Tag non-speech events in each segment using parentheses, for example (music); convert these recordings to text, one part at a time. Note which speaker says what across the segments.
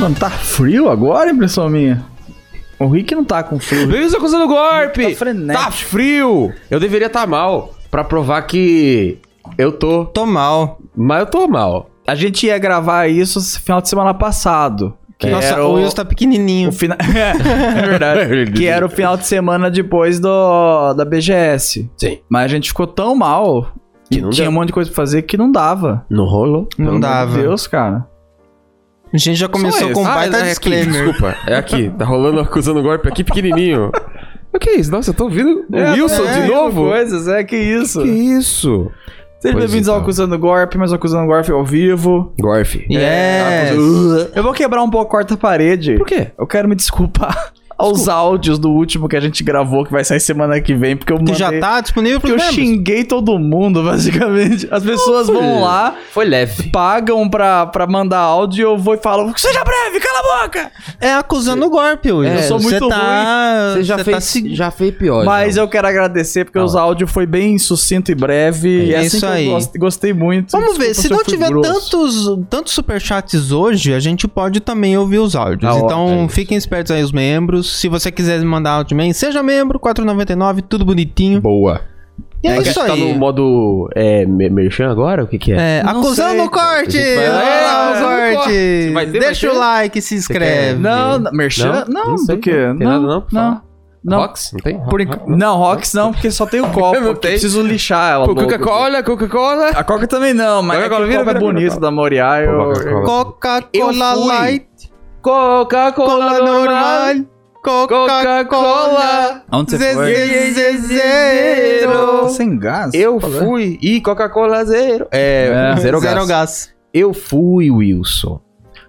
Speaker 1: Mano, tá frio agora, impressão minha? O Rick não tá com frio.
Speaker 2: Vives acusando é golpe!
Speaker 1: Tá frenético.
Speaker 2: Tá frio! Eu deveria estar mal pra provar que eu tô.
Speaker 3: Tô mal.
Speaker 2: Mas eu tô mal.
Speaker 1: A gente ia gravar isso esse final de semana passado. Que
Speaker 3: Nossa,
Speaker 1: era
Speaker 3: o
Speaker 1: o,
Speaker 3: Wilson tá pequenininho.
Speaker 1: o fina- (laughs) é, é
Speaker 2: (laughs)
Speaker 1: verdade. que era o final de semana depois do da BGS.
Speaker 2: Sim.
Speaker 1: Mas a gente ficou tão mal
Speaker 2: Que
Speaker 1: que
Speaker 2: não
Speaker 1: tinha
Speaker 2: deu.
Speaker 1: um monte de coisa pra fazer que não dava.
Speaker 2: Não rolou?
Speaker 3: Não
Speaker 1: Pelo amor de
Speaker 3: dava.
Speaker 1: Deus, cara.
Speaker 3: A gente já começou com um baita
Speaker 2: é aqui,
Speaker 3: disclaimer.
Speaker 2: Desculpa, é aqui. Tá rolando acusando golpe aqui pequenininho. o que é isso? Nossa, eu tô ouvindo
Speaker 3: (laughs)
Speaker 2: o Wilson
Speaker 3: é,
Speaker 2: de novo?
Speaker 1: Coisas, é que isso.
Speaker 2: Que isso?
Speaker 1: Sejam
Speaker 2: Pois
Speaker 1: bem-vindos ao
Speaker 2: então.
Speaker 1: Acusando Gorp, mas o Acusando Gorp ao vivo.
Speaker 2: Gorfe.
Speaker 3: Yes.
Speaker 1: Eu vou quebrar um pouco a quarta parede.
Speaker 2: Por quê?
Speaker 1: Eu quero me desculpar (laughs) aos áudios do último que a gente gravou, que vai sair semana que vem, porque eu
Speaker 3: Que
Speaker 1: mandei...
Speaker 3: já tá disponível
Speaker 1: Porque
Speaker 3: pro
Speaker 1: eu xinguei todo mundo, (laughs) basicamente. As pessoas vão lá,
Speaker 2: Foi leve.
Speaker 1: pagam pra, pra mandar áudio e eu vou e falo, seja breve, cala a boca!
Speaker 3: É acusando o golpe, Wilson.
Speaker 1: eu sou muito
Speaker 3: Você tá,
Speaker 2: Você já,
Speaker 3: você
Speaker 2: fez,
Speaker 3: tá se-
Speaker 2: já fez pior.
Speaker 1: Mas
Speaker 2: já.
Speaker 1: eu quero agradecer, porque
Speaker 2: Tá
Speaker 1: os áudios foi bem sucinto e breve.
Speaker 3: É
Speaker 1: e é
Speaker 3: isso
Speaker 1: assim que eu
Speaker 3: aí.
Speaker 1: gost- gostei muito.
Speaker 3: Vamos ver,
Speaker 1: Desculpa
Speaker 3: se
Speaker 1: eu
Speaker 3: não
Speaker 1: fui
Speaker 3: tiver
Speaker 1: grosso.
Speaker 3: tantos, tantos superchats hoje, a gente pode também ouvir os áudios.
Speaker 2: Tá
Speaker 3: então
Speaker 2: ótimo, é isso.
Speaker 3: fiquem espertos aí os membros. Se você quiser mandar áudio também, seja membro, 4,99, tudo bonitinho.
Speaker 2: Boa.
Speaker 3: E é
Speaker 2: Mas
Speaker 3: isso
Speaker 2: a gente Tá no
Speaker 3: aí.
Speaker 2: modo é, me- merchan agora? O que que é?
Speaker 3: É,
Speaker 1: Não
Speaker 3: acusando
Speaker 1: sei,
Speaker 3: o corte!
Speaker 2: cara.
Speaker 3: Vai lá,
Speaker 2: Acusando o
Speaker 3: o corte!
Speaker 2: corte. Vai ter, vai
Speaker 3: Deixa
Speaker 2: ter?
Speaker 3: o like, se
Speaker 2: Você quer-
Speaker 3: inscreve.
Speaker 1: Não, não, merchan?
Speaker 2: Não,
Speaker 1: Não,
Speaker 2: não sei,
Speaker 1: do quê?
Speaker 2: não tem nada não pra
Speaker 1: não.
Speaker 2: falar.
Speaker 1: não.
Speaker 2: Rocks? Não tem?
Speaker 1: Por enqu- Não, Rox não, porque só
Speaker 2: (laughs)
Speaker 1: tem o copo.
Speaker 2: Não
Speaker 1: que
Speaker 2: tem.
Speaker 1: Preciso lixar ela.
Speaker 2: Pô,
Speaker 1: logo.
Speaker 2: Coca-Cola, Coca-Cola.
Speaker 1: A Coca também não, mas é que
Speaker 2: Coca-Cola,
Speaker 1: o
Speaker 2: vira,
Speaker 1: copo é
Speaker 2: vira,
Speaker 1: bonito
Speaker 2: Coca-Cola.
Speaker 1: da Moriá.
Speaker 2: Pô,
Speaker 1: Eu...
Speaker 2: Coca-Cola.
Speaker 3: Coca-Cola
Speaker 2: Eu fui.
Speaker 3: Light,
Speaker 2: Coca-Cola
Speaker 3: Cola normal, Coca-Cola.
Speaker 2: Coca-Cola.
Speaker 1: Onde você foi?
Speaker 3: Zezé, Zezero.
Speaker 1: Sem gás?
Speaker 2: Eu fui. Ih, Coca-Cola zero. É,
Speaker 1: É.
Speaker 2: zero,
Speaker 3: Zero
Speaker 2: gás.
Speaker 3: gás.
Speaker 2: Eu fui, Wilson,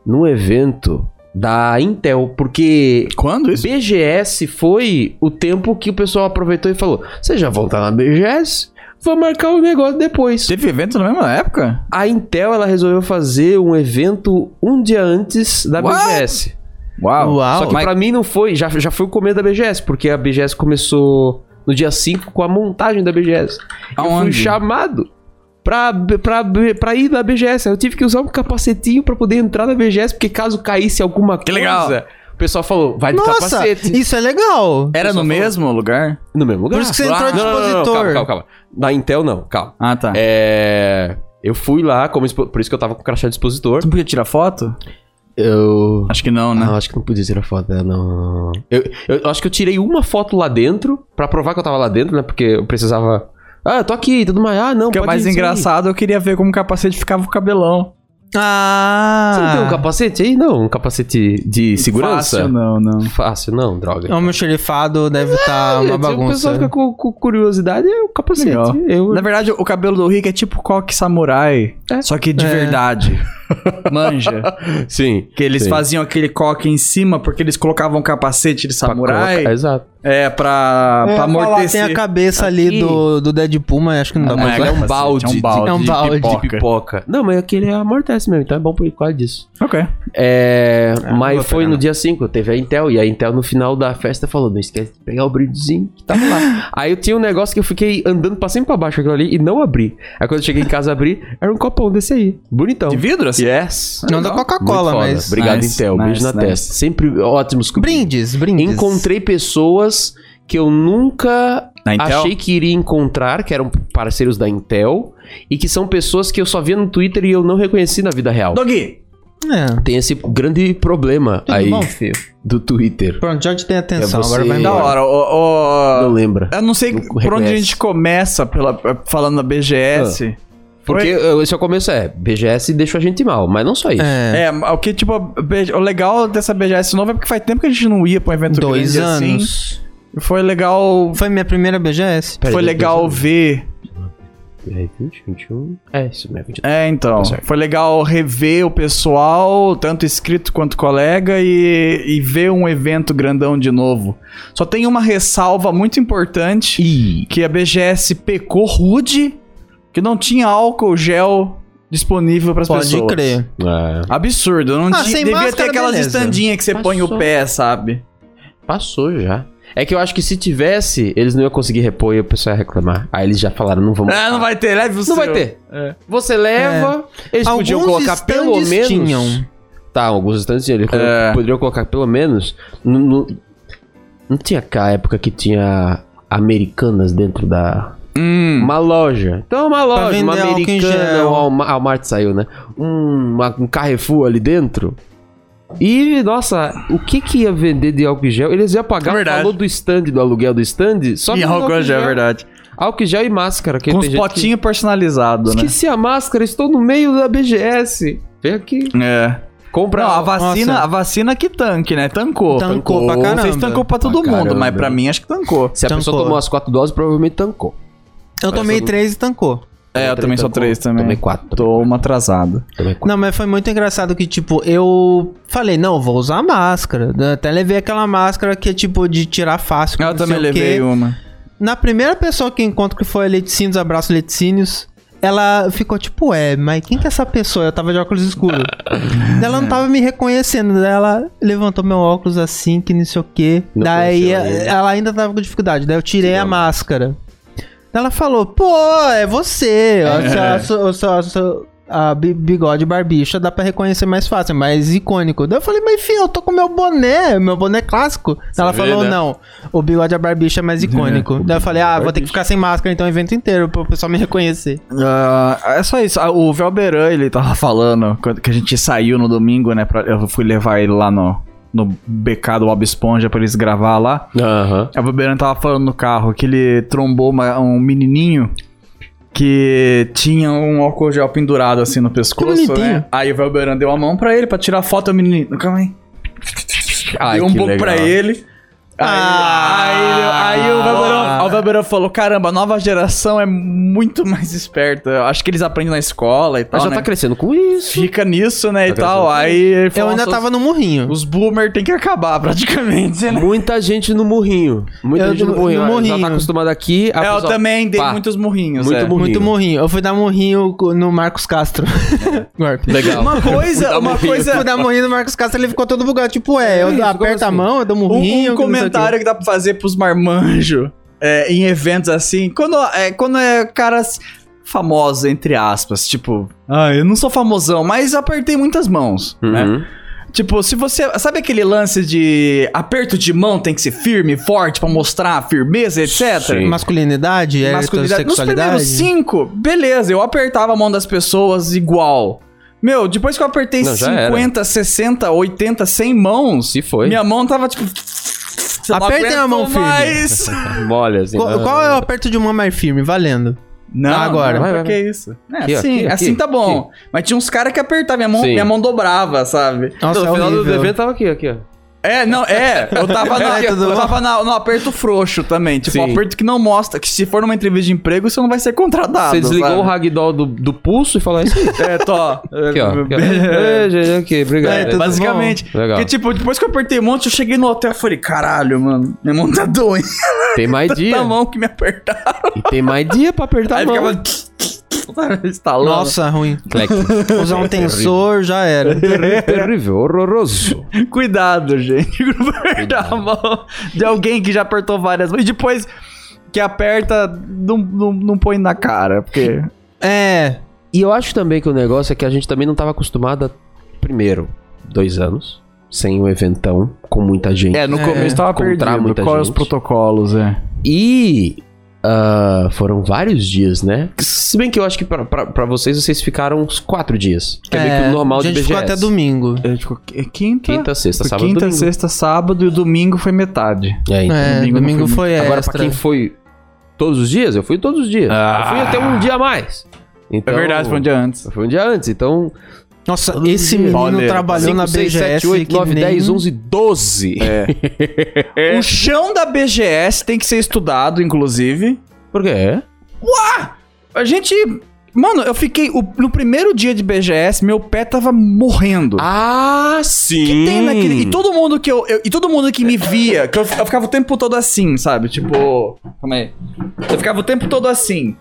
Speaker 2: num evento da Intel, porque
Speaker 1: Quando isso?
Speaker 2: BGS foi o tempo que o pessoal aproveitou e falou: vocês já vão estar na BGS? Vou marcar o negócio depois.
Speaker 1: Teve evento na mesma época?
Speaker 2: A Intel ela resolveu fazer um evento um dia antes da
Speaker 1: What?
Speaker 2: BGS.
Speaker 1: Uau.
Speaker 3: Uau.
Speaker 2: Só que
Speaker 3: Ah, Mas-
Speaker 2: pra mim não foi, já, já foi o começo da BGS, porque a BGS começou no dia 5 com a montagem da BGS. Eu fui
Speaker 1: Aonde?
Speaker 2: chamado pra, pra, pra ir na BGS. Eu tive que usar um capacetinho pra poder entrar na BGS, porque caso caísse alguma coisa,
Speaker 1: legal.
Speaker 2: o pessoal falou, vai É de
Speaker 3: Nossa,
Speaker 2: capacete.
Speaker 3: isso é legal.
Speaker 1: Era no
Speaker 2: Só falou-
Speaker 1: mesmo lugar?
Speaker 2: No mesmo lugar.
Speaker 3: Por isso que você entrou de expositor.
Speaker 2: calma, calma, calma. Na Intel não, calma.
Speaker 1: Ah, tá.
Speaker 2: É... Eu fui lá, como expo- por isso que eu tava com o crachá de expositor.
Speaker 1: Tu podia tirar foto?
Speaker 2: Ah, Eu...
Speaker 1: Acho que não, né?
Speaker 2: Não, acho que não podia tirar foto dela, não. Eu, eu- eu acho que eu tirei uma foto lá dentro, pra provar que eu tava lá dentro, né? Porque eu precisava. Ah, eu tô aqui, tudo mais. Ah, não,
Speaker 1: o que é
Speaker 2: pode
Speaker 1: mais
Speaker 2: ir, sim.
Speaker 1: engraçado, eu queria ver como o capacete ficava o cabelão.
Speaker 3: Ah.
Speaker 2: Você não tem um capacete aí? Não, um capacete de segurança?
Speaker 1: Fácil, não, não. é
Speaker 2: Fácil, não, droga.
Speaker 3: É O meu xerifado deve estar uma
Speaker 2: O um pessoal
Speaker 3: bagunça.
Speaker 2: fica com, com curiosidade, é o capacete.
Speaker 1: Legal.
Speaker 2: Eu...
Speaker 1: Na verdade, o cabelo do Rick é tipo coque samurai.
Speaker 2: É.
Speaker 1: Só que de
Speaker 3: É.
Speaker 1: verdade. (laughs) Manja.
Speaker 2: Sim.
Speaker 1: Que eles
Speaker 2: Sim.
Speaker 1: faziam aquele coque em cima porque eles colocavam um capacete de samurai.
Speaker 2: Pacoca, Exato.
Speaker 1: é, pra,
Speaker 3: É,
Speaker 1: pra
Speaker 3: falar,
Speaker 1: amortecer.
Speaker 3: Tem a cabeça
Speaker 2: Aqui.
Speaker 3: ali do, do Deadpool, Ah, mas acho que não dá
Speaker 1: É,
Speaker 3: mais.
Speaker 2: Mas
Speaker 1: é
Speaker 2: é
Speaker 1: um
Speaker 2: um balde.
Speaker 1: balde de-
Speaker 3: é um
Speaker 2: de
Speaker 3: balde de
Speaker 2: pipoca. Não, mas aquele amortece mesmo, então é bom por causa disso.
Speaker 1: Ok.
Speaker 2: É,
Speaker 1: Ah, não vou
Speaker 2: mas foi
Speaker 1: pegar,
Speaker 2: no
Speaker 1: não.
Speaker 2: dia 5, teve a Intel, e a Intel no final da festa falou: não esquece de pegar o brindezinho que
Speaker 1: (laughs)
Speaker 2: tava lá. Aí eu tinha um negócio que eu fiquei andando pra cima e pra baixo com aquilo ali e não abri. Aí quando eu cheguei em casa abri, era um copão desse aí. Bonitão.
Speaker 1: De vidro, assim?
Speaker 2: Yes.
Speaker 3: Não da
Speaker 2: Muito
Speaker 3: Coca-Cola,
Speaker 2: foda.
Speaker 3: mas-
Speaker 2: Obrigado,
Speaker 1: Nice,
Speaker 2: Intel.
Speaker 1: nice,
Speaker 2: Beijo na
Speaker 1: nice.
Speaker 2: testa. Sempre ótimos
Speaker 3: Brindes, brindes.
Speaker 2: Encontrei pessoas que eu nunca
Speaker 1: Na Intel?
Speaker 2: achei que iria encontrar, que eram parceiros da Intel, e que são pessoas que eu só via no Twitter e eu não reconheci na vida real
Speaker 1: Dogui!
Speaker 3: É.
Speaker 2: tem esse grande problema
Speaker 3: Tudo
Speaker 2: aí
Speaker 3: bom, filho?
Speaker 2: do Twitter.
Speaker 3: Pronto, já te tem atenção.
Speaker 2: É você-
Speaker 3: Agora vai
Speaker 1: Da hora,
Speaker 3: embora.
Speaker 1: ô. ô-
Speaker 2: Não lembra.
Speaker 1: Eu não sei
Speaker 2: Não
Speaker 1: por onde a
Speaker 2: reconhece.
Speaker 1: gente começa pela, falando da BGS.
Speaker 2: Porque eh, esse é o começo, é. BGS deixou a gente mal, mas não só isso.
Speaker 3: É.
Speaker 1: É, o que, tipo, a B- o legal dessa BGS nova é porque faz tempo que a gente não ia pra um evento
Speaker 3: Dois
Speaker 1: grande assim.
Speaker 3: anos.
Speaker 1: Foi legal.
Speaker 3: Foi minha primeira BGS.
Speaker 2: Peraí,
Speaker 1: foi
Speaker 2: dois
Speaker 1: legal
Speaker 2: anos.
Speaker 1: ver.
Speaker 2: É, 20, 21. É, isso mesmo. 22.
Speaker 1: É, então.
Speaker 2: Tá certo.
Speaker 1: foi legal rever o pessoal, tanto inscrito quanto colega, e, e ver um evento grandão de novo. Só tem uma ressalva muito importante:
Speaker 2: Ih,
Speaker 1: que a BGS pecou rude, que não tinha álcool gel disponível pras
Speaker 3: Pode
Speaker 1: pessoas.
Speaker 3: crer.
Speaker 2: é,
Speaker 1: Absurdo, não
Speaker 3: Ah,
Speaker 1: tinha,
Speaker 3: sem
Speaker 1: devia ter
Speaker 3: máscara,
Speaker 1: aquelas
Speaker 3: beleza.
Speaker 1: estandinhas que você põe o
Speaker 2: Passou.
Speaker 1: pé, sabe?
Speaker 2: passou já. É que eu acho que se tivesse, eles não iam conseguir repor e o pessoal ia reclamar. Aí eles já falaram, não vamos.
Speaker 1: Ah, não vai ter, leve o
Speaker 2: não
Speaker 1: seu.
Speaker 2: vai ter.
Speaker 1: É.
Speaker 2: Você leva, eles podiam
Speaker 3: É. Alguns
Speaker 2: colocar pelo
Speaker 3: stands
Speaker 2: menos
Speaker 3: tinham.
Speaker 2: Tá, alguns estantes eles colo-
Speaker 1: É.
Speaker 2: poderiam colocar pelo menos. no- no- não tinha cá a época que tinha americanas dentro da.
Speaker 1: Hum.
Speaker 2: Uma loja. Então, uma loja,
Speaker 3: vender
Speaker 2: uma
Speaker 3: álcool em
Speaker 2: americana,
Speaker 3: gel.
Speaker 2: o Walmart, Walmart saiu, né? Um, uma- um Carrefour ali dentro. E, nossa, o que que ia vender de álcool em gel? Eles iam pagar o
Speaker 1: Verdade.
Speaker 2: valor do stand, do aluguel do stand, só um
Speaker 1: E
Speaker 2: pelo
Speaker 1: álcool em gel, é verdade.
Speaker 2: Álcool em gel e máscara. Que
Speaker 1: Com
Speaker 2: tem
Speaker 1: os
Speaker 2: gente que-
Speaker 1: potinhos personalizados, né?
Speaker 2: Esqueci a máscara, estou no meio da BGS. Vem aqui.
Speaker 1: É.
Speaker 2: Compra
Speaker 1: Não, a
Speaker 2: álcool.
Speaker 1: vacina,
Speaker 3: Nossa.
Speaker 1: a vacina que tanque, né? Tancou.
Speaker 3: Tancou pra caramba.
Speaker 1: Vocês tancou pra todo
Speaker 2: Pra
Speaker 1: mundo, mas
Speaker 2: caramba.
Speaker 1: pra mim acho que tancou.
Speaker 2: Se a pessoa
Speaker 3: tancou.
Speaker 2: tomou as quatro doses, provavelmente tancou.
Speaker 3: Eu tomei
Speaker 2: eu-
Speaker 3: três e tancou.
Speaker 1: É, eu também sou
Speaker 2: tancou.
Speaker 1: três também.
Speaker 2: Tomei quatro.
Speaker 1: Tô uma atrasada.
Speaker 2: Tomei quatro.
Speaker 3: Não, mas foi muito engraçado que, tipo, eu falei, não, eu vou usar máscara. Eu até levei aquela máscara que é, tipo, de tirar fácil. que
Speaker 1: Eu
Speaker 3: não sei
Speaker 1: também
Speaker 3: o quê.
Speaker 1: levei uma.
Speaker 3: Na primeira pessoa que eu encontro, que foi a Leticínios, abraço Leticínios, ela ficou tipo, ué, mas quem que é essa pessoa? Eu tava de
Speaker 2: (laughs)
Speaker 3: óculos escuros. Daí ela não tava me reconhecendo, daí ela levantou meu óculos assim, que não sei o quê.
Speaker 2: Não
Speaker 3: daí
Speaker 2: conheceu ainda.
Speaker 3: ela ainda tava com dificuldade, daí eu tirei a máscara. Daí ela falou, pô, é você, o seu-
Speaker 2: É.
Speaker 3: o seu- o seu- o seu- a bi- bigode barbicha dá pra reconhecer mais fácil, é mais icônico. Daí eu falei, mas filho, eu tô com meu boné, meu boné clássico. Daí ela
Speaker 1: vê,
Speaker 3: falou,
Speaker 1: né?
Speaker 3: não, o bigode a barbicha é mais icônico. Daí eu falei, ah, vou ter que ficar sem máscara então o evento inteiro pro pessoal me reconhecer.
Speaker 1: Ah, é só isso. Ah, O Velberan, ele tava falando quando- que a gente saiu no domingo, né? pra- eu fui levar ele lá no, no BK do Bob Esponja pra eles gravar lá.
Speaker 2: Aham.
Speaker 1: Aí O Velberan tava falando no carro que ele trombou uma- um menininho que tinha um álcool gel pendurado assim no pescoço,
Speaker 3: bonitinho.
Speaker 1: né? Aí o Velberan deu a mão pra ele pra tirar foto do menino. Calma aí.
Speaker 2: Ai,
Speaker 1: deu um
Speaker 2: que
Speaker 1: pouco
Speaker 2: legal.
Speaker 1: pra ele. Aí,
Speaker 3: Ah!
Speaker 1: aí, aí o Velberan- o Velberan falou: caramba, a nova geração é muito mais esperta. Eu acho que eles aprendem na escola e tal.
Speaker 2: Mas já
Speaker 1: né?
Speaker 2: tá crescendo com isso.
Speaker 1: Fica nisso, né? e
Speaker 2: Tá
Speaker 1: tal.
Speaker 2: crescendo.
Speaker 1: Aí ele
Speaker 3: Eu
Speaker 1: falou,
Speaker 3: ainda
Speaker 1: "Nossa,
Speaker 3: tava no murrinho.
Speaker 1: Os boomer tem que acabar praticamente,
Speaker 2: (laughs)
Speaker 1: né?
Speaker 2: Muita gente no murrinho. Muita
Speaker 3: Eu
Speaker 2: gente no
Speaker 3: no-
Speaker 2: murrinho.
Speaker 3: no
Speaker 2: Ela Já
Speaker 3: murrinho.
Speaker 2: tá acostumada aqui. a
Speaker 1: É, eu
Speaker 2: pessoa-
Speaker 1: também dei
Speaker 2: pá.
Speaker 1: muitos murrinhos.
Speaker 2: Muito
Speaker 1: é.
Speaker 2: murrinho.
Speaker 3: Muito murrinho. Eu fui dar murrinho co- no Marcos Castro.
Speaker 2: (laughs)
Speaker 3: Golpe.
Speaker 2: Legal.
Speaker 1: Uma coisa, uma
Speaker 3: Eu fui
Speaker 1: coisa.
Speaker 3: dar murrinho no Marcos Castro, ele ficou todo bugado. Tipo, é, eu
Speaker 2: Isso, como
Speaker 3: aperto
Speaker 2: assim?
Speaker 3: a mão, eu dou
Speaker 1: Um,
Speaker 3: murrinho.
Speaker 1: um
Speaker 3: que não sei o quê.
Speaker 1: comentário que dá pra fazer pros marmanjos é, em eventos assim. Quando é, quando é caras famosos, entre aspas, tipo, ah, eu não sou famosão, mas apertei muitas mãos, né?
Speaker 2: Uhum.
Speaker 1: Tipo, se você. Sabe aquele lance de aperto de mão tem que ser firme, forte, pra mostrar a firmeza, etc?
Speaker 2: Sim. então,
Speaker 3: Masculinidade, É
Speaker 1: masculinidade. Nos
Speaker 3: heterossexualidade.
Speaker 1: primeiros cinco, beleza, eu apertava a mão das pessoas igual. Meu, depois que eu apertei
Speaker 2: Não, já
Speaker 1: 50, 60, 80, 100 mãos,
Speaker 2: Se foi.
Speaker 1: minha mão tava tipo.
Speaker 3: Apertem a mão firme.
Speaker 1: mais.
Speaker 2: Molha, assim.
Speaker 3: Qual, qual é o aperto de uma mais firme? Valendo.
Speaker 1: Não,
Speaker 3: Agora,
Speaker 1: agora,
Speaker 2: vai, vai,
Speaker 1: que
Speaker 2: vai.
Speaker 1: isso? É,
Speaker 2: Aqui, ó,
Speaker 1: assim,
Speaker 2: aqui, aqui,
Speaker 1: assim tá bom. Mas tinha uns caras que apertavam, minha mão,
Speaker 2: Sim.
Speaker 1: minha mão dobrava, sabe?
Speaker 3: Nossa, é
Speaker 2: No final do
Speaker 3: horrível.
Speaker 2: evento tava aqui, aqui, ó.
Speaker 1: É, não, é. Eu tava, na,
Speaker 3: É, tudo
Speaker 1: eu
Speaker 3: bom?
Speaker 1: tava na- no aperto frouxo também. Tipo,
Speaker 2: Sim.
Speaker 1: um aperto que não mostra, que se for numa entrevista de emprego, você não vai ser contratado.
Speaker 2: Você desligou
Speaker 1: sabe?
Speaker 2: o ragdoll do, do pulso e falou isso aí.
Speaker 1: É, tô.
Speaker 2: Aqui,
Speaker 3: (laughs)
Speaker 2: ó. Aqui, ó.
Speaker 1: (laughs)
Speaker 2: É, gente, aqui, obrigado.
Speaker 3: É,
Speaker 1: Tá
Speaker 3: tudo-
Speaker 1: Basicamente.
Speaker 2: Legal.
Speaker 1: Porque, tipo, depois que eu apertei um monte, eu cheguei no hotel e falei, caralho, mano, minha mão tá doendo
Speaker 2: Tem mais dia.
Speaker 1: (laughs) da mão que Tá me apertaram.
Speaker 2: E tem mais dia pra apertar
Speaker 1: Aí
Speaker 2: a mão.
Speaker 1: ficava. (laughs) Estalando.
Speaker 3: Nossa, ruim.
Speaker 2: (laughs) Clec.
Speaker 3: Usar um tensor já era.
Speaker 2: Terrível, horroroso.
Speaker 1: Cuidado, gente. (laughs) Não apertar a mão de alguém que já apertou várias mãos. E depois que aperta, não, não, não põe na cara. Porque.
Speaker 3: É.
Speaker 2: E eu acho também que o negócio é que a gente também não tava acostumado a, primeiro, dois anos, sem um eventão, com muita gente.
Speaker 1: É, no
Speaker 3: É,
Speaker 1: começo tava
Speaker 2: encontrar
Speaker 1: perdido.
Speaker 2: muita
Speaker 1: Qual é os
Speaker 2: gente.
Speaker 1: protocolos, é?
Speaker 2: E ah, foram vários dias, né? Se bem que eu acho que pra, pra, pra vocês, vocês ficaram uns quatro dias. Que é, meio que o normal
Speaker 3: a
Speaker 2: de
Speaker 3: gente
Speaker 2: BGS.
Speaker 3: ficou até domingo.
Speaker 1: É, tipo, qu- é quinta.
Speaker 2: Quinta, sexta,
Speaker 1: Foi
Speaker 2: sábado,
Speaker 1: Quinta,
Speaker 2: domingo.
Speaker 1: sexta, sábado e o domingo foi metade.
Speaker 2: É, então.
Speaker 3: É,
Speaker 1: domingo
Speaker 3: domingo,
Speaker 1: não foi
Speaker 3: foi,
Speaker 2: Agora,
Speaker 3: extra.
Speaker 2: pra quem foi todos os dias, eu fui todos os dias.
Speaker 1: Ah.
Speaker 2: Eu fui até um dia a mais.
Speaker 1: É
Speaker 2: Então,
Speaker 1: dia antes.
Speaker 2: Foi um dia antes, então...
Speaker 3: Nossa, esse
Speaker 2: Todos os
Speaker 3: menino
Speaker 1: dias.
Speaker 3: trabalhou na BGS
Speaker 2: 7, 8,
Speaker 3: que
Speaker 2: 9,
Speaker 3: nem-
Speaker 2: 10, 11, 12.
Speaker 1: É. O chão da BGS tem que ser estudado, inclusive.
Speaker 2: Por quê? É.
Speaker 1: A gente. Mano, eu fiquei. o- no primeiro dia de BGS, meu pé tava morrendo.
Speaker 2: Ah, sim!
Speaker 1: Que tem naquele. E todo mundo que eu, eu- E todo mundo que me via, que eu, eu ficava o tempo todo assim, sabe? Tipo. Calma aí. Eu ficava o tempo todo assim.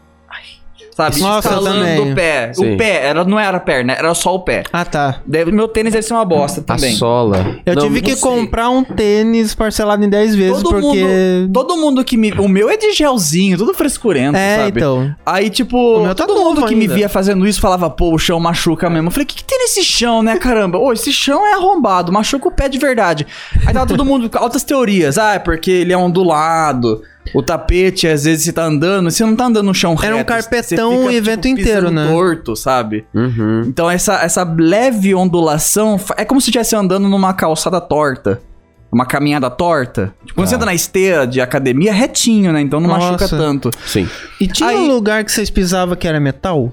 Speaker 1: Sabe?
Speaker 3: Nossa, eu
Speaker 1: Estalando
Speaker 3: também.
Speaker 1: o pé.
Speaker 2: Sim.
Speaker 1: O pé, era, não era a perna, era só o pé.
Speaker 3: Ah, tá.
Speaker 1: Deve- meu tênis deve ser uma bosta
Speaker 2: A
Speaker 1: também.
Speaker 2: sola.
Speaker 3: Eu
Speaker 2: Não,
Speaker 3: tive
Speaker 1: não
Speaker 3: que
Speaker 1: sei.
Speaker 3: comprar um tênis parcelado em 10 vezes
Speaker 1: Todo
Speaker 3: porque.
Speaker 1: mundo, todo mundo que me. O meu é de gelzinho, todo frescurento,
Speaker 3: É,
Speaker 1: sabe?
Speaker 3: então.
Speaker 1: Aí, tipo,
Speaker 3: O meu tá
Speaker 1: todo mundo
Speaker 3: novo
Speaker 1: que me
Speaker 3: ainda.
Speaker 1: via fazendo isso falava, pô, o chão machuca mesmo. Eu falei, o que, que tem nesse chão, né, caramba? Ô, esse chão é arrombado, machuca o pé de verdade. Aí tava todo mundo com altas teorias. Ah, é porque ele é ondulado. O tapete, às vezes, você tá andando, você não tá andando no chão reto.
Speaker 3: Era um carpetão
Speaker 1: você tipo,
Speaker 3: o evento
Speaker 1: pisando
Speaker 3: inteiro, né?
Speaker 1: torto, sabe?
Speaker 2: Uhum.
Speaker 1: Então essa, essa leve ondulação fa- é como se estivesse andando numa calçada torta. Uma caminhada torta. Tipo, quando você anda na esteira de academia, é retinho, né? Então não machuca
Speaker 3: Tá. Nossa.
Speaker 1: tanto.
Speaker 2: Sim.
Speaker 3: E tinha
Speaker 1: Aí-
Speaker 3: um lugar que vocês pisavam que era metal?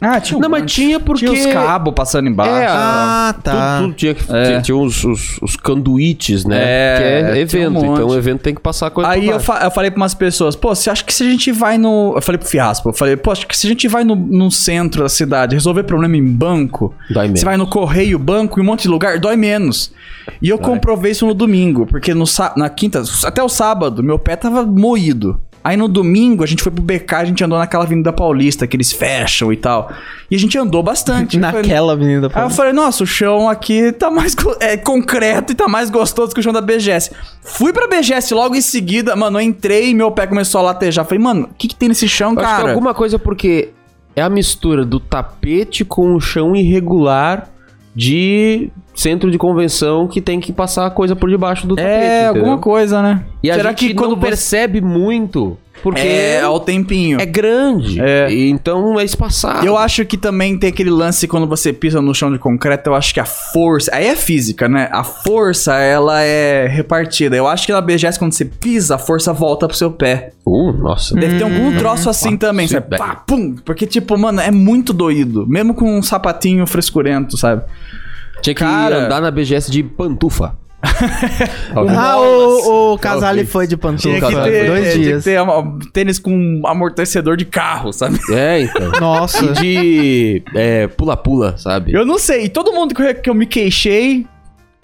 Speaker 1: Ah, tinha
Speaker 2: Não, mas tinha porque.
Speaker 1: Tinha os cabos passando embaixo.
Speaker 2: É,
Speaker 3: Ah, tá.
Speaker 2: Tudo, tudo tinha que.
Speaker 1: É.
Speaker 2: Tinha uns, os, os canduítes, né?
Speaker 1: É,
Speaker 2: que é
Speaker 1: tinha
Speaker 2: evento.
Speaker 1: um monte.
Speaker 2: então o evento tem que passar coisa
Speaker 1: Aí
Speaker 2: por
Speaker 1: eu,
Speaker 2: baixo.
Speaker 1: fa- eu falei pra umas pessoas, pô, você acha que se a gente vai no. Eu falei pro Fiaspo, eu falei, pô, acho que se a gente vai no, no centro da cidade resolver problema em banco,
Speaker 2: Dói mesmo.
Speaker 1: você vai no correio, banco, em um monte de lugar, dói menos. E eu comprovei isso no domingo, porque no, sá- na quinta, até o sábado, meu pé tava moído. Aí no domingo a gente foi pro BK, a gente andou naquela Avenida Paulista, que eles fecham e tal. E a gente andou bastante.
Speaker 2: (laughs)
Speaker 1: Eu falei,
Speaker 3: Naquela avenida.
Speaker 1: Aí eu falei, nossa, o chão aqui tá mais go- é, concreto e tá mais gostoso que o chão da BGS. Fui pra BGS logo em seguida, mano, eu entrei e meu pé começou a latejar. Falei, mano, o que, que tem nesse chão,
Speaker 2: Eu Acho que é
Speaker 1: cara?
Speaker 2: alguma coisa porque é a mistura do tapete com o chão irregular de centro de convenção que tem que passar a coisa por debaixo do tapete.
Speaker 1: É,
Speaker 2: entendeu?
Speaker 1: alguma coisa, né?
Speaker 2: E a
Speaker 1: Será
Speaker 2: gente
Speaker 1: que quando
Speaker 2: não
Speaker 1: você...
Speaker 2: percebe muito porque
Speaker 1: É,
Speaker 2: é,
Speaker 1: ao tempinho.
Speaker 2: grande.
Speaker 1: É.
Speaker 2: E então é espaçado.
Speaker 1: Eu acho que também tem aquele lance quando você pisa no chão de concreto, eu acho que a força. Aí é física, né? A força, ela é repartida. Eu acho que na BGS, quando você pisa, a força volta pro seu pé.
Speaker 2: Uh, nossa.
Speaker 1: Deve ter algum
Speaker 3: Uhum.
Speaker 1: troço assim também,
Speaker 2: sim,
Speaker 1: sabe?
Speaker 2: velho.
Speaker 1: Pá, pum! Porque, tipo, mano, é muito doído. Mesmo com um sapatinho frescurento, sabe?
Speaker 2: Tinha que
Speaker 1: Cara.
Speaker 2: andar na BGS de pantufa.
Speaker 1: (laughs)
Speaker 3: Ah, o, o Casale
Speaker 2: Talvez.
Speaker 3: foi de
Speaker 1: Tinha
Speaker 3: pantufa.
Speaker 1: que ter,
Speaker 3: Ah, dois
Speaker 1: é, tinha que
Speaker 3: dias.
Speaker 1: ter uma- tênis com amortecedor de carro, sabe?
Speaker 2: É, então.
Speaker 3: Nossa.
Speaker 2: E de é, pula-pula, sabe?
Speaker 1: Eu não sei. E todo mundo que eu- que eu me queixei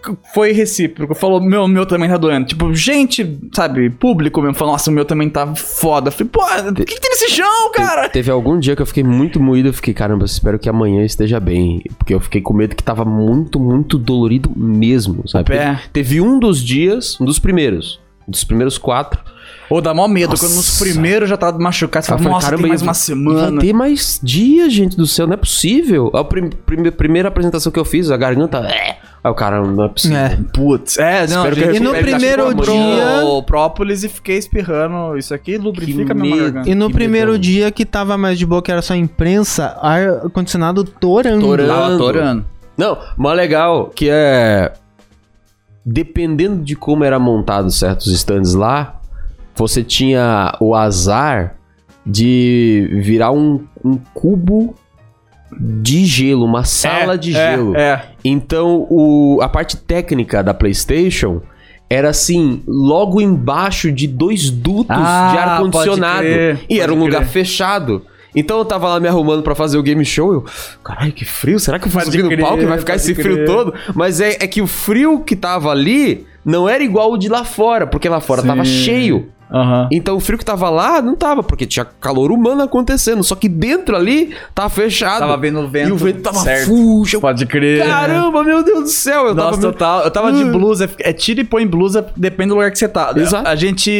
Speaker 1: c- foi recíproco. Falou, meu, meu também tá doendo. Tipo, gente, sabe, público mesmo, falou, nossa, o meu também tá foda. Falei, pô, o que, que tem nesse chão, cara?
Speaker 2: Teve algum dia que eu fiquei muito moído, eu fiquei, caramba, espero que amanhã eu esteja bem. Porque eu fiquei com medo que tava muito, muito dolorido mesmo, sabe?
Speaker 1: pé.
Speaker 2: Teve, teve um dos dias, um dos primeiros, um dos primeiros quatro.
Speaker 1: Ou dá mó medo, quando nos
Speaker 2: Nossa.
Speaker 1: primeiros já tá machucado, você
Speaker 2: eu
Speaker 1: fala,
Speaker 2: falei,
Speaker 1: nossa, tem mais
Speaker 2: eu-
Speaker 1: uma semana.
Speaker 2: Vai ter mais dias, gente do céu, não é possível. A prim- prime- primeira apresentação que eu fiz, a garganta. É. Aí o cara, não é possível.
Speaker 3: É.
Speaker 1: Putz, é, não,
Speaker 2: Espero que
Speaker 1: gente,
Speaker 2: eu
Speaker 1: eu
Speaker 2: recupere
Speaker 1: peguei
Speaker 3: primeiro
Speaker 1: tipo
Speaker 3: dia-
Speaker 1: o própolis e fiquei espirrando isso aqui, lubrifica
Speaker 2: Que
Speaker 1: minha
Speaker 2: medo.
Speaker 1: garganta.
Speaker 3: É. E no
Speaker 2: Que
Speaker 3: primeiro
Speaker 2: medão.
Speaker 3: dia que tava mais de boa, que era só imprensa, ar-condicionado torando.
Speaker 2: Torando.
Speaker 1: Tava torando. É,
Speaker 2: Não, mas legal que é. Dependendo de como era montado certos stands lá, você tinha o azar de virar um, um cubo de gelo, uma sala
Speaker 1: É,
Speaker 2: de
Speaker 1: é,
Speaker 2: gelo.
Speaker 1: É,
Speaker 2: Então o, a parte técnica da PlayStation era assim, logo embaixo de dois dutos
Speaker 1: Ah,
Speaker 2: de ar condicionado
Speaker 1: pode crer,
Speaker 2: e era um
Speaker 1: pode
Speaker 2: lugar
Speaker 1: crer.
Speaker 2: fechado. Então eu tava lá me arrumando pra fazer o game show, eu, caralho, que frio, será que eu vou
Speaker 1: Pode
Speaker 2: subir no
Speaker 1: crer,
Speaker 2: palco e vai ficar
Speaker 1: pode
Speaker 2: esse frio
Speaker 1: crer.
Speaker 2: todo? Mas é, é que o frio que tava ali não era igual o de lá fora, porque lá fora tava
Speaker 1: Sim.
Speaker 2: cheio.
Speaker 1: aham.
Speaker 2: Então o frio que tava lá não tava, porque tinha calor humano acontecendo, só que dentro ali tava fechado.
Speaker 1: Tava vendo o vento.
Speaker 2: e o vento tava
Speaker 1: certo.
Speaker 2: fujo, eu
Speaker 1: Pode crer.
Speaker 2: Caramba, meu Deus do céu, eu
Speaker 1: Nossa,
Speaker 2: tava.
Speaker 1: eu tava, eu tava de
Speaker 2: Hum.
Speaker 1: blusa. É tira e põe blusa, depende do lugar que você tá.
Speaker 2: Exato.
Speaker 1: A gente,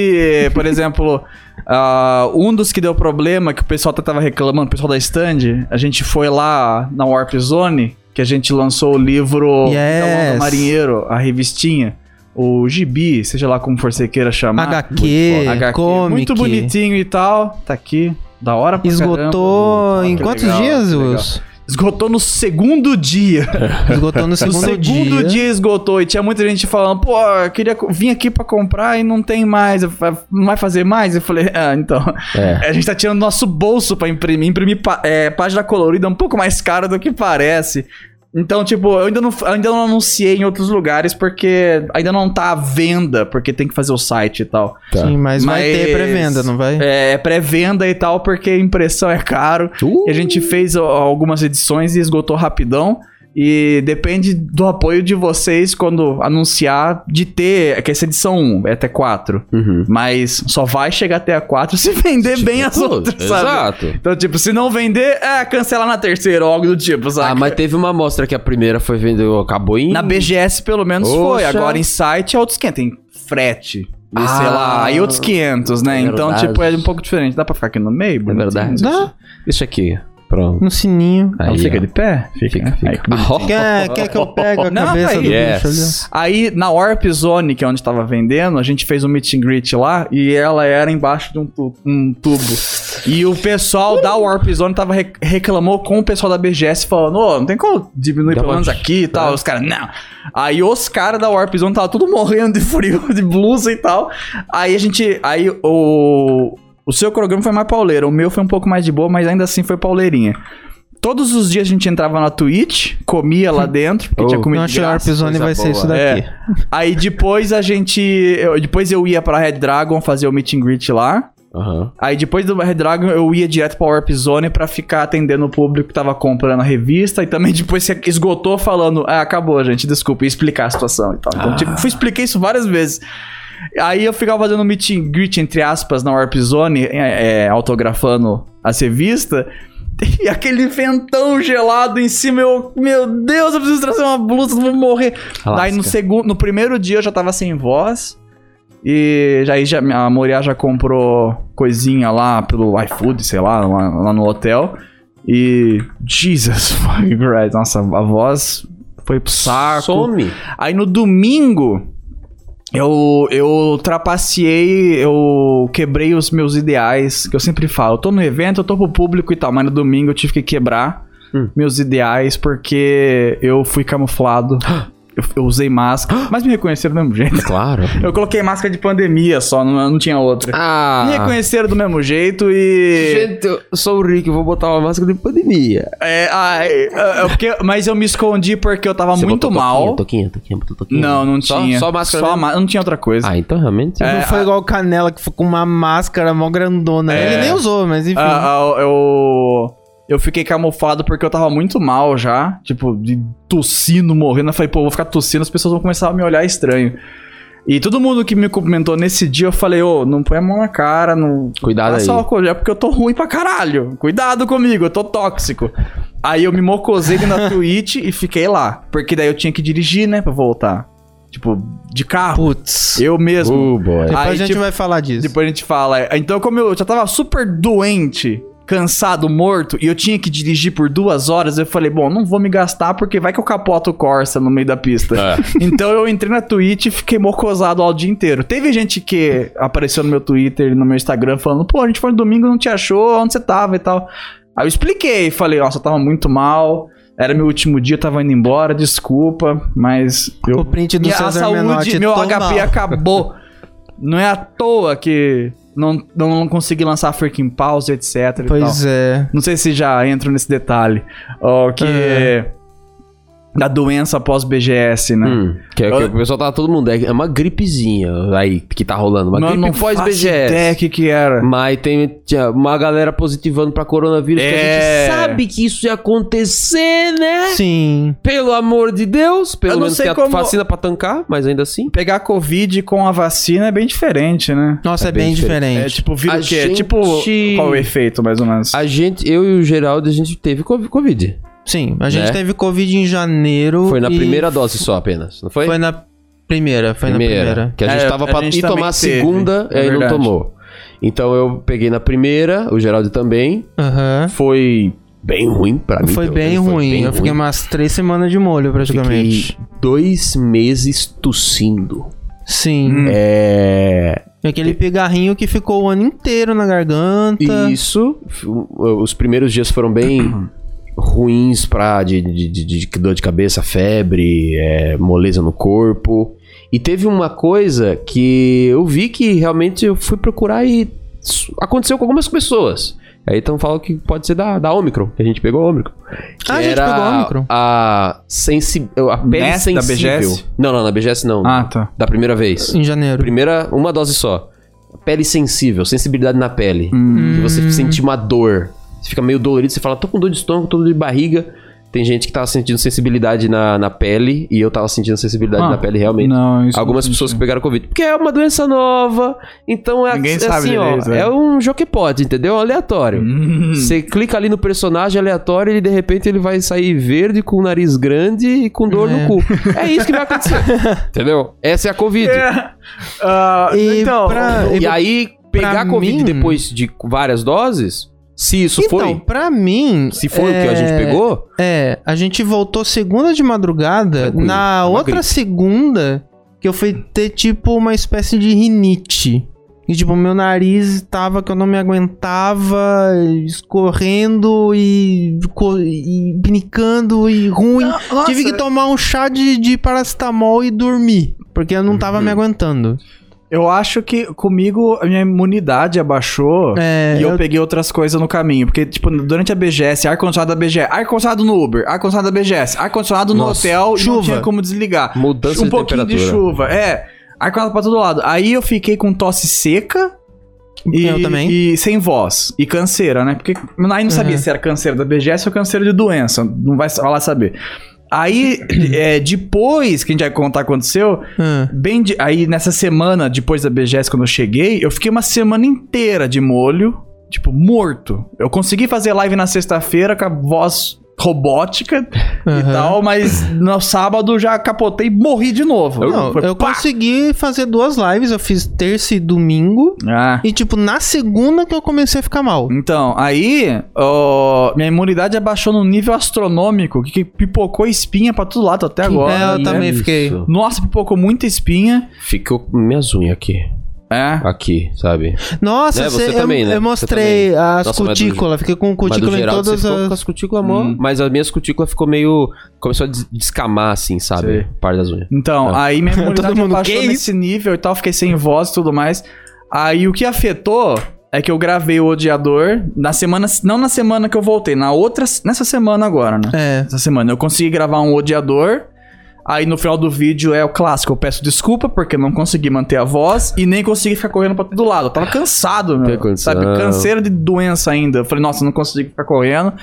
Speaker 1: por exemplo, (laughs) ah, um dos que deu problema, que o pessoal até tava reclamando, o pessoal da stand, a gente foi lá na Warp Zone, que a gente lançou o livro
Speaker 3: Yes.
Speaker 1: do Marinheiro, a revistinha, o gibi, seja lá como for você queira chamar.
Speaker 3: HQ,
Speaker 1: Muito foda.
Speaker 3: comic.
Speaker 1: Muito bonitinho e tal. Tá aqui. Da hora pra
Speaker 3: Esgotou
Speaker 1: caramba.
Speaker 3: em
Speaker 1: Que
Speaker 3: quantos
Speaker 1: legal,
Speaker 3: dias,
Speaker 1: que legal.
Speaker 3: Wilson?
Speaker 1: Esgotou no segundo dia.
Speaker 3: Esgotou (laughs) no
Speaker 1: No
Speaker 3: segundo,
Speaker 1: segundo
Speaker 3: dia.
Speaker 1: dia. esgotou e tinha muita gente falando, pô, eu queria co- vim aqui pra comprar e não tem mais, Eu fa- não vai fazer mais? Eu falei, ah, então. (laughs)
Speaker 2: É.
Speaker 1: A gente tá tirando nosso bolso pra imprimir, imprimir pá- é, página colorida é um pouco mais cara do que parece. Então, tipo, eu ainda não, eu ainda não anunciei em outros lugares porque ainda não tá à venda, porque tem que fazer o site e tal.
Speaker 2: Tá.
Speaker 3: Sim, mas, vai
Speaker 1: Mas-
Speaker 3: ter pré-venda, não vai?
Speaker 1: É pré-venda e tal, porque impressão é caro. E a gente fez ó, algumas edições e esgotou rapidão. E depende do apoio de vocês quando anunciar de ter. Que essa edição 1 é até 4.
Speaker 2: Uhum.
Speaker 1: Mas só vai chegar até a 4 se vender bem as
Speaker 2: Pô,
Speaker 1: outras, sabe?
Speaker 2: Tipo, Exato.
Speaker 1: Então, tipo, se não vender, é cancelar na terceira ou algo do tipo, sabe?
Speaker 2: Ah, mas teve uma amostra que a primeira foi vendeu, acabou em.
Speaker 1: Na BGS, pelo menos, foi.
Speaker 2: Poxa.
Speaker 1: Agora em site é outros 500. Tem frete. E
Speaker 2: Ah,
Speaker 1: sei lá, aí outros 500, né?
Speaker 2: é
Speaker 1: então,
Speaker 2: verdade.
Speaker 1: tipo, é um pouco diferente. Dá pra ficar aqui no meio?
Speaker 2: É
Speaker 1: bonitinho?
Speaker 2: verdade.
Speaker 3: Dá.
Speaker 2: Deixa aqui. Pronto.
Speaker 3: No sininho.
Speaker 1: Ela
Speaker 2: Aí,
Speaker 1: fica
Speaker 2: ó.
Speaker 1: de pé?
Speaker 2: Fica,
Speaker 1: né?
Speaker 2: fica.
Speaker 1: Aí, que bonitinho.
Speaker 3: Quer, quer que eu pegue a
Speaker 1: Não,
Speaker 3: cabeça
Speaker 1: tá
Speaker 3: do
Speaker 1: aí.
Speaker 3: bicho ali?
Speaker 2: Yes.
Speaker 1: Aí, na Warp Zone, que é onde tava vendendo, a gente fez um meet and greet lá e ela era embaixo de um, tu- um tubo. E o pessoal da Warp Zone tava re- reclamou com o pessoal da BGS falando, ô, não tem como diminuir
Speaker 2: Dá
Speaker 1: pelo
Speaker 2: uma É.
Speaker 1: menos aqui e tal. Os caras, não. Aí os caras da Warp Zone tava tudo morrendo de frio, (laughs) de blusa e tal. Aí a gente. Aí o. O seu cronograma foi mais pauleiro. O meu foi um pouco mais de boa, mas ainda assim foi pauleirinha. Todos os dias a gente entrava na Twitch, comia
Speaker 2: (laughs)
Speaker 1: lá dentro, porque
Speaker 2: Oh,
Speaker 1: tinha
Speaker 3: Não
Speaker 1: comida de
Speaker 3: achei a
Speaker 1: graça.
Speaker 3: Warpzone
Speaker 2: coisa
Speaker 3: vai ser
Speaker 2: boa.
Speaker 3: isso daqui.
Speaker 2: É.
Speaker 1: Aí depois a gente. eu- depois eu ia pra Red Dragon fazer o meet and greet lá.
Speaker 2: Aham.
Speaker 1: Aí depois do Red Dragon eu ia direto pra Warp Zone pra ficar atendendo o público que tava comprando a revista. E também (laughs) depois se esgotou falando: ah, acabou, gente, desculpa, e explicar a situação e tal. Então,
Speaker 2: Ah.
Speaker 1: tipo, fui, expliquei isso várias vezes. Aí eu ficava fazendo meet and greet, entre aspas, na Warp Zone, é, é, autografando as revistas. (laughs) E aquele ventão gelado em cima, eu, meu Deus, eu preciso trazer uma blusa, eu vou morrer. Daí no, segundo, no primeiro dia eu já tava sem voz. E já, aí já, a Moriá já comprou coisinha lá pelo iFood, sei lá, lá, lá no hotel. E. Jesus (laughs) fucking Christ. Nossa, a voz foi pro saco.
Speaker 2: Some.
Speaker 1: Aí no domingo. Eu, eu trapaceei, eu quebrei os meus ideais, que eu sempre falo. Eu tô no evento, eu tô pro público e tal, mas no domingo eu tive que quebrar
Speaker 2: Hum.
Speaker 1: meus ideais porque eu fui (gasps) camuflado. eu, eu usei (gasps) máscara, mas me reconheceram do mesmo jeito.
Speaker 2: Claro.
Speaker 1: Eu coloquei máscara de pandemia só, não, não tinha outra.
Speaker 2: Ah.
Speaker 1: Me reconheceram do mesmo jeito e.
Speaker 2: Gente, eu sou o Rick, eu vou botar uma máscara de pandemia.
Speaker 1: É, ai, é, é porque- mas eu me escondi porque eu tava
Speaker 2: Você
Speaker 1: muito
Speaker 2: botou
Speaker 1: mal.
Speaker 2: Toquinha, toquinha, toquinha, botou toquinha.
Speaker 1: Não, não
Speaker 2: Só-
Speaker 1: tinha.
Speaker 2: Só máscara. mesmo?
Speaker 1: ma- Não tinha outra coisa.
Speaker 2: Ah, então realmente.
Speaker 3: não foi igual o Canela, que foi com uma máscara mó grandona.
Speaker 1: É.
Speaker 3: Ele nem usou, mas enfim.
Speaker 1: Ah, ah, eu. Eu fiquei camuflado porque eu tava muito mal já. Tipo, de tossindo, morrendo. Eu falei, pô, eu vou ficar tossindo, as pessoas vão começar a me olhar estranho. E todo mundo que me cumprimentou nesse dia, eu falei, ô, não põe a mão na cara, não.
Speaker 2: Cuidado aí. Uh,
Speaker 1: Passa álcool, é porque eu tô ruim pra caralho. Cuidado comigo, eu tô tóxico. Aí eu me mocosei na Twitch e fiquei lá. Porque daí eu tinha que dirigir, né, pra voltar. Tipo, de carro.
Speaker 3: Putz.
Speaker 1: Eu mesmo.
Speaker 2: Uh, boy.
Speaker 3: Depois
Speaker 1: aí,
Speaker 3: a gente
Speaker 1: tipo,
Speaker 3: vai falar disso.
Speaker 1: Depois a gente fala. Então, como eu já tava super doente, cansado, morto, e eu tinha que dirigir por duas horas, eu falei, bom, não vou me gastar porque vai que eu capoto o Corsa no meio da pista.
Speaker 2: (laughs)
Speaker 1: Então eu entrei na Twitch e fiquei mocosado o dia inteiro. Teve gente que apareceu no meu Twitter e no meu Instagram falando, pô, a gente foi no domingo, não te achou, onde você tava e tal. Aí eu expliquei, falei, nossa, eu tava muito mal, era meu último dia, eu tava indo embora, desculpa, mas eu
Speaker 3: O print do
Speaker 1: minha
Speaker 3: César
Speaker 1: saúde,
Speaker 3: Menotti.
Speaker 1: meu é
Speaker 3: toma.
Speaker 1: HP acabou. Não é à toa que não, não consegui lançar Freaking Pause, etc. e tal.
Speaker 3: Pois é.
Speaker 1: Não sei se já entro nesse detalhe. Ó, que.
Speaker 3: É.
Speaker 1: Da doença pós-BGS, né?
Speaker 2: Hum, que, é- que o pessoal tá todo mundo. É uma gripezinha aí que tá rolando. Uma
Speaker 1: Mas eu
Speaker 2: gripe
Speaker 1: não faço
Speaker 2: pós-BGS.
Speaker 1: ideia que é. que era.
Speaker 2: Mas tem tinha uma galera positivando pra coronavírus que
Speaker 1: É.
Speaker 2: a gente sabe que isso ia acontecer, né?
Speaker 3: Sim.
Speaker 2: Pelo amor de Deus,
Speaker 1: Eu
Speaker 2: pelo
Speaker 1: não
Speaker 2: menos
Speaker 1: sei
Speaker 2: tem a
Speaker 1: como-
Speaker 2: vacina pra tancar, mas ainda assim.
Speaker 1: Pegar Covid com a vacina é bem diferente, né?
Speaker 3: Nossa, é,
Speaker 2: É
Speaker 3: bem,
Speaker 2: bem
Speaker 1: É
Speaker 3: diferente.
Speaker 1: tipo, vira
Speaker 2: A
Speaker 1: o quê? É
Speaker 2: gente-
Speaker 1: Tipo, qual o efeito, mais ou menos?
Speaker 2: A gente, eu e o Geraldo, a gente teve co- Covid.
Speaker 3: Sim, a gente
Speaker 2: Né?
Speaker 3: teve Covid em janeiro.
Speaker 2: Foi na
Speaker 3: e
Speaker 2: primeira dose só apenas, não foi?
Speaker 3: Foi na primeira, foi na primeira.
Speaker 2: Que a gente
Speaker 1: É,
Speaker 2: tava
Speaker 1: a
Speaker 2: pra
Speaker 1: gente
Speaker 2: ir
Speaker 1: também
Speaker 2: tomar a
Speaker 1: teve,
Speaker 2: segunda
Speaker 1: é
Speaker 2: e aí não
Speaker 1: verdade.
Speaker 2: tomou. Então eu peguei na primeira, o Geraldo também.
Speaker 3: Aham.
Speaker 2: Foi bem ruim pra mim.
Speaker 3: Foi
Speaker 2: pelo
Speaker 3: bem
Speaker 2: menos, foi
Speaker 3: ruim.
Speaker 2: bem
Speaker 3: eu fiquei
Speaker 2: ruim.
Speaker 3: umas três semanas de molho, praticamente.
Speaker 2: Fiquei dois meses tossindo.
Speaker 3: Sim.
Speaker 1: Hum.
Speaker 2: É.
Speaker 3: E Aquele pigarrinho que ficou o ano inteiro na garganta.
Speaker 2: Isso. F- o- Os primeiros dias foram bem (clears throat) ruins pra de, de- de- de- de dor de cabeça, febre, é, moleza no corpo. E teve uma coisa que eu vi que realmente eu fui procurar e s- aconteceu com algumas pessoas. Aí então falam que pode ser da, da Omicron, que a gente pegou a Omicron. Que
Speaker 3: Ah, a gente
Speaker 2: era
Speaker 3: pegou a Omicron?
Speaker 2: A, sensi a pele
Speaker 1: Nessa da
Speaker 2: sensível.
Speaker 1: BGS?
Speaker 2: Não, não, na BGS não.
Speaker 1: Ah, tá.
Speaker 2: Da primeira vez.
Speaker 3: Em janeiro.
Speaker 2: Primeira, uma dose só. Pele sensível, sensibilidade na
Speaker 1: Hum.
Speaker 2: pele. Que você sentir uma dor. Você fica meio dolorido, você fala, tô com dor de estômago, tô com dor de barriga. Tem gente que tava sentindo sensibilidade na, na pele e eu tava sentindo sensibilidade
Speaker 1: Ah,
Speaker 2: na pele realmente.
Speaker 1: Não, isso é
Speaker 2: Algumas
Speaker 1: não
Speaker 2: pessoas que
Speaker 1: senti.
Speaker 2: pegaram Covid. Porque é uma doença nova, então é,
Speaker 1: Ninguém
Speaker 2: é
Speaker 1: sabe
Speaker 2: assim, ó.
Speaker 1: direito,
Speaker 2: É.
Speaker 1: é.
Speaker 2: um joquepod, entendeu? Aleatório.
Speaker 1: Hum.
Speaker 2: Você clica ali no personagem aleatório e de repente ele vai sair verde, com o nariz grande e com dor
Speaker 3: É.
Speaker 2: no cu. É isso que vai
Speaker 1: (laughs)
Speaker 2: acontecer. entendeu? Essa é a Covid.
Speaker 1: Ah,
Speaker 3: (laughs) E
Speaker 1: então,
Speaker 3: pra-
Speaker 2: E aí, pegar
Speaker 3: pra
Speaker 2: Covid
Speaker 3: mim-
Speaker 2: depois de várias doses, se isso
Speaker 3: então,
Speaker 2: foi.
Speaker 3: pra mim.
Speaker 2: Se foi o que a gente
Speaker 3: é,
Speaker 2: pegou,
Speaker 3: É, a gente voltou segunda de madrugada.
Speaker 2: Tranquilo,
Speaker 3: na
Speaker 2: uma
Speaker 3: outra
Speaker 2: gripe.
Speaker 3: segunda, que eu fui ter tipo uma espécie de rinite. E tipo, meu nariz tava que eu não me aguentava, escorrendo e, co- e pinicando e ruim.
Speaker 1: nossa,
Speaker 3: Tive que tomar um chá de, de paracetamol e dormir, porque eu não tava
Speaker 1: Uhum.
Speaker 3: me aguentando.
Speaker 1: eu acho que comigo a minha imunidade abaixou.
Speaker 3: É,
Speaker 1: E eu,
Speaker 3: eu-
Speaker 1: peguei outras coisas no caminho. Porque, tipo, durante a BGS, ar-condicionado da BGS, ar-condicionado no Uber, ar-condicionado da BGS, ar-condicionado no
Speaker 2: Nossa,
Speaker 1: hotel, e não
Speaker 3: chuva.
Speaker 1: tinha como desligar.
Speaker 2: mudança
Speaker 1: um
Speaker 2: de
Speaker 1: pouquinho
Speaker 2: temperatura.
Speaker 1: de chuva, é. Ar-condicionado pra todo lado. Aí eu fiquei com tosse seca. E,
Speaker 3: Eu também.
Speaker 1: E sem voz. E canseira, né? Porque aí não sabia
Speaker 3: Uhum.
Speaker 1: se era canseira da BGS ou canseira de doença. Não vai falar saber. Aí, (clears throat) é, depois que a gente vai contar o que aconteceu,
Speaker 3: Ah.
Speaker 1: Bem de- aí nessa semana depois da BGS quando eu cheguei, eu fiquei uma semana inteira de molho, tipo morto. Eu consegui fazer live na sexta-feira com a voz robótica e
Speaker 3: Aham.
Speaker 1: tal, mas no sábado já capotei e morri de novo.
Speaker 3: Não,
Speaker 1: Foi
Speaker 3: eu
Speaker 1: pá!
Speaker 3: consegui fazer duas lives, eu fiz terça e domingo.
Speaker 1: Ah.
Speaker 3: E tipo, na segunda que eu comecei a ficar mal.
Speaker 1: Então, aí, ó, minha imunidade abaixou num nível astronômico, que que pipocou espinha pra todo lado até agora.
Speaker 3: é, eu
Speaker 1: né?
Speaker 3: também fiquei.
Speaker 2: Isso.
Speaker 1: Nossa, pipocou muita espinha.
Speaker 2: Ficou minhas unhas aqui.
Speaker 1: É.
Speaker 2: Aqui, sabe?
Speaker 3: Nossa,
Speaker 2: Né,
Speaker 3: cê-
Speaker 2: você
Speaker 3: eu,
Speaker 2: também, né?
Speaker 3: eu
Speaker 2: Você
Speaker 3: mostrei as
Speaker 2: Nossa, mas do-
Speaker 3: cutículas, fiquei com cutícula em
Speaker 2: você
Speaker 3: todas
Speaker 2: ficou
Speaker 3: as.
Speaker 2: com as cutículas
Speaker 1: Hum.
Speaker 2: mó- Mas as minhas cutículas ficou meio. Começou a des- descamar, assim, sabe?
Speaker 1: Sei.
Speaker 2: Par das unhas.
Speaker 1: Então,
Speaker 2: É.
Speaker 1: aí minha imunidade
Speaker 3: Todo mundo,
Speaker 1: baixou
Speaker 3: "Que
Speaker 1: nesse nível e tal, fiquei sem voz e tudo mais. Aí o que afetou é que eu gravei o Odiador na semana, não na semana que eu voltei, na outra, nessa semana agora, né?
Speaker 3: É.
Speaker 1: Essa semana eu consegui gravar um Odiador. Aí no final do vídeo é o clássico, eu peço desculpa porque eu não consegui manter a voz e nem consegui ficar correndo pra todo lado. Eu tava cansado,
Speaker 2: Tem
Speaker 1: meu,
Speaker 2: condição.
Speaker 1: sabe? Canseira de doença ainda. Eu falei, nossa, eu não consegui ficar correndo.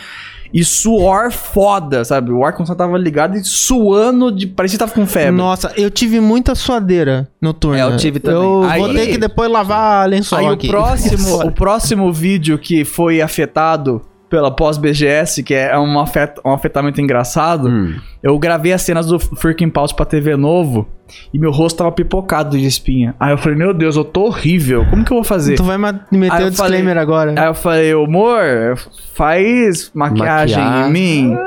Speaker 1: E suor foda, sabe? O ar condicionado tava ligado e suando de parecia que tava com febre.
Speaker 3: Nossa, eu tive muita suadeira noturna.
Speaker 1: É, eu tive também.
Speaker 3: Eu
Speaker 1: Aí-
Speaker 3: vou ter que depois lavar lençol
Speaker 1: Aí
Speaker 3: aqui.
Speaker 1: o próximo,
Speaker 3: Nossa.
Speaker 1: o próximo vídeo que foi afetado pela pós-BGS, que é um, afet- um afetamento engraçado,
Speaker 3: Hum.
Speaker 1: eu gravei as cenas do Freaking Pause pra TV Novo e meu rosto tava pipocado de espinha. Aí eu falei, meu Deus, eu tô horrível, como que eu vou fazer?
Speaker 3: Tu vai ma- meter
Speaker 1: Aí eu
Speaker 3: o disclaimer
Speaker 1: falei-
Speaker 3: agora.
Speaker 1: Aí eu falei, "Ô, amor, faz maquiagem,
Speaker 2: Maquiagem.
Speaker 1: em mim.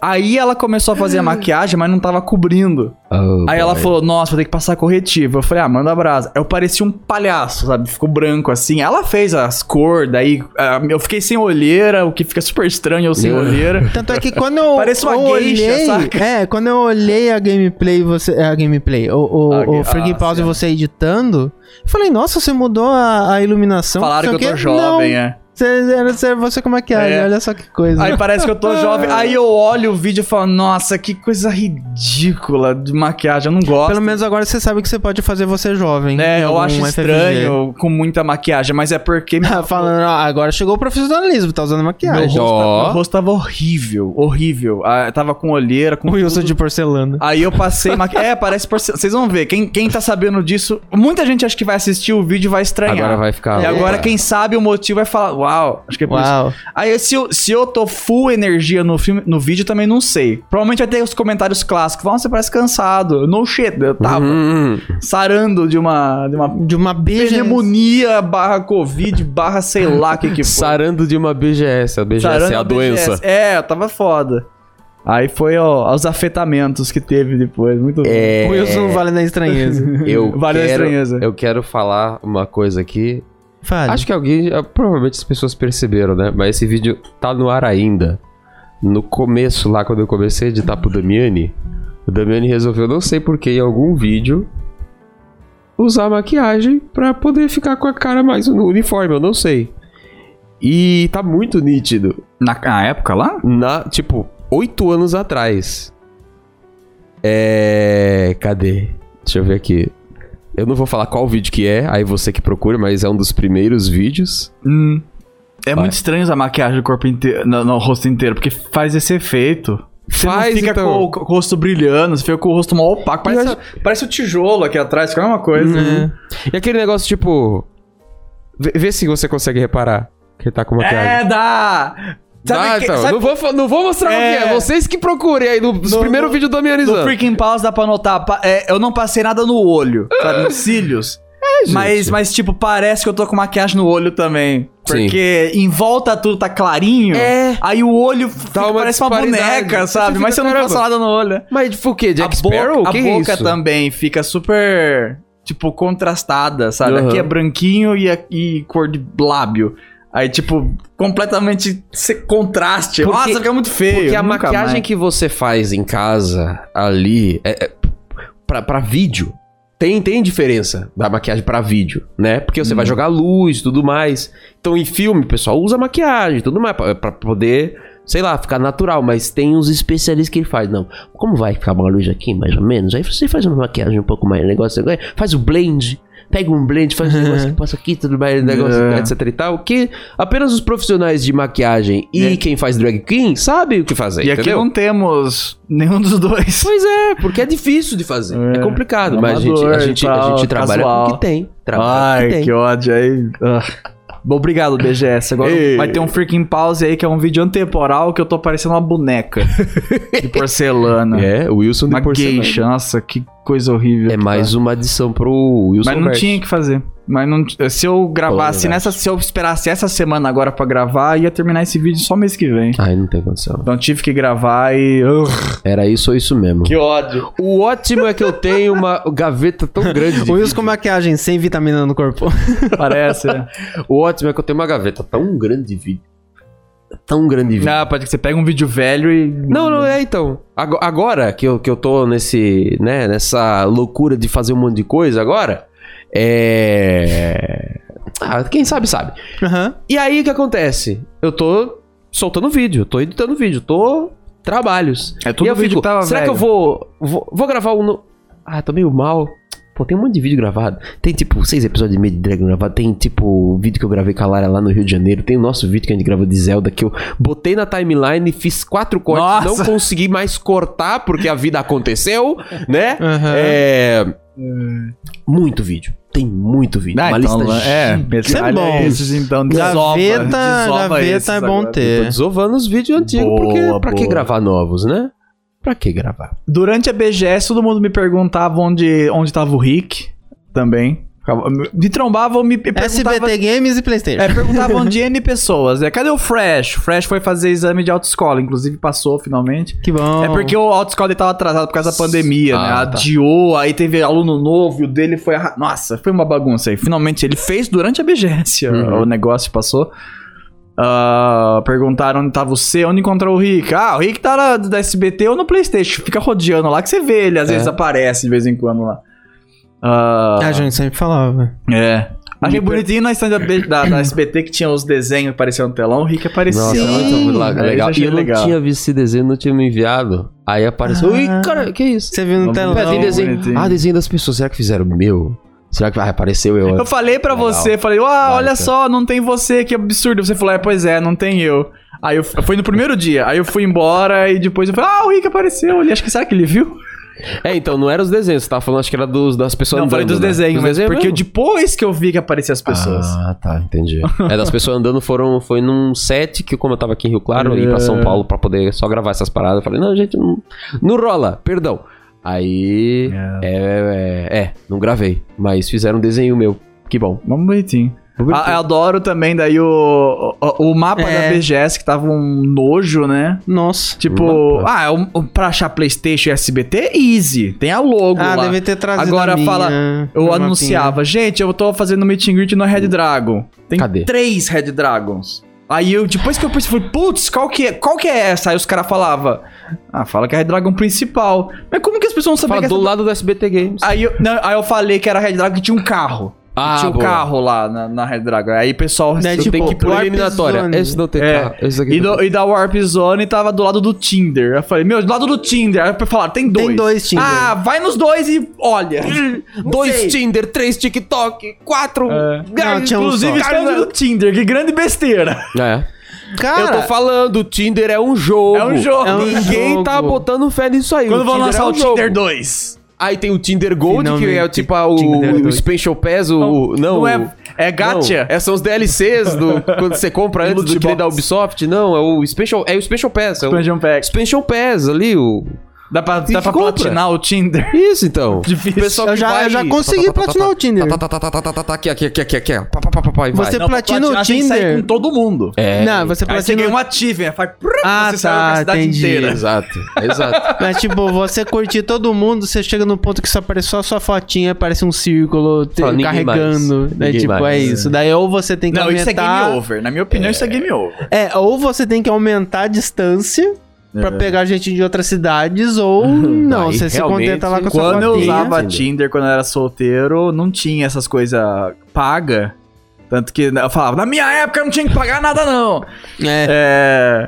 Speaker 1: Aí ela começou a fazer a maquiagem, mas não tava cobrindo.
Speaker 2: Hum.
Speaker 1: Aí ela falou, nossa, vou ter que passar corretivo. Eu falei, ah, manda brasa. Eu pareci um palhaço, sabe? Ficou branco assim. Ela fez as cores, daí ah, eu fiquei sem olheira, o que fica super estranho é eu sem
Speaker 2: Meu.
Speaker 1: olheira.
Speaker 3: Tanto é que quando eu,
Speaker 1: Parece uma
Speaker 3: eu
Speaker 1: geisha,
Speaker 3: olhei,
Speaker 1: saca?
Speaker 3: é, quando eu olhei a gameplay, você, é, a gameplay, o, o,
Speaker 1: Ah,
Speaker 3: o
Speaker 1: ah,
Speaker 3: Freaking Pause
Speaker 1: sim.
Speaker 3: você editando, eu falei, nossa, você mudou a, a iluminação.
Speaker 1: Falaram que
Speaker 3: não
Speaker 1: eu
Speaker 3: Então, sei
Speaker 1: tô
Speaker 3: o quê.
Speaker 1: jovem,
Speaker 3: Não,
Speaker 1: é.
Speaker 3: você, era você, você com maquiagem,
Speaker 1: É.
Speaker 3: olha só que coisa.
Speaker 1: Aí parece que eu
Speaker 3: (laughs)
Speaker 1: tô jovem. Aí eu olho o vídeo e falo, nossa, que coisa ridícula de maquiagem, eu não gosto.
Speaker 3: Pelo menos agora você sabe que você pode fazer você jovem.
Speaker 1: É,
Speaker 3: em
Speaker 1: eu
Speaker 3: algum
Speaker 1: acho
Speaker 3: FFG.
Speaker 1: estranho com muita maquiagem, mas é porque meu,
Speaker 3: (laughs) Falando, ah, agora chegou o profissionalismo, tá usando
Speaker 1: meu
Speaker 3: maquiagem.
Speaker 1: rosto,
Speaker 2: Ó.
Speaker 1: meu rosto tava horrível, horrível. Ah, tava com olheira, com
Speaker 3: (laughs) O Wilson de porcelana.
Speaker 1: Aí eu passei. maqui- É, parece. porce- Vocês vão ver. Quem, quem tá sabendo disso. Muita gente acha que vai assistir o vídeo e vai estranhar.
Speaker 2: Agora vai ficar.
Speaker 1: E agora
Speaker 2: Opa.
Speaker 1: quem sabe o motivo vai falar. Uau, acho que é por isso.
Speaker 3: Uau.
Speaker 1: Aí se eu, se eu tô full energia no, filme, no vídeo, também não sei. Provavelmente vai ter os comentários clássicos. Nossa, você parece cansado. No shit, eu tava
Speaker 2: Hum.
Speaker 1: sarando de uma. De uma
Speaker 3: De uma beija.
Speaker 1: é pneumonia barra Covid, barra sei lá o que, que foi.
Speaker 2: Sarando de uma BGS. A BGS é a
Speaker 1: Sarando BGS.
Speaker 2: doença.
Speaker 1: É, eu tava foda. Aí foi, ó, os afetamentos que teve depois. Muito bom.
Speaker 2: É.
Speaker 3: O Wilson vale na
Speaker 1: (laughs)
Speaker 3: estranheza.
Speaker 2: Eu
Speaker 1: Valeu a
Speaker 2: quero,
Speaker 1: estranheza.
Speaker 2: Eu quero falar uma coisa aqui.
Speaker 3: Fale.
Speaker 2: Acho que alguém. ah, Provavelmente as pessoas perceberam, né? Mas esse vídeo tá no ar ainda. No começo, lá quando eu comecei a editar pro Damiani, o Damiani resolveu, não sei porquê, em algum vídeo, usar maquiagem pra poder ficar com a cara mais no uniforme, eu não sei. E tá muito nítido.
Speaker 1: Na, na época lá?
Speaker 2: na, tipo, oito anos atrás. É. Cadê? Deixa eu ver aqui. Eu não vou falar qual vídeo que é, aí você que procura, mas é um dos primeiros vídeos.
Speaker 1: É
Speaker 2: Vai.
Speaker 1: muito estranho usar maquiagem do corpo inteiro, no, no rosto inteiro, porque faz esse efeito. Você não
Speaker 4: Faz,
Speaker 1: fica
Speaker 4: então.
Speaker 1: com o- com o rosto brilhando, você fica com o rosto mal opaco. Parece, parece o tijolo aqui atrás, fica a mesma coisa.
Speaker 4: Né? E aquele negócio, tipo. Vê, vê se você consegue reparar que ele tá com maquiagem.
Speaker 1: É, dá! Sabe
Speaker 4: Dá,
Speaker 1: que-
Speaker 4: então.
Speaker 1: sabe-
Speaker 4: não, vou, fa- não vou mostrar o que
Speaker 1: É.
Speaker 4: é. Vocês que procurem aí no, nos
Speaker 1: No-
Speaker 4: primeiros vídeos do
Speaker 1: No
Speaker 4: Damianizando.
Speaker 1: Freaking Pause dá pra notar. pa- é, eu não passei nada no olho, sabe? Nos cílios.
Speaker 4: É. gente.
Speaker 1: mas, mas, tipo, parece que eu tô com maquiagem no olho também.
Speaker 4: Sim.
Speaker 1: Porque em volta tudo tá clarinho.
Speaker 4: É.
Speaker 1: Aí o olho fica-
Speaker 4: uma
Speaker 1: parece uma
Speaker 4: disparidade.
Speaker 1: boneca,
Speaker 4: Você
Speaker 1: sabe?
Speaker 4: fica,
Speaker 1: Mas você não
Speaker 4: caramba.
Speaker 1: passou nada no olho.
Speaker 4: Mas tipo o quê? Jack
Speaker 1: a boca,
Speaker 4: Sparrow?
Speaker 1: a
Speaker 4: que
Speaker 1: boca
Speaker 4: é isso?
Speaker 1: também fica super, tipo, contrastada, sabe?
Speaker 4: Aham.
Speaker 1: Aqui é branquinho e, aqui cor de lábio. Aí, tipo, completamente se contraste.
Speaker 2: Porque-
Speaker 1: Nossa, fica muito feio.
Speaker 2: Porque a
Speaker 1: nunca
Speaker 2: maquiagem
Speaker 1: mais.
Speaker 2: que você faz em casa, ali, é, é, pra, pra vídeo, tem, tem diferença da maquiagem pra vídeo, né? Porque você vai
Speaker 1: Uhum.
Speaker 2: jogar luz e tudo mais. Então, em filme, o pessoal usa maquiagem e tudo mais, pra, pra poder, sei lá, ficar natural. Mas tem uns especialistas que ele faz, não. Como vai ficar uma luz aqui, mais ou menos? Aí você faz uma maquiagem um pouco mais, negócio, negócio, faz o blend. Pega um blend, faz
Speaker 1: (laughs)
Speaker 2: um negócio que passa aqui, tudo mais, negócio,
Speaker 1: É.
Speaker 2: etc e tal. Que apenas os profissionais de maquiagem e
Speaker 1: É.
Speaker 2: quem faz drag queen sabe o que fazer,
Speaker 1: E aqui
Speaker 2: entendeu?
Speaker 1: não temos (laughs) nenhum dos dois.
Speaker 2: Pois é, porque é difícil de fazer.
Speaker 1: É,
Speaker 2: É, complicado,
Speaker 1: amador
Speaker 2: mas a gente, a
Speaker 1: e
Speaker 2: gente,
Speaker 1: tal,
Speaker 2: a gente trabalha
Speaker 1: casual.
Speaker 2: com o que tem. Trabalha com o
Speaker 1: Ai,
Speaker 2: que tem.
Speaker 1: que ódio aí. Ah. Bom, Obrigado, BGS. Agora
Speaker 4: Ei.
Speaker 1: vai ter um freaking pause aí que é um vídeo antemporal que eu tô parecendo uma boneca (laughs) de porcelana.
Speaker 2: É, o Wilson
Speaker 1: uma
Speaker 2: de porcelana.
Speaker 1: geisha. Nossa, que coisa horrível.
Speaker 2: É
Speaker 1: que tá.
Speaker 2: mais uma adição pro Wilson
Speaker 1: Mas não
Speaker 2: Verso.
Speaker 1: tinha que fazer. Mas não, se eu gravasse
Speaker 2: Polaroid.
Speaker 1: nessa, se eu esperasse essa semana agora pra gravar, ia terminar esse vídeo só mês que vem.
Speaker 2: Ai, não tem condição.
Speaker 1: Então tive que gravar e uh, Urgh,
Speaker 2: Era isso ou isso mesmo.
Speaker 1: que ódio.
Speaker 2: O ótimo é que eu tenho uma gaveta tão grande de
Speaker 3: O Wilson com maquiagem sem vitamina no corpo.
Speaker 1: (laughs) Parece. né?
Speaker 2: O ótimo é que eu tenho uma gaveta tão grande de vídeo. Tão grande de vídeo.
Speaker 1: não, pode que você pega um vídeo velho e
Speaker 2: Não, não, é então. Ago- Agora que eu, que eu tô nesse, né, nessa loucura de fazer um monte de coisa agora, é... Ah, quem sabe, sabe.
Speaker 3: Aham.
Speaker 2: E aí o que acontece? Eu tô soltando vídeo, tô editando vídeo, tô trabalhos.
Speaker 1: É tudo
Speaker 2: e eu
Speaker 1: vídeo
Speaker 2: fico,
Speaker 1: que tava
Speaker 2: será
Speaker 1: velho."
Speaker 2: que eu vou, vou vou gravar um no... Ah, tô meio mal. Pô, tem um monte de vídeo gravado. Tem tipo seis episódios e meio de drag gravado. Tem tipo o vídeo que eu gravei com a Lara lá no Rio de Janeiro. Tem o nosso vídeo que a gente gravou de Zelda que eu botei na timeline, fiz quatro cortes,
Speaker 1: Nossa!
Speaker 2: não consegui mais cortar porque a
Speaker 1: (laughs)
Speaker 2: vida aconteceu, né?
Speaker 3: Aham.
Speaker 2: É, muito vídeo. Tem muito vídeo.
Speaker 1: Ah,
Speaker 2: Uma
Speaker 1: então,
Speaker 2: lista
Speaker 1: é,
Speaker 3: é
Speaker 1: metralha
Speaker 3: bom.
Speaker 1: é esses, então desova,
Speaker 3: Gaveta,
Speaker 1: desova esses
Speaker 3: gaveta é bom
Speaker 1: agora.
Speaker 2: Tô
Speaker 3: ter.
Speaker 2: desovando os vídeos antigos,
Speaker 1: Boa,
Speaker 2: porque pra que
Speaker 1: boa.
Speaker 2: gravar novos, né? Pra que gravar?
Speaker 1: Durante a BGS, todo mundo me perguntava onde, onde tava o Rick também. Ficava- Me trombavam, me
Speaker 3: É
Speaker 1: perguntava
Speaker 3: SBT Games e Playstation.
Speaker 1: É, perguntavam de N pessoas. É, cadê o Fresh? O Fresh foi fazer exame de autoescola, inclusive passou finalmente.
Speaker 3: Que bom.
Speaker 1: É porque o autoescola dele tava atrasado por causa da pandemia, né?
Speaker 2: Ah, tá.
Speaker 1: Adiou, aí teve aluno novo e o dele foi. arra- Nossa, foi uma bagunça aí. Finalmente ele fez durante a BGS ó,
Speaker 2: Uhum.
Speaker 1: o negócio passou. Ah, perguntaram onde tava você, onde encontrou o Rick. Ah, o Rick tá na, da SBT ou no Playstation. Fica rodeando lá que você vê ele, às
Speaker 2: É.
Speaker 1: vezes aparece de vez em quando lá. Ah,
Speaker 3: A gente sempre falava.
Speaker 1: é. Achei
Speaker 3: Me per-
Speaker 1: bonitinho na estante da, da- da SBT que tinha os desenhos que apareciam no telão, o Rick aparecia.
Speaker 2: Nossa, é
Speaker 3: Sim.
Speaker 2: muito, muito la-
Speaker 1: Aí eu já
Speaker 2: legal. E
Speaker 1: achei
Speaker 2: eu não
Speaker 1: legal.
Speaker 2: tinha visto esse desenho, não tinha me enviado. Aí apareceu.
Speaker 3: Ah.
Speaker 2: Ui, cara, que isso?
Speaker 3: Você viu no
Speaker 1: Vamos
Speaker 3: telão.
Speaker 1: ver,
Speaker 2: Pera, tem
Speaker 1: não,
Speaker 2: desenho.
Speaker 1: bonitinho.
Speaker 2: Ah, desenho das pessoas. Será que fizeram o meu? Será que ah, apareceu eu?
Speaker 1: Eu falei pra
Speaker 2: Legal. então."
Speaker 1: você, falei, ah,
Speaker 2: Baita.
Speaker 1: olha só, não tem você, que absurdo. Você falou, é, pois é, não tem eu. Aí eu, f- foi no primeiro dia, aí eu fui embora e depois eu falei, ah, o Rick apareceu ali, acho que será que ele viu?
Speaker 2: É, então não era os desenhos. Você tava falando, acho que era dos, das pessoas
Speaker 1: não, eu falei
Speaker 2: andando,
Speaker 1: dos
Speaker 2: né?
Speaker 1: desenhos,
Speaker 2: Dos
Speaker 1: mas porque
Speaker 2: mesmo?
Speaker 1: depois que eu vi que apareciam as pessoas.
Speaker 2: Ah, tá, entendi. É, das pessoas andando foram, foi num set que, como eu tava aqui em Rio Claro, eu ia pra
Speaker 1: É.
Speaker 2: São Paulo pra poder só gravar essas paradas. Eu falei, não, gente, não, não rola, perdão. Aí. É. É, é, não gravei, mas fizeram um desenho meu. Que bom.
Speaker 1: Vamos bonitinho. Ah, eu adoro também, daí o, o, o mapa
Speaker 3: É.
Speaker 1: da BGS, que tava um nojo, né?
Speaker 3: Nossa.
Speaker 1: Tipo, ah, um, um, pra achar PlayStation e SBT, easy. Tem a logo
Speaker 3: Ah,
Speaker 1: lá.
Speaker 3: deve um ter trazido
Speaker 1: Agora
Speaker 3: a minha,
Speaker 1: fala- Eu
Speaker 3: uma
Speaker 1: anunciava, gente, eu tô fazendo meet and greet no
Speaker 2: Hum.
Speaker 1: Red Dragon. Tem
Speaker 2: Cadê?
Speaker 1: três Red Dragons. Aí eu, depois que eu pensei, falei, putz, qual que é, qual que é essa? Aí os caras falavam, ah, fala que é a Red Dragon principal. Mas como que as pessoas não
Speaker 2: Fala
Speaker 1: sabiam que
Speaker 2: do
Speaker 1: essa...
Speaker 2: lado do SBT Games.
Speaker 1: Aí eu, não, aí eu falei que era a Red Dragon que tinha um carro. tinha um
Speaker 2: Ah, boa.
Speaker 1: carro lá na, na Red Dragon. Aí o pessoal...
Speaker 3: Daí,
Speaker 2: Eu
Speaker 3: tipo,
Speaker 2: tenho que ir por
Speaker 3: Warp
Speaker 2: eliminatória.
Speaker 3: Zone.
Speaker 2: Esse não tem
Speaker 1: É.
Speaker 2: carro. Esse daqui
Speaker 1: E, do- e da Warp Zone tava do lado do Tinder. Eu falei, meu, do lado do Tinder. Aí eu falaram, tem dois.
Speaker 3: Tem dois Tinder.
Speaker 1: Ah, vai nos dois e olha.
Speaker 2: Dois Tinder, três TikTok, quatro.
Speaker 1: É. (laughs)
Speaker 3: Não, tinha um
Speaker 1: Inclusive,
Speaker 3: só.
Speaker 1: esconde do Tinder, que grande besteira.
Speaker 2: É.
Speaker 3: Cara,
Speaker 2: eu tô falando, o Tinder é um jogo.
Speaker 1: É um jogo.
Speaker 2: É um Ninguém
Speaker 4: jogo.
Speaker 2: tá botando fé nisso aí.
Speaker 1: Quando
Speaker 2: O
Speaker 1: vão
Speaker 2: Tinder
Speaker 1: lançar
Speaker 2: é um
Speaker 1: o Tinder
Speaker 2: jogo.
Speaker 1: 2?
Speaker 2: Aí tem o Tinder Gold, que é
Speaker 4: Finalmente,
Speaker 2: tipo a, o,
Speaker 4: Tinder
Speaker 2: o
Speaker 4: dois.
Speaker 2: Special Pass, o... Não,
Speaker 1: Não
Speaker 2: o-
Speaker 1: é. É gacha.
Speaker 2: Não, é, são os DLCs
Speaker 1: (laughs)
Speaker 2: do, quando você compra antes
Speaker 1: Loot
Speaker 2: do que nem
Speaker 1: box.
Speaker 2: da Ubisoft. Não, é o Special, é o Special Pass. É o
Speaker 1: Expansion Pack.
Speaker 2: Expansion Pass ali, o...
Speaker 1: Dá pra,
Speaker 2: Tem
Speaker 1: dá
Speaker 2: que
Speaker 1: pra
Speaker 2: compra.
Speaker 1: platinar o Tinder. (laughs)
Speaker 2: Isso, então.
Speaker 1: Difícil.
Speaker 2: O pessoal
Speaker 3: eu
Speaker 2: que
Speaker 3: já,
Speaker 2: vai-
Speaker 3: eu já consegui platinar o Tinder.
Speaker 2: Tá, tá, tá, tá, tá, tá, tá, tá, aqui, aqui, aqui, aqui, aqui. ó. Pá, pá, pá, pá, pá, e
Speaker 3: Você
Speaker 2: vai.
Speaker 1: pra
Speaker 3: platina o
Speaker 1: platinar tem que sair
Speaker 3: Tinder.
Speaker 1: com todo mundo.
Speaker 2: É,
Speaker 3: Não, você
Speaker 1: Aí você
Speaker 3: platina.
Speaker 1: ganha um achievement. Faz...
Speaker 3: Ah,
Speaker 1: você saiu
Speaker 3: tá,
Speaker 1: com a cidade
Speaker 3: entendi.
Speaker 1: inteira.
Speaker 2: exato, exato.
Speaker 3: Mas, tipo, você curtir todo mundo, você chega no ponto que só aparece só a sua fotinha, aparece um círculo te-
Speaker 2: Fala, ninguém
Speaker 3: carregando.
Speaker 2: mais.
Speaker 3: Daí,
Speaker 2: Ninguém
Speaker 3: tipo, é
Speaker 2: mais.
Speaker 3: isso. Daí, ou você tem que
Speaker 1: Não, isso é
Speaker 3: aumentar.
Speaker 1: game over. Na minha opinião, isso é game over.
Speaker 3: É, ou você tem que aumentar a distância pra pegar gente de outras cidades,
Speaker 2: (laughs)
Speaker 3: ou não,
Speaker 2: É. Aí,
Speaker 3: você se
Speaker 2: realmente,
Speaker 3: contenta lá com a sua
Speaker 1: Quando eu
Speaker 3: fotinha.
Speaker 1: usava
Speaker 2: Tinder.
Speaker 1: Tinder, quando eu era solteiro, não tinha essas coisas paga. Tanto que né, eu falava, na minha época eu não tinha que pagar nada, não.
Speaker 3: É.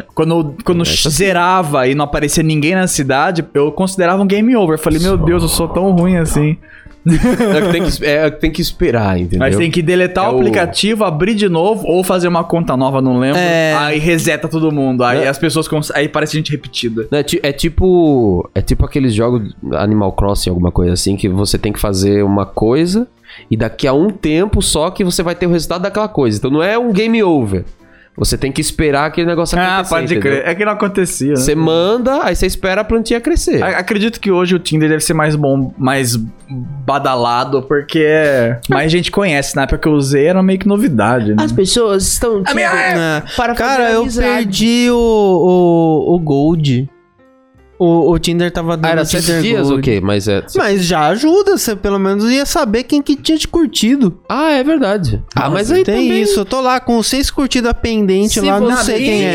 Speaker 1: É, quando quando zerava e não aparecia ninguém na cidade, eu considerava um game over. Eu falei, meu Deus, eu sou tão ruim assim.
Speaker 2: É que tem que, é que tem que esperar, entendeu?
Speaker 1: Mas tem que deletar
Speaker 2: É
Speaker 1: o
Speaker 2: o-
Speaker 1: aplicativo, abrir de novo ou fazer uma conta nova, não lembro.
Speaker 3: É.
Speaker 1: Aí reseta todo mundo. Aí
Speaker 2: É.
Speaker 1: as pessoas. cons- Aí parece gente repetida.
Speaker 2: Não, É, ti- é tipo. É tipo aqueles jogos Animal Crossing, alguma coisa assim, que você tem que fazer uma coisa e daqui a um tempo só que você vai ter o resultado daquela coisa. Então não é um game over. Você tem que esperar aquele negócio
Speaker 1: Ah,
Speaker 2: acontecer,
Speaker 1: pode
Speaker 2: entendeu?
Speaker 1: crer. É que não acontecia. né?
Speaker 2: Você manda, aí você espera a plantinha crescer.
Speaker 1: A- Acredito que hoje o Tinder deve ser mais bom, mais badalado, porque é-
Speaker 2: (laughs)
Speaker 1: mais gente conhece. Na época que eu usei era meio que novidade, né?
Speaker 2: pessoas estão. tipo,
Speaker 1: A minha é-
Speaker 3: né?
Speaker 2: Para
Speaker 3: Cara, eu perdi o, o, o Gold. O, o Tinder tava dando
Speaker 2: Ah, era
Speaker 3: Tinder
Speaker 2: sete dias,
Speaker 3: Gold.
Speaker 2: ok, mas é.
Speaker 3: Mas já ajuda, você pelo menos ia saber quem que tinha te curtido.
Speaker 2: Ah, é verdade. ah, mas aí
Speaker 3: tem
Speaker 2: também-
Speaker 3: isso. Eu tô lá com seis curtidas pendentes
Speaker 2: Se
Speaker 3: lá, não
Speaker 2: você-
Speaker 3: sei quem é.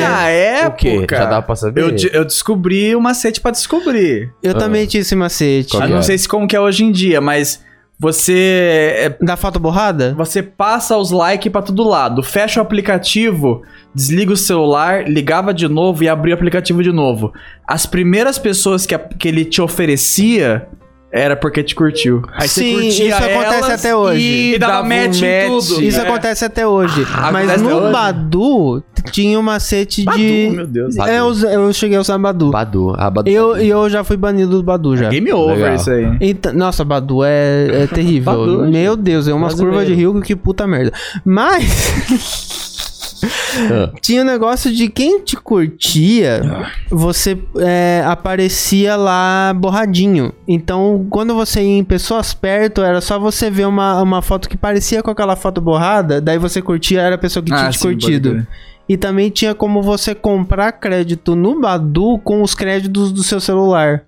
Speaker 1: Na
Speaker 2: O quê?
Speaker 1: época.
Speaker 2: Já dá pra saber?
Speaker 1: eu, de- eu descobri o macete pra descobrir.
Speaker 3: Eu
Speaker 2: Ah.
Speaker 3: também tinha esse macete.
Speaker 2: Qual
Speaker 1: Eu
Speaker 2: que
Speaker 1: não
Speaker 2: é?
Speaker 1: sei se como que é hoje em dia, mas você é,
Speaker 3: Da foto borrada?
Speaker 1: você passa os likes pra todo lado, fecha o aplicativo, desliga o celular, ligava de novo e abria o aplicativo de novo. As primeiras pessoas que, a- que ele te oferecia era porque te curtiu. Aí você
Speaker 3: Sim,
Speaker 1: curtia
Speaker 3: isso acontece
Speaker 1: elas
Speaker 3: até hoje.
Speaker 1: E, dava um match em tudo.
Speaker 3: Isso
Speaker 1: né? Ah,
Speaker 3: acontece até hoje. Mas
Speaker 1: acontece
Speaker 3: no
Speaker 1: até hoje?
Speaker 3: Badu tinha um macete
Speaker 1: Badu,
Speaker 3: de.
Speaker 1: meu Deus.
Speaker 2: Badu.
Speaker 3: É, eu, eu cheguei a usar Badu.
Speaker 2: Badu. Ah, Badu.
Speaker 3: Eu, eu já fui banido do Badu já.
Speaker 1: É Game over
Speaker 2: Legal.
Speaker 1: isso aí.
Speaker 3: Então- nossa,
Speaker 1: (laughs)
Speaker 3: Badu é, é terrível.
Speaker 2: Badu, gente.
Speaker 3: Meu Deus, é umas
Speaker 2: Brasileiro.
Speaker 3: curvas de rio que puta merda. Mas
Speaker 1: (laughs)
Speaker 2: Ah.
Speaker 3: tinha um negócio de quem te curtia,
Speaker 1: Ah.
Speaker 3: você é, aparecia lá borradinho. Então, quando você ia em pessoas perto, era só você ver uma, uma foto que parecia com aquela foto borrada, daí você curtia, era a pessoa que tinha
Speaker 1: Ah,
Speaker 3: te
Speaker 1: sim, pode
Speaker 3: curtido.
Speaker 1: crer.
Speaker 3: E também tinha como você comprar crédito no Badu com os créditos do seu celular.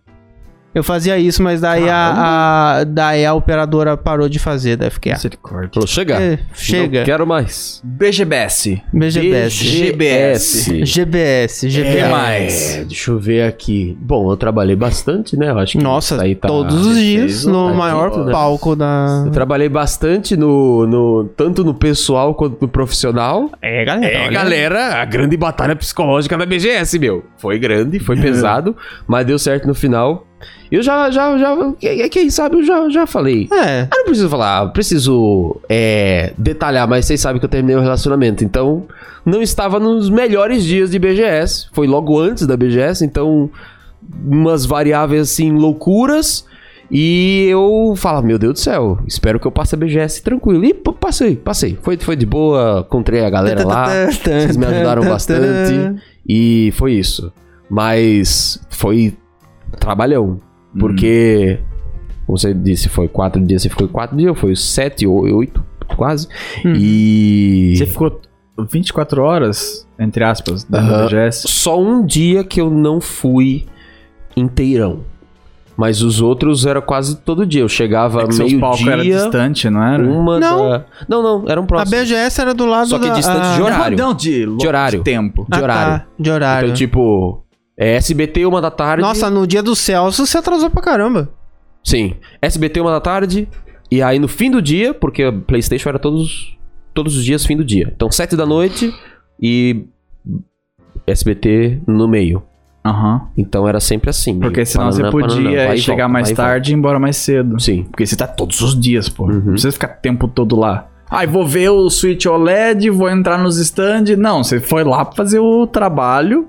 Speaker 3: Eu fazia isso, mas daí a, a- daí a operadora parou de fazer, daí eu fiquei. Ah,
Speaker 2: Falou, chega.
Speaker 3: é,
Speaker 2: Não
Speaker 3: chega.
Speaker 2: quero mais.
Speaker 1: BGBS.
Speaker 3: BGBS.
Speaker 1: GBS.
Speaker 3: GBS,
Speaker 1: É.
Speaker 3: GBS.
Speaker 1: mais?
Speaker 2: deixa eu ver aqui. Bom, eu trabalhei bastante, né? Eu acho que
Speaker 3: Nossa,
Speaker 2: isso aí tá-
Speaker 3: todos os dias
Speaker 2: isso aí
Speaker 3: no
Speaker 2: tá
Speaker 3: maior
Speaker 2: tudo, né?
Speaker 3: palco da.
Speaker 2: Eu trabalhei bastante no, no tanto no pessoal quanto no profissional.
Speaker 3: É, galera.
Speaker 2: É, galera, a grande batalha psicológica da BGS, meu. Foi grande, (laughs) foi pesado, mas deu certo no final. Eu já, já, já, é quem sabe eu já, já falei.
Speaker 3: É.
Speaker 2: Ah, não preciso falar, eu preciso é, detalhar, mas vocês sabem que eu terminei o relacionamento, então não estava nos melhores dias de BGS, foi logo antes da BGS, então umas variáveis assim loucuras e eu falo, meu Deus do céu, espero que eu passe a BGS tranquilo. E pô, passei, passei, foi, foi de boa, encontrei a galera lá, vocês me
Speaker 3: (laughs)
Speaker 2: ajudaram bastante e foi isso. Mas foi trabalhão, porque,
Speaker 1: Uhum.
Speaker 2: como você disse, foi quatro dias, você ficou quatro dias, foi sete ou oito, quase.
Speaker 3: Hum.
Speaker 2: E.
Speaker 1: Uhum. Você ficou 24 horas, entre aspas, da
Speaker 2: Aham.
Speaker 1: BGS.
Speaker 2: Só um dia que eu não fui inteirão. Mas os outros era quase todo dia. Eu chegava
Speaker 1: É que seus palcos era
Speaker 2: meio-dia,
Speaker 1: distante, né? Tá não era?
Speaker 2: uma
Speaker 3: Não.
Speaker 2: da- Não, não, era um
Speaker 3: A
Speaker 2: próximo.
Speaker 3: BGS era do lado
Speaker 2: Só que
Speaker 3: da-
Speaker 2: distante de
Speaker 3: ah,
Speaker 2: horário.
Speaker 1: Não, de, lo-
Speaker 2: De horário.
Speaker 1: tempo.
Speaker 2: de
Speaker 3: ah, tá,
Speaker 2: horário.
Speaker 3: de horário.
Speaker 2: Então, tipo, é SBT uma da tarde.
Speaker 3: Nossa, no dia do Celso você atrasou pra caramba.
Speaker 2: Sim. SBT uma da tarde. E aí no fim do dia, porque a Playstation era todos, todos os dias fim do dia. Então, sete da noite e SBT no meio.
Speaker 1: Aham.
Speaker 2: Então era sempre assim. meio
Speaker 1: Porque senão
Speaker 2: banana,
Speaker 1: você podia
Speaker 2: banana, vai e
Speaker 1: chegar
Speaker 2: volta,
Speaker 1: mais né?
Speaker 2: vai e
Speaker 1: tarde e ir embora mais cedo.
Speaker 2: volta. Sim.
Speaker 1: Porque você tá todos os dias, pô.
Speaker 2: Uhum.
Speaker 1: Não precisa ficar o tempo todo lá. Ai, vou ver o Switch OLED, vou entrar nos stand. Não, você foi lá pra fazer o trabalho.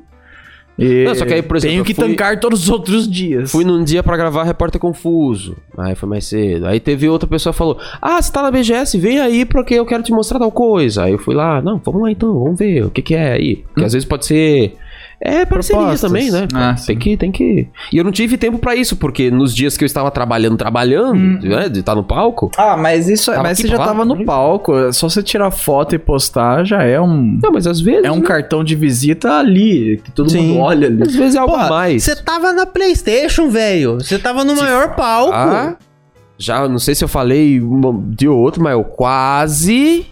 Speaker 1: E
Speaker 2: Não, só que aí, por exemplo,
Speaker 1: tenho
Speaker 2: eu
Speaker 1: que
Speaker 2: fui-
Speaker 1: tancar todos os outros dias.
Speaker 2: Fui num dia pra gravar Repórter Confuso. Aí foi mais cedo. Aí teve outra pessoa que falou: Ah, você tá na BGS, vem aí porque eu quero te mostrar tal coisa. Aí eu fui lá, não, vamos lá então, vamos ver o que, que é aí.
Speaker 1: Hum.
Speaker 2: Porque às vezes pode ser. É parceria
Speaker 3: Propostas.
Speaker 2: também, né?
Speaker 1: Ah, sim.
Speaker 2: tem que, tem que. E eu não tive tempo pra isso, porque nos dias que eu estava trabalhando, trabalhando,
Speaker 1: Hum.
Speaker 2: né, de estar no palco.
Speaker 1: Ah, mas isso
Speaker 2: Tava
Speaker 1: mas
Speaker 2: aqui
Speaker 1: você já
Speaker 2: pra lá,
Speaker 1: tava no
Speaker 2: né?
Speaker 1: palco. é Só você tirar foto e postar já é um.
Speaker 2: Não, mas às vezes.
Speaker 1: É um
Speaker 2: né,
Speaker 1: cartão de visita ali, que todo
Speaker 3: Sim.
Speaker 1: mundo olha ali.
Speaker 2: Às vezes é algo a mais.
Speaker 3: Você tava na PlayStation, velho. Você tava no maior palco.
Speaker 2: Ah, já não sei se eu falei uma- de outro, mas eu quase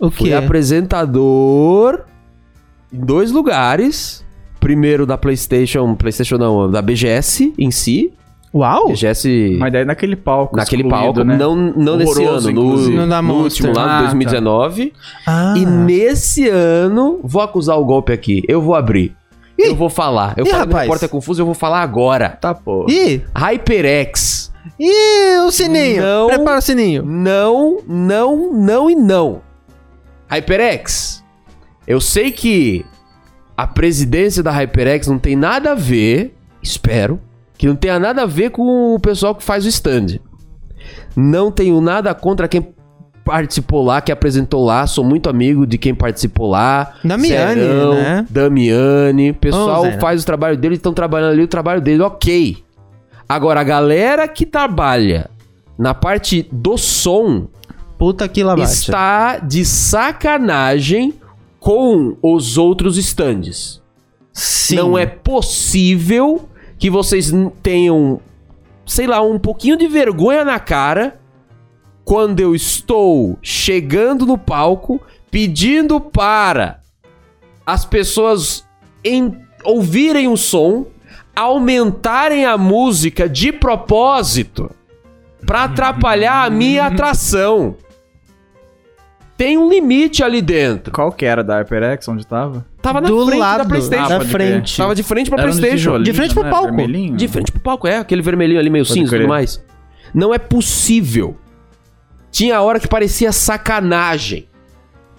Speaker 3: o
Speaker 2: Fui
Speaker 3: quê?
Speaker 2: apresentador em dois lugares. Primeiro da PlayStation, PlayStation não, da BGS em si.
Speaker 3: Uau!
Speaker 2: BGS
Speaker 1: Mas daí naquele palco.
Speaker 2: naquele
Speaker 1: excluído,
Speaker 2: palco,
Speaker 1: né?
Speaker 2: não, não nesse
Speaker 1: Horroroso,
Speaker 2: ano, no,
Speaker 1: inclusive.
Speaker 3: No da
Speaker 2: no
Speaker 3: Monster.
Speaker 2: último lá,
Speaker 1: Ah,
Speaker 2: de 2019.
Speaker 3: Ah.
Speaker 2: E nesse ano, vou acusar o golpe aqui, eu vou abrir. Eu vou falar. Eu
Speaker 3: Ih,
Speaker 2: falei no
Speaker 3: rapaz.
Speaker 2: Repórter Confuso, eu vou falar agora.
Speaker 1: Tá, pô.
Speaker 3: Ih,
Speaker 2: HyperX.
Speaker 3: ih, o sininho.
Speaker 2: Não.
Speaker 3: Prepara o sininho.
Speaker 2: Não, não, não e não. HyperX. Eu sei que a presidência da HyperX não tem nada a ver, espero, que não tenha nada a ver com o pessoal que faz o stand. Não tenho nada contra quem participou lá, que apresentou lá, sou muito amigo de quem participou lá.
Speaker 3: Damiani,
Speaker 2: Serão,
Speaker 3: né?
Speaker 2: Damiani, o
Speaker 3: Ô,
Speaker 2: pessoal
Speaker 3: Zé.
Speaker 2: faz o trabalho dele, estão trabalhando ali o trabalho dele, OK. Agora a galera que trabalha na parte do som
Speaker 3: Puta que lá bate.
Speaker 2: está de sacanagem com os outros stands.
Speaker 3: Sim.
Speaker 2: Não é possível que vocês n- tenham, sei lá, um pouquinho de vergonha na cara quando eu estou chegando no palco pedindo para as pessoas em- ouvirem o som, aumentarem a música de propósito
Speaker 1: Uhum.
Speaker 2: para atrapalhar a minha atração. Tem um limite ali dentro.
Speaker 1: Qual que era da HyperX? Onde tava?
Speaker 2: Tava na
Speaker 3: do
Speaker 2: frente
Speaker 3: lado
Speaker 2: da PlayStation.
Speaker 1: Ah,
Speaker 3: da
Speaker 1: pode
Speaker 3: frente.
Speaker 2: Tava de frente pra
Speaker 1: Era no
Speaker 2: PlayStation.
Speaker 1: tijolinho,
Speaker 3: De frente pro
Speaker 1: né?
Speaker 3: palco.
Speaker 1: Vermelhinho?
Speaker 2: De frente pro palco, é, aquele vermelhinho ali meio
Speaker 1: Pode
Speaker 2: cinza e
Speaker 1: crer.
Speaker 2: tudo mais. Não é possível. Tinha hora que parecia sacanagem.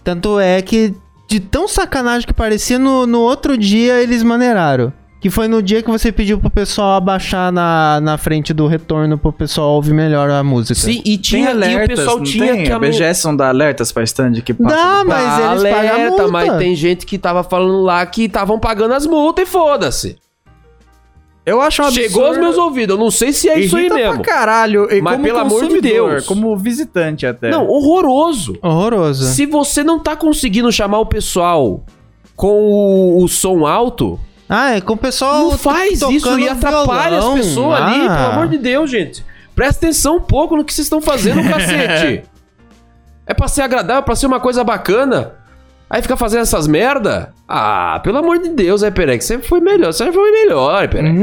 Speaker 3: Tanto é que, de tão sacanagem que parecia, no, no outro dia eles maneiraram. Que foi no dia que você pediu pro pessoal abaixar na, na frente do retorno pro pessoal ouvir melhor a música.
Speaker 2: Sim,
Speaker 1: Tinha
Speaker 2: e tinha
Speaker 1: alertas,
Speaker 2: e o pessoal
Speaker 1: não
Speaker 2: tinha
Speaker 1: tem?
Speaker 2: que
Speaker 1: A BGS não dá alertas pra stand que passa
Speaker 3: Dá,
Speaker 1: do-
Speaker 3: mas
Speaker 2: Tá,
Speaker 3: eles pagam a multa.
Speaker 2: mas tem gente que tava falando lá que estavam pagando as multas e foda-se.
Speaker 1: Eu acho um absurdo.
Speaker 2: Chegou aos meus ouvidos, eu não sei se é isso aí
Speaker 1: Irrita pra
Speaker 2: mesmo.
Speaker 1: caralho. E
Speaker 2: Mas
Speaker 1: como
Speaker 2: pelo amor de
Speaker 1: consumidor,
Speaker 2: Deus.
Speaker 1: Como visitante até.
Speaker 2: Não, horroroso.
Speaker 1: É.
Speaker 3: Horroroso.
Speaker 2: Se você não tá conseguindo chamar o pessoal com o- o som alto,
Speaker 3: Ah, é com o pessoal.
Speaker 2: Não
Speaker 3: to-
Speaker 2: faz isso
Speaker 3: tocando um
Speaker 2: e atrapalha
Speaker 3: violão.
Speaker 2: as pessoas ali,
Speaker 3: Ah.
Speaker 2: pelo amor de Deus, gente. Presta atenção um pouco no que vocês estão fazendo,
Speaker 3: (laughs)
Speaker 2: cacete. É pra ser agradável, pra ser uma coisa bacana. Aí fica fazendo essas merda. Ah, pelo amor de Deus, Hyperex, sempre foi melhor, sempre foi melhor, Hyperex.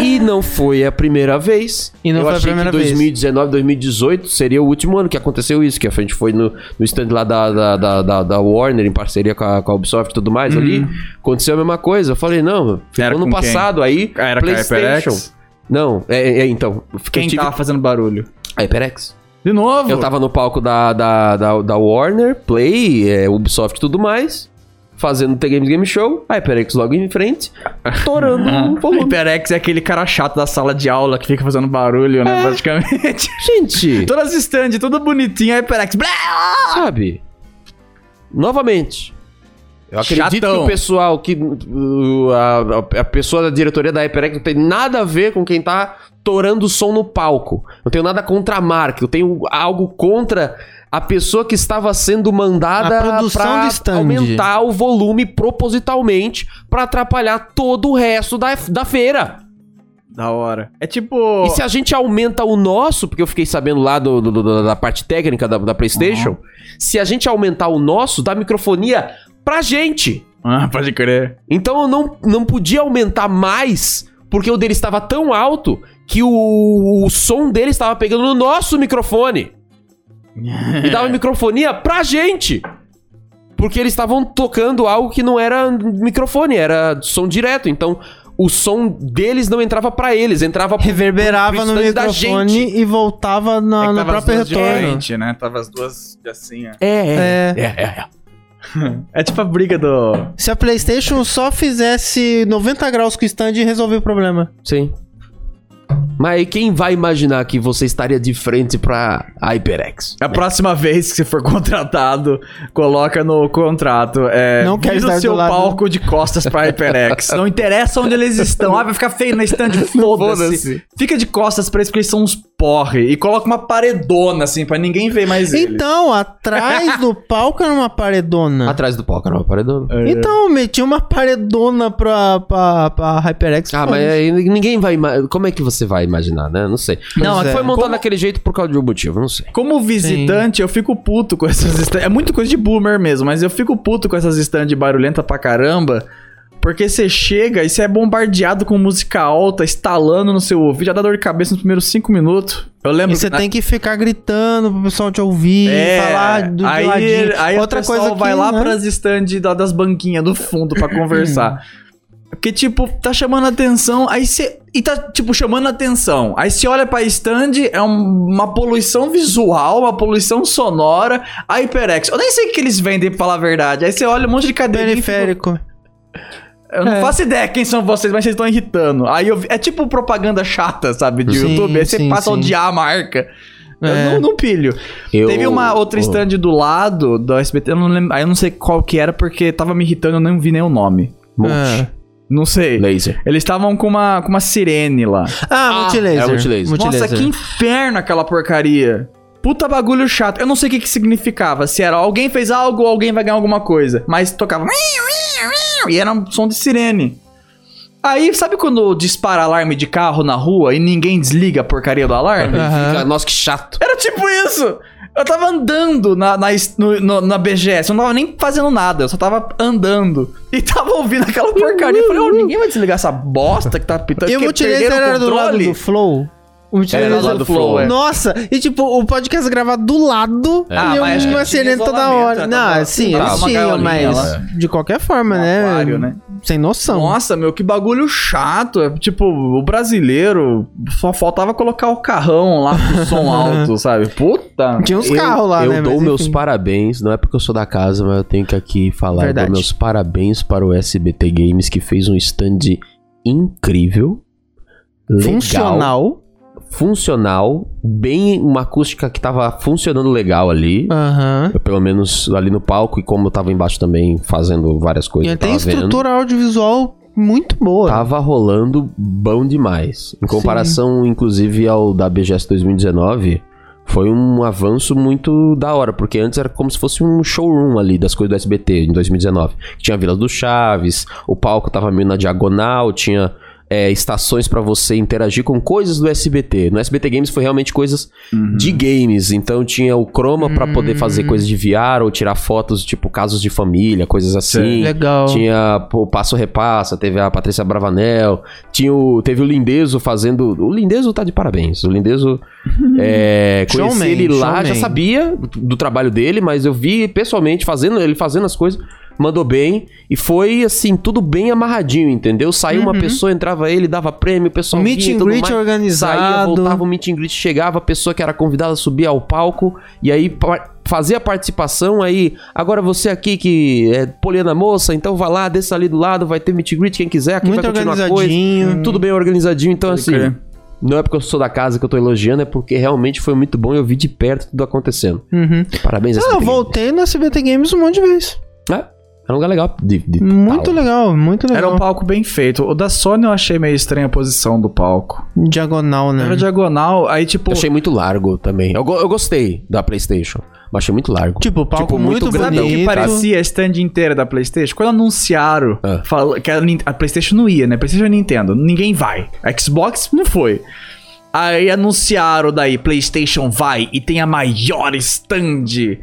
Speaker 2: E não foi a primeira vez.
Speaker 3: E não
Speaker 2: Eu
Speaker 3: foi a
Speaker 2: achei
Speaker 3: primeira
Speaker 2: que
Speaker 3: vez.
Speaker 2: 2019, 2018 seria o último ano que aconteceu isso, que a gente foi no, no stand lá da, da, da, da- da Warner, em parceria com a, com a Ubisoft e tudo mais
Speaker 3: Uhum.
Speaker 2: ali. Aconteceu a mesma coisa. Eu falei, não,
Speaker 1: Era
Speaker 2: ano
Speaker 1: com quem?
Speaker 2: passado aí.
Speaker 1: Ah, Era com a HyperX?
Speaker 2: Não, é, é, então. eu
Speaker 1: Quem
Speaker 2: tive-
Speaker 3: tá?
Speaker 1: tava fazendo barulho?
Speaker 2: HyperX.
Speaker 1: De novo?
Speaker 2: Eu tava no palco da, da, da, da Warner, Play, é, Ubisoft e tudo mais. Fazendo o The Games Game Show, a HyperX logo em frente,
Speaker 3: (laughs)
Speaker 2: torando
Speaker 1: Ah,
Speaker 2: o volume.
Speaker 1: HyperX é aquele cara chato da sala de aula que fica fazendo barulho,
Speaker 2: É.
Speaker 1: né? Praticamente. (laughs)
Speaker 2: Gente,
Speaker 1: Todas as stand, tudo bonitinho, HyperX. Blá!
Speaker 2: sabe? Novamente. Eu acredito que
Speaker 1: Chatão.
Speaker 2: o pessoal, que uh, a, a- a pessoa da diretoria da HyperX não tem nada a ver com quem tá torando o som no palco. Não tenho nada contra a marca, eu tenho algo contra a pessoa que estava sendo mandada
Speaker 3: A produção do stand.
Speaker 2: aumentar o volume propositalmente pra atrapalhar todo o resto da, da feira.
Speaker 1: Da hora. É tipo.
Speaker 2: E se a gente aumenta o nosso, porque eu fiquei sabendo lá do, do- do- da parte técnica da, da PlayStation,
Speaker 3: Uhum.
Speaker 2: se a gente aumentar o nosso, dá microfonia pra gente.
Speaker 1: Ah, pode crer.
Speaker 2: Então eu não, não podia aumentar mais, porque o dele estava tão alto que o, o som dele estava pegando no nosso microfone. e
Speaker 3: (laughs)
Speaker 2: dava microfonia pra gente. Porque eles estavam tocando algo que não era microfone, era som direto. Então o som deles não entrava pra eles, entrava pro-
Speaker 3: Reverberava
Speaker 2: pro
Speaker 3: no
Speaker 2: stand da gente.
Speaker 3: microfone e voltava na-
Speaker 1: É que
Speaker 3: no
Speaker 1: tava as
Speaker 3: próprio
Speaker 1: duas de
Speaker 3: retorno.
Speaker 1: frente, né? Tava as duas assim, ó.
Speaker 3: É.
Speaker 2: É, é, é.
Speaker 1: É tipo a briga do.
Speaker 3: Se a PlayStation só fizesse 90 graus com o stand, resolvia o problema.
Speaker 2: Sim. Mas aí quem vai imaginar que você estaria de frente pra HyperX?
Speaker 1: A próxima vez que você for (laughs) contratado, coloca no contrato. É,
Speaker 3: Não quero
Speaker 1: vira
Speaker 3: estar
Speaker 1: o
Speaker 3: do
Speaker 1: seu
Speaker 3: lado.
Speaker 1: palco de costas pra
Speaker 3: (laughs)
Speaker 1: HyperX. Não interessa onde eles estão. Ah, vai ficar feio na stand. Foda-se. Fica de costas pra eles, porque eles são uns porre. E coloca uma paredona, assim, pra ninguém ver mais ele.
Speaker 3: Então,
Speaker 2: (laughs)
Speaker 3: atrás do palco era uma paredona.
Speaker 2: Atrás do palco, era uma paredona.
Speaker 3: Então, meti uma paredona pra, pra, pra HyperX.
Speaker 2: Ah, mas aí ninguém vai. ima- Como é que você vai imaginar, né? Não sei. Não,
Speaker 3: é.
Speaker 2: foi montado daquele jeito por causa de um motivo, não sei.
Speaker 1: Como visitante, eu fico puto com essas stand. É muito coisa de boomer mesmo, mas eu fico puto com essas stand barulhenta pra caramba. Porque você chega e você é bombardeado com música alta, estalando no seu ouvido, já dá dor de cabeça nos primeiros cinco minutos. Eu lembro
Speaker 3: E você
Speaker 1: na-
Speaker 3: tem que ficar gritando pro pessoal te ouvir,
Speaker 1: É,
Speaker 3: falar do de
Speaker 1: aí,
Speaker 3: ladinho.
Speaker 1: aí
Speaker 3: Outra
Speaker 1: o pessoal
Speaker 3: coisa que,
Speaker 1: vai lá
Speaker 3: né?
Speaker 1: pras stand da- das banquinhas do fundo pra
Speaker 3: (laughs)
Speaker 1: conversar. Porque, tipo, tá chamando atenção, aí você. E tá, tipo, chamando atenção. Aí você olha pra stand, é um- uma poluição visual, uma poluição sonora, a HyperX. Eu nem sei o que eles vendem, pra falar a verdade. Aí você olha um monte de cadeira.
Speaker 3: Periférico. é.
Speaker 1: Eu não faço ideia quem são vocês, mas vocês estão irritando. Aí eu vi- É tipo propaganda chata, sabe? De
Speaker 3: Sim,
Speaker 1: YouTube. Aí você
Speaker 3: sim,
Speaker 1: passa a
Speaker 3: sim.
Speaker 1: odiar a marca.
Speaker 3: É.
Speaker 1: Eu não, não pilho.
Speaker 2: Eu-
Speaker 1: Teve uma outra
Speaker 2: eu-
Speaker 1: stand do lado da SBT, eu não lembro, aí eu não sei qual que era, porque tava me irritando, eu não vi nem o nome.
Speaker 3: Ah.
Speaker 2: Monte.
Speaker 1: Não sei.
Speaker 2: Laser.
Speaker 1: Eles estavam com uma, com uma sirene lá.
Speaker 3: Ah, multilaser.
Speaker 2: é multilaser.
Speaker 1: Nossa, que inferno aquela porcaria. Puta bagulho chato. Eu não sei o que, que significava. Se era alguém fez algo ou alguém vai ganhar alguma coisa. Mas tocava. E era um som de sirene. Aí, sabe quando dispara alarme de carro na rua e ninguém desliga a porcaria do alarme?
Speaker 3: Aham.
Speaker 2: Fica- Nossa, que chato.
Speaker 1: Era tipo isso. Eu tava andando na, na, es- no- no- na BGS, eu não tava nem fazendo nada, eu só tava andando. E tava ouvindo aquela porcaria. Eu falei, ô, ninguém vai desligar essa bosta que tá pitando.
Speaker 3: E o
Speaker 1: porque
Speaker 3: multilaser
Speaker 1: perderam o
Speaker 3: era do lado
Speaker 1: controle."
Speaker 3: do Flow?
Speaker 2: Era
Speaker 3: O multilaser
Speaker 2: do lado do Flow, é.
Speaker 3: Nossa, e tipo, o podcast gravado do lado
Speaker 1: Ah,
Speaker 3: e
Speaker 1: mas acho que
Speaker 3: uma
Speaker 1: tinha
Speaker 3: sirene toda
Speaker 1: isolamento,
Speaker 3: hora.
Speaker 1: né?
Speaker 3: Não,
Speaker 1: Tava-
Speaker 3: sim,
Speaker 1: tava
Speaker 3: eles
Speaker 1: uma
Speaker 3: tinham,
Speaker 1: gaiolinha
Speaker 3: mas
Speaker 1: lá.
Speaker 3: de qualquer forma,
Speaker 1: Um
Speaker 3: né? Então.
Speaker 1: aquário, né?
Speaker 3: Sem noção.
Speaker 1: Nossa, meu, que bagulho chato. É, tipo, o brasileiro só faltava colocar o carrão lá com
Speaker 3: (laughs)
Speaker 1: som alto, sabe? Puta.
Speaker 3: Tinha uns
Speaker 2: Eu-
Speaker 3: carros lá,
Speaker 2: eu
Speaker 3: né?
Speaker 2: dou
Speaker 3: mas
Speaker 2: meus
Speaker 3: enfim.
Speaker 2: parabéns, não é porque eu sou da casa, mas eu tenho que aqui falar. Eu
Speaker 3: Verdade.
Speaker 2: dou meus parabéns para o SBT Games, que fez um stand incrível. Legal,
Speaker 3: Funcional.
Speaker 2: Funcional. Bem, uma acústica que tava funcionando legal ali.
Speaker 3: Aham.
Speaker 2: Eu, pelo menos ali no palco, e como eu tava embaixo também fazendo várias coisas.
Speaker 3: E
Speaker 2: eu
Speaker 3: tem
Speaker 2: tava vendo.
Speaker 3: estrutura audiovisual muito boa.
Speaker 2: Tava rolando bom demais. Em comparação, inclusive, ao da BGS 2019, foi um avanço muito da hora, porque antes era como se fosse um showroom ali das coisas do SBT em 2019. Tinha a Vila do Chaves, o palco tava meio na diagonal, tinha é, estações pra você interagir com coisas do SBT. No SBT Games foi realmente coisas
Speaker 1: Uhum.
Speaker 2: de
Speaker 3: Hum.
Speaker 2: games, então tinha o Chroma pra poder fazer coisas de VR ou tirar fotos, tipo casos de família, coisas assim.
Speaker 3: Legal.
Speaker 2: Tinha o Passo Repassa, teve a Patrícia Bravanel, tinha o, teve o Lindezo fazendo. O Lindezo tá de parabéns. O
Speaker 3: (laughs)
Speaker 2: Lindezo. é, conheci
Speaker 3: Showman,
Speaker 2: ele lá,
Speaker 3: showman.
Speaker 2: já sabia do trabalho dele, mas eu vi pessoalmente fazendo ele fazendo as coisas. Mandou bem e foi assim, tudo bem amarradinho, entendeu? Saiu uma pessoa, entrava ele, dava prêmio, o pessoal
Speaker 3: Uhum. Meet
Speaker 2: vinha e
Speaker 3: and
Speaker 2: tudo
Speaker 3: greet
Speaker 2: mais. Saía,
Speaker 3: organizado.
Speaker 2: voltava o meet and greet, chegava, a pessoa que era convidada subia ao palco e aí pa- fazia a participação. Aí, agora você aqui que é poliana moça, então vai lá, desça ali do lado, vai ter meet and greet, quem quiser, aqui
Speaker 3: Muito
Speaker 2: vai continuar a coisa.
Speaker 3: organizadinho.
Speaker 2: Tudo bem organizadinho, então
Speaker 1: Pode
Speaker 2: assim.
Speaker 1: crer.
Speaker 2: Não é porque eu sou da casa que eu tô elogiando, é porque realmente foi muito bom e eu vi de perto tudo acontecendo.
Speaker 3: Uhum.
Speaker 2: Parabéns a
Speaker 3: Ah, eu voltei no SBT Games um monte de vezes.
Speaker 2: Era um lugar legal de, de
Speaker 3: Muito
Speaker 2: tal.
Speaker 3: legal, muito legal.
Speaker 1: Era um palco bem feito. O da Sony eu achei meio estranha a posição do palco.
Speaker 3: Diagonal, né?
Speaker 1: Era diagonal, aí tipo.
Speaker 2: Eu achei muito largo também. Eu, go- eu gostei da PlayStation, mas achei muito largo.
Speaker 3: Tipo, palco
Speaker 2: Tipo, muito
Speaker 3: muito,
Speaker 1: Sabe
Speaker 2: grandão.
Speaker 1: o
Speaker 3: bonito.
Speaker 1: que parecia a stand inteira da PlayStation? Quando anunciaram
Speaker 2: Ah.
Speaker 1: fala- que a, Nin- a PlayStation não ia, né? PlayStation e Nintendo, ninguém vai. A Xbox não foi. Aí anunciaram daí, PlayStation vai e tem a maior stand de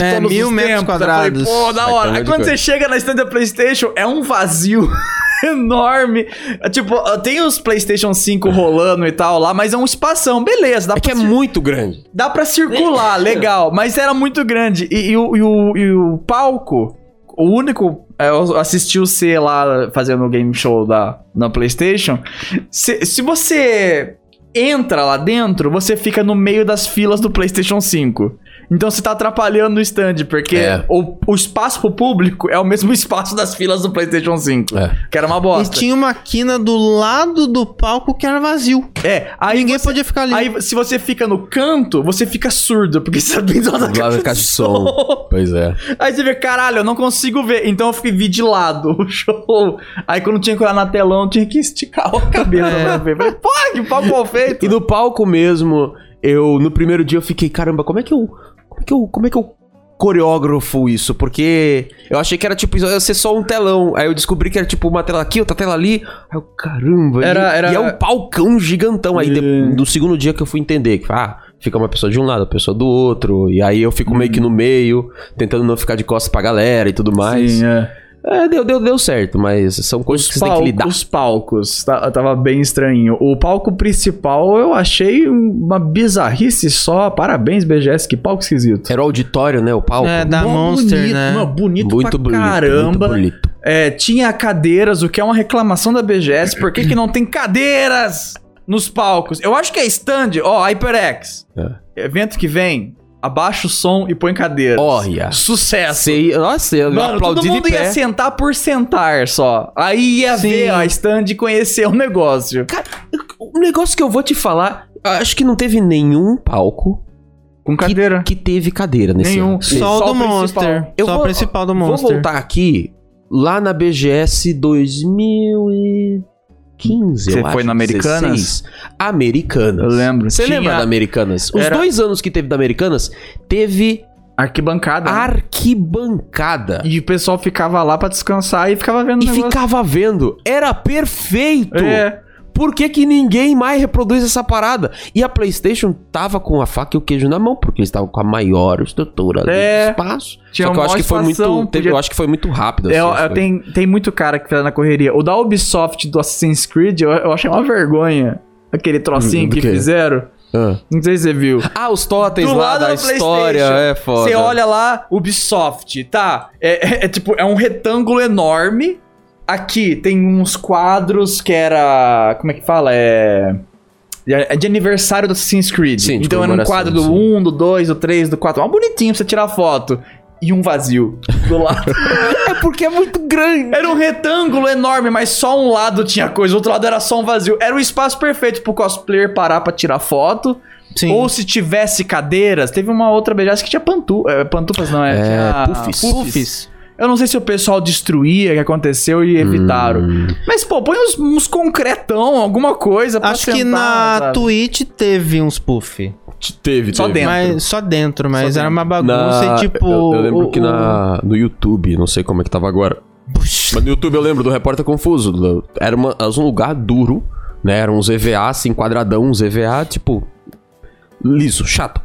Speaker 3: É,
Speaker 1: todos
Speaker 3: mil
Speaker 1: os
Speaker 3: metros
Speaker 1: tempos. Eu
Speaker 3: quadrados.
Speaker 1: Falei, Pô, da
Speaker 2: Vai ter um
Speaker 1: hora.
Speaker 2: monte
Speaker 1: Aí
Speaker 2: de
Speaker 1: quando
Speaker 2: coisa.
Speaker 1: você chega na stand da PlayStation, é um vazio (laughs) enorme. É, Tipo, tem os PlayStation 5 rolando e tal lá, mas é um espação. Beleza, dá
Speaker 2: é que
Speaker 3: tipo,
Speaker 1: pra
Speaker 2: é muito grande.
Speaker 1: Dá pra circular, legal, mas era muito grande. E, e o, e o- e o palco, o único. é, Eu assisti o C lá fazendo o game show da, na PlayStation. Se, se você entra lá dentro, você fica no meio das filas do PlayStation 5. Então você tá atrapalhando o stand, porque
Speaker 2: É.
Speaker 1: o, o espaço pro público é o mesmo (laughs) espaço das filas do PlayStation 5.
Speaker 2: É.
Speaker 1: Que era uma
Speaker 3: E
Speaker 1: bosta.
Speaker 3: tinha uma quina do lado do palco que era vazio.
Speaker 1: É, aí
Speaker 3: Ninguém
Speaker 1: você-
Speaker 3: podia ficar ali.
Speaker 1: Aí, se você fica no canto, você fica surdo, porque (laughs) você tá dentro da
Speaker 2: Lá
Speaker 1: casa
Speaker 2: na caixa de som. Pois é.
Speaker 1: Aí você vê, caralho, eu não consigo ver. Então eu fiquei vi de lado (laughs) o show. Aí quando tinha que olhar na telão, eu tinha que esticar o cabelo pra ver. Falei, pô, que pau mal feito.
Speaker 2: E no palco mesmo, eu no primeiro dia eu fiquei, caramba, como é que eu. Como é que eu. Como é que eu coreógrafo isso? Porque eu achei que era tipo, ia ser só um telão. Aí eu descobri que era tipo uma tela aqui, outra tela ali. Aí eu, caramba,
Speaker 1: Era-
Speaker 2: e,
Speaker 1: era-
Speaker 2: e é um palcão gigantão. Aí de-
Speaker 1: É.
Speaker 2: no segundo dia que eu fui entender, que ah, fica uma pessoa de um lado, a pessoa do outro. E aí eu fico meio que no meio, tentando não ficar de costas pra galera e tudo mais.
Speaker 1: é.
Speaker 2: É, deu, deu, deu certo, mas são coisas que você tem que lidar.
Speaker 1: Os palcos, tá- tava bem estranho. O palco principal eu achei uma bizarrice só. Parabéns, BGS, que palco esquisito.
Speaker 2: Era o auditório, né? O palco.
Speaker 3: É, da
Speaker 1: Mó
Speaker 3: Monster,
Speaker 1: bonito,
Speaker 3: né?
Speaker 1: mano, bonito pra
Speaker 2: bonito,
Speaker 1: caramba.
Speaker 2: muito bonito.
Speaker 1: É, tinha cadeiras, o que é uma reclamação da BGS. Por que, que não tem cadeiras nos palcos? Eu acho que é stand, ó, HyperX. Evento que vem, abaixa o som e põe cadeiras.
Speaker 2: Olha.
Speaker 1: Sucesso.
Speaker 2: Sei, nossa, eu
Speaker 1: Mano, todo
Speaker 2: aplaudi
Speaker 1: mundo
Speaker 2: de
Speaker 1: ia
Speaker 2: pé.
Speaker 1: sentar por sentar só. Aí ia
Speaker 3: Sim.
Speaker 1: ver a stand e conhecer o negócio.
Speaker 2: Cara, um negócio que eu vou te falar, acho que não teve nenhum palco
Speaker 1: Com cadeira.
Speaker 2: que teve cadeira nesse
Speaker 1: Nenhum.
Speaker 2: ano.
Speaker 1: Sim.
Speaker 3: Só,
Speaker 1: Só
Speaker 3: o
Speaker 1: o
Speaker 3: do
Speaker 1: principal.
Speaker 3: Monster.
Speaker 2: Eu
Speaker 3: só
Speaker 2: vou-
Speaker 3: o principal do
Speaker 2: Vou
Speaker 3: Monster.
Speaker 2: voltar aqui lá na BGS 2015,
Speaker 1: Você
Speaker 2: eu acho,
Speaker 1: foi na Americanas?
Speaker 2: 16. Americanas.
Speaker 1: Eu lembro.
Speaker 2: Você
Speaker 1: Tinha-
Speaker 2: lembra da Americanas? Os
Speaker 1: Era-
Speaker 2: dois anos que teve da Americanas, teve
Speaker 1: Arquibancada. né?
Speaker 2: arquibancada.
Speaker 1: E o pessoal ficava lá pra descansar e ficava vendo
Speaker 2: E
Speaker 1: o negócio.
Speaker 2: ficava vendo. Era perfeito.
Speaker 1: É.
Speaker 2: Por que, que ninguém mais reproduz essa parada? E a PlayStation tava com a faca e o queijo na mão, porque eles estavam com a maior estrutura
Speaker 1: É.
Speaker 2: do espaço.
Speaker 1: Tinha
Speaker 2: Só que eu
Speaker 1: uma
Speaker 2: acho que foi
Speaker 1: expansão,
Speaker 2: muito. teve-
Speaker 1: podia-
Speaker 2: Eu acho que foi muito rápido.
Speaker 1: É,
Speaker 2: assim,
Speaker 1: ó,
Speaker 2: as coisas.
Speaker 1: tem, tem muito cara que tá na correria. O da Ubisoft do Assassin's Creed, eu, eu achei uma vergonha. Aquele trocinho
Speaker 2: Hum, do
Speaker 1: que
Speaker 2: quê?
Speaker 1: fizeram. Não sei se você viu.
Speaker 2: Ah, os totens
Speaker 1: Do
Speaker 2: lá
Speaker 1: lado
Speaker 2: da
Speaker 1: do
Speaker 2: história.
Speaker 1: PlayStation.
Speaker 2: É foda.
Speaker 1: Você olha lá, Ubisoft, tá? É, é- é tipo, é um retângulo enorme. Aqui tem uns quadros que era. Como é que fala? É. É de aniversário do Assassin's Creed.
Speaker 2: Sim, de
Speaker 1: então era um
Speaker 2: comemoração,
Speaker 1: quadro do
Speaker 2: sim.
Speaker 1: 1, do 2, do 3, do 4. Uma bonitinho pra você tirar foto. E um vazio do lado.
Speaker 2: É porque é muito grande.
Speaker 1: Era um retângulo enorme, mas só um lado tinha coisa, o outro lado era só um vazio. Era o espaço perfeito pro cosplayer parar pra tirar foto.
Speaker 3: Sim.
Speaker 1: Ou se tivesse cadeiras, teve uma outra BGS que tinha pantu, é, pantufas, não, é,
Speaker 2: É,
Speaker 1: tinha
Speaker 2: puffs.
Speaker 1: puffs. Eu não sei se o pessoal destruía, que aconteceu e evitaram. Mas, pô, põe uns, uns concretão, alguma coisa pra
Speaker 3: Acho que
Speaker 1: sentar,
Speaker 3: na
Speaker 1: sabe?
Speaker 3: Twitch teve uns puff.
Speaker 2: Teve,
Speaker 1: Só dentro.
Speaker 3: Mas, só dentro, mas
Speaker 1: Só
Speaker 3: era
Speaker 1: dentro.
Speaker 3: uma bagunça
Speaker 2: Na,
Speaker 3: e tipo.
Speaker 2: eu, eu lembro
Speaker 3: o-
Speaker 2: que na, no YouTube, não sei como é que tava agora.
Speaker 3: Puxa.
Speaker 2: Mas no YouTube eu lembro do Repórter Confuso. do- Era, uma- era um lugar duro, né? Era uns EVA, assim, quadradão, uns EVA, tipo. Liso, chato.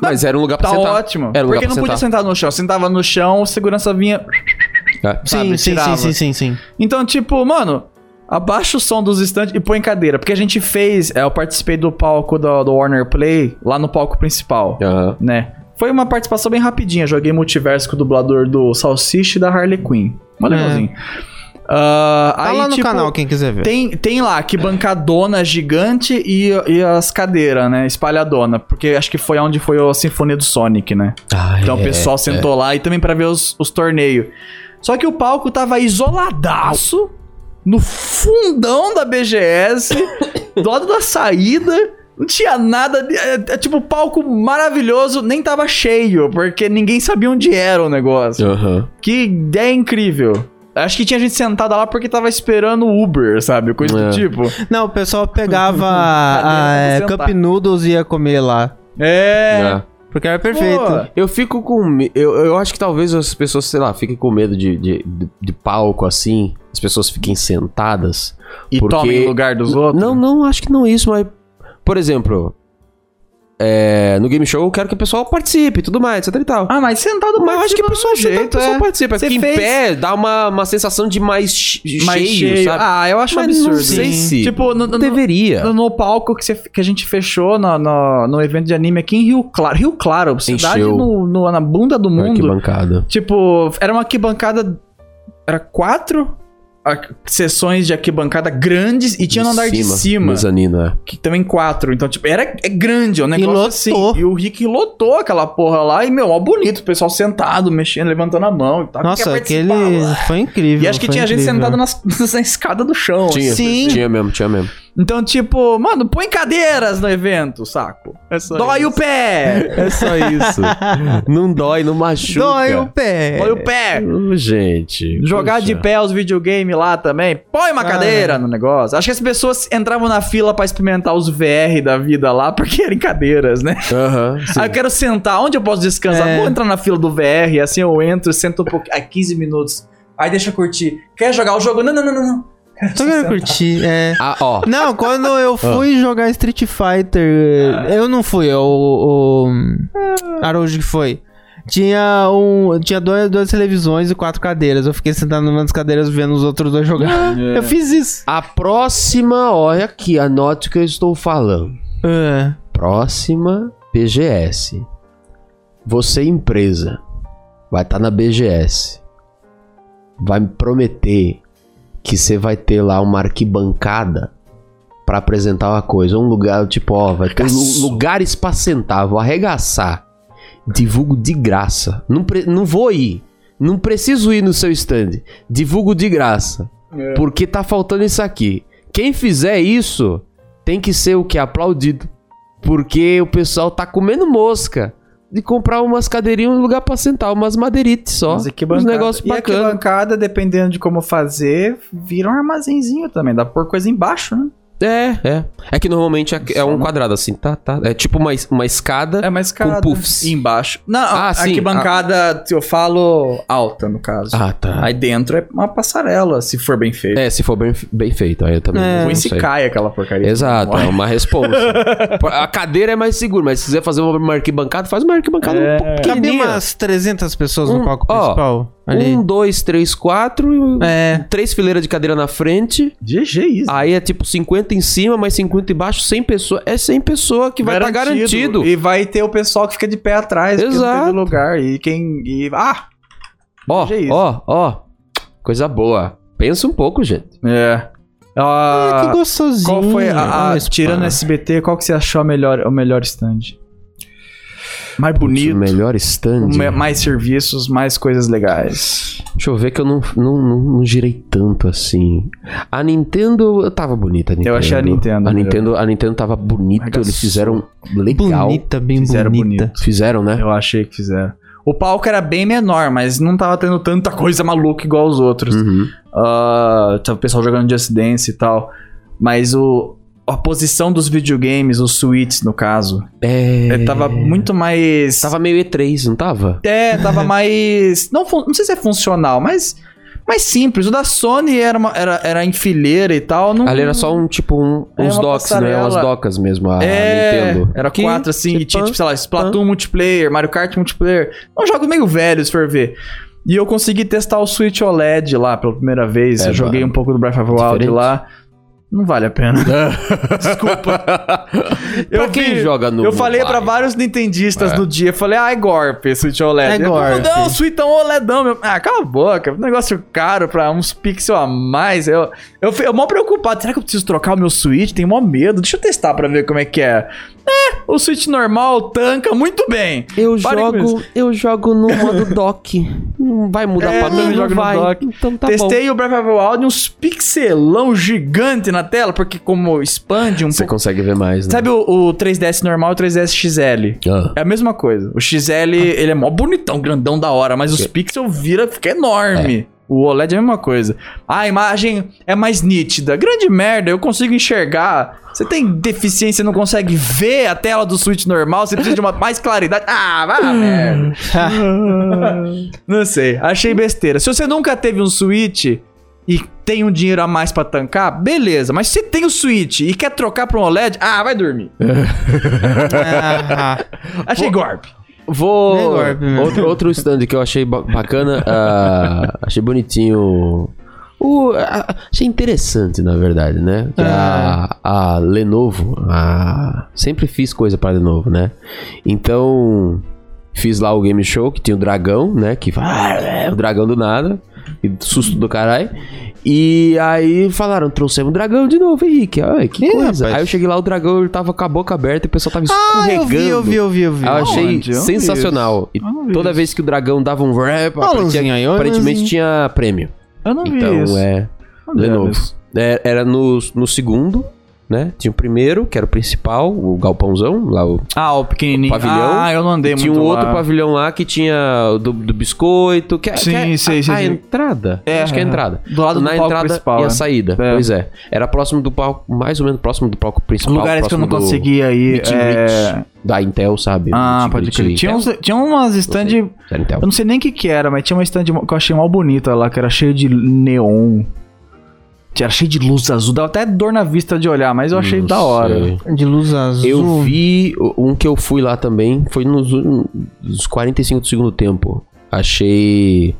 Speaker 2: Mas era um lugar pra
Speaker 1: Tá
Speaker 2: sentar.
Speaker 1: ótimo.
Speaker 2: Era um lugar
Speaker 1: porque não
Speaker 2: pra
Speaker 1: podia sentar no chão. Sentava no chão, o segurança vinha.
Speaker 2: É.
Speaker 1: sabe,
Speaker 3: Sim, sim,
Speaker 1: tirava.
Speaker 3: sim, sim, sim, sim. Tá
Speaker 1: Então, tipo, mano, abaixa o som dos estantes e põe cadeira. Porque a gente fez. é, eu participei do palco do, do Warner Play, lá no palco principal,
Speaker 2: Aham.
Speaker 1: né? Foi uma participação bem rapidinha. Joguei multiverso com o dublador do Salsicha e da Harley Quinn. Mó
Speaker 3: É.
Speaker 1: legalzinho. Ah,
Speaker 3: Tá
Speaker 1: aí,
Speaker 3: lá no
Speaker 1: tipo,
Speaker 3: canal, quem quiser ver.
Speaker 1: Tem, tem lá que bancadona gigante e, e as cadeiras, né? Espalhadona. Porque acho que foi onde foi a Sinfonia do Sonic, né?
Speaker 2: Ah,
Speaker 1: Então
Speaker 2: é.
Speaker 1: o pessoal sentou lá e também pra ver os, os torneios. Só que o palco tava isoladaço, no fundão da
Speaker 2: (coughs)
Speaker 1: BGS, do lado da saída. Não tinha nada. de- É, é tipo palco maravilhoso, nem tava cheio, porque ninguém sabia onde era o negócio.
Speaker 2: Aham.
Speaker 1: Que ideia incrível. Acho que tinha gente sentada lá porque tava esperando o Uber, sabe? Coisa
Speaker 2: É.
Speaker 1: do tipo.
Speaker 3: Não, o pessoal pegava a,
Speaker 1: (laughs) Cadê?
Speaker 3: é,
Speaker 1: Vou sentar.
Speaker 3: Cup Noodles e ia comer lá.
Speaker 1: É.
Speaker 2: É.
Speaker 3: Porque era perfeito.
Speaker 1: Pô.
Speaker 2: Eu fico com. me- Eu, eu acho que talvez as pessoas, sei lá, fiquem com medo de, de, de- de palco assim. As pessoas fiquem sentadas.
Speaker 1: E
Speaker 2: Porque-
Speaker 1: tomem o lugar dos outros.
Speaker 2: Não, não, acho que não é isso, mas. Por exemplo, é, no game show eu quero que o pessoal participe e tudo mais, etc e tal.
Speaker 1: Ah, mas sentado
Speaker 2: Mas eu acho que o pessoal, jeito, o pessoal
Speaker 1: é.
Speaker 2: participa.
Speaker 1: Você
Speaker 2: Fica em
Speaker 1: fez-
Speaker 2: pé, dá uma, uma sensação de mais, che-
Speaker 1: mais
Speaker 2: cheio,
Speaker 1: cheio,
Speaker 2: sabe?
Speaker 1: Ah, eu acho um
Speaker 2: Mas
Speaker 1: absurdo.
Speaker 2: não sei
Speaker 1: Sim.
Speaker 2: se-
Speaker 1: Tipo, no, no,
Speaker 2: não deveria.
Speaker 1: no- no palco que, você- que a gente fechou no, no, no evento de anime aqui em Rio Claro. Rio Claro, cidade
Speaker 2: Encheu.
Speaker 1: no, no- na bunda do mundo.
Speaker 2: Arquibancada.
Speaker 1: Tipo, era uma arquibancada. Era quatro arqu- sessões de arquibancada grandes e tinha no andar de cima.
Speaker 2: Mezanino, é.
Speaker 1: Que também quatro. Então, tipo, era é grande, é um negócio
Speaker 3: lotou.
Speaker 1: assim. E o Rick lotou aquela porra lá. E, meu, ó, bonito, o pessoal sentado, mexendo, levantando a mão e tal.
Speaker 3: Nossa,
Speaker 1: Quer
Speaker 3: aquele
Speaker 1: participar lá.
Speaker 3: foi incrível.
Speaker 1: é E acho que
Speaker 3: foi
Speaker 1: tinha gente
Speaker 3: incrível.
Speaker 1: sentada nas- (laughs) na, escada do chão. assim.
Speaker 2: Tinha,
Speaker 3: Sim.
Speaker 2: tinha mesmo, tinha mesmo.
Speaker 1: Então, tipo, mano, põe cadeiras no evento, saco?
Speaker 3: É
Speaker 1: Dói o pé!
Speaker 2: É só isso. (laughs) não dói, não machuca.
Speaker 3: Dói o pé.
Speaker 1: Dói o pé!
Speaker 2: Ô, gente.
Speaker 1: Jogar
Speaker 2: poxa.
Speaker 1: de pé os videogames lá também. Põe uma
Speaker 3: Ah.
Speaker 1: cadeira no negócio. Acho que as pessoas entravam na fila pra experimentar os VR da vida lá, porque eram cadeiras, né?
Speaker 2: Aham. sim.
Speaker 1: Aí eu quero sentar. Onde eu posso descansar?
Speaker 3: É.
Speaker 1: Vou entrar na fila do VR, assim eu entro, sento um pouquinho. Aí 15 minutos. Aí deixa eu curtir. Quer jogar o jogo? Não, não, não, não, não.
Speaker 3: Só quero Tá curtir, é.
Speaker 2: Ah, ó.
Speaker 3: Não, quando eu fui jogar Street Fighter, eu não fui, é o, o Araújo que foi. Tinha um, tinha dois, duas televisões e quatro cadeiras. Eu fiquei sentado numa das cadeiras vendo os outros dois jogar.
Speaker 1: É.
Speaker 3: Eu fiz isso.
Speaker 2: A próxima, olha aqui, anote o que eu estou falando.
Speaker 3: É.
Speaker 2: Próxima BGS. Você, empresa, vai estar na BGS. Vai me prometer que você vai ter lá uma arquibancada pra apresentar uma coisa. Um lugar, tipo, ó, vai ter lu- lugares pra sentar. Vou arregaçar. Divulgo de graça. Não, pre- não vou ir. Não preciso ir no seu stand. Divulgo de graça. Porque tá faltando isso aqui. Quem fizer isso tem que ser o que? Aplaudido. Porque o pessoal tá comendo mosca de comprar umas cadeirinhas, um lugar pra sentar, umas madeirites só.
Speaker 1: Mas é que
Speaker 2: uns
Speaker 1: bancada.
Speaker 2: negócios
Speaker 1: e aqui
Speaker 2: bacanas.
Speaker 1: bancada, dependendo de como fazer, vira um armazenzinho também. Dá pra pôr coisa embaixo, né?
Speaker 2: É, é. É que normalmente é, é um quadrado assim, tá, tá. É tipo uma, es- uma escada.
Speaker 1: É mais caro.
Speaker 2: Com puffs.
Speaker 1: Embaixo. Não,
Speaker 2: Ah,
Speaker 1: a-
Speaker 2: sim,
Speaker 1: arquibancada, eu falo alta, no caso.
Speaker 2: Ah, tá.
Speaker 1: Aí dentro é uma passarela, se for bem feito.
Speaker 2: É, se for bem, bem feito, aí eu também
Speaker 3: É.
Speaker 2: não
Speaker 1: Ruim se
Speaker 2: sei.
Speaker 1: cai aquela porcaria.
Speaker 2: Exato, é
Speaker 1: (laughs) Morre.
Speaker 2: uma resposta. a cadeira é mais segura, mas se quiser fazer uma uma arquibancada, faz uma arquibancada
Speaker 1: É.
Speaker 2: um
Speaker 3: Cabia
Speaker 2: pouquinho.
Speaker 3: umas 300 pessoas
Speaker 2: Um-
Speaker 3: no palco
Speaker 2: ó,
Speaker 3: principal. ali.
Speaker 2: Um, dois, três, quatro. e-
Speaker 3: É.
Speaker 2: Três fileiras de cadeira na frente.
Speaker 1: GG isso.
Speaker 2: Aí é tipo 50 em cima, mais 50 embaixo, 100 pessoas. É 100 pessoas que vai estar garantido.
Speaker 1: E vai ter o pessoal que fica de pé atrás, porque não
Speaker 2: Exato.
Speaker 1: teve lugar. E quem. E... Ah!
Speaker 2: Ó,
Speaker 1: Veja isso.
Speaker 2: ó, ó. Coisa boa. Pensa um pouco, gente.
Speaker 1: É.
Speaker 3: Ah, que gostosinho.
Speaker 1: qual foi a. a-
Speaker 2: Olha,
Speaker 1: tirando
Speaker 2: cara.
Speaker 1: SBT, qual que você achou a melhor, o melhor stand? Mais bonito.
Speaker 2: O melhor stand.
Speaker 1: me- mais serviços, mais coisas legais.
Speaker 2: Deixa eu ver que eu não, não, não, não girei tanto assim. A Nintendo. eu Tava bonita a Nintendo.
Speaker 1: achei a Nintendo
Speaker 2: A
Speaker 1: melhor.
Speaker 2: Nintendo, a Nintendo tava bonita.
Speaker 1: Arregaçou.
Speaker 2: Eles fizeram legal.
Speaker 3: Bonita, bem
Speaker 1: Fizeram
Speaker 3: bonita.
Speaker 1: bonito.
Speaker 2: Fizeram, né?
Speaker 1: Eu achei que fizeram. O palco era bem menor, mas não tava tendo tanta coisa maluca igual os outros.
Speaker 2: Uhum.
Speaker 1: Ah, tava o pessoal jogando Just Dance e tal. Mas o, a posição dos videogames, os Switch no caso,
Speaker 2: É...
Speaker 1: é, tava muito mais.
Speaker 2: Tava meio E3, não tava?
Speaker 1: É,
Speaker 2: (laughs)
Speaker 1: tava mais. Não, fun- não sei se é funcional, mas. Mais simples. O da Sony era, uma- era, era em fileira e tal. Não,
Speaker 2: Ali era só Ah, um, tipo, um-
Speaker 1: É
Speaker 2: uns
Speaker 1: uma
Speaker 2: docks, né?
Speaker 1: passarela.
Speaker 2: Umas docas mesmo, a
Speaker 1: É,
Speaker 2: Nintendo.
Speaker 1: era
Speaker 2: Que-
Speaker 1: quatro assim, e tinha,
Speaker 2: pã,
Speaker 1: tipo, sei lá, Splatoon multiplayer, Mario Kart multiplayer. Um jogo meio velho, se for ver. E eu consegui testar o Switch OLED lá pela primeira vez.
Speaker 2: É,
Speaker 1: eu joguei
Speaker 2: ba-
Speaker 1: um pouco do Breath of the Wild
Speaker 2: diferente.
Speaker 1: lá. Não vale a
Speaker 2: (laughs)
Speaker 1: pena.
Speaker 2: Desculpa. pra
Speaker 1: Eu
Speaker 2: quem
Speaker 1: vi-
Speaker 2: joga no
Speaker 1: eu falei pra
Speaker 2: mobile?
Speaker 1: vários nintendistas
Speaker 2: É.
Speaker 1: no dia, eu falei, ai, golpe, Switch OLED.
Speaker 3: É
Speaker 1: Ele,
Speaker 3: golpe.
Speaker 1: Não, Switch é um OLEDão, meu. Ah, cala a boca, negócio caro pra uns pixel a mais. Eu, eu, fui- eu mó preocupado, será que eu preciso trocar o meu Switch? Tenho mó medo, deixa eu testar pra ver como é que é. É, o Switch normal tanca muito bem.
Speaker 2: Eu
Speaker 1: Pare com
Speaker 2: jogo, eu jogo no (laughs) modo dock. Não vai mudar
Speaker 1: É,
Speaker 2: pra
Speaker 1: eu
Speaker 2: mim, não
Speaker 1: jogo no
Speaker 2: vai.
Speaker 1: dock.
Speaker 2: Então tá (laughs)
Speaker 1: Testei o Breath of the Wild, uns pixelão gigante na tela, porque como expande um
Speaker 2: bom. Você
Speaker 1: pouco...
Speaker 2: consegue ver mais, né?
Speaker 1: Sabe o, o 3DS normal e o 3DS XL?
Speaker 2: Ah.
Speaker 1: É a mesma coisa. O XL, ele é mó bonitão, grandão da hora, mas os
Speaker 2: Que-
Speaker 1: pixels vira, fica enorme. O OLED é a mesma coisa. A imagem é mais nítida. Grande merda, eu consigo enxergar. Você tem deficiência, não consegue ver a tela do Switch normal, você precisa de uma mais claridade. Ah, vai
Speaker 2: (laughs) Hum.
Speaker 1: a merda. não sei, achei besteira. Se você nunca teve um Switch, e tem um dinheiro a mais pra tancar, beleza. Mas se tem o Switch e quer trocar pra um OLED, ah, vai dormir.
Speaker 2: É.
Speaker 3: Ah,
Speaker 1: Achei golpe.
Speaker 2: Vou.
Speaker 3: Melhor, primeiro.
Speaker 2: Outro, outro stand que eu achei ba- bacana.
Speaker 3: (laughs)
Speaker 2: ah, achei bonitinho. O- ah, achei interessante, na verdade, né? Que a,
Speaker 3: Ah.
Speaker 2: a Lenovo. a- sempre fiz coisa pra Lenovo, né? Então. Fiz lá o game show que tinha o dragão, né? Que fala, "Ah, é o dragão do nada. E susto do caralho. E aí falaram, trouxemos o dragão de novo, Henrique. Ai, que
Speaker 3: Ih,
Speaker 2: coisa.
Speaker 3: rapaz.
Speaker 2: Aí eu cheguei lá, o dragão ele tava com a boca aberta e o pessoal tava
Speaker 3: Ah,
Speaker 2: escorregando.
Speaker 3: eu vi, eu vi, eu vi, eu vi.
Speaker 2: Eu achei
Speaker 1: Aonde? Eu não vi
Speaker 2: sensacional. E toda vez que o dragão dava um rap,
Speaker 3: Ah, Lanzinho,
Speaker 2: tinha-
Speaker 3: aí, ó,
Speaker 2: aparentemente
Speaker 3: Lanzinho.
Speaker 2: tinha prêmio.
Speaker 1: é Eu não vi
Speaker 2: Então
Speaker 1: isso.
Speaker 2: é.
Speaker 1: Onde era
Speaker 2: Lenovo.
Speaker 1: isso?
Speaker 2: é, Era no, no segundo, né? Tinha o primeiro, que era o principal, o galpãozão, lá o
Speaker 1: Ah, o pequenininho.
Speaker 2: pavilhão.
Speaker 1: Ah, eu não andei
Speaker 2: tinha
Speaker 1: muito
Speaker 2: um outro
Speaker 1: lá.
Speaker 2: pavilhão lá que tinha o do, do biscoito, que,
Speaker 1: Sim,
Speaker 2: que é
Speaker 1: sei,
Speaker 2: a,
Speaker 1: sei,
Speaker 2: a
Speaker 1: sei.
Speaker 2: entrada.
Speaker 1: É,
Speaker 2: acho que é a
Speaker 1: é.
Speaker 2: entrada.
Speaker 1: Do lado do
Speaker 2: Na
Speaker 1: palco
Speaker 2: entrada
Speaker 1: principal,
Speaker 2: e
Speaker 1: é.
Speaker 2: a saída.
Speaker 1: É.
Speaker 2: Pois é. Era próximo do palco, mais ou menos próximo do palco principal.
Speaker 1: Lugares que eu não
Speaker 2: próximo do
Speaker 1: conseguia ir.
Speaker 2: Meet and
Speaker 1: é,
Speaker 2: Greet Da Intel, sabe?
Speaker 1: Ah,
Speaker 2: Meet and
Speaker 1: pode
Speaker 2: Greet é.
Speaker 1: crer. Tinha,
Speaker 2: Intel.
Speaker 1: uns, tinha umas stand.
Speaker 2: sei.
Speaker 1: Eu
Speaker 2: Da Intel.
Speaker 1: não sei nem o que que era, mas tinha uma stand que eu achei mal bonita lá, que era cheio de neon. Tinha- Era cheio de luz azul. Dava até dor na vista de olhar, mas eu achei
Speaker 2: Não
Speaker 1: da hora.
Speaker 2: sei.
Speaker 3: De luz azul.
Speaker 2: Eu vi um que eu fui lá também, foi nos, nos 45 do segundo tempo. Achei.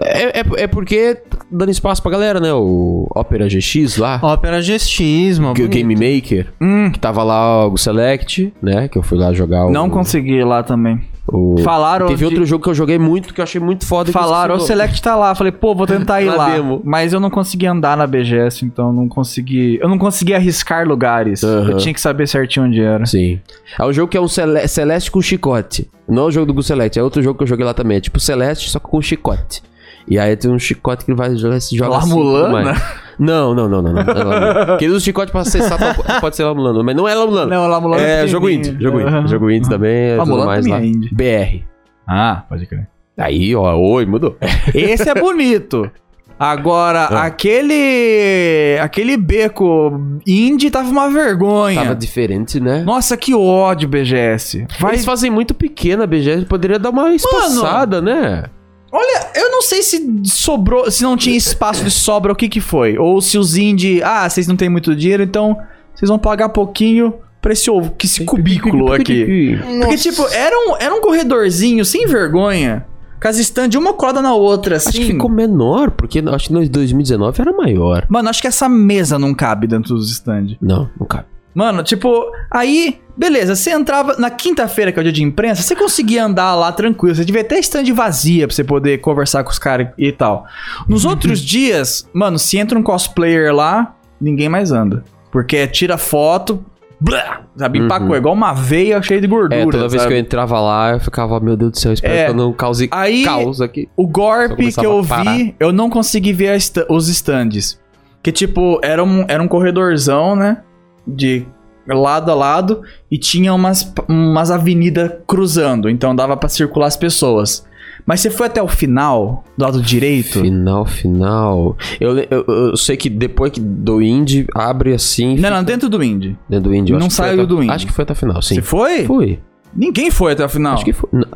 Speaker 2: É, é, é porque tá dando espaço pra galera, né? O Opera GX lá,
Speaker 3: Ópera Gestis, mano.
Speaker 2: que o Game Maker,
Speaker 1: Hum,
Speaker 2: que tava lá o Select, né? Que eu fui lá jogar o.
Speaker 1: não consegui ir lá também.
Speaker 2: o-
Speaker 1: Falaram.
Speaker 2: Teve
Speaker 1: de-
Speaker 2: outro jogo que eu joguei muito, que eu achei muito foda. que eu
Speaker 1: Falaram, o
Speaker 2: esqueci nome.
Speaker 1: Select tá lá. Falei, pô, vou tentar ir
Speaker 2: Na
Speaker 1: lá.
Speaker 2: demo.
Speaker 1: Mas eu não consegui andar na BGS, então não consegui. Eu não consegui arriscar lugares.
Speaker 2: Aham.
Speaker 1: Eu tinha que saber certinho onde era.
Speaker 2: Sim. É um jogo que é um cele- Celeste com chicote. Não é o jogo do Gu Celeste, é outro jogo que eu joguei lá também. É tipo Celeste, só que com chicote. E aí tem um chicote que ele vai jogar esse jogo
Speaker 1: Lá
Speaker 2: assim,
Speaker 1: Mulan,
Speaker 2: mas-
Speaker 1: né?
Speaker 2: Não, não, não, não. não, não, é lá
Speaker 1: (laughs)
Speaker 2: Mulan. Quem usa chicote pra acessar tal- pode ser lá Mulan, mas não é lá Mulan.
Speaker 1: Não, lá Mulan
Speaker 2: é
Speaker 1: pequenininho.
Speaker 2: jogo indie, jogo indie.
Speaker 1: Aham.
Speaker 2: Jogo indie também, é
Speaker 1: Lá
Speaker 2: tudo
Speaker 1: Mulan
Speaker 2: mais lá.
Speaker 1: também é indie.
Speaker 2: BR.
Speaker 1: Ah, pode crer.
Speaker 2: Aí, ó, oi, mudou.
Speaker 1: Esse é bonito. Agora,
Speaker 2: Ah.
Speaker 1: aquele. aquele beco indie tava uma vergonha.
Speaker 2: Tava diferente, né?
Speaker 1: Nossa, que ódio, BGS. é. Vai.
Speaker 2: Eles fazem muito pequena a BGS, poderia dar uma espaçada, né?
Speaker 1: Olha, eu não sei se sobrou, se não tinha espaço de sobra, o que que foi. Ou se os indie. Ah, vocês não têm muito dinheiro, então vocês vão pagar pouquinho pra esse ovo, que esse cubículo aqui. Porque, tipo, era um, era um corredorzinho sem vergonha. Com as stand uma colada na outra, assim.
Speaker 2: Acho que ficou menor, porque acho que em 2019 era maior.
Speaker 1: Mano, acho que essa mesa não cabe dentro dos stand.
Speaker 2: Não, não cabe.
Speaker 1: Mano, tipo, aí, beleza, você entrava na quinta-feira, que é o dia de imprensa, você conseguia andar lá tranquilo, você devia até stand vazia pra você poder conversar com os caras e tal.
Speaker 2: (laughs)
Speaker 1: Nos outros dias, mano, se entra um cosplayer lá, ninguém mais anda. Porque tira foto, blá, sabe, empacou, é igual uma veia cheia de gordura.
Speaker 2: Uhum. É, toda vez
Speaker 1: sabe?
Speaker 2: que eu entrava lá, eu ficava, meu Deus do céu, espero
Speaker 1: É.
Speaker 2: que eu não cause
Speaker 1: Aí-
Speaker 2: caos aqui.
Speaker 1: O
Speaker 2: Só
Speaker 1: golpe que
Speaker 2: começava
Speaker 1: eu
Speaker 2: a parar.
Speaker 1: vi, eu não consegui ver a esta- os stands. Que, tipo, era um, era um corredorzão, né? De lado a lado. E tinha umas, umas avenidas cruzando. Então dava pra circular as pessoas. Mas você foi até o final, do lado direito.
Speaker 2: Final, final. Eu, le- eu, eu sei que depois que do Indy abre assim.
Speaker 1: Não,
Speaker 2: fica
Speaker 1: não, dentro do Indy.
Speaker 2: dentro do Indy. eu
Speaker 1: não
Speaker 2: acho que foi
Speaker 1: saiu
Speaker 2: até-
Speaker 1: do Indy.
Speaker 2: Acho que foi até a final, sim.
Speaker 1: Você foi?
Speaker 2: Foi.
Speaker 1: Ninguém foi até o final.
Speaker 2: Acho que foi. Não,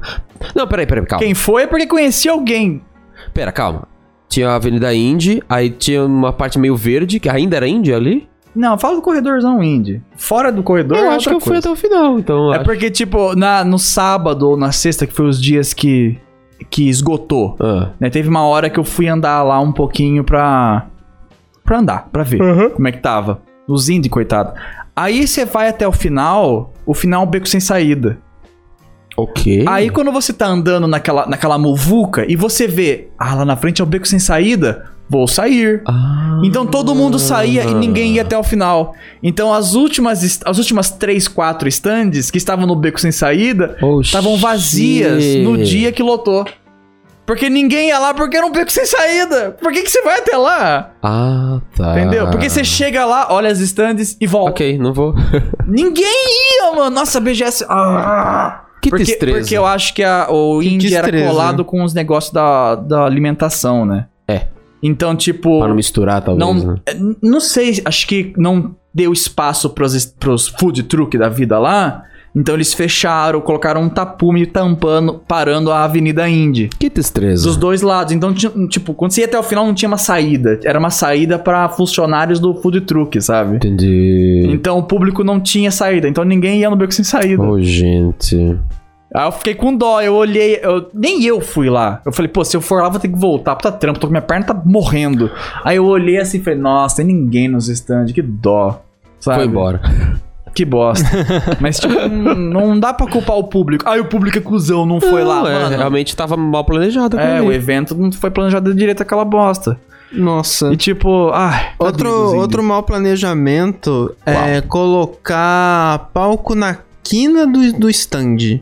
Speaker 2: não peraí, peraí, calma.
Speaker 1: Quem foi é porque conhecia alguém.
Speaker 2: Pera, calma. Tinha a Avenida Indy, aí tinha uma parte meio verde, que ainda era Indy ali.
Speaker 1: Não, fala do corredorzão Indy. Fora do corredor é
Speaker 2: Eu acho
Speaker 1: outra
Speaker 2: que eu fui
Speaker 1: coisa.
Speaker 2: até o final, então.
Speaker 1: É
Speaker 2: acho-
Speaker 1: porque, tipo, na, no sábado ou na sexta, que foi os dias que, que esgotou,
Speaker 2: Ah,
Speaker 1: né? Teve uma hora que eu fui andar lá um pouquinho pra. pra andar, pra ver como é que tava. Os indie, coitado. Aí você vai até o final, o final é um beco sem saída.
Speaker 2: ok.
Speaker 1: Aí quando você tá andando naquela, naquela muvuca e você vê, ah, lá na frente é o beco sem saída, vou sair.
Speaker 2: Ah.
Speaker 1: Então todo mundo saía e ninguém ia até o final. Então as últimas, est- as últimas três, quatro stands que estavam no beco sem saída
Speaker 2: Oh,
Speaker 1: estavam vazias
Speaker 2: shit.
Speaker 1: no dia que lotou. Porque ninguém ia lá porque era um beco sem saída. Por que, que você vai até lá?
Speaker 2: Ah, tá.
Speaker 1: Entendeu? Porque você chega lá, olha as stands e volta.
Speaker 2: Ok, não vou.
Speaker 1: Ninguém ia, mano. Nossa, a BGS. Ah.
Speaker 2: Que
Speaker 1: porque,
Speaker 2: destreza.
Speaker 1: porque eu acho que a- o indie era
Speaker 3: destreza.
Speaker 1: colado com os negócios da, da alimentação, né?
Speaker 2: É.
Speaker 1: Então, tipo.
Speaker 2: Pra não misturar, talvez.
Speaker 1: Não,
Speaker 2: né?
Speaker 1: eh, não sei, acho que não deu espaço pros, pros food truck da vida lá. Então eles fecharam, colocaram um tapume tampando, parando a Avenida Indy.
Speaker 2: Que tristeza.
Speaker 1: Dos dois lados. Então, ti- tipo, quando você ia até o final, não tinha uma saída. Era uma saída pra funcionários do food truck, sabe?
Speaker 2: Entendi.
Speaker 1: Então o público não tinha saída. Então ninguém ia no beco sem saída.
Speaker 2: Ô, gente.
Speaker 1: Aí eu fiquei com dó. Eu olhei. eu- nem eu fui lá. Eu falei, pô, se eu for lá, vou ter que voltar. Puta trampo, tô com minha perna tá morrendo. Aí eu olhei assim e falei, nossa, tem ninguém nos stand. Que dó. Sabe?
Speaker 2: Foi embora.
Speaker 1: Que bosta. Mas, tipo, hum, não dá pra culpar o público. Ai, o público é cuzão, não foi lá,
Speaker 4: é,
Speaker 1: mano.
Speaker 4: Realmente tava mal planejado. aquilo
Speaker 1: É,
Speaker 4: ali.
Speaker 1: o evento não foi planejado direito aquela bosta.
Speaker 3: Nossa.
Speaker 1: E tipo, ai.
Speaker 3: Outro,
Speaker 1: tadinhos ainda.
Speaker 3: outro mau planejamento é colocar palco na quina do, do stand.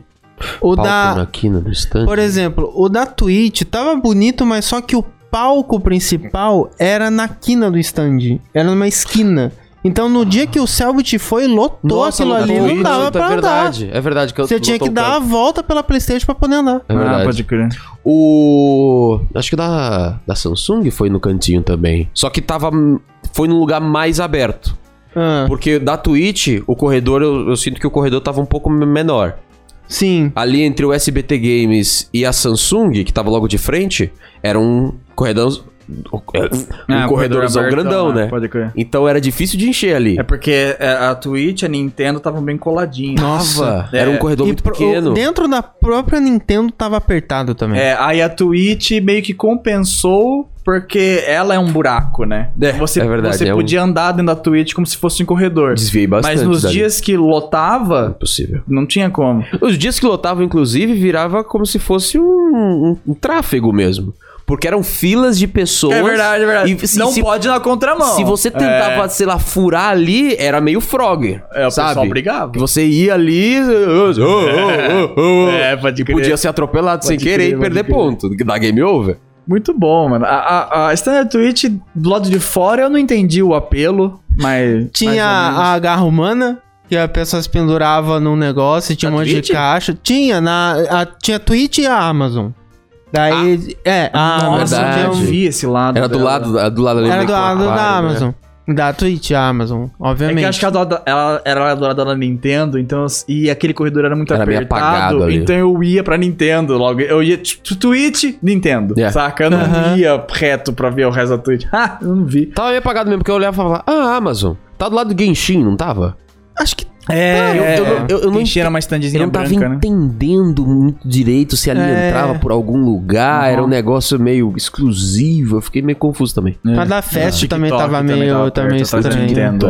Speaker 3: O
Speaker 2: Palco
Speaker 3: da.
Speaker 2: na quina do stand.
Speaker 3: Por exemplo, o da Twitch tava bonito, mas só que o palco principal era na quina do stand. Era numa esquina. Então no dia que o Selbit foi, lotou
Speaker 2: Nossa,
Speaker 3: aquilo ali,
Speaker 2: lotou
Speaker 3: não dava
Speaker 2: muito,
Speaker 3: pra
Speaker 2: É
Speaker 3: andar.
Speaker 2: verdade, é verdade. Que eu-
Speaker 3: Você tinha que
Speaker 2: lotou o
Speaker 3: dar a volta pela Playstation pra poder andar.
Speaker 2: canto. É verdade.
Speaker 1: Ah, pode crer.
Speaker 2: O. Acho que da, da Samsung foi no cantinho também. Só que tava. Foi num lugar mais aberto.
Speaker 3: Ah,
Speaker 2: Porque da Twitch, o corredor, eu, eu sinto que o corredor tava um pouco menor.
Speaker 3: sim.
Speaker 2: Ali entre o SBT Games e a Samsung, que tava logo de frente, era um corredor. Um
Speaker 1: Ah,
Speaker 2: corredorzão
Speaker 1: aberto,
Speaker 2: grandão,
Speaker 1: ah,
Speaker 2: né?
Speaker 1: Pode crer.
Speaker 2: Então era difícil de encher ali.
Speaker 1: É porque é, a Twitch, a Nintendo estavam bem coladinhos.
Speaker 2: Nossa,
Speaker 1: É.
Speaker 2: era um corredor
Speaker 3: E
Speaker 2: muito
Speaker 3: pro-
Speaker 2: pequeno.
Speaker 3: dentro da própria Nintendo tava apertado também.
Speaker 1: É, aí a Twitch meio que compensou porque ela é um buraco, né?
Speaker 2: É,
Speaker 1: você
Speaker 2: é verdade,
Speaker 1: você
Speaker 2: é um-
Speaker 1: podia andar dentro da Twitch como se fosse um corredor.
Speaker 2: Desviei bastante.
Speaker 1: Mas nos
Speaker 2: dali.
Speaker 1: dias que lotava,
Speaker 2: Impossível.
Speaker 1: não tinha como.
Speaker 2: Os dias que lotava, inclusive, virava como se fosse um, um- um tráfego mesmo. Porque eram filas de pessoas.
Speaker 1: é
Speaker 2: E se-
Speaker 1: não
Speaker 2: se-
Speaker 1: pode ir na contramão.
Speaker 2: Se você tentava, sei lá, furar ali, era meio frog.
Speaker 1: É, o
Speaker 2: sabe?
Speaker 1: pessoal brigava.
Speaker 2: Que você ia ali. ô, ô, ô, ô, ô,
Speaker 1: É, pode
Speaker 2: Tipo, e podia ser atropelado sem
Speaker 1: Pode
Speaker 2: querer
Speaker 1: crer,
Speaker 2: e
Speaker 1: pode
Speaker 2: perder
Speaker 1: crer.
Speaker 2: ponto. Da game over.
Speaker 1: Muito bom, mano. A, a, a Standard Twitch do lado de fora eu não entendi o apelo, (laughs) mas.
Speaker 3: Tinha
Speaker 1: mais ou menos.
Speaker 3: a garra humana, que a pessoa se pendurava num negócio e tinha
Speaker 1: Na
Speaker 3: um monte
Speaker 1: Twitch?
Speaker 3: de caixa. Tinha, na, a- tinha a Twitch e a Amazon. Daí, é, a
Speaker 1: Ah. Nossa,
Speaker 3: Amazon tinha
Speaker 1: eu
Speaker 3: um-
Speaker 1: já vi esse lado.
Speaker 2: Ah, Era do
Speaker 1: dela. É
Speaker 2: lado, da- do lado ali
Speaker 3: era do lado da
Speaker 2: aquário, né?
Speaker 3: Amazon. Da Twitch, a Amazon,
Speaker 1: É
Speaker 3: obviamente.
Speaker 1: que eu acho que a do- da- ela era do lado da Nintendo, então. E aquele corredor era muito
Speaker 2: Era meio apagado
Speaker 1: apertado.
Speaker 2: ali.
Speaker 1: então eu ia pra Nintendo logo. Eu ia t- t- Twitch, Nintendo.
Speaker 2: Yeah.
Speaker 1: Saca? Eu não
Speaker 3: Aham.
Speaker 1: ia reto pra ver o resto da Twitch. (laughs) Ah, eu não vi.
Speaker 2: Tava meio apagado mesmo, porque eu olhava e falava, ah, Amazon. Tá do lado do Genshin, não tava?
Speaker 3: Acho que
Speaker 1: É,
Speaker 2: eu- eu- eu- eu não
Speaker 1: Quem cheira uma
Speaker 2: Eu
Speaker 1: standzinha
Speaker 2: não tava
Speaker 1: branca, né?
Speaker 2: entendendo muito direito se ali
Speaker 3: É.
Speaker 2: entrava por algum lugar,
Speaker 1: Uhum.
Speaker 2: era um negócio meio exclusivo, eu fiquei meio confuso também.
Speaker 1: É,
Speaker 3: a da Fest
Speaker 1: TikTok
Speaker 3: também tava
Speaker 1: também
Speaker 3: meio
Speaker 1: tava
Speaker 3: também
Speaker 1: perto, atrás da
Speaker 3: estranho.
Speaker 1: Nintendo.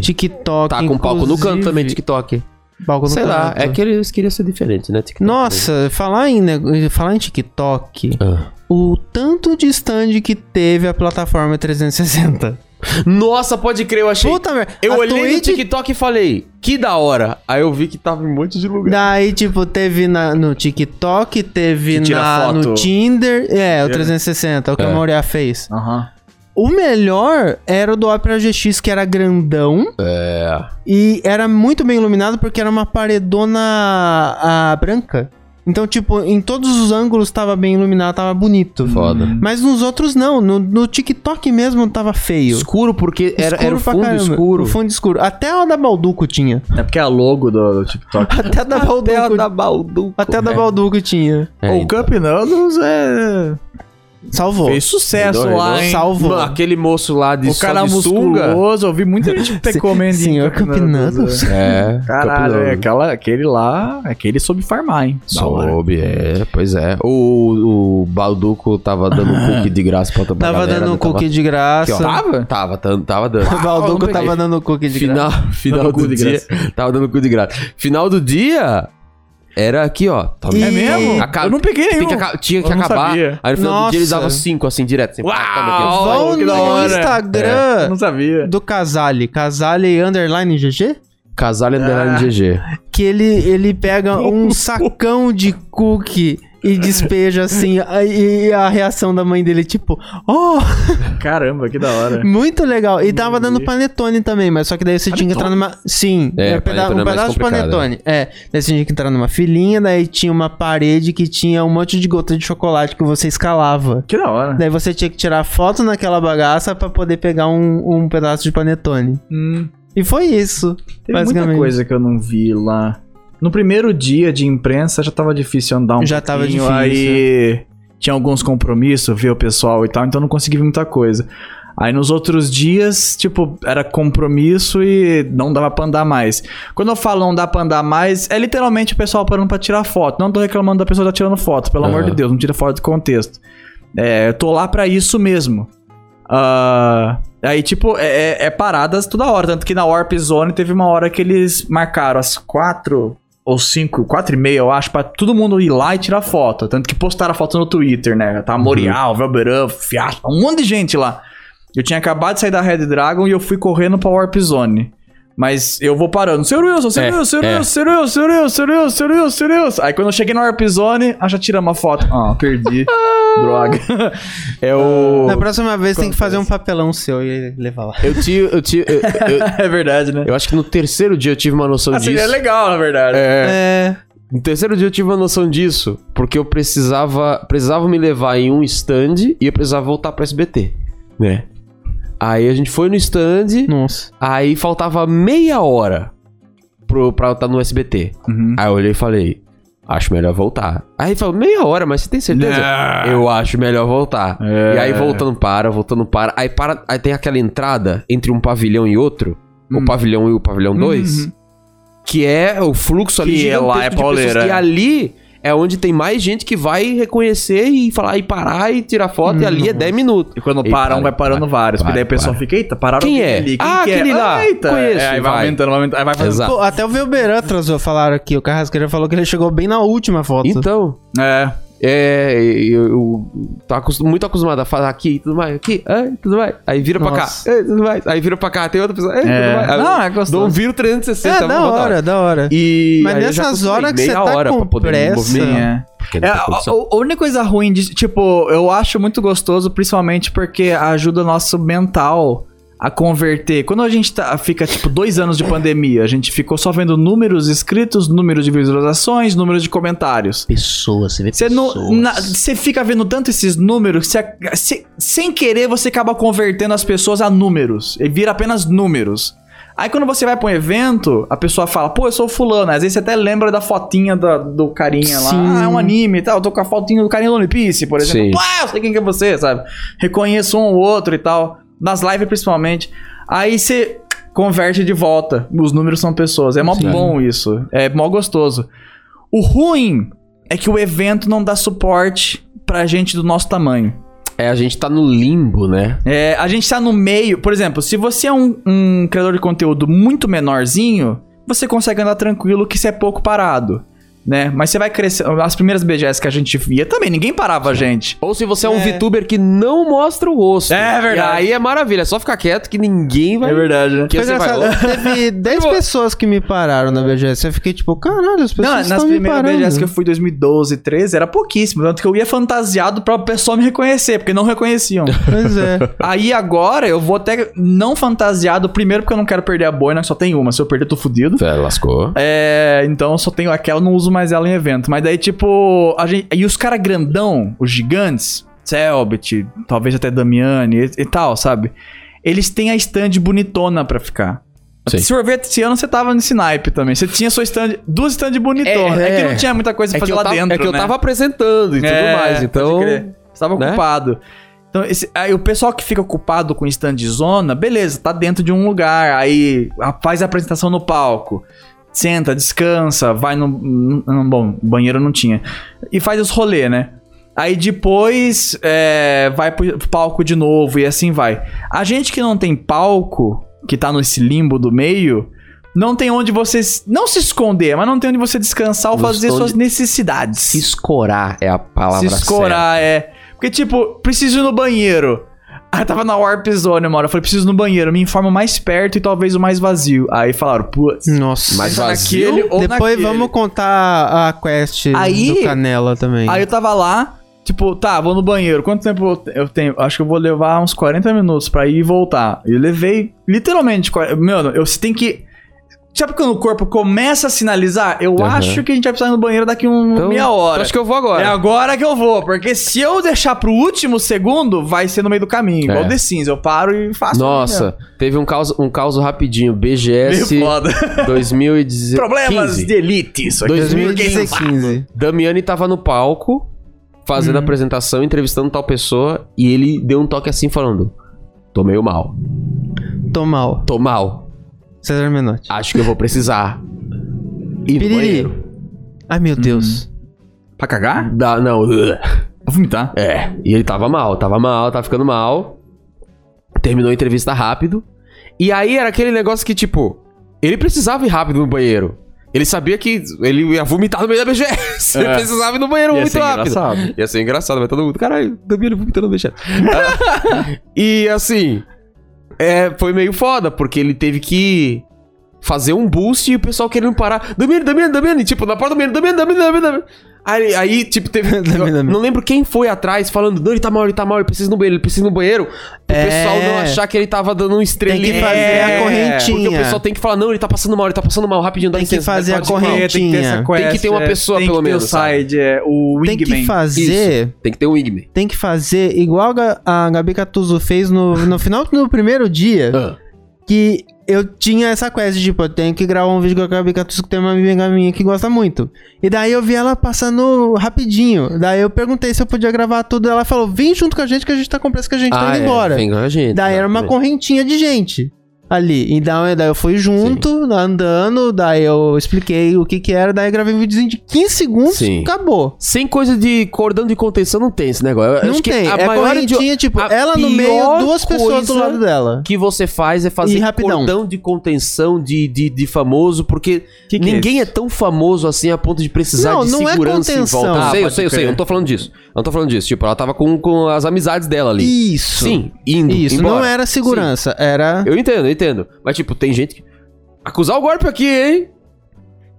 Speaker 2: TikTok.
Speaker 3: TikTok,
Speaker 2: Tá com um palco no canto
Speaker 3: é. inclusive,
Speaker 2: também, TikTok.
Speaker 3: Palco no
Speaker 2: Sei lá,
Speaker 3: canto.
Speaker 2: é que eles queriam ser diferente, né? TikTok.
Speaker 3: Nossa, falar em, nego- falar em TikTok,
Speaker 2: Ah.
Speaker 3: o tanto de stand que teve a plataforma 360.
Speaker 2: Nossa, pode crer, eu achei.
Speaker 3: Puta merda.
Speaker 2: eu
Speaker 3: a
Speaker 2: olhei
Speaker 3: Twitch,
Speaker 2: no TikTok e falei, que da hora. Aí eu vi que tava em um monte de lugar.
Speaker 3: Daí, tipo, teve na- no TikTok, teve
Speaker 1: Que tira
Speaker 3: na, no
Speaker 1: foto.
Speaker 3: Tinder. É, o 360, o que a Maurea fez.
Speaker 1: Aham.
Speaker 3: O melhor era o do Opera GX, que era grandão. É. E era muito bem iluminado porque era uma paredona ah, branca. Então, tipo, em todos os ângulos tava bem iluminado, tava bonito.
Speaker 2: Foda.
Speaker 3: Mas nos outros não, no, no TikTok mesmo tava feio.
Speaker 2: Escuro porque era, era o
Speaker 3: Escuro pra
Speaker 2: fundo
Speaker 3: caramba.
Speaker 2: (laughs) escuro.
Speaker 3: O fundo escuro. Até a da Balduco tinha.
Speaker 1: É porque é a logo do, do TikTok.
Speaker 3: Até a da Balduco.
Speaker 2: Baldu.
Speaker 3: Até a da Balduco tinha.
Speaker 2: É,
Speaker 1: o Camp Noodles é...
Speaker 3: Salvou.
Speaker 1: fez sucesso
Speaker 2: Redor,
Speaker 1: lá,
Speaker 2: redor.
Speaker 1: hein?
Speaker 3: Salvo.
Speaker 2: Mano, aquele moço lá de
Speaker 1: O cara é
Speaker 2: só de sunga.
Speaker 1: musculoso, eu vi muita gente recomendando.
Speaker 3: senhor Cup Noodles.
Speaker 2: É.
Speaker 1: né, Caralho,
Speaker 2: campeão.
Speaker 1: é aquela, aquele lá, aquele soube farmar, hein? Da hora.
Speaker 2: Soube, é, pois é. O, o Balduco tava dando um cookie de graça pra, pra
Speaker 3: Tava
Speaker 2: galera,
Speaker 3: dando um
Speaker 2: né?
Speaker 3: cookie de
Speaker 2: Aqui, ó.
Speaker 3: graça.
Speaker 2: Tava? Tava, tan- tava dando.
Speaker 3: (laughs) O Balduco
Speaker 2: Ah, eu
Speaker 3: tava
Speaker 2: peguei.
Speaker 3: dando cookie de graça.
Speaker 2: Final, (laughs) final
Speaker 1: Dando cu
Speaker 2: do
Speaker 1: de
Speaker 2: dia. Tava dando cu de graça. Final do dia era aqui, ó. Tava-
Speaker 3: E-
Speaker 1: É mesmo?
Speaker 2: Acaba-
Speaker 1: Eu não peguei
Speaker 2: Tem
Speaker 1: nenhum.
Speaker 2: que aca- tinha que
Speaker 1: Eu não
Speaker 2: acabar.
Speaker 1: sabia.
Speaker 2: Aí no final do
Speaker 3: Nossa.
Speaker 2: dia eles davam cinco, assim, direto. Assim, pá, toma aqui, ó.
Speaker 1: Vai,
Speaker 3: Vão
Speaker 1: que da
Speaker 3: no
Speaker 1: hora. É. Eu
Speaker 3: Instagram
Speaker 1: não sabia.
Speaker 3: do Casale. Casale underline GG?
Speaker 2: Casal
Speaker 1: Ah.
Speaker 2: é Underline GG.
Speaker 3: Que ele, ele pega um sacão de cookie e despeja assim. a- E a reação da mãe dele é tipo, oh,
Speaker 1: Caramba, que da hora.
Speaker 3: muito legal. E tava dando panetone também, mas só que daí você tinha que entrar numa. Sim,
Speaker 2: É,
Speaker 3: era peda-
Speaker 2: panetone
Speaker 3: um
Speaker 2: é mais
Speaker 3: pedaço de
Speaker 2: complicado.
Speaker 3: panetone. É, daí você tinha que entrar numa filinha, daí tinha uma parede que tinha um monte de gota de chocolate que você escalava.
Speaker 1: Que da hora.
Speaker 3: Daí você tinha que tirar foto naquela bagaça pra poder pegar um, um pedaço de panetone.
Speaker 1: Hum,
Speaker 3: E foi isso.
Speaker 1: Teve muita
Speaker 3: basicamente.
Speaker 1: coisa que eu não vi lá. No primeiro dia de imprensa já tava difícil andar um
Speaker 3: Já tava
Speaker 1: pouquinho,
Speaker 3: difícil.
Speaker 1: Aí tinha alguns compromissos, ver o pessoal e tal, então não consegui ver muita coisa. Aí nos outros dias, tipo, era compromisso e não dava pra andar mais. Quando eu falo não dá pra andar mais, é literalmente o pessoal parando pra tirar foto. Não tô reclamando da pessoa que tá tirando foto, pelo amor
Speaker 2: Aham.
Speaker 1: de Deus, não tira fora do contexto. É, eu tô lá pra isso mesmo. Ah, aí, tipo, é, é- é paradas toda hora. Tanto que na Warp Zone teve uma hora que eles marcaram as quatro ou cinco, quatro e meia, eu acho, pra todo mundo ir lá e tirar foto. Tanto que postaram a foto no Twitter, né? Tá Morial, Velberan, Fiasco, um monte de gente lá. Eu tinha acabado de sair da Red Dragon e eu fui correndo pra Warp Zone. Mas eu vou parando. Senhor Wilson, senhor
Speaker 2: É,
Speaker 1: Wilson, senhor
Speaker 2: é.
Speaker 1: Wilson, senhor Wilson, senhor Wilson, senhor Wilson, senhor Wilson, senhor Wilson. Aí quando eu cheguei na Warp Zone, ah, já tiramos uma foto. Ah, perdi. Droga. É o...
Speaker 3: Na próxima vez tem que fazer um papelão seu e levar lá.
Speaker 2: Eu tive. Eu, tive eu, eu-
Speaker 1: (laughs) É verdade, né?
Speaker 2: eu acho que no terceiro dia eu tive uma noção
Speaker 1: Assim,
Speaker 2: disso.
Speaker 1: é legal, na verdade.
Speaker 2: É,
Speaker 3: É.
Speaker 2: No terceiro dia eu tive uma noção disso, porque eu precisava, precisava me levar em um stand e eu precisava voltar pra SBT, né? Aí a gente foi no stand,
Speaker 3: Nossa.
Speaker 2: aí faltava meia hora pro, pra eu estar no SBT.
Speaker 1: Uhum.
Speaker 2: Aí eu olhei e falei, acho melhor voltar. Aí ele falou, meia hora, mas você tem certeza?
Speaker 1: Não.
Speaker 2: Eu acho melhor voltar.
Speaker 1: É.
Speaker 2: E aí voltando para, voltando para. Aí para, aí tem aquela entrada entre um pavilhão e outro,
Speaker 1: Hum.
Speaker 2: o pavilhão 1 e o pavilhão 2,
Speaker 1: Uhum.
Speaker 2: que é o fluxo ali
Speaker 1: Que é lá,
Speaker 2: gigantesco
Speaker 1: é
Speaker 2: de pessoas,
Speaker 1: pauleira,
Speaker 2: que
Speaker 1: é.
Speaker 2: ali é onde tem mais gente que vai reconhecer e falar e parar e tirar foto
Speaker 1: Uhum.
Speaker 2: e ali é 10 minutos.
Speaker 1: E quando
Speaker 2: E
Speaker 1: param,
Speaker 2: para,
Speaker 1: vai parando
Speaker 2: para,
Speaker 1: vários.
Speaker 2: para,
Speaker 1: porque daí o pessoal
Speaker 2: para.
Speaker 1: fica, eita, pararam
Speaker 2: Quem
Speaker 1: aquele
Speaker 2: é?
Speaker 1: ali. Quem
Speaker 2: Ah,
Speaker 1: que é?
Speaker 2: aquele lá.
Speaker 1: Ah, eita.
Speaker 2: Conheço,
Speaker 1: É, aí vai
Speaker 2: vai.
Speaker 1: aumentando, vai aumentando. Aí vai fazendo...
Speaker 2: Exato.
Speaker 3: Pô, até o Velberan atrasou falar aqui. O Carrasqueira falou que ele chegou bem na última foto.
Speaker 2: Então,
Speaker 1: É.
Speaker 2: É, eu, eu tô acostum- muito acostumado a falar aqui e tudo mais, aqui, ai, tudo mais. Aí vira
Speaker 3: Nossa.
Speaker 2: pra cá, ai, tudo mais. Aí vira pra cá, tem outra pessoa, ai,
Speaker 1: É.
Speaker 2: tudo mais. Aí eu
Speaker 3: Não, é gostoso.
Speaker 2: Dou um viro 360.
Speaker 3: é,
Speaker 2: vou
Speaker 3: da
Speaker 2: botar.
Speaker 3: hora, da hora.
Speaker 2: E
Speaker 3: Mas
Speaker 2: aí eu já
Speaker 3: nessas
Speaker 2: acostumei,
Speaker 3: horas que
Speaker 2: meia
Speaker 3: você tá
Speaker 2: hora
Speaker 3: com
Speaker 2: pra poder
Speaker 3: pressa-
Speaker 2: me movimentar,
Speaker 1: é.
Speaker 2: porque não
Speaker 1: É,
Speaker 2: tem
Speaker 1: a,
Speaker 2: condição.
Speaker 1: a- a única coisa ruim disso, tipo, eu acho muito gostoso, principalmente porque ajuda o nosso mental a converter. Quando a gente tá- fica, tipo, dois anos de pandemia, a gente ficou só vendo números escritos, números de visualizações, números de comentários.
Speaker 3: Pessoas, você vê
Speaker 1: Você não, na- você fica vendo tanto esses números, que você- se- sem querer você acaba convertendo as pessoas a números. E vira apenas números. Aí quando você vai pra um evento, a pessoa fala, pô, eu sou fulano. Às vezes você até lembra da fotinha da- do carinha
Speaker 3: Sim.
Speaker 1: lá. Ah, é um anime e tal. Eu tô com a fotinha do carinha do One Piece, por exemplo.
Speaker 2: Sim.
Speaker 1: Pá, eu sei quem que é você, sabe? Reconheço um ou outro e tal. Nas lives principalmente. Aí você converte de volta. Os números são pessoas. É mó
Speaker 2: Sim.
Speaker 1: bom isso. É mó gostoso. O ruim é que o evento não dá suporte pra gente do nosso tamanho.
Speaker 2: É, a gente tá no limbo, né?
Speaker 1: É, a gente tá no meio. Por exemplo, se você é um, um criador de conteúdo muito menorzinho, você consegue andar tranquilo que você é pouco parado. Né? Mas você vai crescer. As primeiras BGS que a gente via também, ninguém parava a gente.
Speaker 2: Ou se você é um
Speaker 3: É.
Speaker 2: VTuber que não mostra o rosto.
Speaker 1: É verdade.
Speaker 2: E aí é maravilha, é só ficar quieto que ninguém vai...
Speaker 1: verdade, né?
Speaker 2: que
Speaker 3: Foi
Speaker 2: você vai...
Speaker 3: engraçado,
Speaker 2: (laughs)
Speaker 3: teve 10 pessoas que me pararam na BGS. Eu fiquei tipo, caralho, as
Speaker 1: Não,
Speaker 3: pessoas
Speaker 1: nas
Speaker 3: estão me
Speaker 1: primeiras
Speaker 3: parando.
Speaker 1: BGS que eu fui em 2012, 13, era pouquíssimo. Tanto que eu ia fantasiado pra pessoa me reconhecer, porque não reconheciam.
Speaker 3: Pois é.
Speaker 1: Aí agora eu vou até não fantasiado, primeiro porque eu não quero perder a boina, que só tem uma. Se eu perder, eu tô fudido.
Speaker 2: É, lascou.
Speaker 1: É, então eu só tenho aquela, não uso mais ela em evento. Mas daí, tipo, a gente, e os caras grandão, os gigantes, Selbit, talvez até Damiani e, e tal, sabe? Eles têm a stand bonitona pra ficar.
Speaker 2: Sim.
Speaker 1: Se for ver, esse ano você tava nesse naipe também. Você tinha sua stand, duas stand bonitonas. É,
Speaker 2: É,
Speaker 1: que
Speaker 2: é.
Speaker 1: não tinha muita coisa pra
Speaker 2: É que,
Speaker 1: fazer
Speaker 2: eu
Speaker 1: lá
Speaker 2: tava,
Speaker 1: dentro,
Speaker 2: é que eu
Speaker 1: né?
Speaker 2: tava apresentando e
Speaker 1: É,
Speaker 2: tudo mais,
Speaker 1: pode
Speaker 2: então...
Speaker 1: crer. Estava
Speaker 2: né?
Speaker 1: ocupado. Então, esse- aí o pessoal que fica ocupado com stand zona, beleza, tá dentro de um lugar, aí a- faz a apresentação no palco. Senta, descansa, vai no, no- no- Bom, banheiro não tinha. E faz os rolê, né? Aí depois é, vai pro palco de novo e assim vai. A gente que não tem palco, que tá nesse limbo do meio, não tem onde você. s- Não se esconder, mas não tem onde você descansar ou
Speaker 2: Não
Speaker 1: fazer
Speaker 2: estou
Speaker 1: suas
Speaker 2: de-
Speaker 1: necessidades.
Speaker 2: Se escorar é a palavra
Speaker 1: Se escorar, é. Porque, tipo, preciso ir no banheiro. Aí tava na Warp Zone uma hora. Eu falei, preciso ir no banheiro. Me informa o mais perto e talvez o mais vazio. Aí falaram, putz.
Speaker 3: (laughs) Nossa.
Speaker 2: Mas
Speaker 1: tá
Speaker 2: vazio?
Speaker 1: naquele ou
Speaker 3: Hum. Depois
Speaker 1: naquele.
Speaker 3: vamos contar a quest
Speaker 1: Aí-
Speaker 3: do Canela também.
Speaker 1: Aí eu tava lá, tipo, tá, vou no banheiro. Quanto tempo eu te- eu tenho? Acho que eu vou levar uns 40 minutos pra ir e voltar. E eu levei, literalmente, 40 meu, eu você tem que Sabe quando o corpo começa a sinalizar? Eu
Speaker 2: Aham. tá
Speaker 1: acho que a gente vai precisar ir no banheiro daqui um,
Speaker 4: Então,
Speaker 1: meia hora.
Speaker 4: Acho que eu vou agora.
Speaker 1: É agora que eu vou, porque se eu deixar pro último segundo, vai ser no meio do caminho, igual
Speaker 2: É.
Speaker 1: The Sims. Eu paro e faço.
Speaker 2: Nossa, é teve um caos, um caos rapidinho.
Speaker 1: Meio
Speaker 2: BGS (laughs)
Speaker 1: foda.
Speaker 2: 2015.
Speaker 1: Problemas de elite, isso aqui.
Speaker 3: 2015.
Speaker 2: Damiani tava no palco, fazendo a apresentação, entrevistando tal pessoa, e ele deu um toque assim, falando: Tô meio mal,
Speaker 3: Tô mal.
Speaker 2: tô mal,
Speaker 3: César Menotti.
Speaker 2: acho que eu vou precisar. E
Speaker 3: Piriri. Ai,
Speaker 2: Uhum.
Speaker 3: meu Deus.
Speaker 1: Pra cagar?
Speaker 2: Dá, não, ugh.
Speaker 1: Vou vomitar.
Speaker 2: é. E ele tava mal, tava mal, tava ficando mal. Terminou a entrevista rápido.
Speaker 4: E aí era aquele negócio que, tipo, ele precisava ir rápido no banheiro. Ele sabia que ele ia vomitar no meio da
Speaker 2: (laughs)
Speaker 4: BGS. Ele
Speaker 2: É.
Speaker 4: precisava ir no banheiro
Speaker 2: Ia
Speaker 4: muito
Speaker 2: ser
Speaker 4: rápido.
Speaker 2: engraçado.
Speaker 4: Ia ser engraçado, mas todo mundo, caralho, Damiano vomitando no
Speaker 1: Tipo,
Speaker 4: BGS. Ah, e assim, é, foi meio foda, porque ele teve que fazer um boost e o pessoal querendo parar. Damiano, Damiano, Damiano, e, tipo, na porta do Damiano, Damiano, Damiano, Damiano. Damiano. Aí, aí, tipo,
Speaker 3: (laughs)
Speaker 4: teve.
Speaker 3: Damiano,
Speaker 4: eu
Speaker 3: Damiano.
Speaker 4: não lembro quem foi atrás falando, não, ele tá mal, ele tá mal, ele precisa ir no banheiro, ele precisa ir no banheiro. Pro
Speaker 3: É.
Speaker 4: pessoal não achar que ele tava dando um estrela
Speaker 3: Tem que fazer
Speaker 2: É,
Speaker 3: a correntinha.
Speaker 4: porque o pessoal tem que falar, não, ele tá passando mal, ele tá passando mal, rapidinho, dá
Speaker 3: Tem que
Speaker 4: licença.
Speaker 3: fazer
Speaker 4: pode
Speaker 3: a
Speaker 4: ir mal.
Speaker 3: corrente.
Speaker 1: Tem que ter essa
Speaker 3: Tem
Speaker 1: quest,
Speaker 4: que ter uma
Speaker 1: é,
Speaker 4: pessoa,
Speaker 1: tem
Speaker 4: pelo
Speaker 1: que ter
Speaker 4: menos,
Speaker 1: o side, é, o
Speaker 3: Tem
Speaker 1: wingman.
Speaker 3: que fazer.
Speaker 4: Tem que ter um Igme.
Speaker 3: Tem que fazer igual a Ga- a Gabi Catuzo fez no, no final do primeiro dia.
Speaker 2: Ah.
Speaker 3: Que eu tinha essa quest, tipo, eu tenho que gravar um vídeo com a Gabi Catuzo que tem uma amiga minha que gosta muito. E daí eu vi ela passando rapidinho. Daí eu perguntei se eu podia gravar tudo. Ela falou: vem junto com a gente que a gente tá com pressa que a gente tá
Speaker 2: Ah,
Speaker 3: indo
Speaker 2: é,
Speaker 3: embora.
Speaker 2: vem com a gente,
Speaker 3: Daí era uma
Speaker 2: exatamente.
Speaker 3: correntinha de gente ali. Então eu- daí eu fui junto, andando, daí eu expliquei o que que era, daí eu gravei um videozinho de 15 segundos
Speaker 2: Sim.
Speaker 3: acabou.
Speaker 2: Sem coisa de cordão de contenção não tem esse negócio. Eu
Speaker 3: Não
Speaker 2: acho que
Speaker 3: tem,
Speaker 2: a
Speaker 3: é
Speaker 2: maior idi-
Speaker 3: correntinha, tipo,
Speaker 2: a
Speaker 3: ela no meio,
Speaker 2: pior
Speaker 3: duas pessoas do
Speaker 2: coisa
Speaker 3: lado dela.
Speaker 2: que você faz é fazer
Speaker 3: E rapidão.
Speaker 2: cordão de contenção de, de, de famoso, porque
Speaker 1: Que que é
Speaker 2: ninguém é,
Speaker 1: isso?
Speaker 2: tão famoso assim a ponto de precisar
Speaker 3: Não,
Speaker 2: de
Speaker 3: não é
Speaker 2: segurança em
Speaker 3: contenção.
Speaker 2: volta. Eu
Speaker 3: Ah,
Speaker 2: sei, eu
Speaker 1: pode
Speaker 2: sei, eu sei,
Speaker 1: crer.
Speaker 2: eu não tô falando disso. Eu não tô falando disso. Tipo, ela tava com, com as amizades dela ali.
Speaker 3: Isso.
Speaker 2: Sim, indo.
Speaker 3: Isso,
Speaker 2: embora.
Speaker 3: não era segurança, era.
Speaker 2: Sim. Eu entendo, eu entendo. Mas, tipo, tem gente que.
Speaker 4: Acusar o golpe aqui, hein?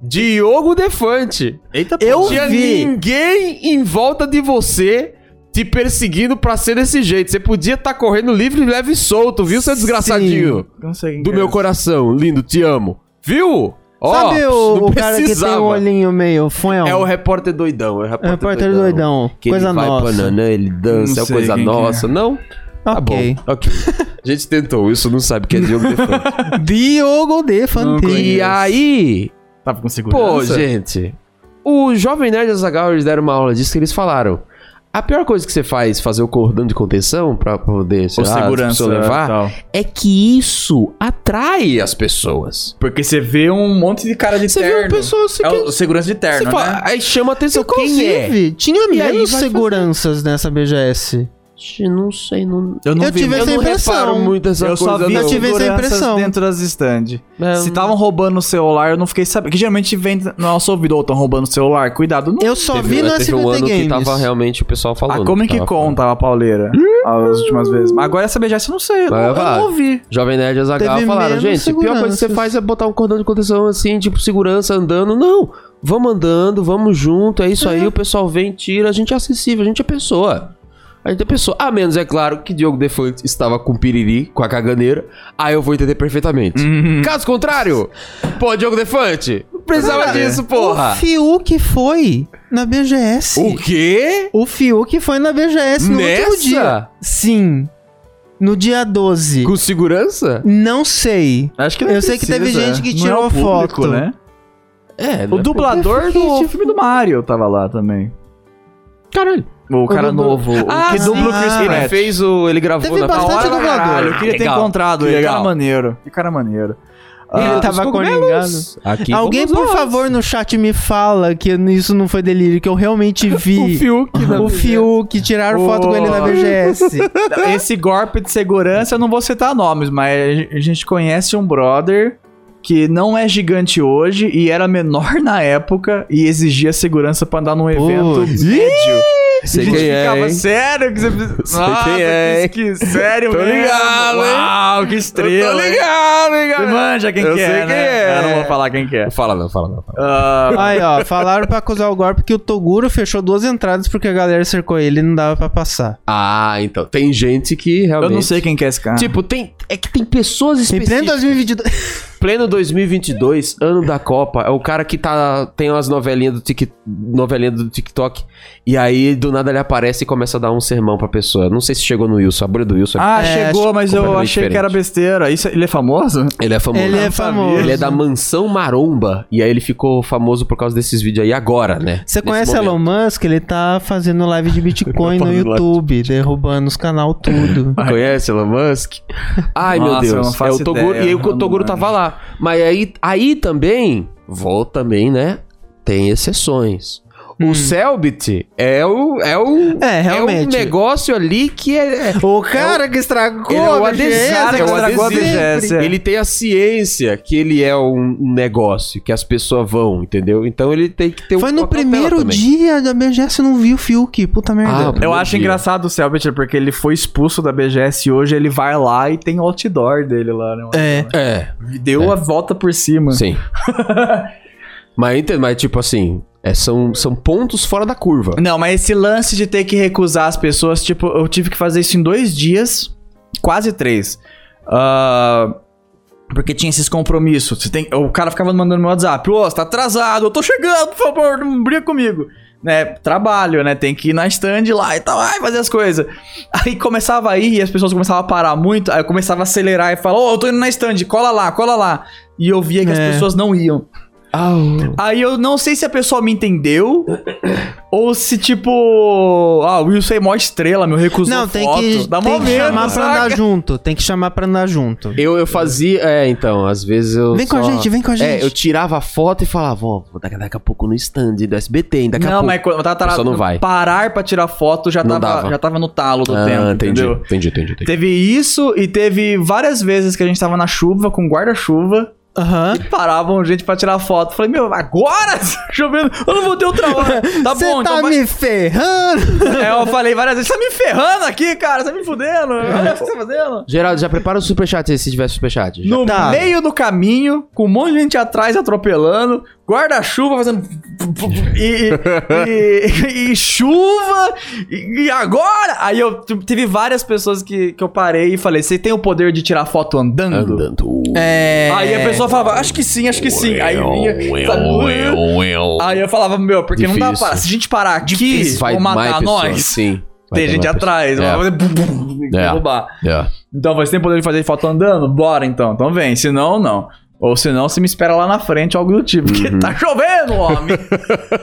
Speaker 4: Diogo Defante.
Speaker 2: Eita,
Speaker 3: Eu
Speaker 4: Não tinha
Speaker 3: vi.
Speaker 4: ninguém em volta de você te perseguindo pra ser desse jeito. Você podia
Speaker 2: tá
Speaker 4: estar correndo livre, leve e solto, viu, seu desgraçadinho?
Speaker 1: Não sei
Speaker 4: Do meu coração, lindo, te amo. Viu? Ó,
Speaker 3: Sabe
Speaker 4: não
Speaker 3: o, o cara que tem
Speaker 4: precisava.
Speaker 3: um olhinho meio fonhão?
Speaker 2: É o repórter doidão, é o
Speaker 3: É
Speaker 2: repórter,
Speaker 3: o repórter doidão.
Speaker 2: Que
Speaker 3: Coisa
Speaker 2: ele vai
Speaker 3: nossa.
Speaker 2: banana, ele dança,
Speaker 1: Não
Speaker 2: é
Speaker 1: sei
Speaker 2: coisa
Speaker 1: quem que é.
Speaker 2: nossa, não? Tá
Speaker 3: Ok.
Speaker 2: bom, (laughs) ok. A gente tentou, isso não sabe que é Diogo Defante.
Speaker 3: Diogo
Speaker 1: Não
Speaker 3: Defante.
Speaker 1: conheço.
Speaker 2: (laughs) E aí,
Speaker 1: Tava com
Speaker 2: pô,
Speaker 1: segurança.
Speaker 2: gente, o Jovem Nerd e Azaghal, eles deram uma aula disso que eles falaram. A pior coisa que você faz, fazer o cordão de contenção pra poder, sei
Speaker 1: Ou
Speaker 2: lá,
Speaker 1: segurança.
Speaker 2: se ah, levar,
Speaker 1: tal.
Speaker 2: é que isso atrai as pessoas.
Speaker 1: Porque você vê um monte de cara de
Speaker 2: Você
Speaker 1: terno.
Speaker 2: vê uma pessoa, você
Speaker 1: é
Speaker 2: quer-
Speaker 1: o segurança de terno,
Speaker 2: você
Speaker 1: né?
Speaker 2: fala, "Ah, aí chama atenção, quem é?
Speaker 3: Inclusive, tinha
Speaker 2: E aí
Speaker 3: menos
Speaker 2: vai
Speaker 3: seguranças nessa BGS.
Speaker 2: Gente, Não sei, não...
Speaker 1: não
Speaker 3: eu
Speaker 1: vi
Speaker 3: tive
Speaker 1: muito.
Speaker 3: essa
Speaker 2: não reparo
Speaker 3: impressão.
Speaker 2: muito essa
Speaker 1: Eu
Speaker 2: coisa,
Speaker 1: só vi
Speaker 2: não.
Speaker 3: Eu tive essa
Speaker 1: seguranças
Speaker 3: impressão.
Speaker 1: dentro das stand.
Speaker 2: É,
Speaker 1: Se estavam roubando o celular, eu não fiquei sabendo. Que geralmente vem no nosso ouvido, ou estão roubando o celular. Cuidado. Não.
Speaker 3: Eu só
Speaker 2: Teve-
Speaker 3: vi no
Speaker 2: teve
Speaker 3: SBT
Speaker 2: um ano
Speaker 3: Games. Ah, é
Speaker 2: que tava realmente o pessoal falando.
Speaker 1: é a Comic
Speaker 2: que tava
Speaker 1: Con tava pauleira as últimas vezes. Mas Agora essa BGS eu não sei, eu não,
Speaker 2: Vai,
Speaker 1: eu
Speaker 2: vai.
Speaker 1: não ouvi.
Speaker 2: Jovem Nerd e Azaghal
Speaker 3: Teve
Speaker 2: falaram,
Speaker 3: menos
Speaker 2: gente, a pior coisa que você
Speaker 3: seguranças.
Speaker 2: faz é botar um cordão de contenção assim, tipo segurança andando. Não, vamos andando, vamos junto, é isso aí, o pessoal vem, tira, a gente é acessível, a gente é pessoa. A gente é pessoa. A menos, é claro, que Diogo Defante estava com piriri, com a caganeira, aí eu vou entender perfeitamente.
Speaker 3: Uhum.
Speaker 2: Caso contrário, pô, Diogo Defante, não precisava disso,
Speaker 3: O
Speaker 2: porra.
Speaker 3: Fiuk foi na BGS.
Speaker 2: O quê?
Speaker 3: O Fiuk foi na BGS no último
Speaker 2: Nessa?
Speaker 3: dia. Sim. No dia 12.
Speaker 2: Com segurança?
Speaker 3: Não sei.
Speaker 1: Acho que
Speaker 3: Eu sei que teve gente que
Speaker 1: Não é o
Speaker 3: tirou foto.
Speaker 1: né?
Speaker 2: É,
Speaker 1: O dublador do filme do Mario tava lá também.
Speaker 2: Caralho.
Speaker 1: O cara
Speaker 3: dublador.
Speaker 1: novo. o
Speaker 2: Ah,
Speaker 1: que dubla o
Speaker 3: sim.
Speaker 1: Chris
Speaker 3: Ah,
Speaker 1: Pratt.
Speaker 2: Ele fez o. Ele gravou
Speaker 3: Teve
Speaker 2: na
Speaker 3: bastante
Speaker 2: Caralho,
Speaker 3: é dublador.
Speaker 1: Eu queria
Speaker 2: legal.
Speaker 1: ter encontrado ele.
Speaker 2: Legal. tá
Speaker 1: Cara maneiro. Que cara maneiro. Ah,
Speaker 3: Ele tava coringado.
Speaker 2: Aqui
Speaker 3: Alguém,
Speaker 2: vamos
Speaker 3: por
Speaker 2: nós.
Speaker 3: favor, no chat me fala que isso não foi delírio, que eu
Speaker 2: (laughs)
Speaker 3: realmente vi. o Fiuk. O Fiuk, tiraram foto com ele na
Speaker 1: Oh.
Speaker 2: (laughs)
Speaker 3: BGS.
Speaker 1: Esse golpe de segurança, eu não vou citar nomes, mas a gente conhece um brother que não é gigante hoje e era menor (laughs) na época e exigia segurança pra andar num evento
Speaker 3: Putz.
Speaker 1: médio.
Speaker 2: Sei
Speaker 1: a gente
Speaker 2: quem é,
Speaker 1: ficava,
Speaker 2: hein?
Speaker 1: sério? Que você... Nossa,
Speaker 2: quem é,
Speaker 1: que, que sério
Speaker 2: Tô
Speaker 1: mesmo.
Speaker 2: ligado, hein?
Speaker 1: Uau, que estrela.
Speaker 2: Eu tô
Speaker 1: hein?
Speaker 2: ligado, hein,
Speaker 1: Você
Speaker 2: galera?
Speaker 1: manja quem
Speaker 2: Eu
Speaker 1: que é,
Speaker 2: sei quem
Speaker 1: né?
Speaker 2: é.
Speaker 1: Eu não vou falar quem que é.
Speaker 2: Fala não, fala não. Fala.
Speaker 1: Ah,
Speaker 3: Aí, ó, falaram pra acusar o golpe que o Toguro fechou duas entradas porque a galera cercou ele e não dava pra passar.
Speaker 2: Ah, então. Tem gente que
Speaker 1: eu
Speaker 2: realmente.
Speaker 1: não sei quem que é esse cara.
Speaker 2: Tipo, tem. É que tem pessoas
Speaker 3: Em pleno
Speaker 2: específicas.
Speaker 3: 2022.
Speaker 2: Pleno 2022, ano da Copa. É o cara que tá, tem umas novelinhas do, tic, novelinha do TikTok. E aí, do nada, ele aparece e começa a dar um sermão pra pessoa. Não sei se chegou no Wilson, a bolha do Wilson.
Speaker 1: Ah,
Speaker 3: É,
Speaker 1: chegou, mas eu
Speaker 2: completamente
Speaker 1: achei
Speaker 2: diferente.
Speaker 1: que era besteira. Isso, ele é famoso?
Speaker 2: Ele é famoso.
Speaker 3: Ele é famoso.
Speaker 2: Ele é da Mansão Maromba. E aí ele ficou famoso por causa desses vídeos aí agora, né?
Speaker 3: Você
Speaker 2: Nesse
Speaker 3: conhece
Speaker 2: momento.
Speaker 3: Elon Musk? Ele tá fazendo live
Speaker 2: (laughs)
Speaker 3: de Bitcoin
Speaker 1: Fazendo
Speaker 3: no
Speaker 1: live de
Speaker 3: YouTube, derrubando os canal tudo.
Speaker 2: Conhece Elon Musk?
Speaker 1: Nossa,
Speaker 2: Ai, meu
Speaker 1: eu não
Speaker 2: Deus. É
Speaker 1: faço
Speaker 2: o Toguro,
Speaker 1: ideia,
Speaker 2: e aí o
Speaker 1: eu não
Speaker 2: Toguro tava
Speaker 1: manjo.
Speaker 2: lá. Mas aí, aí também, vou também, né? Tem exceções.
Speaker 3: Hum.
Speaker 2: O Selbit é o é o
Speaker 3: É, realmente.
Speaker 2: um negócio ali que é, é-
Speaker 3: O cara que estragou
Speaker 2: ele é o
Speaker 3: a BGS,
Speaker 2: adesado, é o
Speaker 1: estragou a BGS.
Speaker 2: adesivo. Ele tem a ciência que ele é um negócio que as pessoas vão, entendeu? Então ele tem que ter
Speaker 3: Foi
Speaker 2: um
Speaker 3: no
Speaker 2: uma cautela
Speaker 3: primeiro
Speaker 2: também.
Speaker 3: dia da BGS, eu não vi o Fiuk. Puta merda.
Speaker 2: Ah,
Speaker 1: Eu
Speaker 2: Meu
Speaker 1: acho
Speaker 2: Deus.
Speaker 1: engraçado o Selbit, porque ele foi expulso da BGS e hoje ele vai lá e tem outdoor dele lá, né?
Speaker 3: É.
Speaker 2: É,
Speaker 1: Deu a volta por cima.
Speaker 2: (laughs) sim. mas, ente- mas tipo assim, é, são, são pontos fora da curva.
Speaker 1: Não, mas esse lance de ter que recusar as pessoas, tipo, eu tive que fazer isso em dois dias, quase três. Ah, porque tinha esses compromissos. Você tem, o cara ficava mandando no WhatsApp, ô, você tá atrasado, eu tô chegando, por favor, não briga comigo. Né, trabalho, né? Tem que ir na stand lá e tal, ai, fazer as coisas. Aí começava a ir e as pessoas começavam a parar muito, aí eu começava a acelerar e falar, ô, eu tô indo na stand, cola lá, cola lá. E eu via que
Speaker 3: É.
Speaker 1: as pessoas não iam.
Speaker 2: Ah,
Speaker 1: Aí eu não sei se a pessoa me
Speaker 2: (coughs)
Speaker 1: entendeu ou se tipo, ah, o Wilson é mó estrela, meu recusou
Speaker 3: Não, tem
Speaker 1: foto.
Speaker 3: que,
Speaker 1: Dá mó
Speaker 3: tem que
Speaker 1: medo,
Speaker 3: chamar pra
Speaker 1: saca?
Speaker 3: andar junto. Tem que chamar pra andar junto.
Speaker 2: Eu, eu fazia. É, então, às vezes eu.
Speaker 3: Vem com a
Speaker 2: só-
Speaker 3: gente, vem com a
Speaker 2: É,
Speaker 3: gente.
Speaker 2: eu tirava a foto e falava, ó, vou daqui, daqui a pouco no stand do SBT, hein? Daqui a
Speaker 1: Não,
Speaker 2: pouco.
Speaker 1: mas quando eu tava
Speaker 2: A pessoa não vai.
Speaker 1: parar pra tirar foto já
Speaker 2: Não
Speaker 1: tava,
Speaker 2: dava.
Speaker 1: já tava no talo do
Speaker 2: Ah,
Speaker 1: tempo,
Speaker 2: entendi,
Speaker 1: entendeu?
Speaker 2: entendi, entendi, entendi.
Speaker 1: Teve isso e teve várias vezes que a gente tava na chuva com guarda-chuva
Speaker 3: Aham.
Speaker 1: e paravam gente pra tirar foto. Falei, meu, agora? (laughs) Chovendo, eu não vou ter outra hora. Tá
Speaker 3: Você
Speaker 1: bom,
Speaker 3: tá
Speaker 1: então vai-
Speaker 3: me ferrando.
Speaker 1: (laughs) É, eu falei várias vezes, você tá me ferrando aqui, cara, você tá me fudendo, olha o que você tá fazendo.
Speaker 2: Geraldo, já prepara o superchat aí se tiver superchat. Já.
Speaker 1: No
Speaker 3: Tá.
Speaker 1: meio do caminho, com um monte de gente atrás atropelando, guarda-chuva fazendo. (laughs) E, e- e- e chuva, e, e agora? Aí eu t- teve várias pessoas que, que eu parei e falei: Você tem o poder de tirar foto andando?
Speaker 2: Andando.
Speaker 3: É.
Speaker 1: Aí a pessoa falava: Acho que sim, acho que sim. Aí vinha. sabe?
Speaker 2: (laughs)
Speaker 1: Aí eu falava: Meu, porque não dá
Speaker 2: Difícil.
Speaker 1: pra. Se a gente parar aqui,
Speaker 2: Isso vai
Speaker 1: vão
Speaker 2: mais
Speaker 1: matar
Speaker 2: pessoa,
Speaker 1: nós.
Speaker 2: Sim. Vai
Speaker 1: Tem
Speaker 2: ter
Speaker 1: gente
Speaker 2: mais
Speaker 1: atrás,
Speaker 2: É.
Speaker 1: vai fazer bum, bum, tem que
Speaker 2: É.
Speaker 1: derrubar.
Speaker 2: pessoa. É.
Speaker 1: Então você tem poder de fazer foto andando? Bora então, então vem. Se não, não. Ou se não, você me espera lá na frente, algo do tipo. Porque tá chovendo, (laughs) homem.
Speaker 2: É.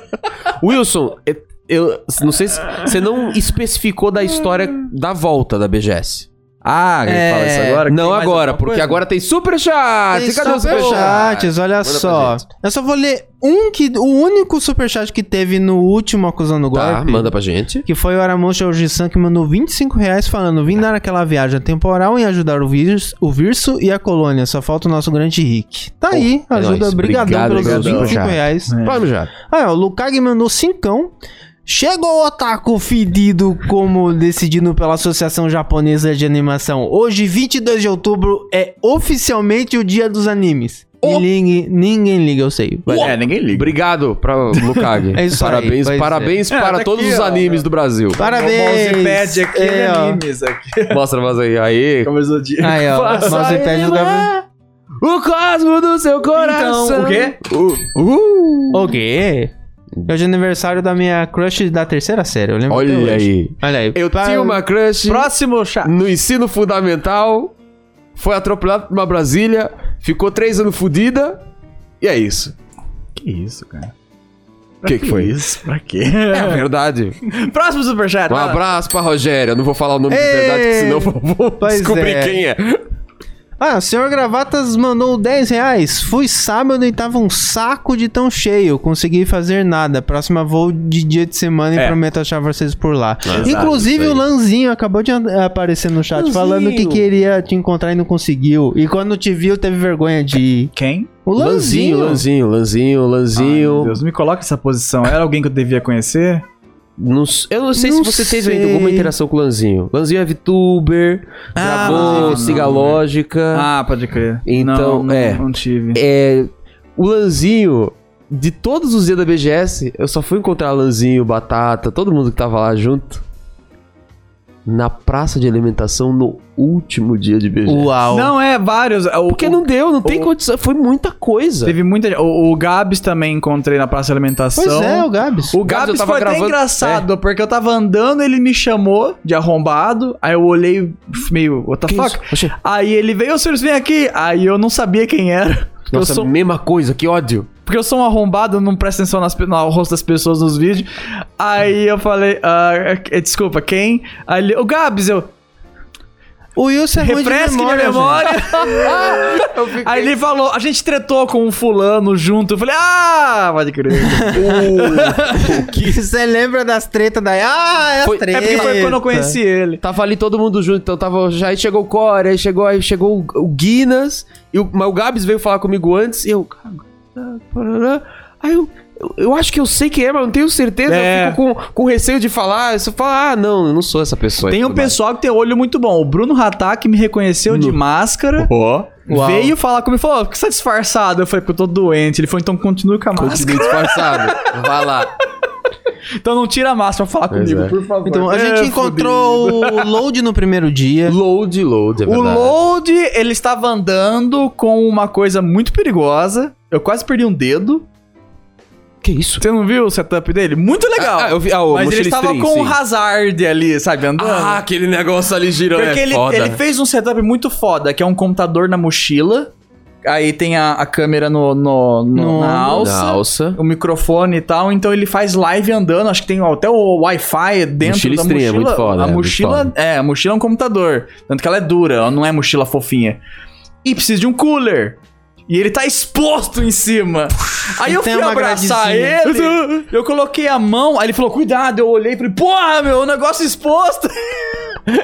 Speaker 2: Wilson, eu- eu não sei se você não especificou da história da volta da BGS. Ah,
Speaker 3: ele fala isso agora?
Speaker 1: É. Tem
Speaker 2: Não
Speaker 1: mais
Speaker 2: agora,
Speaker 1: alguma
Speaker 2: porque
Speaker 1: coisa?
Speaker 2: agora tem superchat. Tá,
Speaker 3: Tem
Speaker 2: Ah, Cadê o superchat?
Speaker 3: superchats, olha só. Eu só vou ler um que. O único superchat que teve no último acusando golpe.
Speaker 2: Tá, manda pra gente.
Speaker 3: Que foi o Aramonte Algissan que mandou 25 reais falando: vim dar aquela viagem temporal em ajudar o, vírus, o Virso e a colônia. Só falta o nosso grande Rick. Tá aí,
Speaker 2: é
Speaker 3: ajuda.
Speaker 2: nóis.
Speaker 3: Obrigadão
Speaker 2: Obrigado, É.
Speaker 3: pelos
Speaker 2: obrigadão.
Speaker 3: 25 reais.
Speaker 1: É.
Speaker 2: Vamos já.
Speaker 3: Ah, o Lukag mandou cincão. Chegou o otaku fedido como decidido pela Associação Japonesa de Animação. Hoje, 22 de outubro, é oficialmente o dia dos animes. E ninguém, ninguém liga, eu
Speaker 2: Tá
Speaker 3: sei. Vai.
Speaker 1: É, ninguém liga.
Speaker 2: Obrigado pra Lukag.
Speaker 1: (laughs)
Speaker 3: É isso aí,
Speaker 2: parabéns,
Speaker 3: pois é.
Speaker 2: parabéns
Speaker 1: É,
Speaker 2: para
Speaker 1: tá
Speaker 2: todos
Speaker 1: aqui,
Speaker 2: os
Speaker 1: ó. Tá
Speaker 2: animes do Brasil.
Speaker 3: Parabéns!
Speaker 1: O mousepad aqui,
Speaker 3: É,
Speaker 2: né,
Speaker 1: é,
Speaker 3: ó.
Speaker 1: animes aqui.
Speaker 2: Mostra pra nós aí. Aí.
Speaker 1: Começou o dia.
Speaker 3: Aí, ó.
Speaker 1: Passa
Speaker 3: Mousepad do Gabriel.
Speaker 2: O cosmo do seu coração.
Speaker 1: Então, o quê?
Speaker 2: Uh.
Speaker 3: O quê? É o aniversário da minha crush da terceira série, eu lembro. até hoje.
Speaker 2: Olha aí.
Speaker 3: Olha aí.
Speaker 2: Eu
Speaker 3: Pa-
Speaker 1: tá
Speaker 2: tinha uma crush.
Speaker 1: Próximo chat.
Speaker 2: no ensino fundamental, foi atropelado por uma Brasília, ficou três anos fudida, e é isso.
Speaker 1: Que isso, cara?
Speaker 2: O que, que foi?
Speaker 1: Isso, pra quê? (laughs)
Speaker 2: É
Speaker 3: né?
Speaker 2: verdade.
Speaker 1: Próximo superchat.
Speaker 2: Um
Speaker 1: vai lá.
Speaker 2: abraço pra Rogéria. Eu não vou falar o nome de
Speaker 3: Ei!
Speaker 2: verdade, porque senão eu vou vou
Speaker 3: É, Pois
Speaker 2: descobrir
Speaker 3: é.
Speaker 2: quem é.
Speaker 3: Ah, o senhor Gravatas mandou 10 reais. Fui sábado e tava um saco de tão cheio. Consegui fazer nada. Próxima voo de dia de semana e
Speaker 1: É.
Speaker 3: prometo achar vocês por lá.
Speaker 2: Exato,
Speaker 3: Inclusive
Speaker 2: isso aí.
Speaker 3: o Lanzinho acabou de an- aparecer no chat
Speaker 2: Lanzinho.
Speaker 3: falando que queria te encontrar e não conseguiu. E quando te viu, teve vergonha de ir.
Speaker 1: Quem?
Speaker 3: O Lanzinho.
Speaker 2: Lanzinho, Lanzinho,
Speaker 1: Meu
Speaker 2: Lanzinho.
Speaker 1: Deus, me coloca nessa posição. Era alguém que eu devia conhecer?
Speaker 2: Não s- eu não sei
Speaker 3: Não
Speaker 2: se você teve
Speaker 3: sei.
Speaker 2: ainda alguma interação com o Lanzinho. Lanzinho é VTuber,
Speaker 3: Ah,
Speaker 2: gravou
Speaker 1: não,
Speaker 2: Siga
Speaker 1: não,
Speaker 2: Lógica.
Speaker 1: Ah, pode crer.
Speaker 2: Então,
Speaker 1: não, não,
Speaker 2: é.
Speaker 1: Não tive.
Speaker 2: É, o Lanzinho, de todos os dias da BGS, eu só fui encontrar Lanzinho, Batata, todo mundo que tava lá junto. na praça de alimentação no último dia de BG.
Speaker 3: Uau.
Speaker 1: Não, é vários. O,
Speaker 2: Porque não deu, não tem condição. Foi muita coisa.
Speaker 1: Teve muita. O, o Gabs também encontrei na praça de alimentação.
Speaker 3: pois é, o Gabs.
Speaker 1: O
Speaker 2: Gabs eu
Speaker 1: Gabs
Speaker 2: tava
Speaker 1: foi até
Speaker 2: gravando- É.
Speaker 1: engraçado, porque eu tava andando, ele me chamou de arrombado, aí eu olhei meio, what the
Speaker 2: Que
Speaker 1: fuck?
Speaker 2: isso? Oxê.
Speaker 1: Aí ele veio, ô senhores, vem aqui. Aí eu não sabia quem era. Porque eu,
Speaker 2: Nossa,
Speaker 1: sou,
Speaker 2: mesma coisa, que ódio.
Speaker 1: porque eu sou um arrombado, eu não presto atenção nas, pe- no rosto das pessoas nos vídeos. Aí eu falei, ah, eh, desculpa, quem? Aí ele, o Gabs, eu,
Speaker 3: O Wilson é ruim de
Speaker 1: refresque minha
Speaker 3: memória.
Speaker 1: (laughs) memória.
Speaker 2: (laughs)
Speaker 1: Aí ele falou, a gente tretou com um fulano junto. Eu falei, ah, pode crer.
Speaker 2: (laughs)
Speaker 3: gente. (laughs) Você lembra das tretas daí? Ah, é as
Speaker 2: Foi- é
Speaker 1: É
Speaker 3: tretas.
Speaker 1: porque foi quando eu conheci ele.
Speaker 2: Tava ali todo mundo junto, então tava. já- Aí chegou o Core, aí chegou, aí chegou o, o Guinness, e o, mas o Gabs veio falar comigo antes, e eu. cara, tá, parará. Aí eu, eu, eu acho que eu sei quem é, mas não tenho certeza.
Speaker 1: É.
Speaker 2: Eu fico com, com receio de falar. Eu só falo, ah, não, eu não sou essa pessoa.
Speaker 1: Tem um pessoal que tem olho muito bom. O Bruno Hatak me reconheceu de máscara.
Speaker 2: Ó.
Speaker 3: Uau.
Speaker 1: Veio falar comigo e falou: "Ó, por que você tá disfarçado? Eu falei, porque eu tô doente. Ele falou, então continue com a máscara.
Speaker 2: Continue disfarçado. Vai lá.
Speaker 1: (laughs) Então não tira a máscara pra falar comigo,
Speaker 2: é.
Speaker 1: por favor.
Speaker 3: Então, a
Speaker 1: É,
Speaker 3: gente
Speaker 1: fudido.
Speaker 3: encontrou o Load no primeiro dia.
Speaker 2: Load, load, é
Speaker 1: O
Speaker 2: verdade.
Speaker 1: Load, ele estava andando com uma coisa muito perigosa. Eu quase perdi um dedo.
Speaker 2: Que isso?
Speaker 1: Você não viu o setup dele? Muito legal.
Speaker 2: Ah, eu vi. Ah, o
Speaker 1: Mas ele estava
Speaker 2: mochilistrinho,
Speaker 1: com
Speaker 2: sim.
Speaker 1: um Hazard ali, sabe, andando.
Speaker 2: Ah, aquele negócio ali girando.
Speaker 1: Porque
Speaker 2: é
Speaker 1: ele,
Speaker 2: foda.
Speaker 1: ele fez um setup muito foda, que é um computador na mochila. Aí tem a, a câmera no, no- no-
Speaker 3: No
Speaker 1: na
Speaker 3: ombro.
Speaker 1: alça.
Speaker 2: Na alça.
Speaker 1: O microfone e tal, então ele faz live andando, acho que tem até o Wi-Fi dentro
Speaker 2: Mochila
Speaker 1: da
Speaker 2: estranha,
Speaker 1: mochila.
Speaker 2: é muito
Speaker 1: a
Speaker 2: foda, é, muito
Speaker 1: mochila
Speaker 2: foda.
Speaker 1: é, a mochila é um computador, tanto que ela é dura, ela não é mochila fofinha. E precisa de um cooler. E ele tá exposto em cima. Aí
Speaker 3: E
Speaker 1: eu
Speaker 3: tem
Speaker 1: fui
Speaker 3: uma
Speaker 1: abraçar
Speaker 3: gradezinha.
Speaker 1: ele, eu coloquei a mão, aí ele falou: "Cuidado". Eu olhei e falei: "Porra, meu, o negócio exposto".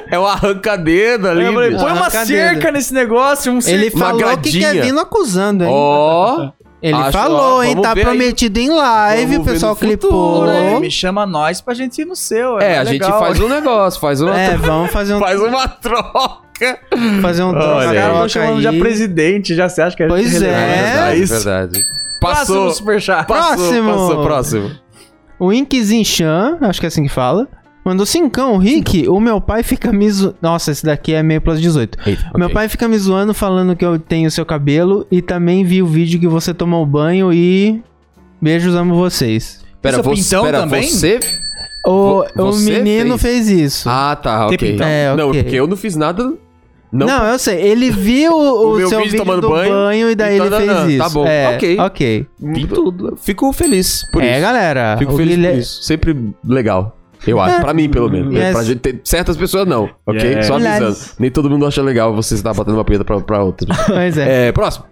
Speaker 2: É o arrancadedo
Speaker 1: Aí eu
Speaker 2: ali.
Speaker 1: falei,
Speaker 2: bicho.
Speaker 1: põe uma
Speaker 3: Arranca
Speaker 1: cerca
Speaker 3: dedo.
Speaker 1: nesse negócio, um
Speaker 3: Ele
Speaker 1: cerco-
Speaker 3: falou "É que
Speaker 2: gradinha.
Speaker 3: quer vir no acusando, hein?
Speaker 2: Ó.
Speaker 3: Ele
Speaker 2: acho-
Speaker 3: falou,
Speaker 2: ó,
Speaker 3: hein?
Speaker 2: vamos
Speaker 3: Tá
Speaker 2: ver aí.
Speaker 3: prometido em live, o
Speaker 2: Vamos ver
Speaker 3: pessoal
Speaker 2: no futuro,
Speaker 3: clipou.
Speaker 1: Pô, Me chama nós pra gente ir no seu.
Speaker 2: É, a
Speaker 1: mais
Speaker 2: gente
Speaker 1: legal.
Speaker 2: faz um negócio, faz uma,
Speaker 3: (laughs) É, vamos
Speaker 1: (laughs)
Speaker 3: fazer um
Speaker 2: faz uma troca.
Speaker 3: fazer um
Speaker 1: Os
Speaker 3: troca
Speaker 1: caras estão
Speaker 3: troca
Speaker 1: chamando já
Speaker 3: aí.
Speaker 1: presidente, já você acha que a gente
Speaker 3: Pois é.
Speaker 1: relevante?
Speaker 2: verdade,
Speaker 1: isso.
Speaker 2: verdade.
Speaker 1: Passou.
Speaker 2: Passou.
Speaker 1: Próximo superchat.
Speaker 3: Próximo.
Speaker 2: Passou, próximo.
Speaker 3: O Inkzin Chan, acho que é assim que fala. Mandou cincão, Rick, o meu pai fica me zo... Nossa, esse daqui é meio plus 18. Meu pai fica me zoando falando que eu tenho seu cabelo e também vi o vídeo que você tomou banho e... Beijos, amo vocês.
Speaker 1: Isso
Speaker 2: Pera,
Speaker 1: é
Speaker 2: você,
Speaker 1: pintão
Speaker 2: pera
Speaker 1: também?
Speaker 2: você...
Speaker 3: O,
Speaker 2: Vo-
Speaker 3: o
Speaker 2: você
Speaker 3: menino fez, isso.
Speaker 2: Ah, tá,
Speaker 1: Tem
Speaker 2: ok.
Speaker 1: pintão.
Speaker 3: É,
Speaker 2: Não,
Speaker 3: ok.
Speaker 2: porque eu não fiz nada...
Speaker 3: Não,
Speaker 2: Não,
Speaker 3: eu sei. Ele viu
Speaker 2: (laughs)
Speaker 3: o,
Speaker 2: O meu
Speaker 3: seu
Speaker 2: vídeo
Speaker 3: vídeo
Speaker 2: tomando
Speaker 3: do banho,
Speaker 2: banho,
Speaker 3: e daí
Speaker 2: então,
Speaker 3: ele fez
Speaker 2: não, não,
Speaker 3: isso.
Speaker 2: tá bom,
Speaker 3: É,
Speaker 2: ok.
Speaker 3: ok.
Speaker 2: tudo. Fico feliz por
Speaker 3: é,
Speaker 2: isso.
Speaker 3: galera.
Speaker 2: Fico
Speaker 3: o
Speaker 2: feliz
Speaker 3: Guilher-
Speaker 2: por isso. Sempre legal. Eu acho, pra mim pelo menos.
Speaker 3: Yes.
Speaker 2: Pra gente ter- certas pessoas não, ok?
Speaker 1: Yeah.
Speaker 2: Só avisando.
Speaker 3: Yes.
Speaker 2: Nem todo mundo acha legal você estar batendo uma punheta pra, pra outra.
Speaker 3: (laughs) Pois é.
Speaker 2: é, próximo.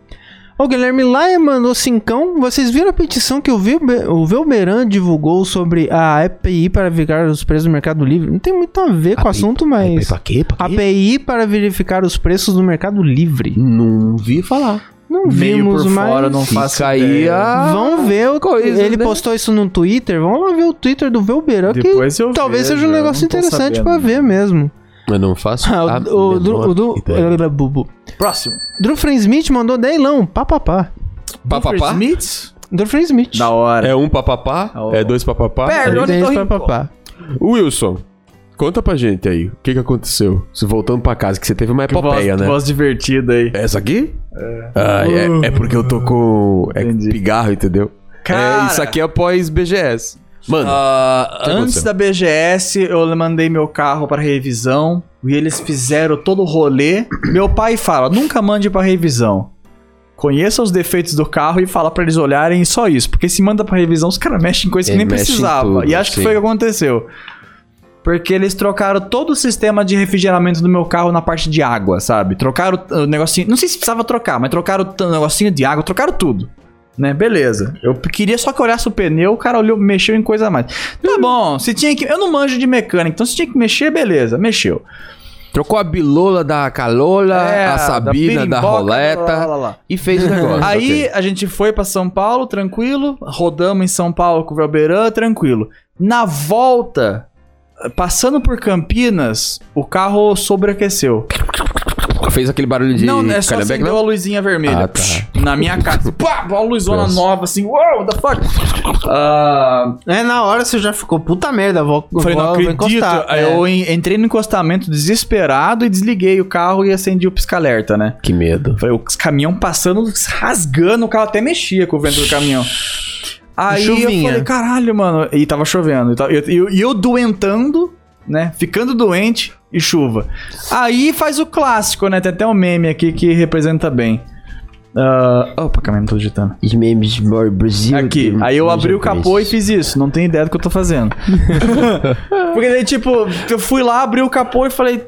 Speaker 3: O Guilherme Laia mandou cincão. Vocês viram a petição que o, Vilbe- o Velberan divulgou sobre a API para verificar os preços do Mercado Livre? Não tem muito a ver com o
Speaker 2: API,
Speaker 3: assunto, mas...
Speaker 2: É Pra quê? Pra quê?
Speaker 3: API para verificar os preços do Mercado Livre.
Speaker 2: Não vi falar.
Speaker 3: Não
Speaker 1: Meio
Speaker 3: vimos,
Speaker 1: por
Speaker 3: mas...
Speaker 1: fora, não faço
Speaker 2: Fica aí
Speaker 1: ideia.
Speaker 2: a...
Speaker 3: Vão ver o
Speaker 2: coisa,
Speaker 3: Ele
Speaker 2: né?
Speaker 3: postou isso no Twitter. Vamos lá ver o Twitter do Velberan, que
Speaker 1: Depois eu
Speaker 3: talvez
Speaker 1: vejo,
Speaker 3: seja
Speaker 1: eu
Speaker 3: um negócio
Speaker 1: não tô
Speaker 3: interessante
Speaker 1: sabendo.
Speaker 3: pra ver mesmo.
Speaker 2: Eu não faço.
Speaker 3: Ah,
Speaker 1: Tá
Speaker 2: a
Speaker 3: o, o, Dru-
Speaker 2: menor
Speaker 3: o Dru-
Speaker 2: ideia.
Speaker 3: era Bubu.
Speaker 1: Próximo.
Speaker 3: Drufren Smith mandou leilão, papapá.
Speaker 2: Papapá?
Speaker 1: Wilfred Smith?
Speaker 3: Drufren Smith.
Speaker 1: Da hora.
Speaker 2: É um papapá?
Speaker 1: Oh.
Speaker 2: É dois papapá?
Speaker 1: Pera, olha-
Speaker 2: É-
Speaker 3: Ele tem esse
Speaker 1: Ornitorrinco.
Speaker 3: papapá.
Speaker 2: Wilson, conta pra gente aí. O que que aconteceu? Você voltando pra casa, que você teve uma
Speaker 1: Que voz,
Speaker 2: epopeia, né?
Speaker 1: voz divertida aí.
Speaker 2: Essa aqui? Ah, é, é porque eu tô com é
Speaker 1: Entendi.
Speaker 2: pigarro, entendeu?
Speaker 1: Cara.
Speaker 2: É, isso aqui é pós BGS. Mano,
Speaker 1: Ah,
Speaker 2: que
Speaker 1: antes
Speaker 2: aconteceu?
Speaker 1: da BGS, eu mandei meu carro pra revisão e eles fizeram todo o rolê. Meu pai fala: nunca mande pra revisão. Conheça os defeitos do carro e fala pra eles olharem só isso. Porque se manda pra revisão, os caras mexem em coisa que
Speaker 2: Ele
Speaker 1: nem
Speaker 2: mexe em
Speaker 1: precisava.
Speaker 2: tudo,
Speaker 1: e acho que
Speaker 2: sim.
Speaker 1: foi o que aconteceu. Porque eles trocaram todo o sistema de refrigeramento do meu carro na parte de água, sabe? Trocaram o negocinho. Não sei se precisava trocar, mas trocaram o negocinho de água, trocaram tudo. Né, beleza. Eu queria só que olhasse o pneu, o cara olhou, mexeu em coisa a mais.
Speaker 2: Hum.
Speaker 1: Tá bom, se tinha que. Eu não manjo de mecânica, então se tinha que mexer, beleza, mexeu.
Speaker 2: trocou a bilola da calola,
Speaker 1: É,
Speaker 2: a sabina da,
Speaker 1: pirimboca,
Speaker 2: roleta
Speaker 1: lá, lá, lá, lá.
Speaker 2: e fez o
Speaker 1: (laughs)
Speaker 2: negócio.
Speaker 1: Aí
Speaker 2: ok.
Speaker 1: a gente foi pra São Paulo, tranquilo. Rodamos em São Paulo com o Velberan, tranquilo. Na volta, passando por Campinas, o carro sobreaqueceu.
Speaker 2: Fez aquele barulho de.
Speaker 1: não, é só
Speaker 2: Carnabec,
Speaker 1: acendeu
Speaker 2: não?
Speaker 1: a luzinha vermelha.
Speaker 2: Ah, tá.
Speaker 1: Na minha casa. Pá, uma luzona
Speaker 2: Nossa.
Speaker 1: nova, assim. Uou, what the fuck? Ah,
Speaker 3: É, na hora você já ficou, puta merda, vou,
Speaker 1: falei,
Speaker 3: vou,
Speaker 1: não
Speaker 3: vou
Speaker 1: acredito.
Speaker 3: encostar.
Speaker 1: Aí
Speaker 3: É.
Speaker 1: eu en- entrei no encostamento desesperado e desliguei o carro e acendi o pisca-alerta, né?
Speaker 2: Que medo.
Speaker 1: Falei, o caminhão passando, rasgando, o carro até mexia com o vento do caminhão. Aí eu
Speaker 3: Chuvinha.
Speaker 1: falei, caralho, mano. E tava chovendo. E tava- e eu, e eu doentando, né? Ficando doente e chuva. Aí faz o clássico, né? Tem até um meme aqui que representa bem. Ah, opa, caminho, não tô digitando.
Speaker 2: Os memes more Brasil.
Speaker 1: Aqui. Aí eu abri o capô e fiz isso. Não tenho ideia do que eu tô
Speaker 2: (laughs)
Speaker 1: fazendo. Porque daí, tipo, eu fui lá, abri o capô e falei,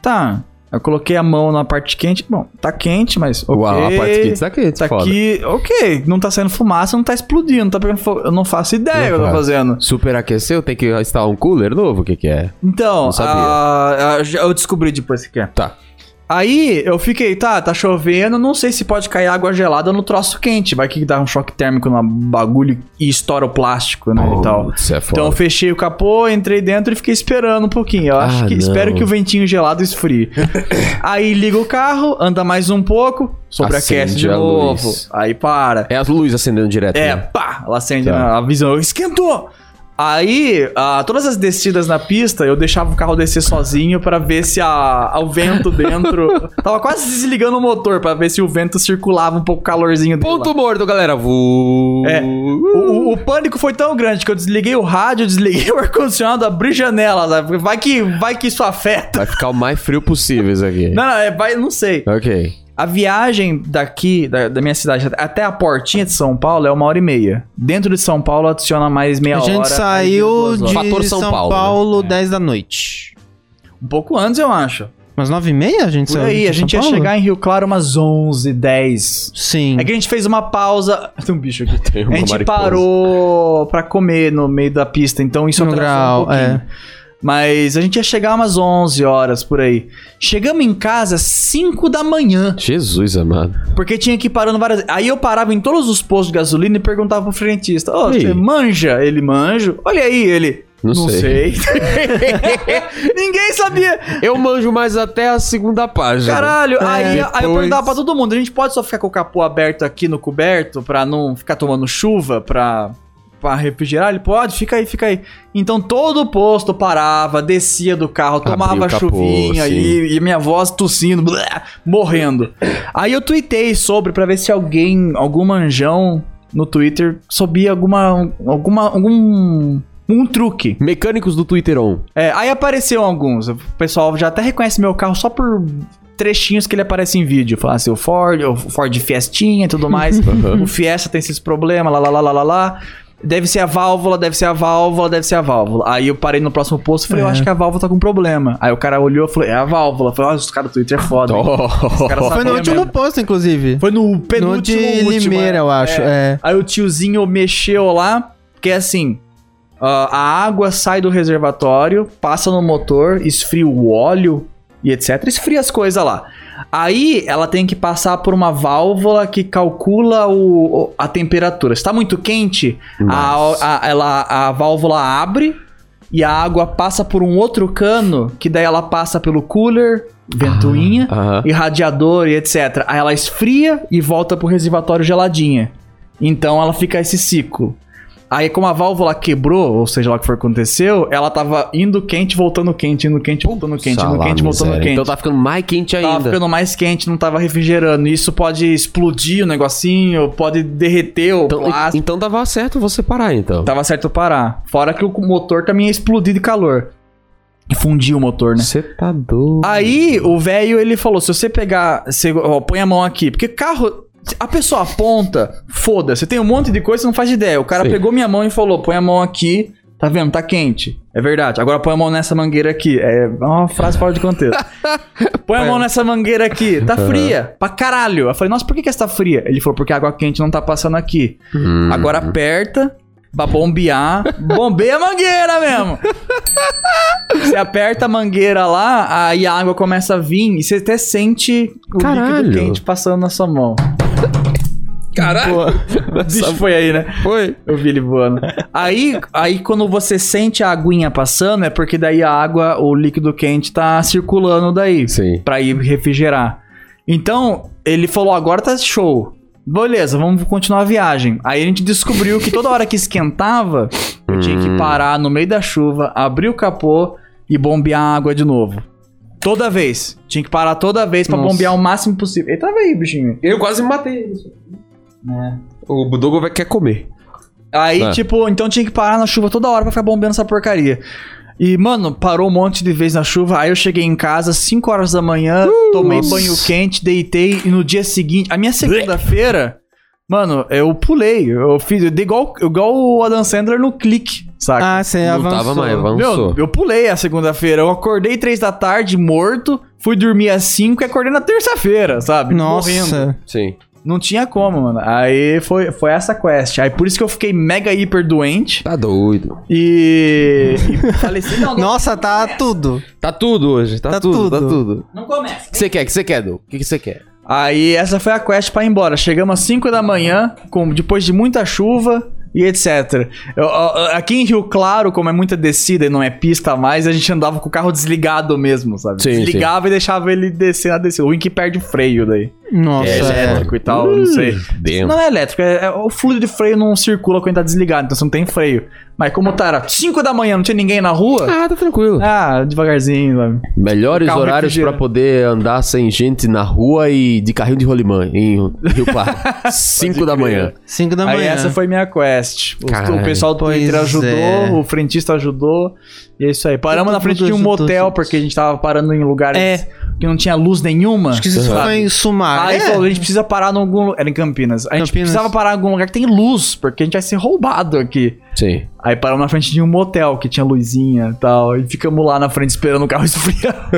Speaker 1: tá. Eu coloquei a mão na parte quente. Bom, tá quente, mas. ok.
Speaker 2: Uau, a parte quente tá quente,
Speaker 1: Tá
Speaker 2: foda.
Speaker 1: aqui, ok, não tá saindo fumaça, não tá explodindo, não tá pegando fogo. Eu não faço ideia
Speaker 2: Não
Speaker 1: o que eu tô
Speaker 2: faz.
Speaker 1: fazendo.
Speaker 2: Superaqueceu, tem que instalar um cooler novo, o que que é?
Speaker 1: Então,
Speaker 2: Não sabia.
Speaker 1: ah, ah, já- eu descobri depois que é.
Speaker 2: Tá.
Speaker 1: Aí eu fiquei, tá, tá chovendo, não sei se pode cair água gelada no troço quente, vai que dá um choque térmico no bagulho e estoura o plástico, né, e tal.
Speaker 2: Putz, é
Speaker 1: Então eu
Speaker 2: foda.
Speaker 1: fechei o capô, entrei dentro e fiquei esperando um pouquinho. Eu acho
Speaker 2: Ah,
Speaker 1: que
Speaker 2: não.
Speaker 1: espero que o ventinho gelado
Speaker 2: (laughs)
Speaker 1: esfrie. Aí liga o carro, anda mais um pouco, sobreaquece
Speaker 2: Acende
Speaker 1: de
Speaker 2: a
Speaker 1: novo.
Speaker 2: luz.
Speaker 1: Aí para.
Speaker 2: É as luzes acendendo direto.
Speaker 1: É,
Speaker 2: né?
Speaker 1: pá, ela acende
Speaker 2: Tá.
Speaker 1: na a visão. Esquentou! Aí, ah, todas as descidas na pista, eu deixava o carro descer sozinho pra ver se a, a- o vento dentro.
Speaker 2: (laughs)
Speaker 1: Tava quase desligando o motor pra ver se o vento circulava um pouco o calorzinho dele. lá.
Speaker 2: Ponto morto, galera. Vu. Uh.
Speaker 1: É. O, o- o pânico foi tão grande que eu desliguei o rádio, desliguei (laughs) o ar-condicionado, abri janela. sabe? Vai que, vai que isso afeta.
Speaker 2: Vai ficar o mais frio possível isso aqui.
Speaker 1: Não, não, é, vai, não sei.
Speaker 2: Ok.
Speaker 1: A viagem daqui, da, da minha cidade, até a portinha de São Paulo é uma hora e meia. Dentro de São Paulo adiciona mais meia
Speaker 3: A
Speaker 1: hora.
Speaker 3: gente
Speaker 1: aí
Speaker 3: saiu
Speaker 1: duas horas.
Speaker 3: de
Speaker 2: Fator São
Speaker 3: São,
Speaker 2: Paulo,
Speaker 3: Paulo,
Speaker 2: né?
Speaker 1: É.
Speaker 3: 10 da noite.
Speaker 1: Um pouco antes, eu acho.
Speaker 3: Umas 9 e meia a gente
Speaker 1: Por
Speaker 3: saiu
Speaker 1: aí, a
Speaker 3: de São
Speaker 1: gente ia
Speaker 3: Paulo?
Speaker 1: chegar em Rio Claro umas 11, 10.
Speaker 3: Sim.
Speaker 1: É que a gente fez uma pausa. (laughs) Tem um bicho aqui.
Speaker 2: Tem
Speaker 1: A
Speaker 2: uma
Speaker 1: gente
Speaker 2: mariposa.
Speaker 1: parou pra comer no meio da pista, então isso
Speaker 3: No
Speaker 1: atrasou um
Speaker 3: grau, é.
Speaker 1: pouquinho. Mas a gente ia chegar umas 11 horas por aí. Chegamos em casa 5 da manhã,
Speaker 2: Jesus amado.
Speaker 1: porque tinha que ir parando várias. Aí eu parava em todos os postos de gasolina e perguntava pro frentista: Ô,
Speaker 2: E aí?
Speaker 1: você manja? Ele manja. Olha aí, ele.
Speaker 2: Não sei."
Speaker 1: sei. (laughs) Ninguém sabia.
Speaker 2: Eu manjo mais até a segunda página.
Speaker 1: Caralho, aí, aí eu
Speaker 2: É, depois-
Speaker 1: perguntava pra todo mundo: a gente pode só ficar com o capô aberto aqui no coberto pra não ficar tomando chuva, pra, pra refrigerar? Ele pode, fica aí, fica aí. Então todo o posto parava, descia do carro,
Speaker 2: Abria
Speaker 1: tomava
Speaker 2: o capô,
Speaker 1: chuvinha
Speaker 2: sim.
Speaker 1: e, e minha voz tossindo, blá, morrendo. Aí eu tuitei sobre pra ver se alguém, algum manjão no Twitter, subia alguma. alguma. algum. um truque.
Speaker 2: Mecânicos do Twitter on.
Speaker 1: É, aí apareceram alguns. O pessoal já até reconhece meu carro só por trechinhos que ele aparece em vídeo. Falar assim, o Ford, o Ford Fiestinha e tudo (laughs) mais.
Speaker 2: (laughs)
Speaker 1: o Fiesta tem esses problemas, lá, lá, lá, lá, lá, lá. Deve ser a válvula, deve ser a válvula, deve ser a válvula. Aí eu parei no próximo posto e falei, eu acho que a válvula tá com problema. Aí o cara olhou e falou, é a válvula. Eu falei, ah, os caras do Twitter é foda. (laughs) hein? Os caras
Speaker 3: Foi no
Speaker 1: sabem
Speaker 3: último
Speaker 1: mesmo."
Speaker 3: posto, inclusive.
Speaker 1: Foi no penúltimo.
Speaker 3: No de
Speaker 1: último,
Speaker 3: Limeira,
Speaker 1: é.
Speaker 3: eu acho. É.
Speaker 1: Aí o tiozinho mexeu lá, que é assim: ah, a água sai do reservatório, passa no motor, esfria o óleo e etc. Esfria as coisas lá. Aí ela tem que passar por uma válvula que calcula o, o- a temperatura. Se tá muito quente, Ah,
Speaker 2: Nossa.
Speaker 1: a, a- ela, a válvula abre e a água passa por um outro cano, que daí ela passa pelo cooler, ventoinha
Speaker 2: Aham.
Speaker 1: e radiador e etc. Aí ela esfria e volta pro reservatório geladinha. Então ela fica esse ciclo. Aí como a válvula quebrou, ou seja lá o que for que aconteceu, ela tava indo quente, voltando quente, indo quente, voltando quente, indo
Speaker 2: Salá,
Speaker 1: quente, voltando
Speaker 2: miséria.
Speaker 1: quente.
Speaker 2: Então tá ficando mais quente ainda.
Speaker 1: Tava ficando mais quente, não tava refrigerando. Isso pode explodir o negocinho, pode derreter o
Speaker 2: Então,
Speaker 1: plástico.
Speaker 2: então dava certo você parar, então.
Speaker 1: Tava certo eu parar. Fora que o motor também ia explodir de calor. E fundia o motor, né?
Speaker 2: Você tá doido.
Speaker 1: Aí o velho ele falou: se você pegar, você, ó, põe a mão aqui, porque carro. A pessoa aponta, foda, você tem um monte de coisa, você não faz ideia. O cara
Speaker 2: Sim.
Speaker 1: pegou minha mão e falou: põe a mão aqui, tá vendo? Tá quente. É verdade. Agora põe a mão nessa mangueira aqui. É uma frase fora de contexto. põe a mão nessa mangueira aqui, tá fria, pra caralho. Eu falei: nossa, por que, que essa tá fria? Ele falou: porque a água quente não tá passando aqui.
Speaker 2: Hum.
Speaker 1: Agora aperta pra bombear. Bombeia a mangueira mesmo. Você aperta a mangueira lá, aí a água começa a vir e você até sente o
Speaker 2: Caralho.
Speaker 1: líquido quente passando na sua mão.
Speaker 4: Caralho!
Speaker 1: O bicho foi aí, né?
Speaker 4: Foi.
Speaker 1: Eu vi ele voando. Aí, aí quando você sente a aguinha passando, é porque daí a água, o líquido quente, tá circulando daí.
Speaker 2: Sim.
Speaker 1: Pra ir refrigerar. Então, ele falou, agora tá show. Beleza, vamos continuar a viagem. Aí a gente descobriu que toda hora que esquentava, eu tinha que parar no meio da chuva, abrir o capô e bombear a água de novo. Toda vez. Tinha que parar toda vez pra
Speaker 3: Nossa.
Speaker 1: bombear o máximo possível. Ele tava aí, bichinho.
Speaker 4: Eu quase me matei.
Speaker 1: É.
Speaker 4: O Budogo vai quer comer.
Speaker 1: Aí,
Speaker 2: É.
Speaker 1: tipo, então tinha que parar na chuva toda hora pra ficar bombeando essa porcaria. E, mano, parou um monte de vez na chuva. Aí eu cheguei em casa, 5 horas da manhã, tomei
Speaker 2: Uh, nossa.
Speaker 1: banho quente, deitei. E no dia seguinte, a minha segunda-feira, mano, eu pulei. Eu fiz, eu dei igual, igual o Adam Sandler no clique, saca?
Speaker 3: Ah, você
Speaker 2: Tá Não
Speaker 3: avançou.
Speaker 2: tava mais,
Speaker 1: Meu,
Speaker 2: avançou.
Speaker 1: eu pulei a segunda-feira. Eu acordei três da tarde, morto. Fui dormir às 5 e acordei na terça-feira, sabe? Morrendo.
Speaker 3: Nossa.
Speaker 2: Sim.
Speaker 1: Não tinha como, mano. Aí foi, foi essa quest. Aí por isso que eu fiquei mega hiper doente.
Speaker 2: Tá doido.
Speaker 1: E. (laughs) e faleci. Não, não,
Speaker 3: Nossa, tá tudo.
Speaker 2: Tá tudo hoje. Tá,
Speaker 3: Tá
Speaker 2: tudo, tá
Speaker 3: tudo.
Speaker 2: tudo. O
Speaker 1: não começa.
Speaker 2: que você quer? O que você quer, Du? O que que você quer?
Speaker 1: Aí essa foi a quest pra ir embora. Chegamos às 5 da manhã, com, depois de muita chuva e etc. Eu- eu- aqui em Rio Claro, como é muita descida e não é pista mais, a gente andava com o carro desligado mesmo, sabe?
Speaker 2: Sim,
Speaker 1: Desligava e deixava ele descer na descida. O é que perde o freio daí.
Speaker 3: Nossa, é.
Speaker 1: Elétrico e tal, não sei.
Speaker 2: Dentro.
Speaker 1: Não é elétrico, é, é- o fluido de freio não circula quando tá desligado, então você não tem freio. Mas como tá, era 5 da manhã, não tinha ninguém na rua.
Speaker 2: Ah, tá tranquilo.
Speaker 1: Ah, devagarzinho, sabe?
Speaker 2: Melhores
Speaker 1: Carro
Speaker 2: horários pra
Speaker 1: refrigera.
Speaker 2: poder andar sem gente na rua e de carrinho de rolimã em Rio (laughs) Claro. 5 da
Speaker 1: crer.
Speaker 2: manhã.
Speaker 3: 5 da
Speaker 1: Aí
Speaker 3: manhã.
Speaker 1: essa foi minha quest. O,
Speaker 2: Caralho.
Speaker 1: o pessoal do Twitter
Speaker 3: Pois
Speaker 1: ajudou,
Speaker 3: é.
Speaker 1: o frentista ajudou. E é isso aí. Paramos na
Speaker 3: Todo
Speaker 1: frente
Speaker 3: mundo
Speaker 1: de um
Speaker 3: ajudou,
Speaker 1: motel,
Speaker 3: gente.
Speaker 1: porque a gente tava parando em lugares
Speaker 3: É.
Speaker 1: que não tinha luz nenhuma.
Speaker 3: Acho que
Speaker 2: Uhum.
Speaker 3: isso
Speaker 1: Sabe? Ah,
Speaker 3: foi em É, Sumaré.
Speaker 1: Aí falou, a gente precisa parar em algum lugar. Era em Campinas. A gente
Speaker 3: Campinas.
Speaker 1: precisava parar em algum lugar que tem luz, porque a gente vai ser roubado aqui.
Speaker 2: Sim.
Speaker 1: Aí paramos na frente de um motel que tinha luzinha e tal. E ficamos lá na frente esperando o carro (laughs) esfriar.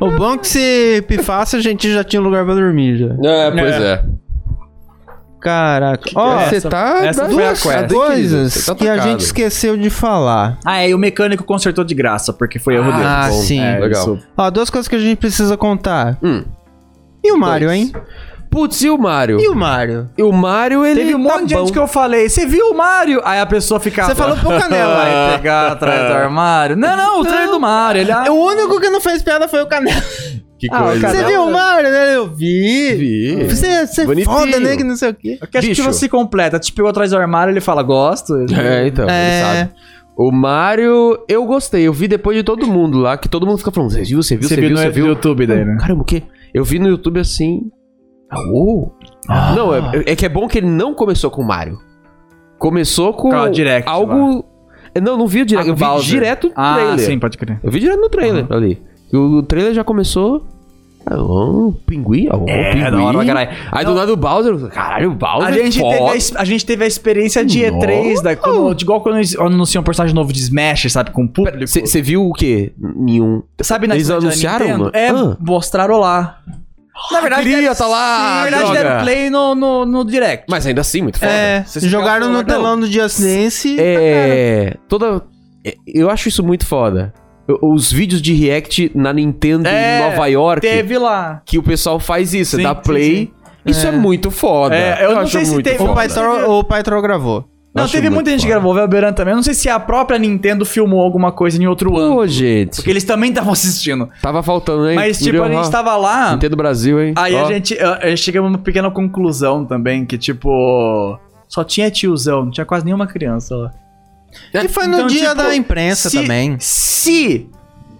Speaker 3: O bom é que se pifasse, a gente já tinha um lugar pra dormir já.
Speaker 2: É, pois é.
Speaker 3: Caraca. Ó,
Speaker 1: é essa?
Speaker 3: tá.
Speaker 1: Essa foi a
Speaker 3: duas
Speaker 1: quest.
Speaker 3: coisas
Speaker 2: Você tá
Speaker 3: que a
Speaker 2: atacado.
Speaker 3: gente esqueceu de falar.
Speaker 1: ah, é, e o mecânico consertou de graça, porque foi erro dele.
Speaker 3: Ah,
Speaker 2: Bom,
Speaker 3: sim.
Speaker 1: É,
Speaker 2: legal.
Speaker 1: isso.
Speaker 3: Ó, duas coisas que a gente precisa contar.
Speaker 2: Hum.
Speaker 3: E o Mario, hein?
Speaker 2: Putz, e o Mário?
Speaker 3: E o Mario?
Speaker 2: E o Mário, ele
Speaker 1: Teve um
Speaker 2: tá
Speaker 1: monte de
Speaker 2: bom.
Speaker 1: gente que eu falei, você viu o Mario? Aí a pessoa ficava.
Speaker 3: Você falou pro
Speaker 1: (laughs)
Speaker 3: Canela.
Speaker 1: Vai pegar atrás do armário. Não, É. não, o trailer do Mario. Ele, ah,
Speaker 3: O único que não fez piada foi o Canela.
Speaker 2: Que
Speaker 1: Ah,
Speaker 2: coisa.
Speaker 1: cara,
Speaker 3: Você
Speaker 1: Canela-
Speaker 3: viu o Mario, né? Eu vi.
Speaker 2: Vi.
Speaker 3: Você, você é
Speaker 2: Bonitinho.
Speaker 3: foda, né? Que não sei o quê.
Speaker 1: eu quero que
Speaker 2: bicho.
Speaker 1: você completa. Te pegou atrás do armário, ele fala, gosto.
Speaker 2: (laughs) É, então,
Speaker 3: É.
Speaker 2: ele sabe. O Mário, eu gostei. Eu vi depois de todo mundo lá, que todo mundo fica falando, você viu, você viu, você, viu, você viu.
Speaker 1: YouTube daí, né?
Speaker 2: Caramba, o quê? Eu vi no YouTube assim. ah, uou.
Speaker 1: Ah.
Speaker 2: Não, é, é que é bom que ele não começou com o Mario. Começou com
Speaker 1: Com a direct
Speaker 2: algo. Não, não vi o direct.
Speaker 1: Ah,
Speaker 2: eu vi
Speaker 1: Bowser.
Speaker 2: direto no
Speaker 1: Ah,
Speaker 2: trailer.
Speaker 1: sim, pode crer.
Speaker 2: Eu vi direto no trailer ali. E O trailer já começou. Ah, um pinguim, ah, um pinguim.
Speaker 1: É, da hora pra caralho.
Speaker 2: Aí do lado o Bowser, caralho, o Bowser.
Speaker 1: A gente,
Speaker 2: foda.
Speaker 1: teve a, es- a gente teve a experiência de E3, da, quando, de igual quando eles anunciam um personagem novo de Smash, sabe, com o público.
Speaker 2: Você viu o quê? Nenhum.
Speaker 1: sabe
Speaker 2: eles
Speaker 1: cidade da
Speaker 2: anunciaram,
Speaker 1: Nintendo?
Speaker 2: mano?
Speaker 1: É,
Speaker 2: Ah.
Speaker 1: mostraram lá. Na verdade,
Speaker 2: queria
Speaker 1: deve-
Speaker 2: tá lá,
Speaker 1: Na verdade,
Speaker 2: droga.
Speaker 1: deve play no, no, no direct.
Speaker 2: Mas ainda assim, muito foda.
Speaker 3: É,
Speaker 1: Você se
Speaker 3: jogaram
Speaker 1: cansou,
Speaker 3: no
Speaker 1: não.
Speaker 3: telão do Just Dance.
Speaker 2: É. Toda. é, Eu acho isso muito foda. Eu- Os vídeos de React na Nintendo
Speaker 1: É,
Speaker 2: em Nova York.
Speaker 1: Teve lá.
Speaker 2: Que o pessoal faz isso,
Speaker 1: Sim,
Speaker 2: dá
Speaker 1: sim,
Speaker 2: play. Isso é. muito foda.
Speaker 1: É, eu não sei se teve-
Speaker 3: O
Speaker 1: Foda.
Speaker 3: Pytro, o Pytro gravou.
Speaker 1: Não,
Speaker 2: Acho
Speaker 1: teve
Speaker 2: muito
Speaker 1: muita gente que
Speaker 2: foda.
Speaker 1: gravou, o Velberan também. Eu não sei se a própria Nintendo filmou alguma coisa em outro ano.
Speaker 2: Pô, gente.
Speaker 1: Porque eles também estavam (laughs) assistindo.
Speaker 2: Tava faltando, hein?
Speaker 1: Mas, tipo,
Speaker 2: Viram,
Speaker 1: a gente
Speaker 2: ó,
Speaker 1: tava lá.
Speaker 2: Nintendo Brasil, hein?
Speaker 1: Aí
Speaker 2: Ah. Ó.
Speaker 1: a gente eh, eh, chegamos a uma pequena conclusão também, que, tipo. Só tinha tiozão, não tinha quase nenhuma criança lá.
Speaker 3: E foi no
Speaker 1: Então,
Speaker 3: dia
Speaker 1: tipo,
Speaker 3: da imprensa
Speaker 1: se-
Speaker 3: também.
Speaker 1: Se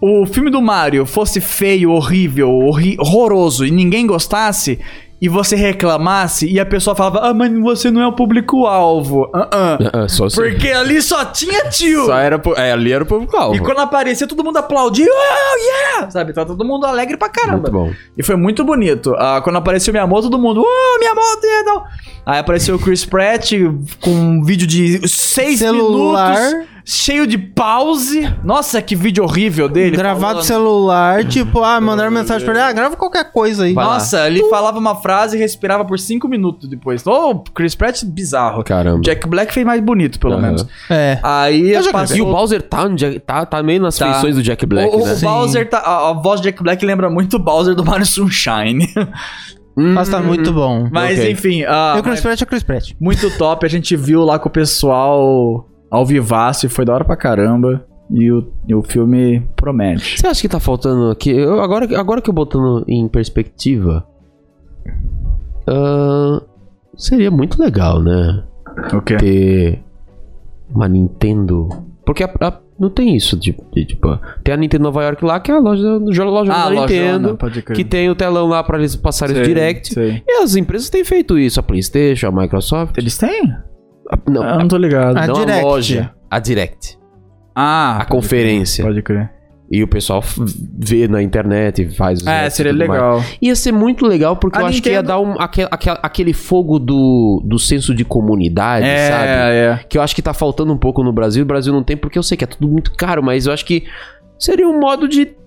Speaker 1: o filme do Mario fosse feio, horrível, horri- horroroso e ninguém gostasse, e você reclamasse, e a pessoa falava, ah, mas você não é o público-alvo. Ah, ah.
Speaker 2: Ah, ah, só assim.
Speaker 1: Porque ali só tinha tio.
Speaker 2: Só era. pu- É, ali era o povo calvo.
Speaker 1: E quando aparecia, todo mundo aplaudia. Oh, yeah! Sabe? Tá todo mundo alegre pra
Speaker 2: Muito
Speaker 1: caramba.
Speaker 2: bom.
Speaker 1: E foi muito bonito. Ah, quando apareceu minha moto, todo mundo. Oh, minha moto! e tal. Aí apareceu o Chris Pratt com um vídeo de seis
Speaker 3: Celular.
Speaker 1: minutos. Cheio de pause. Nossa, que vídeo horrível dele.
Speaker 3: Gravado
Speaker 1: falando.
Speaker 2: Uhum.
Speaker 3: celular, tipo, ah, mandaram mensagem pra ele, ah, grava qualquer coisa aí.
Speaker 2: Vai lá.
Speaker 1: Nossa, ele falava uma frase e respirava por cinco minutos depois. Ô, Chris Pratt, bizarro.
Speaker 2: Caramba.
Speaker 1: Jack Black fez mais bonito, pelo
Speaker 2: Aham.
Speaker 1: menos.
Speaker 3: É.
Speaker 1: Aí
Speaker 3: já gravei.
Speaker 2: E
Speaker 1: passou
Speaker 2: o Bowser tá, no Jack- tá, tá meio nas
Speaker 1: Tá.
Speaker 2: feições do Jack Black,
Speaker 1: o, o
Speaker 2: né?
Speaker 1: Bowser tá. A, a voz de Jack Black lembra muito o Bowser do Mario Sunshine.
Speaker 2: Hum.
Speaker 3: Mas tá
Speaker 2: Uhum.
Speaker 3: muito bom.
Speaker 1: Mas
Speaker 2: Ok.
Speaker 1: enfim, ah,
Speaker 3: e o Chris Pratt é o Chris Pratt.
Speaker 1: muito top. A gente viu lá com o pessoal ao vivaço e foi da hora pra caramba. E o, e o filme promete.
Speaker 2: Você acha que tá faltando aqui? Eu- agora, agora que eu botando em perspectiva. ahn, seria muito legal, né?
Speaker 1: O quê?
Speaker 2: Ter uma Nintendo. Porque a- a- não tem isso, de, de- tipo. Tem a Nintendo Nova York lá, que é a loja, loja, loja
Speaker 1: Ah,
Speaker 2: da Nintendo.
Speaker 1: pode crer.
Speaker 2: Que tem o telão lá pra eles passarem
Speaker 1: Sei,
Speaker 2: o direct.
Speaker 1: sei.
Speaker 2: E as empresas têm feito isso, a PlayStation, a Microsoft.
Speaker 1: Eles têm?
Speaker 2: a- não,
Speaker 1: Ah, eu não tô ligado.
Speaker 3: a
Speaker 2: não a,
Speaker 3: Direct.
Speaker 2: loja, a Direct.
Speaker 1: Ah,
Speaker 2: A
Speaker 1: pode crer,
Speaker 2: conferência.
Speaker 1: Pode crer.
Speaker 2: E o pessoal f- vê na internet e faz. os
Speaker 1: É,
Speaker 2: retos e
Speaker 1: seria
Speaker 2: tudo mais.
Speaker 1: legal.
Speaker 2: Ia ser muito legal, porque
Speaker 1: A
Speaker 2: eu acho que ia
Speaker 1: Nintendo-
Speaker 2: dar um, aque- aque- aquele, fogo do, do senso de comunidade,
Speaker 1: É,
Speaker 2: sabe?
Speaker 1: é.
Speaker 2: Que eu acho que tá faltando um pouco no Brasil. O Brasil não tem, porque eu sei que é tudo muito caro, mas eu acho que seria um modo de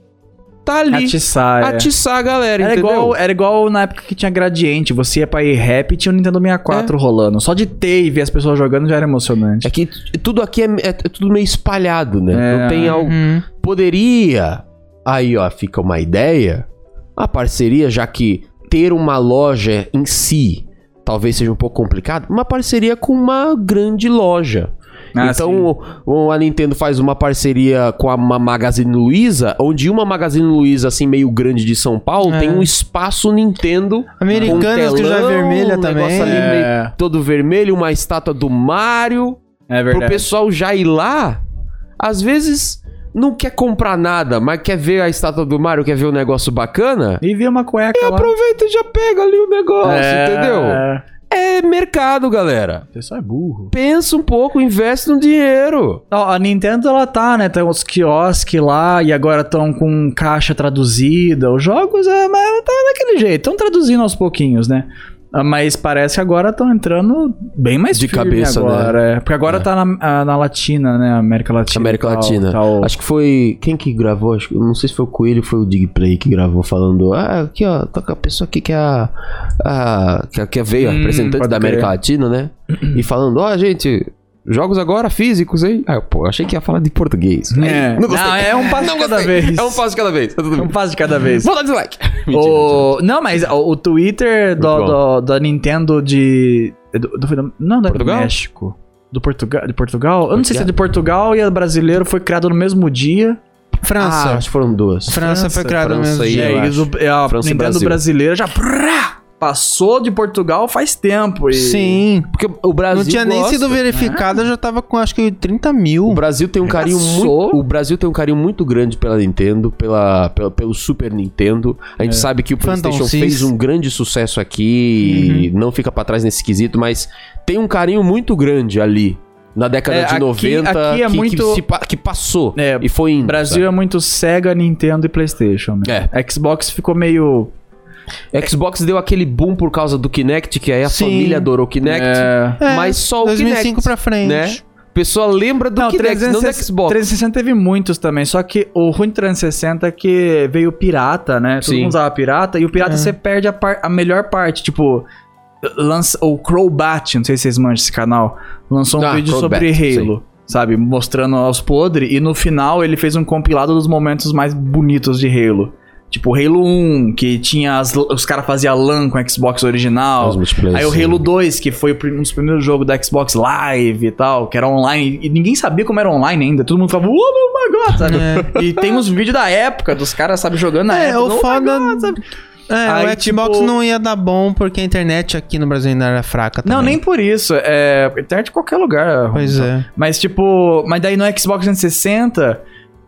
Speaker 2: tá ali, atiçar,
Speaker 1: Atiçar, é.
Speaker 2: a galera,
Speaker 1: Era
Speaker 2: entendeu?
Speaker 1: igual, era igual na época que tinha gradiente. Você ia pra ir rap e tinha o Nintendo 64 rolando. Só de ter e ver as pessoas jogando já era emocionante.
Speaker 2: É que t- tudo aqui é, é tudo meio espalhado, né?
Speaker 1: É.
Speaker 2: Não tem algo.
Speaker 3: Uhum.
Speaker 2: Poderia. Aí, ó, fica uma ideia. A parceria, já que ter uma loja em si talvez seja um pouco complicado, uma parceria com uma grande loja.
Speaker 1: Ah, sim.
Speaker 2: então, o- o- a Nintendo faz uma parceria com a Ma- Magazine Luiza, onde uma Magazine Luiza, assim, meio grande de São Paulo,
Speaker 3: É.
Speaker 2: tem um espaço Nintendo.
Speaker 3: Americanas
Speaker 2: com
Speaker 3: que já é
Speaker 2: telão,
Speaker 3: vermelha
Speaker 2: um
Speaker 3: também.
Speaker 2: negócio ali meio
Speaker 1: É,
Speaker 2: todo vermelho, uma estátua do Mario
Speaker 1: é
Speaker 2: pro
Speaker 1: verdade.
Speaker 2: pessoal já ir lá, às vezes não quer comprar nada, mas quer ver a estátua do Mario, quer ver um negócio bacana,
Speaker 1: E ver uma cueca lá.
Speaker 2: aproveita e já pega ali o negócio,
Speaker 1: É,
Speaker 2: entendeu?
Speaker 1: é.
Speaker 2: É mercado, galera.
Speaker 1: O pessoal é burro.
Speaker 2: Pensa um pouco, investe no dinheiro.
Speaker 1: Ó, a Nintendo, ela tá, né? Tem uns quiosques lá e agora estão com caixa traduzida. Os jogos, é, mas tá daquele jeito. Estão traduzindo aos pouquinhos, né? Ah, Mas parece que agora estão entrando bem mais
Speaker 2: De
Speaker 1: firme
Speaker 2: cabeça, né?
Speaker 1: agora, é. Porque agora
Speaker 2: É.
Speaker 1: tá na, ah, na Latina, né? América Latina.
Speaker 2: América
Speaker 1: e tal,
Speaker 2: Latina.
Speaker 1: tal.
Speaker 2: Acho que foi. Quem que gravou? Acho, que- não sei se foi o Coelho ou foi o Digplay que gravou falando. Ah, aqui, ó, tá com a pessoa aqui que é a. a que, que veio, a
Speaker 1: Hum,
Speaker 2: representante
Speaker 1: pode
Speaker 2: da América
Speaker 1: crer. (clears throat)
Speaker 2: Latina, né? E falando, ó, gente, jogos agora físicos, hein? Ah, eu, pô, achei que ia falar de português.
Speaker 1: É.
Speaker 2: (laughs) Não gostei.
Speaker 1: Não, é um passo de cada
Speaker 2: gostei.
Speaker 1: vez.
Speaker 2: É um passo de cada vez. Tá tudo
Speaker 1: Um
Speaker 2: bem.
Speaker 1: passo de cada vez.
Speaker 2: Vou dar dislike.
Speaker 1: O- Não, mas o, o Twitter do-
Speaker 2: Muito
Speaker 1: do- da Nintendo de. do- do- não, da
Speaker 2: Portugal?
Speaker 1: do México. Do Portugal, de Portugal? Eu não sei se é de Portugal e é brasileiro, foi criado no mesmo dia.
Speaker 2: Ah,
Speaker 3: França.
Speaker 2: acho que foram duas.
Speaker 3: França foi criada no
Speaker 2: Ah, França
Speaker 3: mesmo
Speaker 2: e-
Speaker 1: E
Speaker 3: dia.
Speaker 2: eu
Speaker 1: aí,
Speaker 2: acho.
Speaker 1: o- é, a
Speaker 2: França e
Speaker 1: Nintendo
Speaker 2: Brasil.
Speaker 1: brasileira já prá, passou de Portugal faz tempo. E...
Speaker 3: Sim.
Speaker 2: Porque o Brasil.
Speaker 3: Não tinha nem
Speaker 2: gosta.
Speaker 3: sido verificado, eu já tava com acho que 30 mil.
Speaker 2: O Brasil tem um carinho muito, o Brasil tem um carinho muito grande pela Nintendo, pela, pela- pelo Super Nintendo. A
Speaker 1: É.
Speaker 2: gente sabe que o
Speaker 3: Phantom
Speaker 2: PlayStation
Speaker 3: Sys.
Speaker 2: fez um grande sucesso aqui,
Speaker 1: Uhum.
Speaker 2: não fica pra trás nesse quesito, mas tem um carinho muito grande ali na década
Speaker 1: É,
Speaker 2: de
Speaker 1: aqui-
Speaker 2: 90
Speaker 1: aqui é
Speaker 2: que,
Speaker 1: muito-
Speaker 2: que, se pa- que passou
Speaker 1: É,
Speaker 2: e foi indo.
Speaker 1: Brasil é muito Sega, Nintendo e PlayStation. né?
Speaker 2: É.
Speaker 1: Xbox ficou meio.
Speaker 2: sabe? É. Xbox deu aquele boom por causa do Kinect, que aí a
Speaker 3: Sim.
Speaker 2: família adorou o Kinect,
Speaker 1: É...
Speaker 3: É,
Speaker 2: mas só o
Speaker 3: 2005
Speaker 2: Kinect,
Speaker 3: pra frente.
Speaker 2: né? O pessoal lembra do
Speaker 1: Não,
Speaker 2: Kinect, não do
Speaker 1: 360
Speaker 2: Xbox.
Speaker 1: 360 teve muitos também, só que o ruim do 360 é que veio pirata, né? Todo
Speaker 2: Sim.
Speaker 1: mundo usava pirata, e o pirata
Speaker 3: É.
Speaker 1: você perde a, par- a melhor parte, tipo... Lança, o Crowbat, não sei se vocês manjam esse canal, lançou um
Speaker 2: Ah,
Speaker 1: vídeo
Speaker 2: Crowbat,
Speaker 1: sobre Halo, sabe? Mostrando aos podres, e no final ele fez um compilado dos momentos mais bonitos de Halo. Tipo, Halo 1, que tinha as- os caras faziam LAN com o Xbox original.
Speaker 2: Os multiplayers,
Speaker 1: Aí o
Speaker 2: sim.
Speaker 1: Halo 2, que foi o prim- um dos primeiros jogos da Xbox Live e tal, que era online. E ninguém sabia como era online ainda. Todo mundo falava, oh my god, sabe? E tem uns vídeos da época dos caras, sabe, jogando na
Speaker 3: É,
Speaker 1: época.
Speaker 3: o
Speaker 1: "Oh,
Speaker 3: foda. É,
Speaker 1: Aí,
Speaker 3: o Xbox
Speaker 1: tipo-
Speaker 3: não ia dar bom porque a internet aqui no Brasil ainda era fraca.
Speaker 1: Não,
Speaker 3: também.
Speaker 1: nem por isso. É. Internet em qualquer lugar.
Speaker 3: Pois é.
Speaker 1: Mas, tipo. Mas daí no Xbox 360.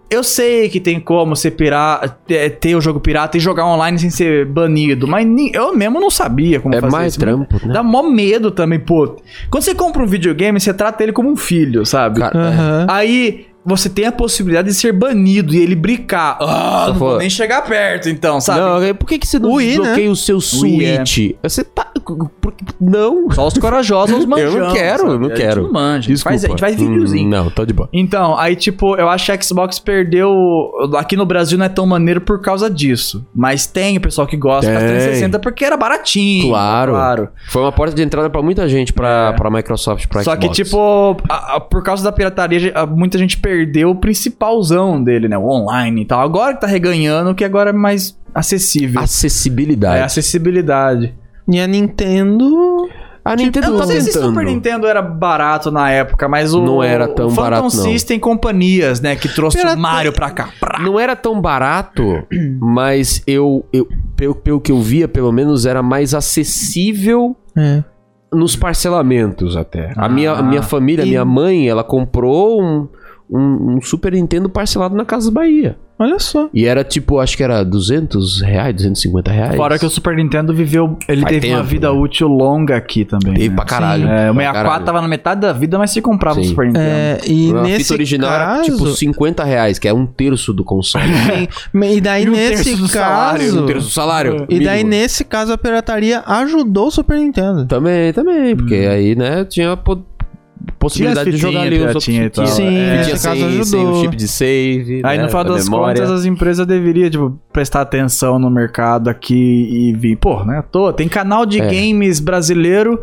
Speaker 1: Eu sei que tem como ser pirata, ter o jogo pirata e jogar online sem ser banido, mas ni- eu mesmo não sabia como
Speaker 2: É
Speaker 1: fazer
Speaker 2: mais
Speaker 1: isso.
Speaker 2: trampo, né?
Speaker 1: Dá mó medo também, pô. Quando você compra um videogame, você trata ele como um filho, sabe?
Speaker 2: Cara, é.
Speaker 3: Aham.
Speaker 1: Aí você tem a possibilidade de ser banido e ele brincar. Ah,
Speaker 2: Só
Speaker 1: não vou
Speaker 2: for-
Speaker 1: nem chegar perto, então, sabe?
Speaker 2: Não, é- por que, que você não
Speaker 3: Wii, né?
Speaker 2: desbloqueia o seu
Speaker 1: Wii, é.
Speaker 2: Switch? Você tá. por que- não.
Speaker 1: Só os (laughs) corajosos, os manjão.
Speaker 2: Eu não quero,
Speaker 1: sabe?
Speaker 2: eu não
Speaker 1: A gente
Speaker 2: quero.
Speaker 1: não manja. A gente faz, a gente faz
Speaker 2: Hum,
Speaker 1: videozinho.
Speaker 2: não, tá de boa.
Speaker 1: Então, aí tipo, eu acho que a Xbox perdeu. Aqui no Brasil não é tão maneiro por causa disso. Mas tem o pessoal que gosta da
Speaker 2: Tem.
Speaker 1: 360 porque era baratinho.
Speaker 2: Claro. Foi uma porta de entrada pra muita gente, pra, pra Microsoft, pra
Speaker 1: Só
Speaker 2: Xbox.
Speaker 1: que, tipo, a- a- por causa da pirataria, ge- a- muita gente perdeu o principalzão dele, né? O online e tal. Agora que tá reganhando, que agora é mais acessível. É,
Speaker 2: Acessibilidade.
Speaker 1: acessibilidade.
Speaker 3: E a Nintendo.
Speaker 2: A Nintendo
Speaker 1: Eu
Speaker 2: tá
Speaker 1: não sei se
Speaker 2: tentando.
Speaker 1: Super Nintendo era barato na época, mas o.
Speaker 2: Não era tão
Speaker 1: o Phantom
Speaker 2: barato, não.
Speaker 1: System companhias, né? Que trouxe
Speaker 3: Era
Speaker 1: o Mario pra cá. Prá.
Speaker 2: Não era tão barato, mas eu, eu pelo, pelo que eu via, pelo menos era mais acessível
Speaker 3: É.
Speaker 2: nos parcelamentos até. A minha, a minha família, a
Speaker 3: E-
Speaker 2: minha mãe, ela comprou um, um, um Super Nintendo parcelado na Casa Bahia.
Speaker 3: Olha só.
Speaker 2: E era tipo, acho que era 200 reais, 250 reais.
Speaker 1: Fora que o Super Nintendo viveu. Ele
Speaker 2: É Faz
Speaker 1: teve uma
Speaker 2: tempo,
Speaker 1: vida
Speaker 2: né?
Speaker 1: útil longa aqui também.
Speaker 2: Teve
Speaker 1: né?
Speaker 2: pra caralho.
Speaker 1: É, o
Speaker 2: pra
Speaker 1: 64
Speaker 2: caralho.
Speaker 1: tava na metade da vida, mas se comprava o
Speaker 2: Sim.
Speaker 1: Super Nintendo.
Speaker 3: É, e
Speaker 2: A
Speaker 3: nesse
Speaker 2: fita original era
Speaker 3: caso,
Speaker 2: (laughs) tipo 50 reais, que é um terço do console.
Speaker 3: E daí
Speaker 1: E um
Speaker 3: nesse
Speaker 1: terço
Speaker 3: caso.
Speaker 1: do salário,
Speaker 2: um (laughs) terço do
Speaker 1: É.
Speaker 2: salário.
Speaker 3: E daí
Speaker 2: mínimo.
Speaker 3: nesse caso a pirataria ajudou o Super Nintendo.
Speaker 2: Também, também, porque aí, né, tinha po- possibilidade
Speaker 1: Hum. Tinha as
Speaker 2: de jogar ali
Speaker 1: fitinhas,
Speaker 2: os outros
Speaker 1: piratinha e tal.
Speaker 2: fitinhas.
Speaker 3: Sim,
Speaker 2: Fitinha
Speaker 3: nesse caso
Speaker 2: sem, sem o
Speaker 3: ajudou.
Speaker 2: chip de save,
Speaker 1: Aí
Speaker 2: né,
Speaker 1: no final
Speaker 2: da
Speaker 1: das
Speaker 2: memória.
Speaker 1: contas, as empresas deveriam, tipo, prestar atenção no mercado aqui e vir. Pô, né? à toa. Tem canal de
Speaker 2: É.
Speaker 1: games brasileiro.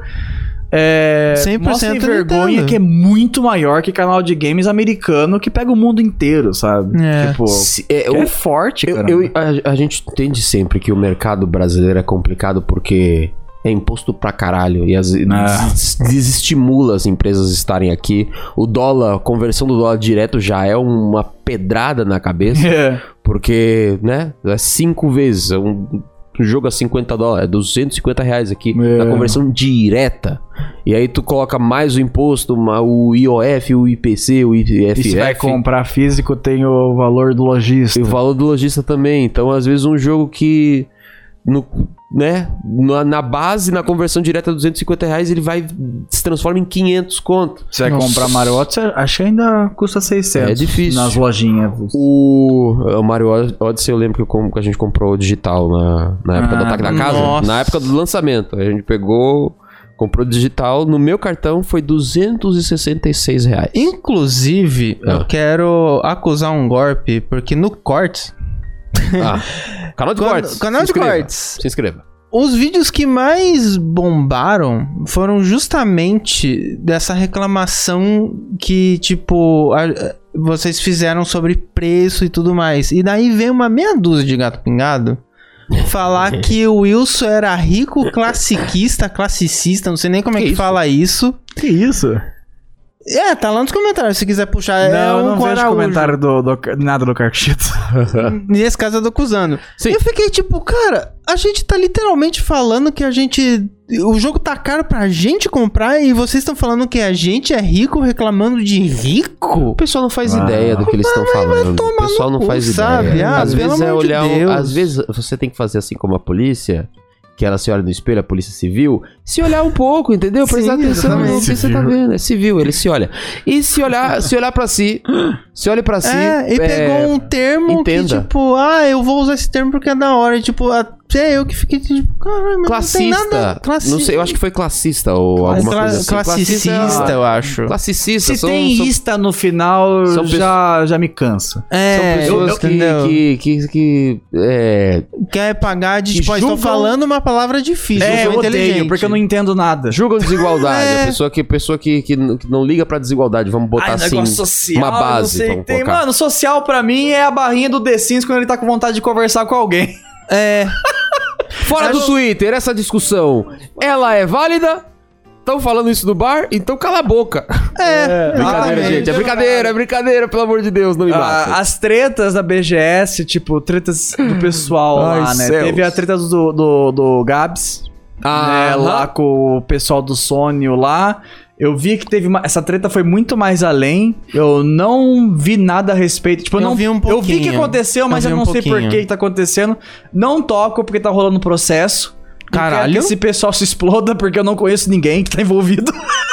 Speaker 1: É,
Speaker 3: 100%
Speaker 1: mostrem vergonha
Speaker 3: Nintendo.
Speaker 1: que é muito maior que canal de games americano que pega o mundo inteiro, sabe?
Speaker 3: É.
Speaker 1: Tipo,
Speaker 2: Se- é, eu-
Speaker 1: é forte,
Speaker 2: eu-
Speaker 1: cara.
Speaker 2: eu- a, a gente entende sempre que o mercado brasileiro é complicado porque é imposto pra caralho e as,
Speaker 1: Ah.
Speaker 2: des- desestimula as empresas estarem aqui. O dólar, a conversão do dólar direto já é uma pedrada na cabeça.
Speaker 1: (laughs) (laughs) É.
Speaker 2: Porque, né? É cinco vezes. é Um, um jogo a 50 dólares, é 250 reais aqui.
Speaker 1: É.
Speaker 2: Na conversão direta. E aí tu coloca mais o imposto, ma- o IOF, o IPC, o
Speaker 1: E se vai
Speaker 2: IFF.
Speaker 1: comprar físico, tem o valor do lojista.
Speaker 2: E o valor do lojista também. Então, às vezes, um jogo que. No, né? Na, na base, na conversão direta, 250 reais, ele vai. se transforma em 500 conto.
Speaker 1: Você vai
Speaker 3: Nossa.
Speaker 1: comprar maroto, você acho que ainda custa 600.
Speaker 2: É difícil.
Speaker 1: Nas lojinhas.
Speaker 2: O, É, o Mario Odyssey, eu lembro que, eu com- que a gente comprou o digital na, na época
Speaker 1: Ah,
Speaker 2: do ataque da casa.
Speaker 3: nossa.
Speaker 2: Na época do lançamento. A gente pegou, comprou o digital. No meu cartão foi 266 reais.
Speaker 3: Inclusive,
Speaker 2: Ah.
Speaker 3: eu quero acusar um golpe, porque no cortes.
Speaker 2: Ah, canal de
Speaker 3: Quando-
Speaker 2: cortes.
Speaker 3: canal
Speaker 2: se
Speaker 3: de
Speaker 2: inscreva.
Speaker 3: cortes.
Speaker 2: Se inscreva.
Speaker 3: Os vídeos que mais bombaram foram justamente dessa reclamação que, tipo, a- vocês fizeram sobre preço e tudo mais. E daí vem uma meia dúzia de gato pingado
Speaker 2: (laughs)
Speaker 3: falar que o Wilson era rico, classiquista, classicista, não sei nem como é
Speaker 2: Que
Speaker 3: que
Speaker 2: isso?
Speaker 3: fala isso.
Speaker 1: Que isso?
Speaker 3: É, tá lá nos comentários se quiser puxar. é
Speaker 1: não, eu
Speaker 3: um
Speaker 1: não vejo
Speaker 3: Coraújo.
Speaker 1: comentário do, do- nada do Cartito.
Speaker 3: (laughs) Nesse caso, eu tô acusando.
Speaker 2: Sim.
Speaker 3: Eu fiquei tipo, cara, a gente tá literalmente falando que a gente. O jogo tá caro pra gente comprar e vocês estão falando que a gente é rico reclamando de
Speaker 2: O
Speaker 3: rico?
Speaker 2: pessoal não faz
Speaker 1: Ah.
Speaker 2: ideia do que eles estão falando. O
Speaker 3: tomar
Speaker 2: pessoal
Speaker 3: no
Speaker 2: não
Speaker 3: cu,
Speaker 2: faz
Speaker 3: sabe?
Speaker 2: ideia.
Speaker 3: Ah,
Speaker 2: às
Speaker 3: pelo
Speaker 2: vezes é
Speaker 3: amor de
Speaker 2: olhar. um-
Speaker 3: Deus.
Speaker 2: às vezes você tem que fazer assim como a polícia. Que ela se olha no espelho, a polícia civil, se olhar um pouco, entendeu? Prestar
Speaker 3: Sim,
Speaker 2: atenção no
Speaker 3: exatamente.
Speaker 2: que você tá vendo. É civil, ele se olha. E se olhar, se olhar pra si, se olha pra si.
Speaker 3: é, e
Speaker 2: é,
Speaker 3: pegou um termo
Speaker 2: entenda.
Speaker 3: que, tipo, ah, eu vou usar esse termo porque é da hora. E, tipo, até eu que fiquei, tipo, caralho, mas não tem
Speaker 2: classista.
Speaker 3: nada. Classi-
Speaker 2: Não sei, eu acho que foi classista ou alguma
Speaker 3: Cla-
Speaker 2: coisa assim.
Speaker 3: classicista, eu acho.
Speaker 2: Classicista,
Speaker 1: Se
Speaker 2: são,
Speaker 1: tem
Speaker 2: são,
Speaker 1: ista no final,
Speaker 2: são
Speaker 1: já, já me cansa.
Speaker 2: são
Speaker 3: É,
Speaker 2: pessoas que,
Speaker 3: entendeu?
Speaker 2: que, que, que, é,
Speaker 3: Quer pagar de,
Speaker 2: que
Speaker 3: tipo, ah, estou
Speaker 2: julgam-
Speaker 3: falando uma palavra difícil.
Speaker 1: É,
Speaker 3: sou
Speaker 1: eu odeio,
Speaker 3: inteligente.
Speaker 1: porque eu não entendo nada.
Speaker 2: julgam desigualdade.
Speaker 3: É.
Speaker 2: A pessoa, que, pessoa que, que, n- que não liga pra desigualdade, vamos botar assim.
Speaker 1: social,
Speaker 2: uma base,
Speaker 1: não sei o que
Speaker 2: vamos
Speaker 1: tem.
Speaker 2: colocar.
Speaker 1: Mano, social pra mim é a barrinha do The Sims quando ele tá com vontade de conversar com alguém.
Speaker 3: É.
Speaker 2: Fora do Twitter, essa discussão, ela é válida? Estão falando isso no bar? Então cala a boca.
Speaker 1: (laughs)
Speaker 3: É,
Speaker 2: Brincadeira,
Speaker 3: exatamente.
Speaker 2: gente. É brincadeira, é brincadeira, pelo amor de Deus, não me mata.
Speaker 1: Ah, Ah, as tretas da BGS, tipo, tretas do pessoal
Speaker 2: Ai,
Speaker 1: lá, né?
Speaker 2: céus.
Speaker 1: Teve a treta do, do, do Gabs,
Speaker 2: Ah,
Speaker 1: né,
Speaker 2: Aham.
Speaker 1: lá com o pessoal do Sony lá. Eu vi que teve uma... Essa treta foi muito mais além. Eu não vi nada a respeito. Tipo, eu
Speaker 3: Eu
Speaker 1: não
Speaker 3: vi um
Speaker 1: Eu vi que
Speaker 3: pouquinho.
Speaker 1: aconteceu, mas eu,
Speaker 3: Eu vi
Speaker 1: não
Speaker 3: um
Speaker 1: sei por
Speaker 3: pouquinho.
Speaker 1: que que tá acontecendo. Não toco porque tá rolando processo. Não quero
Speaker 3: Caralho.
Speaker 1: que Esse pessoal se exploda porque eu não conheço ninguém que tá envolvido. (laughs)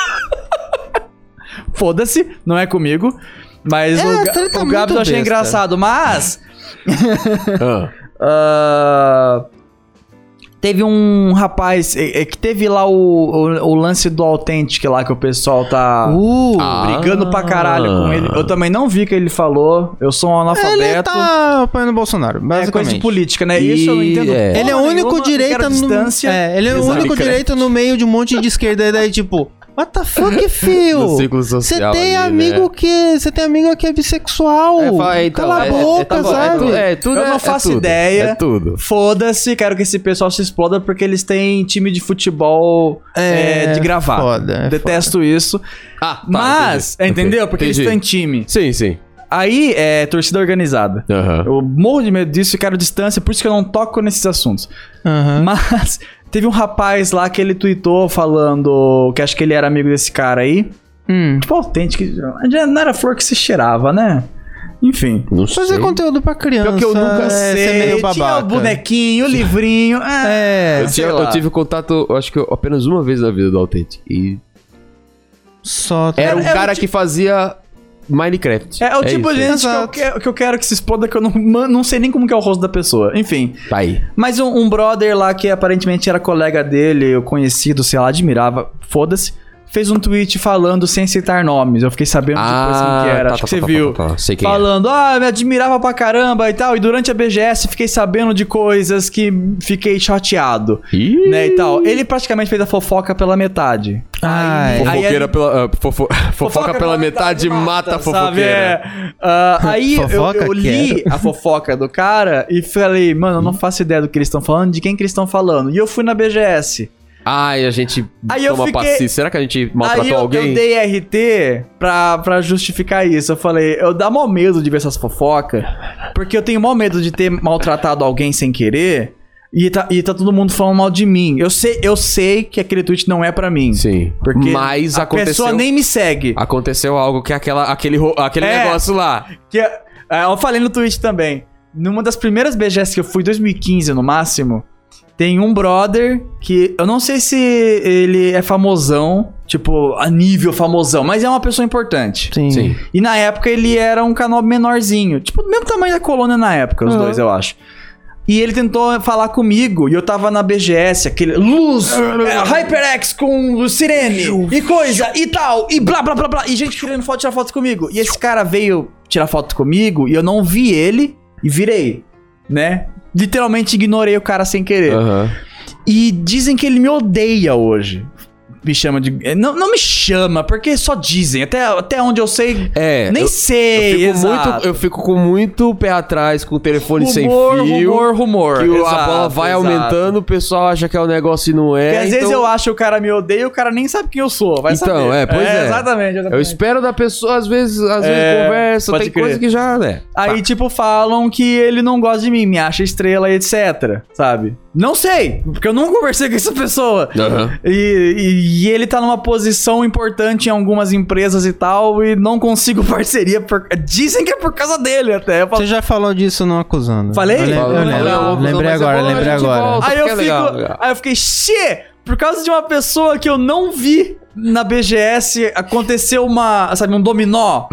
Speaker 1: Foda-se, não é comigo. Mas
Speaker 3: É,
Speaker 1: o,
Speaker 3: essa treta
Speaker 1: Ga-
Speaker 3: é
Speaker 1: o Gabs
Speaker 3: muito
Speaker 1: eu achei
Speaker 3: besta.
Speaker 1: engraçado. Mas
Speaker 2: Ah.
Speaker 1: (laughs) ah, teve um rapaz é, é, que teve lá o, o, o lance do Authentic lá que o pessoal tá
Speaker 3: Uh, Ah.
Speaker 2: Ah.
Speaker 1: brigando pra caralho com ele. Eu também não vi o que ele falou. Eu sou um analfabeto.
Speaker 3: ele tá apoiando o Bolsonaro,
Speaker 1: É coisa
Speaker 3: basicamente.
Speaker 1: de política, né? Isso eu não
Speaker 2: E-
Speaker 1: entendo.
Speaker 2: é.
Speaker 1: porra
Speaker 3: Ele é o único
Speaker 1: nenhuma, eu quero
Speaker 3: direita no
Speaker 1: distância.
Speaker 3: É, ele é o
Speaker 1: Exato.
Speaker 3: único direita no meio de um monte de esquerda e daí tipo, What the
Speaker 2: (laughs)
Speaker 3: fuck,
Speaker 2: No
Speaker 3: fio?
Speaker 2: círculo
Speaker 3: Você
Speaker 2: social
Speaker 3: tem
Speaker 2: ali,
Speaker 3: amigo
Speaker 2: né?
Speaker 3: que. Você tem amigo que é bissexual.
Speaker 2: É, fala, é, então,
Speaker 3: Cala
Speaker 2: é-
Speaker 3: a
Speaker 2: é-
Speaker 3: boca,
Speaker 2: tá bom, é
Speaker 3: sabe?
Speaker 2: tudo- é tudo
Speaker 1: Eu
Speaker 2: é-
Speaker 1: não
Speaker 2: é
Speaker 1: faço
Speaker 2: tudo,
Speaker 1: ideia.
Speaker 2: É tudo.
Speaker 1: Foda-se, quero que esse pessoal se exploda porque eles têm time de futebol
Speaker 3: É,
Speaker 1: é, de gravar.
Speaker 3: foda, é
Speaker 1: Detesto isso.
Speaker 2: Ah, tá,
Speaker 1: Mas,
Speaker 2: entendi.
Speaker 1: entendeu? Porque eles
Speaker 2: Entendi.
Speaker 1: têm time.
Speaker 2: Sim, sim.
Speaker 1: Aí é torcida organizada.
Speaker 2: Aham.
Speaker 1: Eu morro de medo disso e quero distância, por isso que eu não toco nesses assuntos.
Speaker 3: Aham.
Speaker 1: Mas (laughs) teve um rapaz lá que ele tweetou falando que acho que ele era amigo desse cara aí.
Speaker 3: Hum.
Speaker 1: Tipo, autêntico. já Não era flor que se cheirava, né? Enfim.
Speaker 2: Não sei.
Speaker 3: Fazer conteúdo pra criança.
Speaker 1: Pior que eu nunca
Speaker 3: é,
Speaker 1: sei.
Speaker 3: ser meio
Speaker 1: Tinha o
Speaker 3: babaca.
Speaker 1: bonequinho, o livrinho. É.
Speaker 3: É.
Speaker 2: Eu,
Speaker 1: sei
Speaker 2: tinha- eu
Speaker 1: lá.
Speaker 2: tive contato, eu acho que eu- apenas uma vez na vida do Authentic. E
Speaker 3: Só. tá-
Speaker 2: era um
Speaker 1: é o
Speaker 2: cara
Speaker 1: ti-
Speaker 2: que fazia Minecraft.
Speaker 1: É, o tipo
Speaker 2: isso.
Speaker 1: de gente que eu,
Speaker 3: Exato.
Speaker 1: que- que eu quero que se exploda, que eu não, man- não sei nem como que é o rosto da pessoa. Enfim.
Speaker 2: Tá aí.
Speaker 1: Mas um, um brother lá que aparentemente era colega dele, o conhecido, sei lá, admirava, foda-se, fez um tweet falando sem citar nomes. Eu fiquei sabendo depois quem que era,
Speaker 2: tá,
Speaker 1: acho
Speaker 2: tá,
Speaker 1: que você
Speaker 2: tá, tá,
Speaker 1: viu.
Speaker 2: tá, tá. Sei quem é.
Speaker 1: Falando, ah, me admirava pra caramba e tal. E durante a BGS fiquei sabendo de coisas que fiquei chateado,
Speaker 2: Ih,
Speaker 1: né, e tal. Ele praticamente fez a fofoca pela metade.
Speaker 3: Ai.
Speaker 1: Aí
Speaker 2: Fofoqueira
Speaker 1: ele-
Speaker 2: pela, ah,
Speaker 1: (laughs)
Speaker 2: fofo- fofoca pela metade mata a
Speaker 1: sabe?
Speaker 2: fofoqueira.
Speaker 1: É. Ah, aí eu- eu,
Speaker 3: Fofoca
Speaker 1: li a fofoca do cara e falei, mano, eu não faço ideia do que eles estão falando, de quem que eles estão falando. E eu fui na BGS.
Speaker 2: Ai, a gente
Speaker 1: Aí eu
Speaker 2: toma
Speaker 1: fiquei-
Speaker 2: paci. Será que a gente maltratou
Speaker 1: Aí eu,
Speaker 2: alguém?
Speaker 1: eu dei RT pra, pra justificar isso. Eu falei, eu dá mó medo de ver essas fofocas, porque eu tenho mó medo de ter maltratado alguém sem querer. E tá, e tá todo mundo falando mal de mim. Eu sei, eu sei que aquele tweet não é pra mim.
Speaker 2: Sim.
Speaker 1: Porque
Speaker 2: Mas
Speaker 1: a
Speaker 2: aconteceu. Ah.
Speaker 1: pessoa nem me segue.
Speaker 2: Aconteceu algo que é aquela, aquele, ro- aquele
Speaker 1: É.
Speaker 2: negócio lá.
Speaker 1: Que, é- é, eu falei no tweet também. Numa das primeiras BGS que eu fui, 2015 no máximo, tem um brother que eu não sei se ele é famosão, tipo, a nível famosão, mas é uma pessoa importante.
Speaker 3: Sim.
Speaker 2: Sim.
Speaker 1: E na época ele era um canal menorzinho. Tipo, do mesmo tamanho da colônia na época, os
Speaker 3: Uhum.
Speaker 1: dois, eu acho. E ele tentou falar comigo, e eu tava na BGS, aquele luz, é, HyperX com sirene, e coisa, e tal, e blá blá blá blá, e gente tirando foto, tirar foto comigo. E esse cara veio tirar foto comigo, e eu não vi ele, e virei, né? Literalmente ignorei o cara sem querer.
Speaker 2: Aham.
Speaker 1: E dizem que ele me odeia hoje. Me chama de. eh, Não, não me chama, porque só dizem. Até, até onde eu sei.
Speaker 2: É.
Speaker 1: nem
Speaker 2: eu-
Speaker 1: sei.
Speaker 2: eu, fico
Speaker 1: exato.
Speaker 2: muito, eu fico com muito pé atrás, com o telefone sem
Speaker 1: rumor,
Speaker 2: fio.
Speaker 1: rumor, rumor.
Speaker 2: que o- a
Speaker 1: Exato,
Speaker 2: bola vai
Speaker 1: exato.
Speaker 2: aumentando, o pessoal acha que é um negócio e não é.
Speaker 1: Porque às vezes
Speaker 2: então-
Speaker 1: eu acho que o cara me odeia e o cara nem sabe quem eu sou. Vai
Speaker 2: Então,
Speaker 1: saber.
Speaker 2: é, pois é.
Speaker 1: Exatamente. exatamente.
Speaker 2: Eu espero da pessoa, às vezes, às
Speaker 1: É,
Speaker 2: vezes conversa,
Speaker 1: pode
Speaker 2: tem
Speaker 1: crer.
Speaker 2: coisa que já, né?
Speaker 1: Aí, tipo, falam que ele não gosta de mim, me acha estrela e etc. Sabe? Não sei, porque eu não conversei com essa pessoa.
Speaker 2: Aham.
Speaker 1: E, e- e ele tá numa posição importante em algumas empresas e tal, e não consigo (laughs) parceria. por- Dizem que é por causa dele até. Eu falo,
Speaker 3: Você já falou disso não acusando.
Speaker 1: Falei?
Speaker 3: Eu, lem- eu
Speaker 2: Falou,
Speaker 3: lembro.
Speaker 2: falou, falou, mas
Speaker 3: lembrei
Speaker 2: é
Speaker 3: agora,
Speaker 2: bom, a
Speaker 3: lembrei
Speaker 2: gente
Speaker 3: volta.
Speaker 2: volta.
Speaker 1: aí eu
Speaker 2: que é
Speaker 1: fico.
Speaker 2: legal, legal.
Speaker 1: Aí eu fiquei, xê! Por causa de uma pessoa que eu não vi na BGS, aconteceu uma, sabe, um dominó.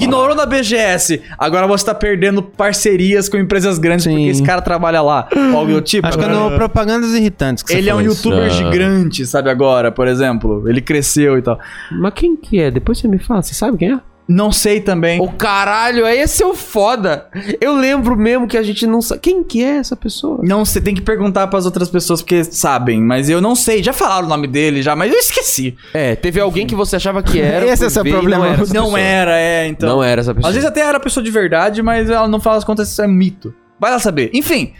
Speaker 1: Ignorou na BGS. Agora você tá perdendo parcerias com empresas grandes
Speaker 3: Sim.
Speaker 1: porque esse cara trabalha lá. Algo do tipo.
Speaker 3: Acho que é no Propagandas Irritantes que você
Speaker 1: Ele é um
Speaker 3: falou isso.
Speaker 1: youtuber
Speaker 2: Ah.
Speaker 1: gigante, sabe, agora, por exemplo. Ele cresceu e tal.
Speaker 2: Mas quem que é? Depois você me fala, você sabe quem é?
Speaker 1: Não sei também.
Speaker 2: O caralho, esse é o foda. Eu lembro mesmo que a gente não sabe. Quem que é essa pessoa?
Speaker 1: Não, você tem que perguntar pras outras pessoas porque sabem, mas eu não sei. Já falaram o nome dele já, mas eu esqueci.
Speaker 2: É, teve alguém que você achava que era.
Speaker 3: Esse
Speaker 2: foi
Speaker 3: é seu
Speaker 2: ver e
Speaker 3: problema.
Speaker 2: Não era, essa
Speaker 1: Não
Speaker 2: pessoa.
Speaker 1: era, é, então.
Speaker 2: Não era essa pessoa.
Speaker 1: Às vezes até era pessoa de verdade, mas ela não fala as contas, isso é mito. Vai lá saber. Enfim,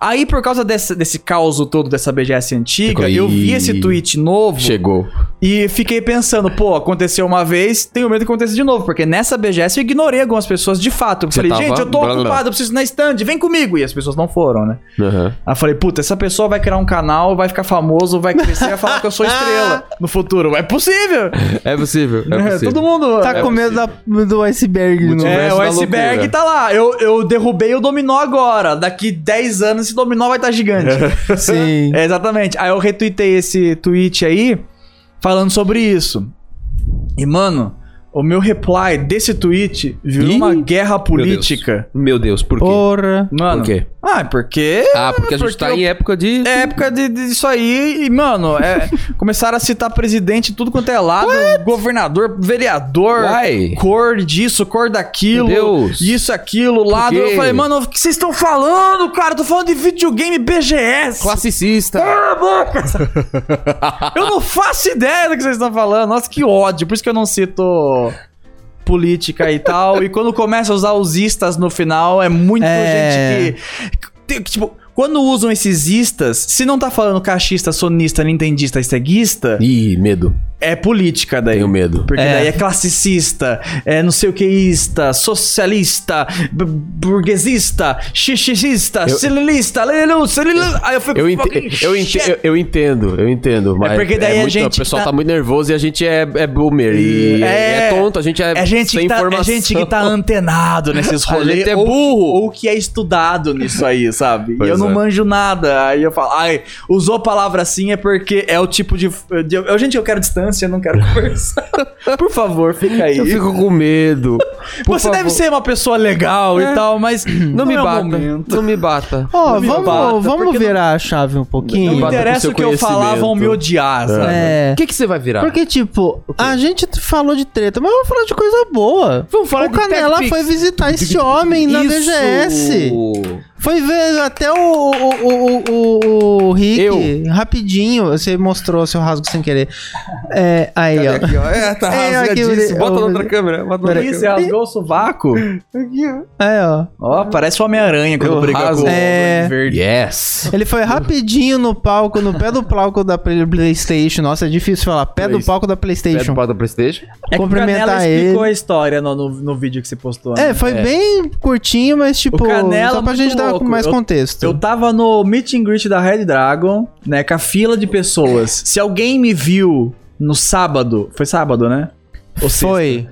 Speaker 1: aí por causa desse, desse caos todo dessa BGS antiga,
Speaker 2: Ficou,
Speaker 1: eu vi
Speaker 2: "Ih,
Speaker 1: esse tweet novo
Speaker 2: Chegou.
Speaker 1: e fiquei pensando, pô, aconteceu uma vez, tenho medo que aconteça de novo, porque nessa BGS eu ignorei algumas pessoas de fato. Eu
Speaker 2: Você
Speaker 1: falei,
Speaker 2: tava-
Speaker 1: gente, eu tô
Speaker 2: blá, blá.
Speaker 1: ocupado, eu preciso ir na stand, vem comigo. E as pessoas não foram, né?
Speaker 2: Aham.
Speaker 1: Aí eu falei, puta, essa pessoa vai criar um canal, vai ficar famoso, vai crescer, vai falar que eu sou estrela no futuro. É possível!
Speaker 2: É possível. É
Speaker 1: É,
Speaker 2: possível.
Speaker 1: (laughs) todo mundo.
Speaker 3: Tá com medo da- do iceberg, né?
Speaker 2: Muito
Speaker 3: não
Speaker 2: bem.
Speaker 1: É,
Speaker 2: universo
Speaker 1: o
Speaker 2: da
Speaker 1: iceberg
Speaker 2: loucura.
Speaker 1: tá lá. Eu, eu derrubei o dominó agora. Daqui 10 anos esse dominó vai estar
Speaker 2: (laughs)
Speaker 1: gigante.
Speaker 3: Sim.
Speaker 1: É, (laughs) exatamente. Aí eu retuitei esse tweet aí falando sobre isso. E, mano, O meu reply desse tweet virou
Speaker 2: Ih,
Speaker 1: uma guerra
Speaker 2: Meu Deus.
Speaker 1: política.
Speaker 2: Meu Deus, por quê?
Speaker 3: Porra.
Speaker 1: Mano.
Speaker 2: Por quê?
Speaker 1: Ah, porque.
Speaker 2: Ah, porque a gente
Speaker 1: Porque
Speaker 2: tá
Speaker 1: eu-
Speaker 2: em época de.
Speaker 1: É época de, disso aí e, mano, é, (laughs) começaram a citar presidente tudo quanto é lado, governador, vereador,
Speaker 2: Uai.
Speaker 1: cor disso, cor daquilo,
Speaker 2: Meu Deus.
Speaker 1: isso, aquilo, lado.
Speaker 2: quê?
Speaker 1: Eu falei, mano, o que vocês estão falando, cara? Eu tô falando de videogame BGS.
Speaker 2: Classicista. (laughs)
Speaker 1: Eu não faço ideia do que vocês estão falando. Nossa, que ódio. Por isso que eu não cito política e tal. E quando começa a usar os istas no final, é muito
Speaker 3: É.
Speaker 1: gente que- que. que, Tipo, quando usam esses istas, se não tá falando cachista, sonista, nintendista, esteguista,
Speaker 2: Ih, medo.
Speaker 1: é política daí.
Speaker 2: Tenho medo.
Speaker 1: Porque
Speaker 3: É.
Speaker 1: daí é classicista, é não sei o queista, socialista, b- burguesista, xixista,
Speaker 2: Eu-
Speaker 1: celilista, lelu, celilu. Aí eu fico.
Speaker 2: Eu, ente-
Speaker 1: fucking
Speaker 2: eu,
Speaker 1: shit. É
Speaker 2: ente- eu- eu entendo, eu entendo. Mas
Speaker 1: porque daí a
Speaker 2: muito-
Speaker 1: gente
Speaker 2: O pessoal
Speaker 1: tá-
Speaker 2: tá... muito nervoso e a gente é, é boomer. E
Speaker 1: É.
Speaker 2: é, tonto, a gente é,
Speaker 1: É gente,
Speaker 2: sem
Speaker 1: que tá, é
Speaker 2: informação.
Speaker 1: gente que tá antenado nesses
Speaker 2: (laughs) A
Speaker 1: rolês.
Speaker 2: gente é
Speaker 1: ou-
Speaker 2: burro.
Speaker 1: Ou, que é estudado nisso aí, sabe? e
Speaker 2: Pois
Speaker 1: eu não
Speaker 2: é.
Speaker 1: manjo nada. Aí eu falo, ai, usou a palavra assim é porque é o tipo de. de eu, gente, eu quero distância, eu não quero
Speaker 2: (laughs)
Speaker 1: conversar. Por favor, fica aí.
Speaker 2: (laughs) Eu fico com medo. Por
Speaker 1: Você deve
Speaker 2: favor, É.
Speaker 1: ser uma pessoa legal e tal, mas.
Speaker 2: Não, me
Speaker 1: é o
Speaker 2: bata.
Speaker 1: momento.
Speaker 2: Não
Speaker 1: (laughs)
Speaker 2: me bata.
Speaker 3: Ó,
Speaker 1: Não me
Speaker 3: vamos,
Speaker 1: bata,
Speaker 3: vamos
Speaker 1: porque
Speaker 3: virar a chave um
Speaker 1: Não
Speaker 3: pouquinho.
Speaker 1: né?
Speaker 2: Não
Speaker 1: me
Speaker 2: bata com
Speaker 1: interessa
Speaker 2: seu
Speaker 1: o que eu falar, vão me
Speaker 2: conhecimento.
Speaker 1: odiar, sabe?
Speaker 3: É.
Speaker 2: O que, que você vai virar?
Speaker 3: Porque, tipo, a gente falou de treta, mas vamos falar de coisa boa.
Speaker 2: Vamos falar
Speaker 3: o
Speaker 2: de
Speaker 3: Canela
Speaker 2: TechPix.
Speaker 3: foi visitar esse homem na BGS. Foi ver até o, o, o, o, o Rick
Speaker 2: Eu.
Speaker 3: rapidinho. Você mostrou seu rasgo sem querer. É, aí, ó.
Speaker 1: (laughs)
Speaker 2: É, tá
Speaker 3: É, aqui,
Speaker 2: rasgadíssimo. Bota na
Speaker 3: ó,
Speaker 2: outra câmera. Bota na outra
Speaker 1: Ih, Você
Speaker 2: câmera.
Speaker 1: rasgou o sovaco?
Speaker 3: Aí, ó.
Speaker 1: é Ó, parece o Homem-Aranha quando
Speaker 2: Eu
Speaker 1: briga
Speaker 2: rasgo.
Speaker 1: com o
Speaker 3: É.
Speaker 1: Homem Verde.
Speaker 2: Yes.
Speaker 3: Ele foi rapidinho no palco, no pé do palco da Play- PlayStation. Nossa, é difícil falar. Pé do
Speaker 2: Play-
Speaker 3: palco da
Speaker 2: Pede
Speaker 3: PlayStation.
Speaker 2: para o Playstation.
Speaker 1: É que o
Speaker 3: Cumprimentar
Speaker 1: Canela explicou
Speaker 3: ele.
Speaker 1: a história no, no, no vídeo que você postou. né?
Speaker 3: É, foi bem curtinho, mas tipo,
Speaker 1: Canela
Speaker 3: só pra
Speaker 1: é
Speaker 3: gente
Speaker 1: muito
Speaker 3: dar
Speaker 1: louco.
Speaker 3: mais
Speaker 1: Eu-
Speaker 3: contexto.
Speaker 1: Eu tava no meet and greet da Red Dragon, né, com a fila de pessoas. (laughs) Se alguém me viu no sábado, foi sábado, né? Ou sexta?
Speaker 3: Foi.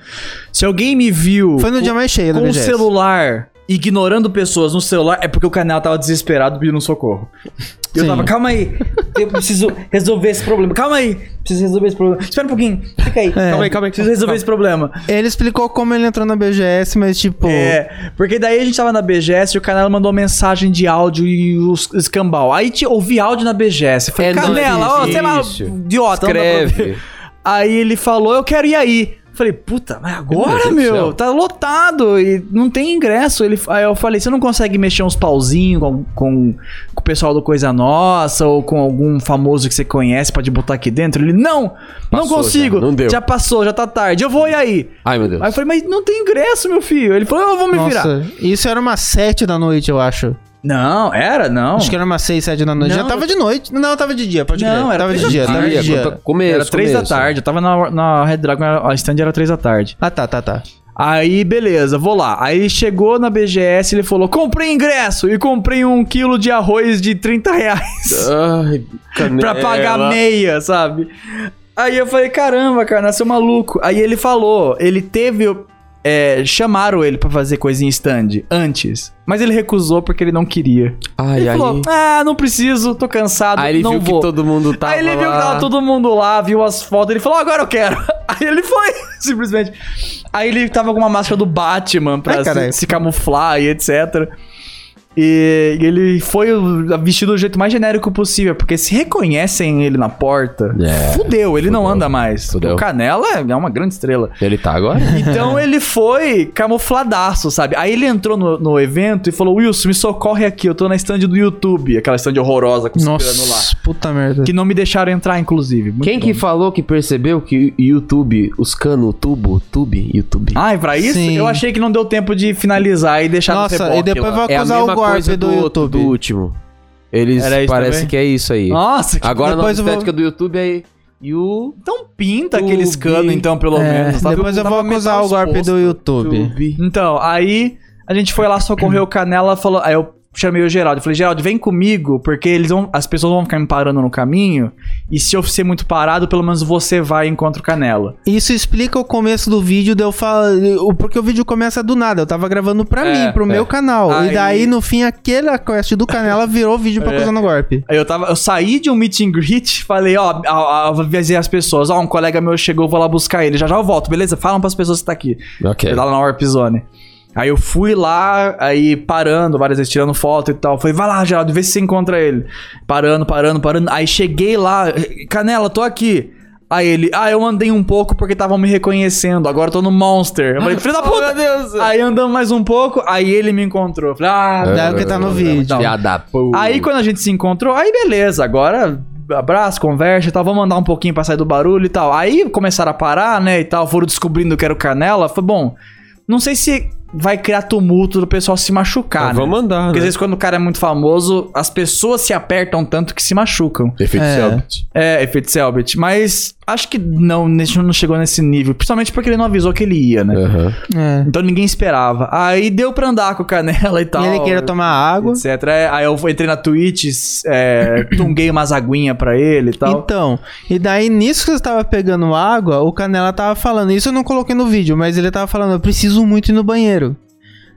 Speaker 1: Se alguém me viu
Speaker 3: Foi no dia mais cheio da
Speaker 1: com o
Speaker 3: BGS.
Speaker 1: celular, ignorando pessoas no celular, é porque o canal tava desesperado pedindo socorro. E Eu
Speaker 3: Sim.
Speaker 1: tava, calma aí, eu preciso resolver esse problema. Calma aí, preciso resolver esse problema. Espera um pouquinho, fica aí. Calma aí, calma aí. Preciso resolver esse problema.
Speaker 3: Ele explicou como ele entrou na BGS, mas tipo.
Speaker 1: É, porque daí a gente tava na BGS e o canal mandou mensagem de áudio e os escambau. Aí te ouvi áudio na BGS. Falei,
Speaker 2: É
Speaker 1: canela, ó,
Speaker 2: difícil.
Speaker 1: sei lá, idiota. não dá pra ver.
Speaker 2: Escreve.
Speaker 1: Aí ele falou, eu quero ir aí. Falei, puta, mas
Speaker 2: Meu
Speaker 1: agora,
Speaker 2: Deus do
Speaker 1: meu,
Speaker 2: céu.
Speaker 1: tá lotado e não tem ingresso. Ele, aí eu falei, você não consegue mexer uns pauzinhos com, com, com o pessoal do Coisa Nossa ou com algum famoso que você conhece pra te botar aqui dentro? Ele, não, não
Speaker 2: Passou já,
Speaker 1: consigo.
Speaker 2: não deu."
Speaker 1: já passou, já tá tarde, eu vou ir aí.
Speaker 2: Ai, meu Deus.
Speaker 1: Aí eu falei, mas não tem ingresso, meu filho. Ele falou, eu vou me virar.
Speaker 3: Nossa, isso era umas 7 da noite, eu acho.
Speaker 1: Não, era, não.
Speaker 3: Acho que era umas 6, 7 da noite.
Speaker 1: Não,
Speaker 3: Já tava de noite. Não, tava de dia, pode
Speaker 1: Não,
Speaker 3: crer.
Speaker 1: era
Speaker 3: tava de
Speaker 1: três
Speaker 3: dia,
Speaker 1: da
Speaker 3: tava de
Speaker 2: Maria,
Speaker 3: dia.
Speaker 2: quanto- começo,
Speaker 1: era três da
Speaker 2: começo.
Speaker 1: tarde. Eu tava na, na Red Dragon, a stand era três da tarde.
Speaker 3: Ah, tá, tá, tá.
Speaker 1: Aí, beleza, vou lá. Aí ele chegou na BGS ele falou: comprei ingresso e comprei um quilo de arroz de 30 reais (laughs)
Speaker 2: Ai,
Speaker 1: pra pagar
Speaker 2: canela.
Speaker 1: meia, sabe? Aí eu falei, caramba, cara, nasceu maluco. Aí ele falou, ele teve. é, chamaram ele pra fazer coisa em stand antes. Mas ele recusou porque ele não queria.
Speaker 2: Ai,
Speaker 1: ele
Speaker 2: aí.
Speaker 1: falou: Ah, não preciso, tô cansado.
Speaker 2: Aí ele
Speaker 1: não
Speaker 2: viu
Speaker 1: vou.
Speaker 2: que todo mundo tava
Speaker 1: aí ele viu que
Speaker 2: Tá lá.
Speaker 1: tava todo mundo lá, viu as fotos, ele falou, "Ah, agora eu quero. (laughs) Aí ele foi, simplesmente. Aí ele tava com uma máscara do Batman pra
Speaker 3: Ai,
Speaker 1: se,
Speaker 3: caralho.
Speaker 1: se camuflar e etc. E ele foi o- vestido do jeito mais genérico possível, porque se reconhecem ele na porta,
Speaker 2: É,
Speaker 1: fudeu, ele não anda mais.
Speaker 2: fudeu.
Speaker 1: O Canela é uma grande estrela.
Speaker 2: Ele tá agora?
Speaker 1: Então ele foi camufladaço, sabe? Aí ele entrou no, no evento e falou: Wilson, me socorre aqui, eu tô na stand do YouTube, aquela stand horrorosa com os piano lá.
Speaker 3: Nossa, puta merda.
Speaker 1: Que não me deixaram entrar, inclusive. Muito
Speaker 2: Quem que
Speaker 1: bom.
Speaker 2: falou que percebeu que o YouTube, os cano, tubo, tube, YouTube.
Speaker 1: Ai, Ah, é pra isso?
Speaker 3: Sim.
Speaker 1: Eu achei que não deu tempo de finalizar e deixar no
Speaker 3: Nossa,
Speaker 1: reboque
Speaker 3: e depois
Speaker 1: lá.
Speaker 2: É
Speaker 3: vai acusar o golpe do
Speaker 2: outro,
Speaker 3: YouTube.
Speaker 2: do último. Eles
Speaker 1: Era isso
Speaker 2: parece
Speaker 1: também? Ah,
Speaker 2: que é isso aí.
Speaker 1: Nossa, que...
Speaker 2: Agora a nova
Speaker 3: Depois eu vou-
Speaker 2: estética do YouTube é YouTube.
Speaker 1: então pinta
Speaker 2: Tubi.
Speaker 1: aqueles canos, então, pelo
Speaker 3: É,
Speaker 1: menos. sabe?
Speaker 3: depois eu vou
Speaker 1: Tava
Speaker 3: acusar
Speaker 1: metal
Speaker 3: o golpe
Speaker 1: exposto.
Speaker 3: do YouTube.
Speaker 1: Então, aí a gente foi lá, socorreu o Canela, falou... Aí eu chamei o Geraldo. Eu falei, Geraldo, vem comigo, porque eles vão, as pessoas vão ficar me parando no caminho. E se eu ser muito parado, pelo menos você vai e encontra o Canela.
Speaker 3: Isso explica o começo do vídeo de eu falar. Porque o vídeo começa do nada. Eu tava gravando pra
Speaker 1: É,
Speaker 3: mim, pro
Speaker 1: é.
Speaker 3: meu canal.
Speaker 1: Aí-
Speaker 3: E daí, no fim, aquele quest do Canela virou vídeo pra
Speaker 1: É.
Speaker 3: coisa no golpe.
Speaker 1: Aí eu, tava, eu saí de um meet and greet, falei, ó, a- a- eu avisei as pessoas, ó, um colega meu chegou, vou lá buscar ele, já já eu volto, beleza? Falam pras pessoas que tá aqui.
Speaker 2: Ok.
Speaker 1: Lá na Warp Zone. Aí eu fui lá, aí parando, várias vezes tirando foto e tal. Falei, vai lá, Geraldo, vê se você encontra ele. Parando, parando, parando. Aí cheguei lá, Canela, tô aqui. Aí ele, ah, eu andei um pouco porque estavam me reconhecendo, agora eu tô no Monster. Eu falei, filho da
Speaker 4: meu
Speaker 1: puta!
Speaker 4: Deus.
Speaker 1: Aí andamos mais um pouco, aí ele me encontrou. Eu Falei, ah,
Speaker 3: Daí o que tá no vídeo.
Speaker 1: não.
Speaker 2: Piada, pô.
Speaker 1: Aí quando a gente se encontrou, aí beleza, agora abraço, conversa e tal, vamos andar um pouquinho pra sair do barulho e tal. Aí começaram a parar, né, e tal, foram descobrindo que era o Canela, foi bom, não sei se vai criar tumulto do pessoal se machucar,
Speaker 3: É,
Speaker 1: né?
Speaker 4: Vamos andar,
Speaker 1: Porque
Speaker 4: né?
Speaker 1: às vezes quando o cara é muito famoso, as pessoas se apertam tanto que se machucam.
Speaker 2: Efeito
Speaker 3: É.
Speaker 2: Selbit.
Speaker 1: É, efeito Selbit. Mas acho que não, nesse- não chegou nesse nível. Principalmente porque ele não avisou que ele ia, né?
Speaker 2: Aham.
Speaker 3: É.
Speaker 1: Então ninguém esperava. Aí deu pra andar com o Canela e tal.
Speaker 3: E ele queria tomar água.
Speaker 1: Etc. É, Aí eu entrei na Twitch, (coughs) é, tunguei umas aguinha pra ele e tal.
Speaker 3: Então, e daí nisso que eu tava pegando água, o Canela tava falando, isso eu não coloquei no vídeo, mas ele tava falando, eu preciso muito ir no banheiro.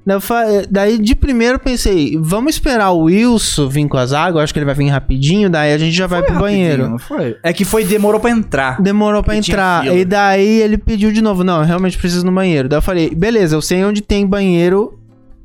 Speaker 3: Daí eu fa- Daí de primeiro eu pensei, vamos esperar o Wilson vir com as águas, acho que ele vai vir rapidinho, daí a gente já vai pro banheiro.
Speaker 1: Não foi? É que foi, demorou pra entrar.
Speaker 3: Demorou pra
Speaker 1: Porque tinha
Speaker 3: entrar.
Speaker 1: fila.
Speaker 2: né?
Speaker 3: E daí ele pediu de novo. Não, eu realmente preciso ir no banheiro. Daí eu falei, beleza, eu sei onde tem banheiro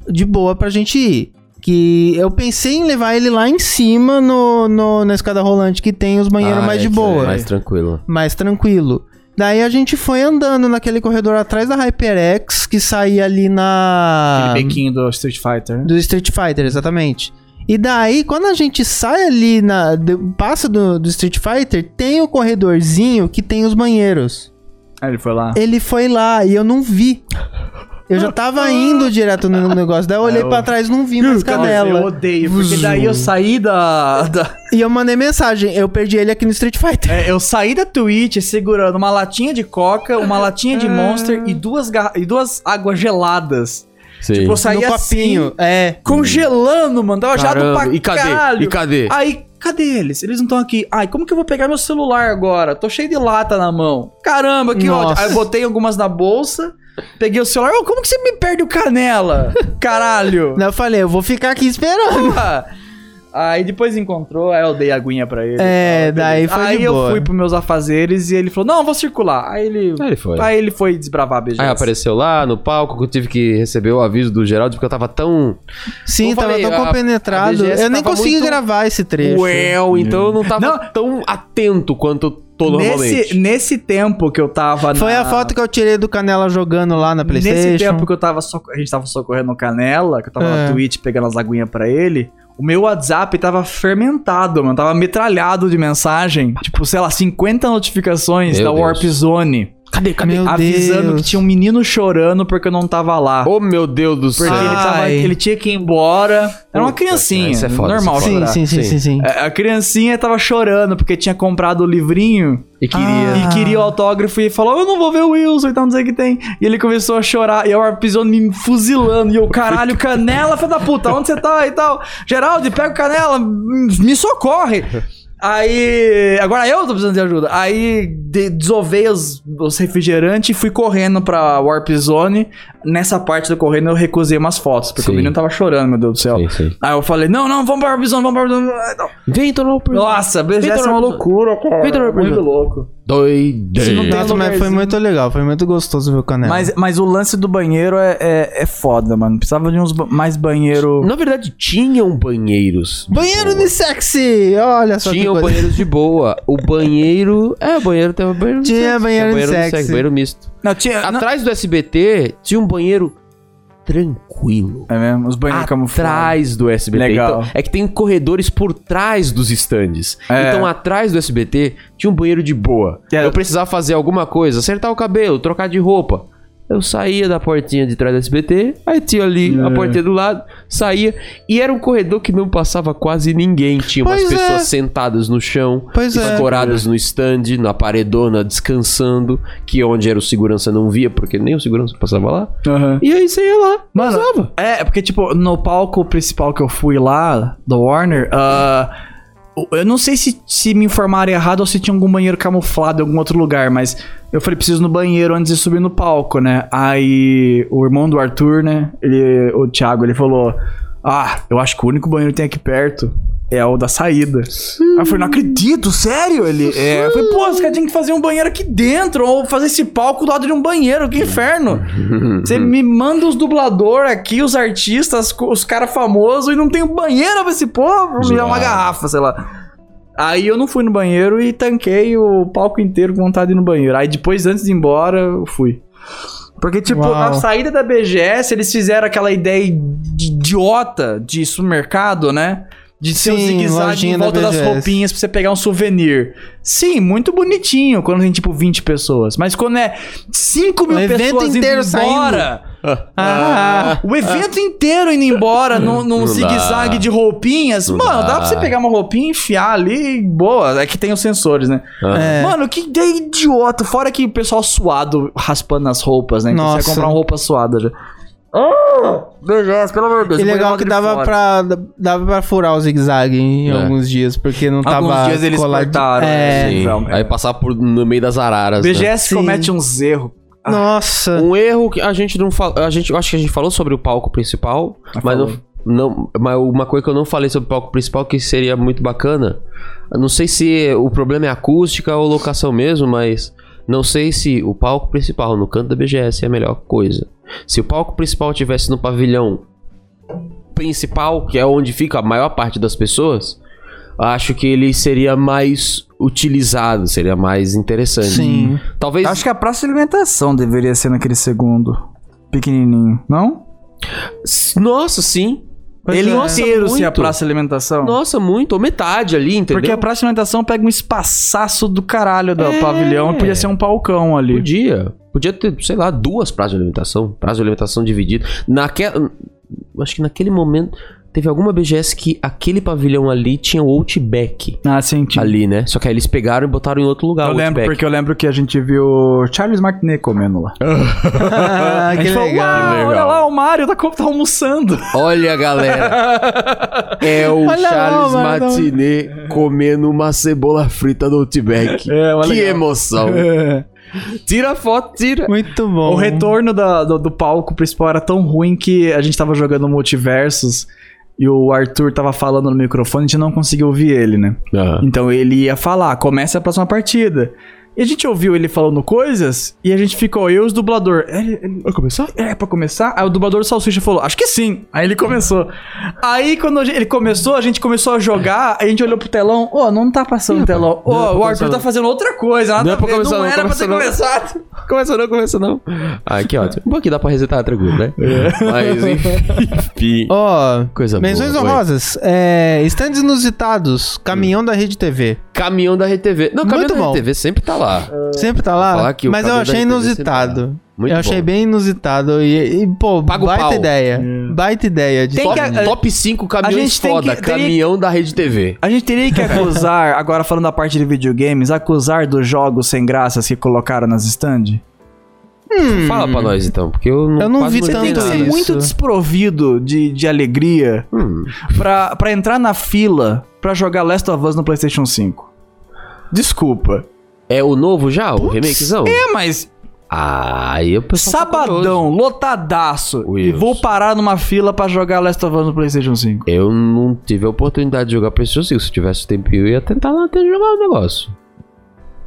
Speaker 3: de boa pra gente ir. Que eu pensei em levar ele lá em cima no, no- na escada rolante que tem os banheiros
Speaker 2: Ah,
Speaker 3: mais
Speaker 2: é
Speaker 3: de
Speaker 2: que-
Speaker 3: boa.
Speaker 2: Mais tranquilo.
Speaker 3: mais tranquilo. Daí a gente foi andando naquele corredor atrás da HyperX que saía ali na
Speaker 1: Aquele bequinho do Street Fighter. né?
Speaker 3: do Street Fighter, exatamente. E daí, quando a gente sai ali na de- passa do, do Street Fighter, tem o corredorzinho que tem os banheiros.
Speaker 1: Aí ele foi lá.
Speaker 3: Ele foi lá e eu não vi. Eu já tava indo direto no negócio. Daí eu olhei
Speaker 1: É,
Speaker 3: pra
Speaker 1: eu-
Speaker 3: trás, não
Speaker 1: (laughs)
Speaker 3: vi mais
Speaker 1: Eu
Speaker 3: canela.
Speaker 1: odeio, porque daí eu saí da. da-
Speaker 3: E eu mandei mensagem, eu perdi ele aqui no Street Fighter.
Speaker 1: é, eu saí da Twitch segurando uma latinha de coca, uma latinha de monster e duas, garra- e duas águas geladas.
Speaker 2: Sim.
Speaker 1: Tipo, eu (laughs) saí
Speaker 3: no
Speaker 1: assim,
Speaker 3: copinho, é.
Speaker 1: congelando, mano. Tava gelado pra
Speaker 4: Caramba, e cadê?
Speaker 1: caralho.
Speaker 4: E cadê?
Speaker 2: Ah,
Speaker 1: Aí, cadê eles? Eles não estão aqui. Ai, como que eu vou pegar meu celular agora? Tô cheio de lata na mão. Caramba, que
Speaker 3: Nossa.
Speaker 1: ótimo. Aí eu botei algumas na bolsa, peguei o celular. Ô, como que você me perde o
Speaker 3: (laughs)
Speaker 1: canela? Caralho.
Speaker 3: Daí eu falei, eu vou ficar aqui esperando.
Speaker 1: (laughs) Porra. Aí depois encontrou, aí eu dei aguinha pra ele. Tal, beleza.
Speaker 3: É, daí foi de
Speaker 1: Aí eu
Speaker 3: boa.
Speaker 1: fui pros meus afazeres e ele falou, não, eu vou circular. Aí ele...
Speaker 2: Aí ele foi.
Speaker 1: Aí ele foi desbravar a BGS.
Speaker 2: Aí apareceu lá no palco que eu tive que receber o aviso do Geraldo porque eu tava tão.
Speaker 3: Sim,
Speaker 2: Eu
Speaker 3: tava
Speaker 2: falei,
Speaker 3: tão
Speaker 2: a- a
Speaker 3: compenetrado.
Speaker 2: BGS
Speaker 3: Eu nem
Speaker 2: tava
Speaker 3: consegui
Speaker 2: muito-
Speaker 3: gravar esse trecho.
Speaker 2: Well, então eu não tava
Speaker 1: Não.
Speaker 2: tão atento quanto eu tô
Speaker 1: nesse,
Speaker 2: normalmente.
Speaker 1: nesse tempo que eu tava
Speaker 3: Foi a
Speaker 1: na-
Speaker 3: foto que eu tirei do Canela jogando lá na Playstation.
Speaker 1: Nesse tempo que eu tava soc- a gente tava socorrendo o Canela, que eu tava
Speaker 3: É.
Speaker 1: na Twitch pegando as aguinhas pra ele, o meu WhatsApp tava fermentado, mano. Tava metralhado de mensagem. Tipo, sei lá, 50 notificações
Speaker 2: Meu
Speaker 1: da Warp
Speaker 2: Deus.
Speaker 1: Zone.
Speaker 2: Cadê,
Speaker 3: Meu
Speaker 1: avisando
Speaker 3: Deus.
Speaker 1: que tinha um menino chorando porque eu não tava lá.
Speaker 2: Oh, meu Deus do
Speaker 1: Porque
Speaker 2: céu.
Speaker 1: ele, tava-
Speaker 3: Ai.
Speaker 1: ele tinha que ir embora. Era uma
Speaker 2: Puta,
Speaker 1: criancinha.
Speaker 2: isso é foda,
Speaker 1: normal
Speaker 2: isso é
Speaker 3: Sim,
Speaker 1: chorar.
Speaker 3: sim, sim, sim,
Speaker 2: Sim.
Speaker 3: sim.
Speaker 1: A a criancinha tava chorando porque tinha comprado o livrinho
Speaker 2: E queria.
Speaker 3: Ah.
Speaker 1: e queria o autógrafo e falou: Eu não vou ver o Wilson, então não sei o que tem. E ele começou a chorar e a Warp Zone me fuzilando. E eu,
Speaker 2: (laughs)
Speaker 1: caralho, canela, filho da puta, onde você tá e tal? Geraldo, pega o canela, me socorre. Aí. Agora eu tô precisando de ajuda. Aí de- desovei os, os refrigerantes e fui correndo pra Warp Zone. Nessa parte do correndo eu recusei umas fotos, porque
Speaker 2: Sim.
Speaker 1: o menino tava chorando, meu Deus do céu.
Speaker 2: Ah. Sim, sim.
Speaker 1: Aí eu falei: Não, não, vamos pra Warp Zone, vamos pra Warp Zone.
Speaker 2: Vem, então não.
Speaker 1: Nossa, BGS é uma loucura, cara. Muito louco. Se não
Speaker 2: Doideira.
Speaker 1: tem-
Speaker 3: Nossa, mas foi
Speaker 1: lugarzinho.
Speaker 3: muito legal, foi muito gostoso ver o Canela.
Speaker 1: Mas, mas o lance do banheiro é, é, é foda, mano. Precisava de uns ba- mais banheiro.
Speaker 2: Na verdade, tinham banheiros.
Speaker 3: Banheiro unisexy! Olha só que
Speaker 2: Tinham
Speaker 3: coisa.
Speaker 2: banheiros de boa. O banheiro. (laughs) É, o banheiro tem banheiro Ah,
Speaker 3: Tinha
Speaker 2: unissex,
Speaker 3: banheiro
Speaker 2: tem unissex,
Speaker 3: unissex.
Speaker 2: banheiro misto.
Speaker 1: Não, tinha. não-
Speaker 2: Atrás do SBT tinha um banheiro tranquilo.
Speaker 1: É mesmo, os banheiros camuflados.
Speaker 2: Atrás do SBT.
Speaker 1: Legal.
Speaker 2: Então, é que tem corredores por trás dos estandes.
Speaker 1: É.
Speaker 2: Então, atrás do SBT tinha um banheiro de boa.
Speaker 1: É.
Speaker 2: Eu precisava fazer alguma coisa, acertar o cabelo, trocar de roupa. Eu saía da portinha de trás do SBT, aí tinha ali
Speaker 3: É.
Speaker 2: a portinha do lado, saía. E era um corredor que não passava quase ninguém. Tinha umas
Speaker 3: Pois é.
Speaker 2: pessoas sentadas no chão,
Speaker 3: Pois é.
Speaker 2: escoradas no stand, na paredona, descansando, que é onde era o segurança não via, porque nem o segurança passava lá.
Speaker 1: Aham.
Speaker 2: E aí você ia
Speaker 3: (laughs)
Speaker 2: lá,
Speaker 1: Mano,
Speaker 2: passava.
Speaker 1: É, porque, tipo, no palco principal que eu fui lá, da Warner, ah, eu não sei se, se me informaram errado ou se tinha algum banheiro camuflado em algum outro lugar, mas eu falei, preciso ir no banheiro antes de subir no palco, né? Aí o irmão do Arthur, né? Ele, o Thiago, ele falou: Ah, eu acho que o único banheiro que tem aqui perto. É o da saída. Aí eu falei, não acredito, sério? Ele. É, eu falei, pô, os caras tinham que fazer um banheiro aqui dentro, ou fazer esse palco do lado de um banheiro, que inferno.
Speaker 3: Uhum.
Speaker 1: Você me manda os dublador aqui, os artistas, co- os caras famosos, e não tem um banheiro pra esse povo. É uma garrafa, sei lá. Aí eu não fui no banheiro e tanquei o palco inteiro com vontade de ir no banheiro. Aí depois, antes de ir embora, eu fui. Porque, tipo,
Speaker 3: Uau.
Speaker 1: na saída da BGS, eles fizeram aquela ideia de- idiota de supermercado, né? De ser um
Speaker 3: Sim,
Speaker 1: zigue-zague
Speaker 3: lojinha
Speaker 1: em
Speaker 3: da
Speaker 1: volta das
Speaker 3: BGS.
Speaker 1: roupinhas pra você pegar um souvenir. Sim, muito bonitinho quando tem, tipo, 20 pessoas. Mas quando é 5 mil
Speaker 3: O evento
Speaker 1: pessoas
Speaker 3: inteiro
Speaker 1: indo embora...
Speaker 3: Ah,
Speaker 1: O evento inteiro indo embora (laughs) num, num
Speaker 2: Não dá.
Speaker 1: zigue-zague de roupinhas.
Speaker 2: Não
Speaker 1: Mano, dá.
Speaker 2: dá.
Speaker 1: pra você pegar uma roupinha, enfiar ali e boa. É que tem os sensores, né?
Speaker 3: é.
Speaker 1: Mano, que ideia idiota. Fora que o pessoal suado raspando as roupas, né? Então você
Speaker 3: Nossa.
Speaker 1: ia comprar uma roupa suada já. BGS, pelo amor de Deus.
Speaker 3: Que
Speaker 1: vou levar
Speaker 3: legal
Speaker 1: uma
Speaker 3: que
Speaker 1: de
Speaker 3: dava
Speaker 1: fora.
Speaker 3: pra, dava pra furar o zigue-zague em
Speaker 2: É.
Speaker 3: alguns dias, porque não
Speaker 1: Alguns
Speaker 3: tava
Speaker 1: dias eles
Speaker 3: colado-
Speaker 1: cortaram,
Speaker 2: né?
Speaker 3: É.
Speaker 1: sim. então, é.
Speaker 2: Aí passava por, no meio das araras. né?
Speaker 1: BGS
Speaker 3: Sim.
Speaker 1: comete uns erros.
Speaker 3: Nossa.
Speaker 2: Um erro que a gente não fala. A gente, eu acho que a gente falou sobre o palco principal, mas não, não- Mas uma coisa que eu não falei sobre o palco principal que seria muito bacana. eu Não sei se o problema é acústica ou locação mesmo, mas não sei se o palco principal no canto da BGS é a melhor coisa. Se o palco principal tivesse no pavilhão principal, que é onde fica a maior parte das pessoas, acho que ele seria mais utilizado, seria mais interessante.
Speaker 3: Sim.
Speaker 2: Talvez
Speaker 1: Acho que a praça de alimentação deveria ser naquele segundo. Pequenininho, não?
Speaker 2: Nossa, sim.
Speaker 3: Pois
Speaker 1: Ele
Speaker 3: é.
Speaker 1: inteiro
Speaker 2: Nossa,
Speaker 1: se a
Speaker 2: muito.
Speaker 1: praça de alimentação.
Speaker 2: Nossa, muito. Ou metade ali, entendeu?
Speaker 1: Porque a praça de alimentação pega um espaçaço do caralho do pavilhão e podia ser um palcão ali.
Speaker 2: Podia. Podia ter, sei lá, duas praças de alimentação. Praça de alimentação dividida. Naquela. Acho que naquele momento. Teve alguma BGS que aquele pavilhão ali tinha o Outback.
Speaker 1: Ah, sim, tinha.
Speaker 2: Ali, né? Só que aí eles pegaram e botaram em outro lugar
Speaker 1: Eu
Speaker 2: o
Speaker 1: lembro,
Speaker 2: Outback.
Speaker 1: porque eu lembro que a gente viu Charles Martinet comendo lá.
Speaker 3: (laughs) Ah,
Speaker 1: a
Speaker 3: que
Speaker 1: gente falou,
Speaker 3: legal.
Speaker 1: uau, olha
Speaker 2: legal."
Speaker 1: lá, o Mario tá, co- tá almoçando.
Speaker 2: Olha, galera.
Speaker 1: (laughs)
Speaker 2: É o
Speaker 3: Olha lá,
Speaker 2: Charles
Speaker 3: mano.
Speaker 2: Martinet comendo uma cebola frita do Outback.
Speaker 1: É, olha
Speaker 2: que
Speaker 1: legal. (laughs) É.
Speaker 2: emoção. Tira a foto, tira.
Speaker 3: Muito bom.
Speaker 1: O retorno da- do, do palco principal era tão ruim que a gente tava jogando multiversos e o Arthur tava falando no microfone, a gente não conseguiu ouvir ele, né? Então ele ia falar, começa a próxima partida. E a gente ouviu ele falando coisas e a gente ficou, eu e os dublador. Ele, ele, vai começar? É, pra começar. Aí o dublador do Salsicha falou, acho que sim. Aí ele começou. Aí quando a gente- ele começou, a gente começou a jogar, a gente olhou pro telão, ô, não tá passando o telão. Ô, o Arthur tá fazendo outra coisa, nada
Speaker 2: Não é
Speaker 1: a
Speaker 2: pra
Speaker 1: ver,
Speaker 2: começar,
Speaker 1: não tá
Speaker 2: não,
Speaker 1: era pra
Speaker 2: começa
Speaker 1: ter
Speaker 2: não.
Speaker 1: começado.
Speaker 2: (laughs) Começa não, começa não. Ah, que ótimo. Bom que dá pra resetar tranquilo, né? (laughs) Mas enfim.
Speaker 3: Ó,
Speaker 2: Coisa boa.
Speaker 3: menções
Speaker 2: Oi.
Speaker 3: honrosas. É, stands inusitados.
Speaker 2: Hum.
Speaker 3: Caminhão da Rede TV.
Speaker 2: Caminhão da RTV. Não, caminhão
Speaker 3: Muito
Speaker 2: da
Speaker 3: bom.
Speaker 2: RTV sempre tá lá.
Speaker 3: Sempre tá lá?
Speaker 2: falar que o
Speaker 3: mas eu
Speaker 2: caminhão da
Speaker 3: achei
Speaker 2: Rede TV sempre tá
Speaker 3: inusitado.
Speaker 2: Muito
Speaker 3: eu achei
Speaker 2: bom.
Speaker 3: bem inusitado. E, e, pô,
Speaker 2: Paga o
Speaker 3: baita
Speaker 2: pau. É.
Speaker 3: ideia. Baita ideia de
Speaker 1: Tem
Speaker 2: Top,
Speaker 1: que- a-
Speaker 2: top 5
Speaker 1: a
Speaker 2: caminhões
Speaker 1: gente tem
Speaker 2: foda.
Speaker 1: que- tem-
Speaker 2: Caminhão da Rede TV.
Speaker 1: A gente teria que acusar, (laughs) agora falando da parte de videogames, acusar dos jogos sem graças que colocaram nas stand? Hum.
Speaker 2: Fala pra nós então, porque eu não,
Speaker 3: Eu não
Speaker 2: quase
Speaker 3: vi tanto
Speaker 2: entendi
Speaker 1: Tem que ser
Speaker 2: nada.
Speaker 3: isso.
Speaker 1: é muito desprovido de, de alegria
Speaker 2: Hum.
Speaker 1: pra, pra entrar na fila pra jogar Last of Us no PlayStation 5. Desculpa.
Speaker 2: É o novo já? O remakezão?
Speaker 1: É, mas
Speaker 2: Ah, aí eu pessoal tá curioso.
Speaker 1: sabadão, lotadaço, e
Speaker 2: Wilson.
Speaker 1: vou parar numa fila pra jogar Last of Us no PlayStation 5.
Speaker 2: Eu não tive a oportunidade de jogar PlayStation 5. Se eu tivesse tempo, eu ia tentar lá até jogar o negócio.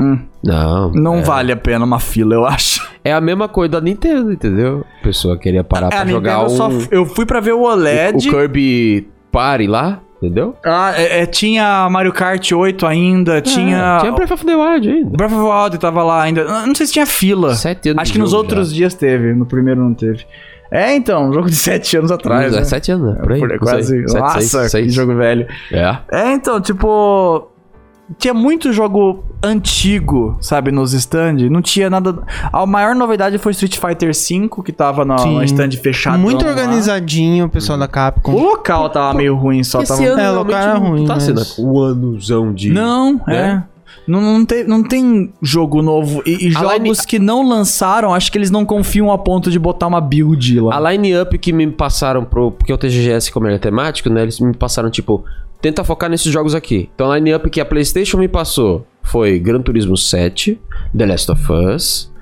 Speaker 1: Hum.
Speaker 2: Não.
Speaker 1: Não
Speaker 2: é.
Speaker 1: vale a pena uma fila, eu acho.
Speaker 2: É a mesma coisa da Nintendo, entendeu? A pessoa queria parar pra
Speaker 1: É, a
Speaker 2: jogar
Speaker 1: Nintendo
Speaker 2: um,
Speaker 1: só. f- Eu fui pra ver o
Speaker 2: o, o
Speaker 1: OLED.
Speaker 2: Kirby Party lá, entendeu?
Speaker 1: Ah, é- é, tinha Mario Kart 8 ainda, tinha.
Speaker 2: É, tinha Breath of the Wild ainda.
Speaker 1: Breath of the Wild tava lá ainda. Eu Não sei se tinha fila.
Speaker 2: Sete anos
Speaker 1: Acho
Speaker 2: de
Speaker 1: que nos
Speaker 2: jogo
Speaker 1: outros dias teve, no primeiro não teve. É, então, um jogo de 7 anos
Speaker 2: já.
Speaker 1: atrás.
Speaker 2: É,
Speaker 1: né?
Speaker 2: Sete anos, né? Por aí.
Speaker 1: Por-
Speaker 2: não sei.
Speaker 1: quase.
Speaker 2: Sete,
Speaker 1: Nossa,
Speaker 2: seis, É. seis.
Speaker 1: que jogo velho.
Speaker 2: É.
Speaker 1: É, então, tipo. Tinha muito jogo antigo, sabe, nos stand. Não tinha nada. A maior novidade foi Street Fighter V, que tava na,
Speaker 3: Sim.
Speaker 1: na stand fechada.
Speaker 3: Muito organizadinho o pessoal da
Speaker 1: O
Speaker 3: Capcom.
Speaker 1: local tava meio ruim só. Tava... um
Speaker 2: ano
Speaker 3: É, local
Speaker 2: realmente
Speaker 3: era
Speaker 2: não
Speaker 3: ruim,
Speaker 2: tá
Speaker 3: mas-
Speaker 2: sendo o anozão de...
Speaker 1: Não, é.
Speaker 2: né?
Speaker 1: Não, não, tem, não tem jogo novo. E, e
Speaker 2: A
Speaker 1: jogos
Speaker 2: line-
Speaker 1: que não lançaram, acho que eles não confiam a ponto de botar uma build lá.
Speaker 2: A line-up que me passaram pro. Porque o TGS, como ele é temático, né? Eles me passaram, tipo, tenta focar nesses jogos aqui. Então a line-up que a PlayStation me passou foi Gran Turismo 7, The Last of Us,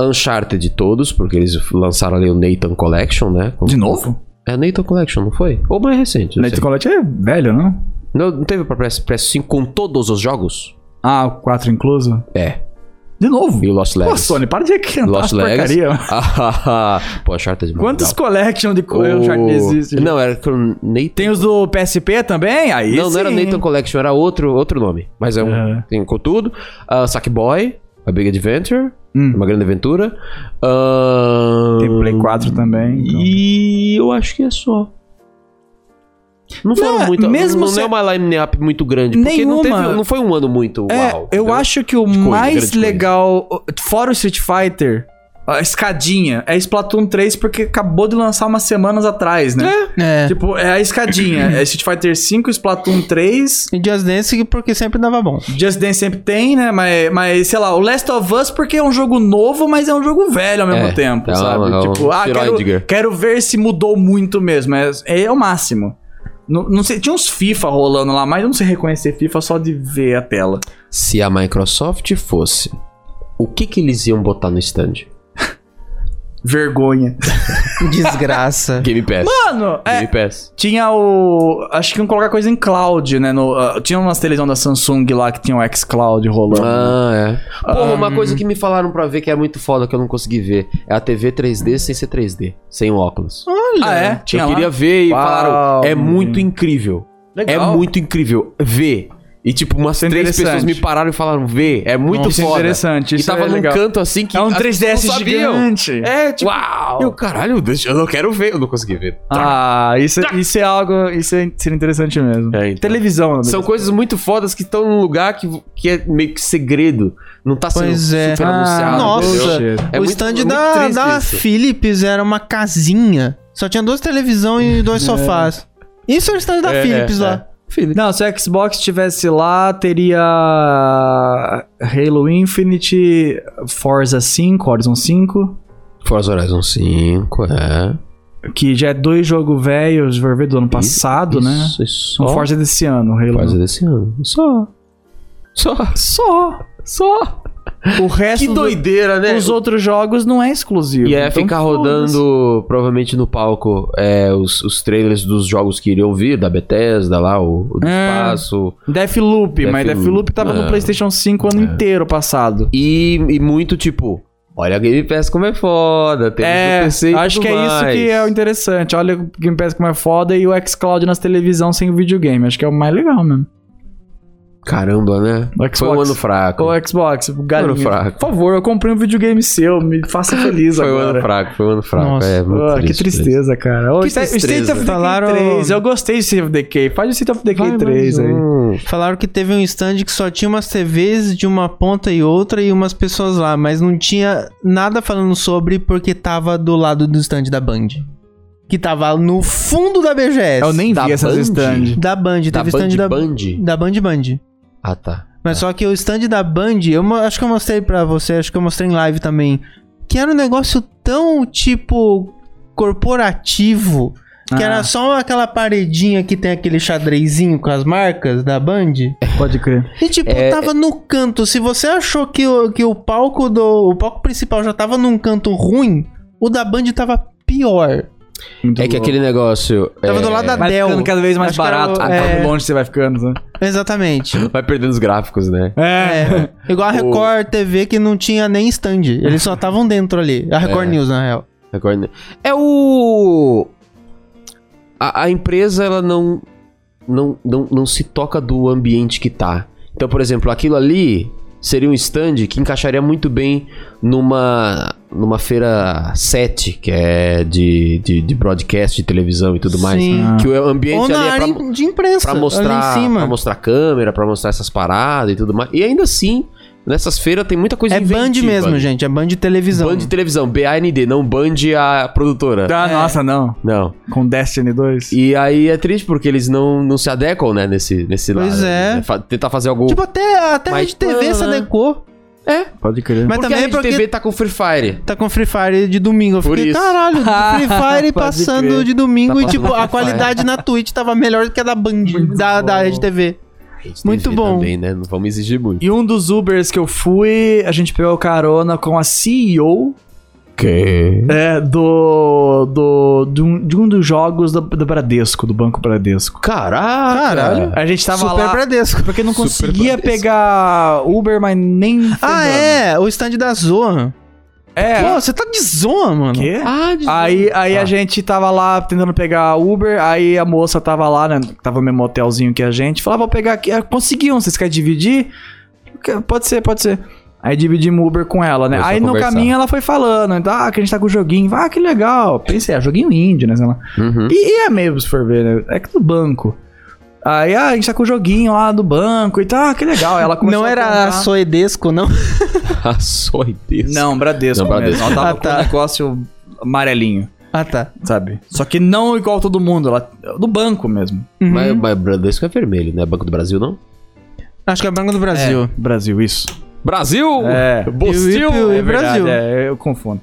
Speaker 2: Uncharted de todos, porque eles lançaram ali o Nathan Collection, né?
Speaker 1: De novo?
Speaker 2: É Nathan Collection, não foi? Ou mais recente. Não,
Speaker 1: Leite
Speaker 2: sei.
Speaker 1: Colette é velho, não?
Speaker 2: não, não teve pra PS, PS5 com todos os jogos?
Speaker 1: Ah, o 4 incluso?
Speaker 2: É.
Speaker 1: De novo?
Speaker 2: E o Lost
Speaker 1: Pô,
Speaker 2: Legacy.
Speaker 1: Sony, para de acrescentar
Speaker 2: Lost
Speaker 1: essa
Speaker 2: Legacy.
Speaker 1: porcaria.
Speaker 2: (laughs) Pô, Uncharted é muito
Speaker 1: Quantos
Speaker 2: legal.
Speaker 1: collection de
Speaker 2: O-
Speaker 1: coisa Uncharted existe? gente?
Speaker 2: Não, era com Nathan.
Speaker 1: Tem os do PSP também? Aí
Speaker 2: não,
Speaker 1: sim.
Speaker 2: não era Nathan Collection, era outro, outro nome. Mas é um.
Speaker 1: É.
Speaker 2: Tem contudo. Uh, Sackboy, A Big Adventure,
Speaker 1: Hum.
Speaker 2: Uma Grande Aventura. Ah,
Speaker 1: Tem Play 4 também. então.
Speaker 2: E eu acho que é só. Não foram
Speaker 1: Não,
Speaker 2: muito.
Speaker 1: mesmo
Speaker 2: não,
Speaker 1: se-
Speaker 2: não é uma line-up muito grande. Porque não,
Speaker 1: Nenhuma.
Speaker 2: teve- não foi um ano muito.
Speaker 1: É,
Speaker 2: uau,
Speaker 1: eu
Speaker 2: entendeu?
Speaker 1: acho que o
Speaker 2: coisa,
Speaker 1: mais
Speaker 2: grande coisa.
Speaker 1: legal, fora o Street Fighter, a escadinha, é Splatoon 3 porque acabou de lançar umas semanas atrás, né?
Speaker 3: É.
Speaker 1: Tipo, é a escadinha. é Street Fighter 5, Splatoon 3.
Speaker 3: E Just Dance porque sempre
Speaker 2: (laughs)
Speaker 3: dava bom.
Speaker 1: Just Dance sempre tem, né? Mas, mas, sei lá, o Last of Us porque é um jogo novo, mas é um jogo velho ao mesmo
Speaker 2: É,
Speaker 1: tempo,
Speaker 2: é um-
Speaker 1: sabe?
Speaker 2: é um
Speaker 1: tipo, ah, quero,
Speaker 2: Schrödinger.
Speaker 1: quero ver se mudou muito mesmo. É, é o máximo. Não, não sei, tinha uns FIFA rolando lá, mas eu não sei reconhecer FIFA só de ver a tela.
Speaker 2: Se a Microsoft fosse, o que, que eles iam botar no stand? (laughs)
Speaker 1: Vergonha.
Speaker 3: Desgraça.
Speaker 2: Game Pass.
Speaker 1: Mano, é,
Speaker 2: Game Pass.
Speaker 1: tinha o. Acho que iam colocar coisa em cloud, né? No, ah, tinha umas televisão da Samsung lá que tinha o xCloud rolando.
Speaker 2: Ah, é. Porra, uma coisa que me falaram pra ver que é muito foda que eu não consegui ver é a TV 3D sem ser 3D, sem o óculos.
Speaker 1: Ah, é? Tinha
Speaker 2: eu
Speaker 1: lá?
Speaker 2: queria ver e
Speaker 1: Uau,
Speaker 2: falaram, é
Speaker 1: meu
Speaker 2: muito
Speaker 1: Deus."
Speaker 2: incrível.
Speaker 1: Legal.
Speaker 2: É muito incrível. Vê. E tipo, umas
Speaker 1: Isso é
Speaker 2: três
Speaker 1: interessante.
Speaker 2: pessoas me pararam e falaram, vê. É muito
Speaker 1: Isso é
Speaker 2: foda.
Speaker 1: interessante.
Speaker 2: e
Speaker 1: Isso
Speaker 2: tava
Speaker 1: é
Speaker 2: num
Speaker 1: legal.
Speaker 2: canto assim que.
Speaker 1: É um
Speaker 2: as
Speaker 1: 3DS
Speaker 2: pessoas não sabiam.
Speaker 1: gigante.
Speaker 2: É, tipo.
Speaker 1: Uau!
Speaker 2: Eu, caralho, deixa- eu não quero ver. Eu não consegui ver. Tá.
Speaker 1: Ah, isso, é- isso é algo. Isso é seria interessante mesmo.
Speaker 2: É, então.
Speaker 1: Televisão, né?
Speaker 2: São coisas muito fodas que estão num lugar que, que é meio que segredo. Não tá sendo
Speaker 3: Pois é.
Speaker 2: super
Speaker 1: Ah,
Speaker 2: anunciado.
Speaker 3: nossa.
Speaker 2: entendeu? É
Speaker 3: o
Speaker 2: muito-
Speaker 3: stand
Speaker 2: muito
Speaker 3: da,
Speaker 2: triste
Speaker 3: da
Speaker 2: isso.
Speaker 3: Philips era uma casinha. Só tinha duas televisões e dois sofás. Isso é o stand da
Speaker 2: É,
Speaker 3: Philips
Speaker 2: é,
Speaker 3: lá.
Speaker 1: Não, se o Xbox estivesse lá, teria Halo Infinite, Forza 5, Horizon 5,
Speaker 2: Forza Horizon 5, é.
Speaker 1: que já é dois jogos velhos, vai ver do ano passado, né?
Speaker 2: Isso, isso.
Speaker 1: O Forza desse ano, o Halo.
Speaker 2: Forza é desse ano. Só. Só.
Speaker 1: Só, só. O resto
Speaker 2: Que
Speaker 1: do-
Speaker 2: doideira, né?
Speaker 1: dos outros jogos não é exclusivo.
Speaker 2: E é
Speaker 1: então
Speaker 2: ficar
Speaker 1: foda-se.
Speaker 2: rodando, provavelmente no palco, é, os, os trailers dos jogos que iriam vir, da Bethesda lá, o, o do
Speaker 1: É.
Speaker 2: espaço.
Speaker 1: Deathloop, mas
Speaker 2: Deathloop,
Speaker 1: Deathloop tava no
Speaker 2: é.
Speaker 1: PlayStation 5 o ano inteiro passado.
Speaker 2: E, e muito tipo, olha a Game Pass como é foda, tem
Speaker 1: É, acho que é isso que é o interessante. Olha o Game Pass como é foda e o xCloud nas televisão sem o videogame. Acho que é o mais legal mesmo.
Speaker 2: Caramba, né?
Speaker 1: O Xbox.
Speaker 2: Foi um ano fraco.
Speaker 1: O Xbox, galinha.
Speaker 2: Mano fraco.
Speaker 1: Por favor, eu comprei um videogame seu, me faça feliz
Speaker 2: Foi um ano
Speaker 1: agora.
Speaker 2: fraco, foi um ano fraco.
Speaker 3: Nossa.
Speaker 2: é, muito
Speaker 1: Ah,
Speaker 2: triste,
Speaker 1: que tristeza, cara. Ô,
Speaker 2: Que
Speaker 1: State-
Speaker 2: tristeza.
Speaker 1: State of Decay
Speaker 3: Falaram-
Speaker 1: 3. Eu gostei de State of Decay. Faz o State of Decay
Speaker 2: Vai,
Speaker 1: 3
Speaker 2: mais
Speaker 1: aí.
Speaker 2: um.
Speaker 3: Falaram que teve um stand que só tinha umas TVs de uma ponta e outra e umas pessoas lá, mas não tinha nada falando sobre porque tava do lado do stand da Band. Que tava no fundo da BGS.
Speaker 1: Eu nem
Speaker 2: Da
Speaker 1: vi essas
Speaker 2: Band?
Speaker 1: stand.
Speaker 3: Da Band, teve
Speaker 2: É Da
Speaker 3: stand
Speaker 2: Band
Speaker 3: da
Speaker 2: Band?
Speaker 3: Da Band Band.
Speaker 2: Ah, tá.
Speaker 3: Mas só que o stand da Band, eu mo- acho que eu mostrei pra você, acho que eu mostrei em live também, que era um negócio tão, tipo, corporativo, que
Speaker 1: Ah.
Speaker 3: era só aquela paredinha que tem aquele xadrezinho com as marcas da Band.
Speaker 1: Pode crer.
Speaker 3: E, tipo,
Speaker 2: É-
Speaker 3: tava no canto. Se você achou que o, que o palco do... O palco principal já tava num canto ruim, o da Band tava pior.
Speaker 1: Muito
Speaker 2: É que
Speaker 1: louco.
Speaker 2: aquele negócio.
Speaker 3: Tava
Speaker 2: é,
Speaker 3: do lado da
Speaker 1: Vai
Speaker 3: Dell.
Speaker 1: ficando cada vez mais
Speaker 3: Acho que era
Speaker 1: barato,
Speaker 3: o-
Speaker 2: Ah, tá.
Speaker 1: quanto
Speaker 3: é.
Speaker 1: longe você vai ficando, né? sabe?
Speaker 3: Exatamente.
Speaker 2: Vai perdendo os gráficos, né?
Speaker 1: É.
Speaker 3: É. Igual a Record TV que não tinha nem stand. Eles só estavam dentro ali. A Record
Speaker 2: É.
Speaker 3: News, na real.
Speaker 2: Agora- É o. A, a empresa, ela não, não, não. Não se toca do ambiente que tá. Então, por exemplo, aquilo ali seria um stand que encaixaria muito bem numa. numa feira 7, que é de, de, de broadcast, de televisão e tudo mais. né?
Speaker 3: Sim.
Speaker 2: Que o ambiente
Speaker 3: Ou
Speaker 2: ali
Speaker 3: na
Speaker 2: é pra,
Speaker 3: área de imprensa.
Speaker 2: pra
Speaker 3: ali
Speaker 2: mostrar,
Speaker 3: em cima.
Speaker 2: pra mostrar câmera, pra mostrar essas paradas e tudo mais. E ainda assim, nessas feiras tem muita coisa
Speaker 3: é band
Speaker 2: inventiva
Speaker 3: mesmo,
Speaker 2: ali.
Speaker 3: gente. É band de televisão.
Speaker 2: Band de televisão, BAND, não Band a produtora.
Speaker 1: Ah, nossa, não.
Speaker 2: Não.
Speaker 1: Com Destiny 2.
Speaker 2: E aí é triste porque eles não, não se adequam, né, nesse, nesse
Speaker 3: Pois
Speaker 2: lado.
Speaker 3: é.
Speaker 2: Né? Fa- Tentar fazer algum.
Speaker 3: Tipo, até, até a
Speaker 2: Mas né?
Speaker 3: Rede TV
Speaker 2: plana.
Speaker 3: se adequou.
Speaker 1: Pode crer.
Speaker 3: Mas
Speaker 2: porque
Speaker 3: também é
Speaker 2: a
Speaker 3: porque
Speaker 2: TV tá com Free Fire.
Speaker 3: tá com Free Fire de domingo. Eu
Speaker 2: Por
Speaker 3: fiquei,
Speaker 2: isso.
Speaker 3: caralho,
Speaker 2: (laughs)
Speaker 3: Free
Speaker 1: Pode
Speaker 3: Fire passando
Speaker 1: crer.
Speaker 3: de domingo
Speaker 2: Tá
Speaker 3: e, tipo,
Speaker 2: passando
Speaker 3: a
Speaker 2: Free Fire.
Speaker 3: qualidade na Twitch tava melhor do que a da Band, da, da Rede TV. Muito
Speaker 2: TV
Speaker 3: bom.
Speaker 2: Também, né? Não vamos exigir muito.
Speaker 1: E um dos Ubers que eu fui, a gente pegou carona com a CEO
Speaker 2: Que...
Speaker 1: é, do, do, de, um, de um dos jogos do, do Bradesco, do Banco Bradesco.
Speaker 2: Caraca!
Speaker 3: Caralho.
Speaker 1: A gente tava
Speaker 3: Super
Speaker 1: lá
Speaker 2: (laughs)
Speaker 3: Bradesco.
Speaker 1: porque não
Speaker 2: Super
Speaker 1: conseguia
Speaker 2: Bradesco.
Speaker 1: pegar Uber, mas nem...
Speaker 3: Ah, é, o stand da Zoa.
Speaker 1: É.
Speaker 3: Pô, você tá de Zoa, mano.
Speaker 1: Quê?
Speaker 2: Ah, de-
Speaker 1: Aí, aí
Speaker 2: Ah.
Speaker 1: a gente tava lá tentando pegar Uber, aí a moça tava lá, né? Tava no mesmo hotelzinho que a gente. Falava, vou pegar aqui. Ah, Consegui um, vocês querem dividir? Que- Pode ser, pode ser. Aí dividimos Uber com ela, né?
Speaker 2: Começou a
Speaker 1: aí no
Speaker 2: conversar.
Speaker 1: caminho ela foi falando, então, ah, que a gente tá com o joguinho. Ah, que legal. Pensei, ah, joguinho índio, né? Sei lá.
Speaker 2: Uhum. (laughs)
Speaker 1: E, e é mesmo, se for ver, né? É que do banco. Aí, ah, a gente tá com o joguinho lá do banco e tal, ah, que legal. Aí Ela começou
Speaker 3: Não
Speaker 1: a
Speaker 3: era
Speaker 1: contar.
Speaker 3: a Soedesco, não? (laughs)
Speaker 2: Ah, Açoitez.
Speaker 1: Não, Bradesco.
Speaker 2: Não,
Speaker 1: mesmo.
Speaker 2: Bradesco.
Speaker 1: Ela tava
Speaker 3: Ah, tá.
Speaker 1: com um negócio amarelinho
Speaker 3: Ah, tá.
Speaker 1: sabe? Só que não igual todo mundo, ela, do banco mesmo.
Speaker 3: Uhum.
Speaker 2: Mas, mas Bradesco é vermelho, né? Banco do Brasil, não?
Speaker 3: Acho que é Branco do Brasil.
Speaker 1: Brasil, isso.
Speaker 2: Brasil!
Speaker 1: É.
Speaker 2: Bostil!
Speaker 3: E o- e o-
Speaker 1: É verdade,
Speaker 3: Brasil.
Speaker 1: é, eu confundo.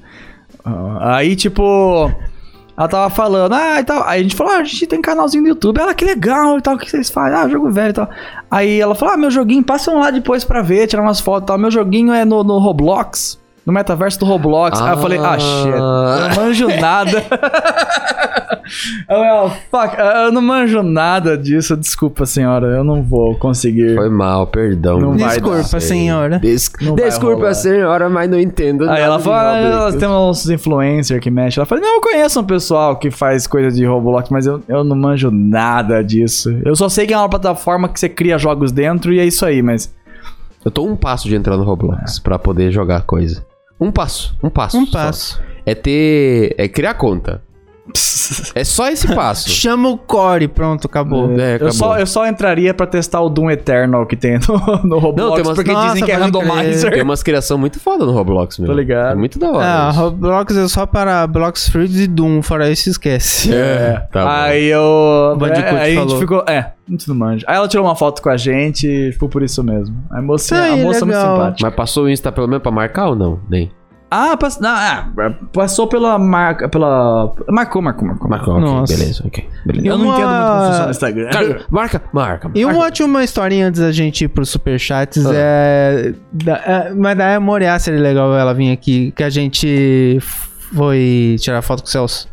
Speaker 1: Ah, Aí, tipo, ela tava falando, ah, e tal. Aí a gente falou, ah, a gente tem canalzinho no YouTube. Ela, "Ah, que legal e tal, o que vocês fazem? Ah, jogo velho e tal. Aí ela falou, ah, meu joguinho, passam lá depois pra ver, tirar umas fotos e tal. Meu joguinho é no, no Roblox. No metaverso do Roblox. Aí eu falei, ah, shit, eu não manjo nada. (laughs) eu, eu, fuck, eu não manjo nada disso. Desculpa, senhora, eu não vou conseguir.
Speaker 2: Foi mal, perdão.
Speaker 1: Não vai
Speaker 3: Desculpa, senhora.
Speaker 2: Des-
Speaker 1: Não vai
Speaker 2: Desculpa,
Speaker 1: rolar.
Speaker 2: senhora, mas não entendo.
Speaker 1: Aí
Speaker 2: nada
Speaker 1: ela
Speaker 2: de
Speaker 1: falou,
Speaker 2: Roblox.
Speaker 1: ah, tem uns influencers que mexem. Ela falou, não, eu conheço um pessoal que faz coisa de Roblox, mas eu, eu não manjo nada disso. Eu só sei que é uma plataforma que você cria jogos dentro e é isso aí, mas...
Speaker 2: Eu tô um passo de entrar no Roblox pra poder jogar coisa. Um passo, um passo.
Speaker 3: Um
Speaker 2: só.
Speaker 3: passo.
Speaker 2: É ter. É criar conta. É só
Speaker 1: (laughs)
Speaker 2: esse passo.
Speaker 3: Chama o Core, pronto, acabou.
Speaker 2: É, acabou.
Speaker 1: Eu só, eu só entraria pra testar o Doom Eternal que tem no, no Roblox,
Speaker 2: tem umas-
Speaker 1: porque
Speaker 3: Nossa,
Speaker 1: dizem que é
Speaker 3: pode crer.
Speaker 1: randomizer.
Speaker 2: Tem umas criação muito foda no Roblox, meu.
Speaker 1: Tô ligado.
Speaker 2: É muito da hora.
Speaker 3: Ah,
Speaker 2: isso.
Speaker 3: Roblox é só para Blocks Fruits e Doom, fora isso (laughs) esquece.
Speaker 2: É, tá bom.
Speaker 1: aí eu...
Speaker 3: Bandicoot
Speaker 1: é, aí a
Speaker 3: falou.
Speaker 1: gente ficou... É, não se não manja. Aí ela tirou uma foto com a gente e ficou por isso mesmo. A moça,
Speaker 3: Ai,
Speaker 1: a moça é muito
Speaker 3: legal.
Speaker 1: simpática.
Speaker 2: Mas passou o Insta pelo menos pra marcar ou não? Nem.
Speaker 1: Ah, pass... não, ah, passou pela marca. Pela... Marcou, marcou, marcou.
Speaker 2: Marcou, ok,
Speaker 3: Nossa.
Speaker 2: beleza, ok. Beleza.
Speaker 1: Eu não
Speaker 3: Uma-
Speaker 1: entendo muito como funciona o Instagram.
Speaker 2: Cara, marca, marca.
Speaker 3: E uma
Speaker 2: marca.
Speaker 3: última historinha antes da gente ir pros superchats é, da, é. Mas da Aya Moriá seria legal ela vir aqui, que a gente foi tirar foto com o Celso.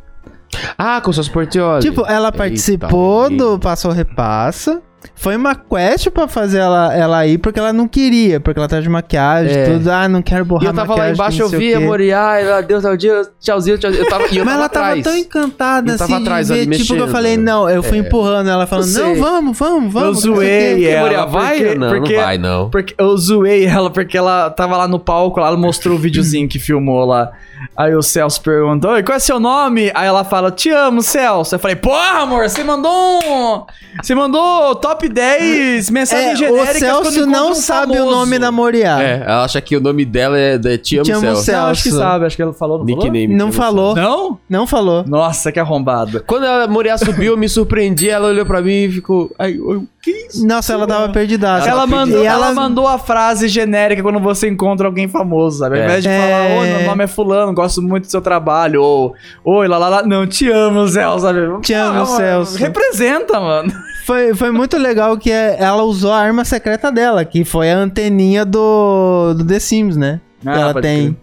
Speaker 2: Ah, com seus portioli.
Speaker 3: Tipo, ela
Speaker 2: Eita,
Speaker 3: participou do Passou Repassa. Foi uma quest pra fazer ela, ela ir, porque ela não queria, porque ela tá de maquiagem,
Speaker 2: É.
Speaker 3: tudo. Ah, não quero borrar
Speaker 2: E eu tava lá
Speaker 3: maquiagem,
Speaker 2: embaixo,
Speaker 3: não
Speaker 2: eu
Speaker 3: sei o
Speaker 2: via,
Speaker 3: quê.
Speaker 2: Moriá, ela deu tchau, é tchauzinho, tchauzinho. Eu tava, e eu
Speaker 3: Mas ela tava
Speaker 2: atrás.
Speaker 3: tão encantada,
Speaker 2: Eu
Speaker 3: assim,
Speaker 2: tava atrás
Speaker 3: de ver,
Speaker 2: ali,
Speaker 3: tipo, que eu
Speaker 2: mexendo. É.
Speaker 3: falei, não, eu fui empurrando ela, falando,
Speaker 2: Eu é.
Speaker 3: não,
Speaker 2: sei.
Speaker 3: vamos, vamos, vamos.
Speaker 1: Eu
Speaker 3: não sei o quê.
Speaker 1: zoei
Speaker 2: E
Speaker 1: ela.
Speaker 2: Moriá, vai
Speaker 1: porque,
Speaker 2: ou não?
Speaker 1: porque,
Speaker 2: Não vai, não.
Speaker 1: Porque eu zoei ela porque ela tava lá no palco, lá, ela mostrou o videozinho que filmou lá. Aí o Celso perguntou: Oi, qual é seu nome? Aí ela fala: Te amo, Celso. Eu falei: Porra, amor, você mandou um. Você mandou top 10 mensagens
Speaker 3: É, o
Speaker 1: genéricas. quando
Speaker 3: Celso
Speaker 1: encontra
Speaker 3: não
Speaker 1: um
Speaker 3: sabe o
Speaker 1: famoso.
Speaker 3: nome da Moriá.
Speaker 2: É, ela acha que o nome dela é, é Te Amo
Speaker 3: Ah. Te Amo
Speaker 2: Celso.
Speaker 3: Celso.
Speaker 1: Não, acho que sabe, acho que ela falou. Não falou?
Speaker 2: Nickname.
Speaker 3: Não
Speaker 2: Te Amo
Speaker 3: falou,
Speaker 1: Não?
Speaker 3: não falou.
Speaker 1: Nossa, que arrombado.
Speaker 2: Quando a Moriá subiu, eu me surpreendi, ela olhou pra mim e ficou. Ai, eu- que isso?
Speaker 3: Nossa, ela tava perdidaça.
Speaker 1: Ela, mandou,
Speaker 3: E
Speaker 1: ela... mandou a frase genérica quando você encontra alguém famoso, sabe? Ao
Speaker 2: É.
Speaker 1: invés de
Speaker 3: É.
Speaker 1: falar, ô, meu nome é fulano, gosto muito do seu trabalho, ou oi, lá, lá, lá, não, te amo, Celso, sabe? Ah,
Speaker 3: Te amo,
Speaker 1: mano,
Speaker 3: Celso.
Speaker 1: Representa, mano.
Speaker 3: Foi, foi muito legal que é- ela usou a arma secreta dela, que foi a anteninha do, do The Sims, né? Que
Speaker 1: Ah,
Speaker 3: ela
Speaker 1: pode
Speaker 3: tem.
Speaker 1: crer.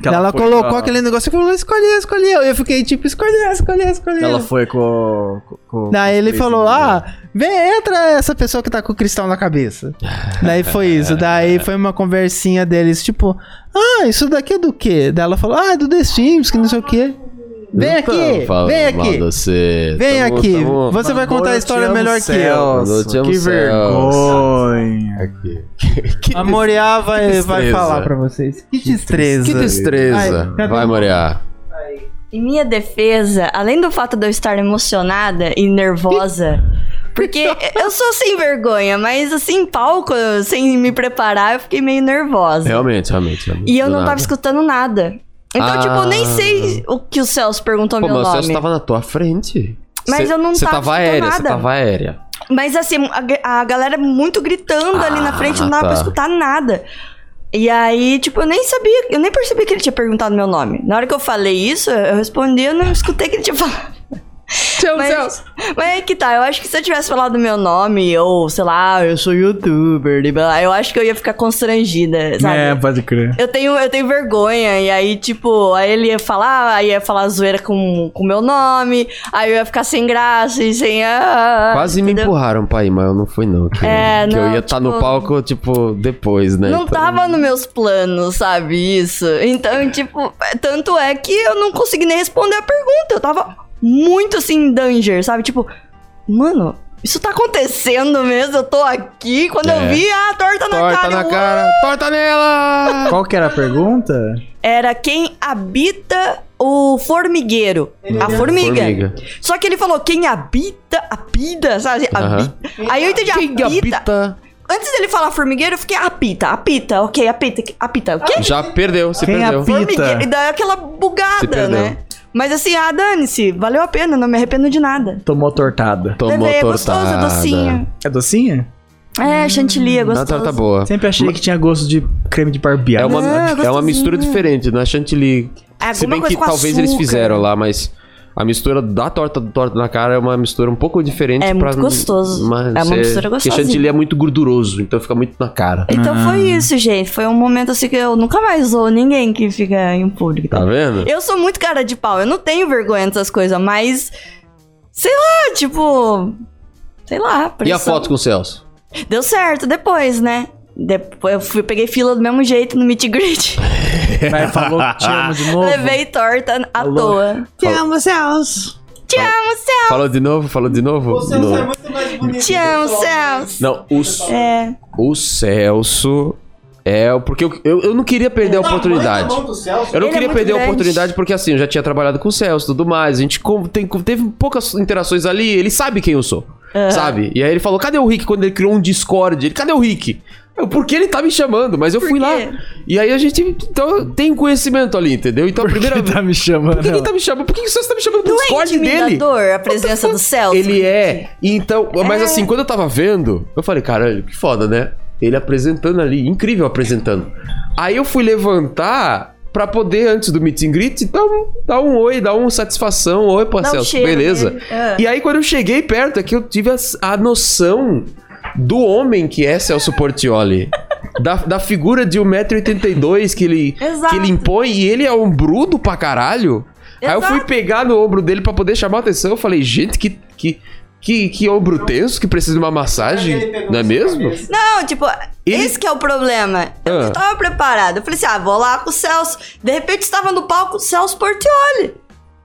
Speaker 1: Que
Speaker 3: Ela,
Speaker 1: foi
Speaker 3: colocou
Speaker 1: com a-
Speaker 3: aquele negócio e falou, escolhi, escolhi. Eu fiquei tipo, escolhi, escolhi, escolhi.
Speaker 1: Ela foi com. com- com
Speaker 3: Daí ele
Speaker 1: Crazy
Speaker 3: falou:
Speaker 1: Lady.
Speaker 3: Ah, vem, entra essa pessoa que tá com o cristal na cabeça. Daí foi isso. Daí foi uma conversinha deles, tipo, ah, isso daqui é do quê? Daí ela falou, ah, é do The Sims, que não sei o quê. Vem aqui, vem aqui. Vem aqui. Você é vai contar a história melhor que eu.
Speaker 2: eu te amo,
Speaker 1: que
Speaker 2: Celso.
Speaker 1: vergonha.
Speaker 3: Amoriá vai,
Speaker 2: que
Speaker 3: vai
Speaker 2: tristeza.
Speaker 3: falar pra vocês. Que destreza.
Speaker 2: Que destreza.
Speaker 3: Ai, cadê
Speaker 2: vai,
Speaker 3: o-
Speaker 2: Maria.
Speaker 5: Em minha defesa, além do fato de eu estar emocionada e
Speaker 2: (laughs)
Speaker 5: nervosa, porque
Speaker 2: Então.
Speaker 5: eu sou sem vergonha, mas assim, em palco, eu- sem me preparar, eu fiquei meio nervosa.
Speaker 2: Realmente, realmente. realmente.
Speaker 5: E eu
Speaker 2: Do
Speaker 5: não
Speaker 2: nada.
Speaker 5: tava escutando nada. Então,
Speaker 2: Ah.
Speaker 5: tipo, eu nem sei o que o Celso perguntou
Speaker 2: Pô,
Speaker 5: meu
Speaker 2: mas o
Speaker 5: nome.
Speaker 2: Celso tava na tua frente.
Speaker 5: Mas
Speaker 2: Cê-
Speaker 5: eu não
Speaker 2: cê
Speaker 5: tava escutando
Speaker 2: aérea, Você
Speaker 5: nada.
Speaker 2: tava aérea.
Speaker 5: Mas assim, a, a galera muito gritando ali na
Speaker 2: Ah,
Speaker 5: frente, não dava pra
Speaker 2: tá.
Speaker 5: escutar nada. E aí, tipo, eu nem sabia, eu nem percebi que ele tinha perguntado meu nome. Na hora que eu falei isso, eu respondi, eu não escutei que ele tinha (laughs) falado. Mas, mas é que tá, eu acho que se eu tivesse falado meu nome, ou sei lá, eu sou youtuber, e blá, blá, eu acho que eu ia ficar constrangida, sabe?
Speaker 1: É, pode crer.
Speaker 5: Eu tenho, eu tenho vergonha, e aí, tipo, aí ele ia falar, aí ia falar zoeira com o meu nome, aí eu ia ficar sem graça e sem. ah, ah, ah,
Speaker 2: Quase me
Speaker 5: entendeu?
Speaker 2: empurraram pra ir, mas eu não fui, não. Que,
Speaker 5: É,
Speaker 2: que eu
Speaker 5: não,
Speaker 2: ia estar no
Speaker 5: tipo-
Speaker 2: palco, tipo, depois, né?
Speaker 5: Não tá
Speaker 2: Então-
Speaker 5: tava nos meus planos, sabe? Isso.
Speaker 2: É.
Speaker 5: Então, tipo, tanto é que eu não consegui nem responder a pergunta. Eu tava muito assim, em danger, sabe? Tipo, mano, isso tá acontecendo mesmo? Eu tô aqui. Quando eu
Speaker 2: É.
Speaker 5: vi, ah, torta na
Speaker 2: Torta
Speaker 5: cara.
Speaker 2: na
Speaker 5: eu-
Speaker 2: cara, torta nela!
Speaker 1: Qual que era a pergunta?
Speaker 5: Era quem habita o formigueiro. a formiga.
Speaker 2: Uhum. Formiga.
Speaker 5: Só que ele falou, quem habita, apida, sabe? Assim,
Speaker 2: Aham.
Speaker 5: habita. Aí eu entendi, apita.
Speaker 2: Gabita.
Speaker 5: Antes dele falar formigueiro, eu fiquei apita, apita, ok, apita, apita. O quê?
Speaker 2: Já perdeu, se
Speaker 1: Quem
Speaker 2: perdeu.
Speaker 1: apita?
Speaker 5: Formigueiro. E daí aquela
Speaker 2: Se
Speaker 5: bugada,
Speaker 2: perdeu.
Speaker 5: né? Mas assim, ah, dane-se, valeu a pena, não me arrependo de nada.
Speaker 1: Tomou tortada.
Speaker 2: Tomou
Speaker 5: Levei, é
Speaker 2: tortada.
Speaker 5: gostoso, é docinho.
Speaker 1: É docinha?
Speaker 5: É, chantilly,
Speaker 2: Dá
Speaker 5: é
Speaker 2: uma
Speaker 5: gostoso.
Speaker 2: torta tá boa.
Speaker 1: Sempre achei que tinha gosto de creme de barbeado.
Speaker 2: É uma,
Speaker 5: Não,
Speaker 2: é uma
Speaker 5: gostosinho.
Speaker 2: mistura diferente, não é chantilly.
Speaker 5: É,
Speaker 2: Se
Speaker 5: alguma
Speaker 2: bem
Speaker 5: coisa
Speaker 2: que
Speaker 5: com
Speaker 2: talvez eles
Speaker 5: açúcar. né?
Speaker 2: fizeram lá, mas a mistura da torta do torta na cara é uma mistura um pouco diferente.
Speaker 5: É
Speaker 2: pra
Speaker 5: muito gostoso.
Speaker 2: Mas
Speaker 5: É uma mistura
Speaker 2: Porque
Speaker 5: gostosinha.
Speaker 2: chantilly é muito gorduroso, então fica muito na cara.
Speaker 5: Então foi
Speaker 2: Hum.
Speaker 5: isso, gente. Foi um momento assim que eu nunca mais zoo ninguém que fica em público.
Speaker 2: Tá vendo?
Speaker 5: Eu sou muito cara de pau, eu não tenho vergonha dessas coisas, mas. Sei lá, tipo. Sei lá.
Speaker 2: E a
Speaker 5: pressão.
Speaker 2: foto com o Celso?
Speaker 5: Deu certo depois, né? Depois eu fui, peguei fila do mesmo jeito no meet and greet.
Speaker 1: Mas falou que te amo de novo.
Speaker 5: (laughs) Levei torta à
Speaker 1: Falou.
Speaker 5: toa.
Speaker 3: Te amo, Celso.
Speaker 5: Te amo, Celso.
Speaker 2: Falou de novo? Falou de novo? De novo.
Speaker 3: muito mais bonito.
Speaker 5: Te amo, Celso.
Speaker 2: Não, o,
Speaker 5: É.
Speaker 2: o Celso é. o- Porque eu, eu, eu não queria perder a oportunidade. Eu não
Speaker 5: Ele é
Speaker 2: queria
Speaker 5: muito
Speaker 2: perder a
Speaker 5: grande.
Speaker 2: oportunidade porque assim, eu já tinha trabalhado com o Celso e tudo mais. A gente com- tem- teve poucas interações ali, ele sabe quem eu sou. Sabe? E aí ele falou: cadê o Rick quando ele criou um Discord? Ele, cadê o Rick? Eu, Por que ele tá me chamando? Mas eu
Speaker 5: Por
Speaker 2: fui lá.
Speaker 5: quê?
Speaker 2: E aí a gente. Então eu tenho conhecimento ali, entendeu? Então a primeira
Speaker 1: Ele
Speaker 2: vez.
Speaker 1: tá me chamando.
Speaker 2: Por que ele tá me chamando? Por que o Celso tá me chamando pro
Speaker 5: Não é
Speaker 2: Discord dele?
Speaker 5: intimidador a presença do Celso.
Speaker 2: Ele é. E Então, mas assim, quando eu tava vendo, eu falei, caralho, que foda, né? Ele apresentando ali, incrível apresentando. Aí eu fui levantar pra poder, antes do meet and greet, dar um, dar um oi, dar uma satisfação. Oi, pô,
Speaker 5: Dá um
Speaker 2: Celso,
Speaker 5: cheiro
Speaker 2: beleza.
Speaker 5: nele. Ah.
Speaker 2: E aí, quando eu cheguei perto, é que eu tive a, a noção do homem que é Celso Portioli. Da, da figura de 1,82m que ele,
Speaker 5: Exato.
Speaker 2: que ele impõe e ele é um brudo pra caralho. Aí eu fui
Speaker 5: Exato.
Speaker 2: pegar no ombro dele pra poder chamar a atenção. Eu falei, gente, que, que, que, que ombro tenso que precisa de uma massagem. Não é mesmo?
Speaker 5: Não, tipo,
Speaker 2: Ele-
Speaker 5: esse que é o problema. Eu
Speaker 2: Ah.
Speaker 5: não tava preparado. Eu falei assim, ah, vou lá com o Celso. De repente estava no palco o Celso Portioli.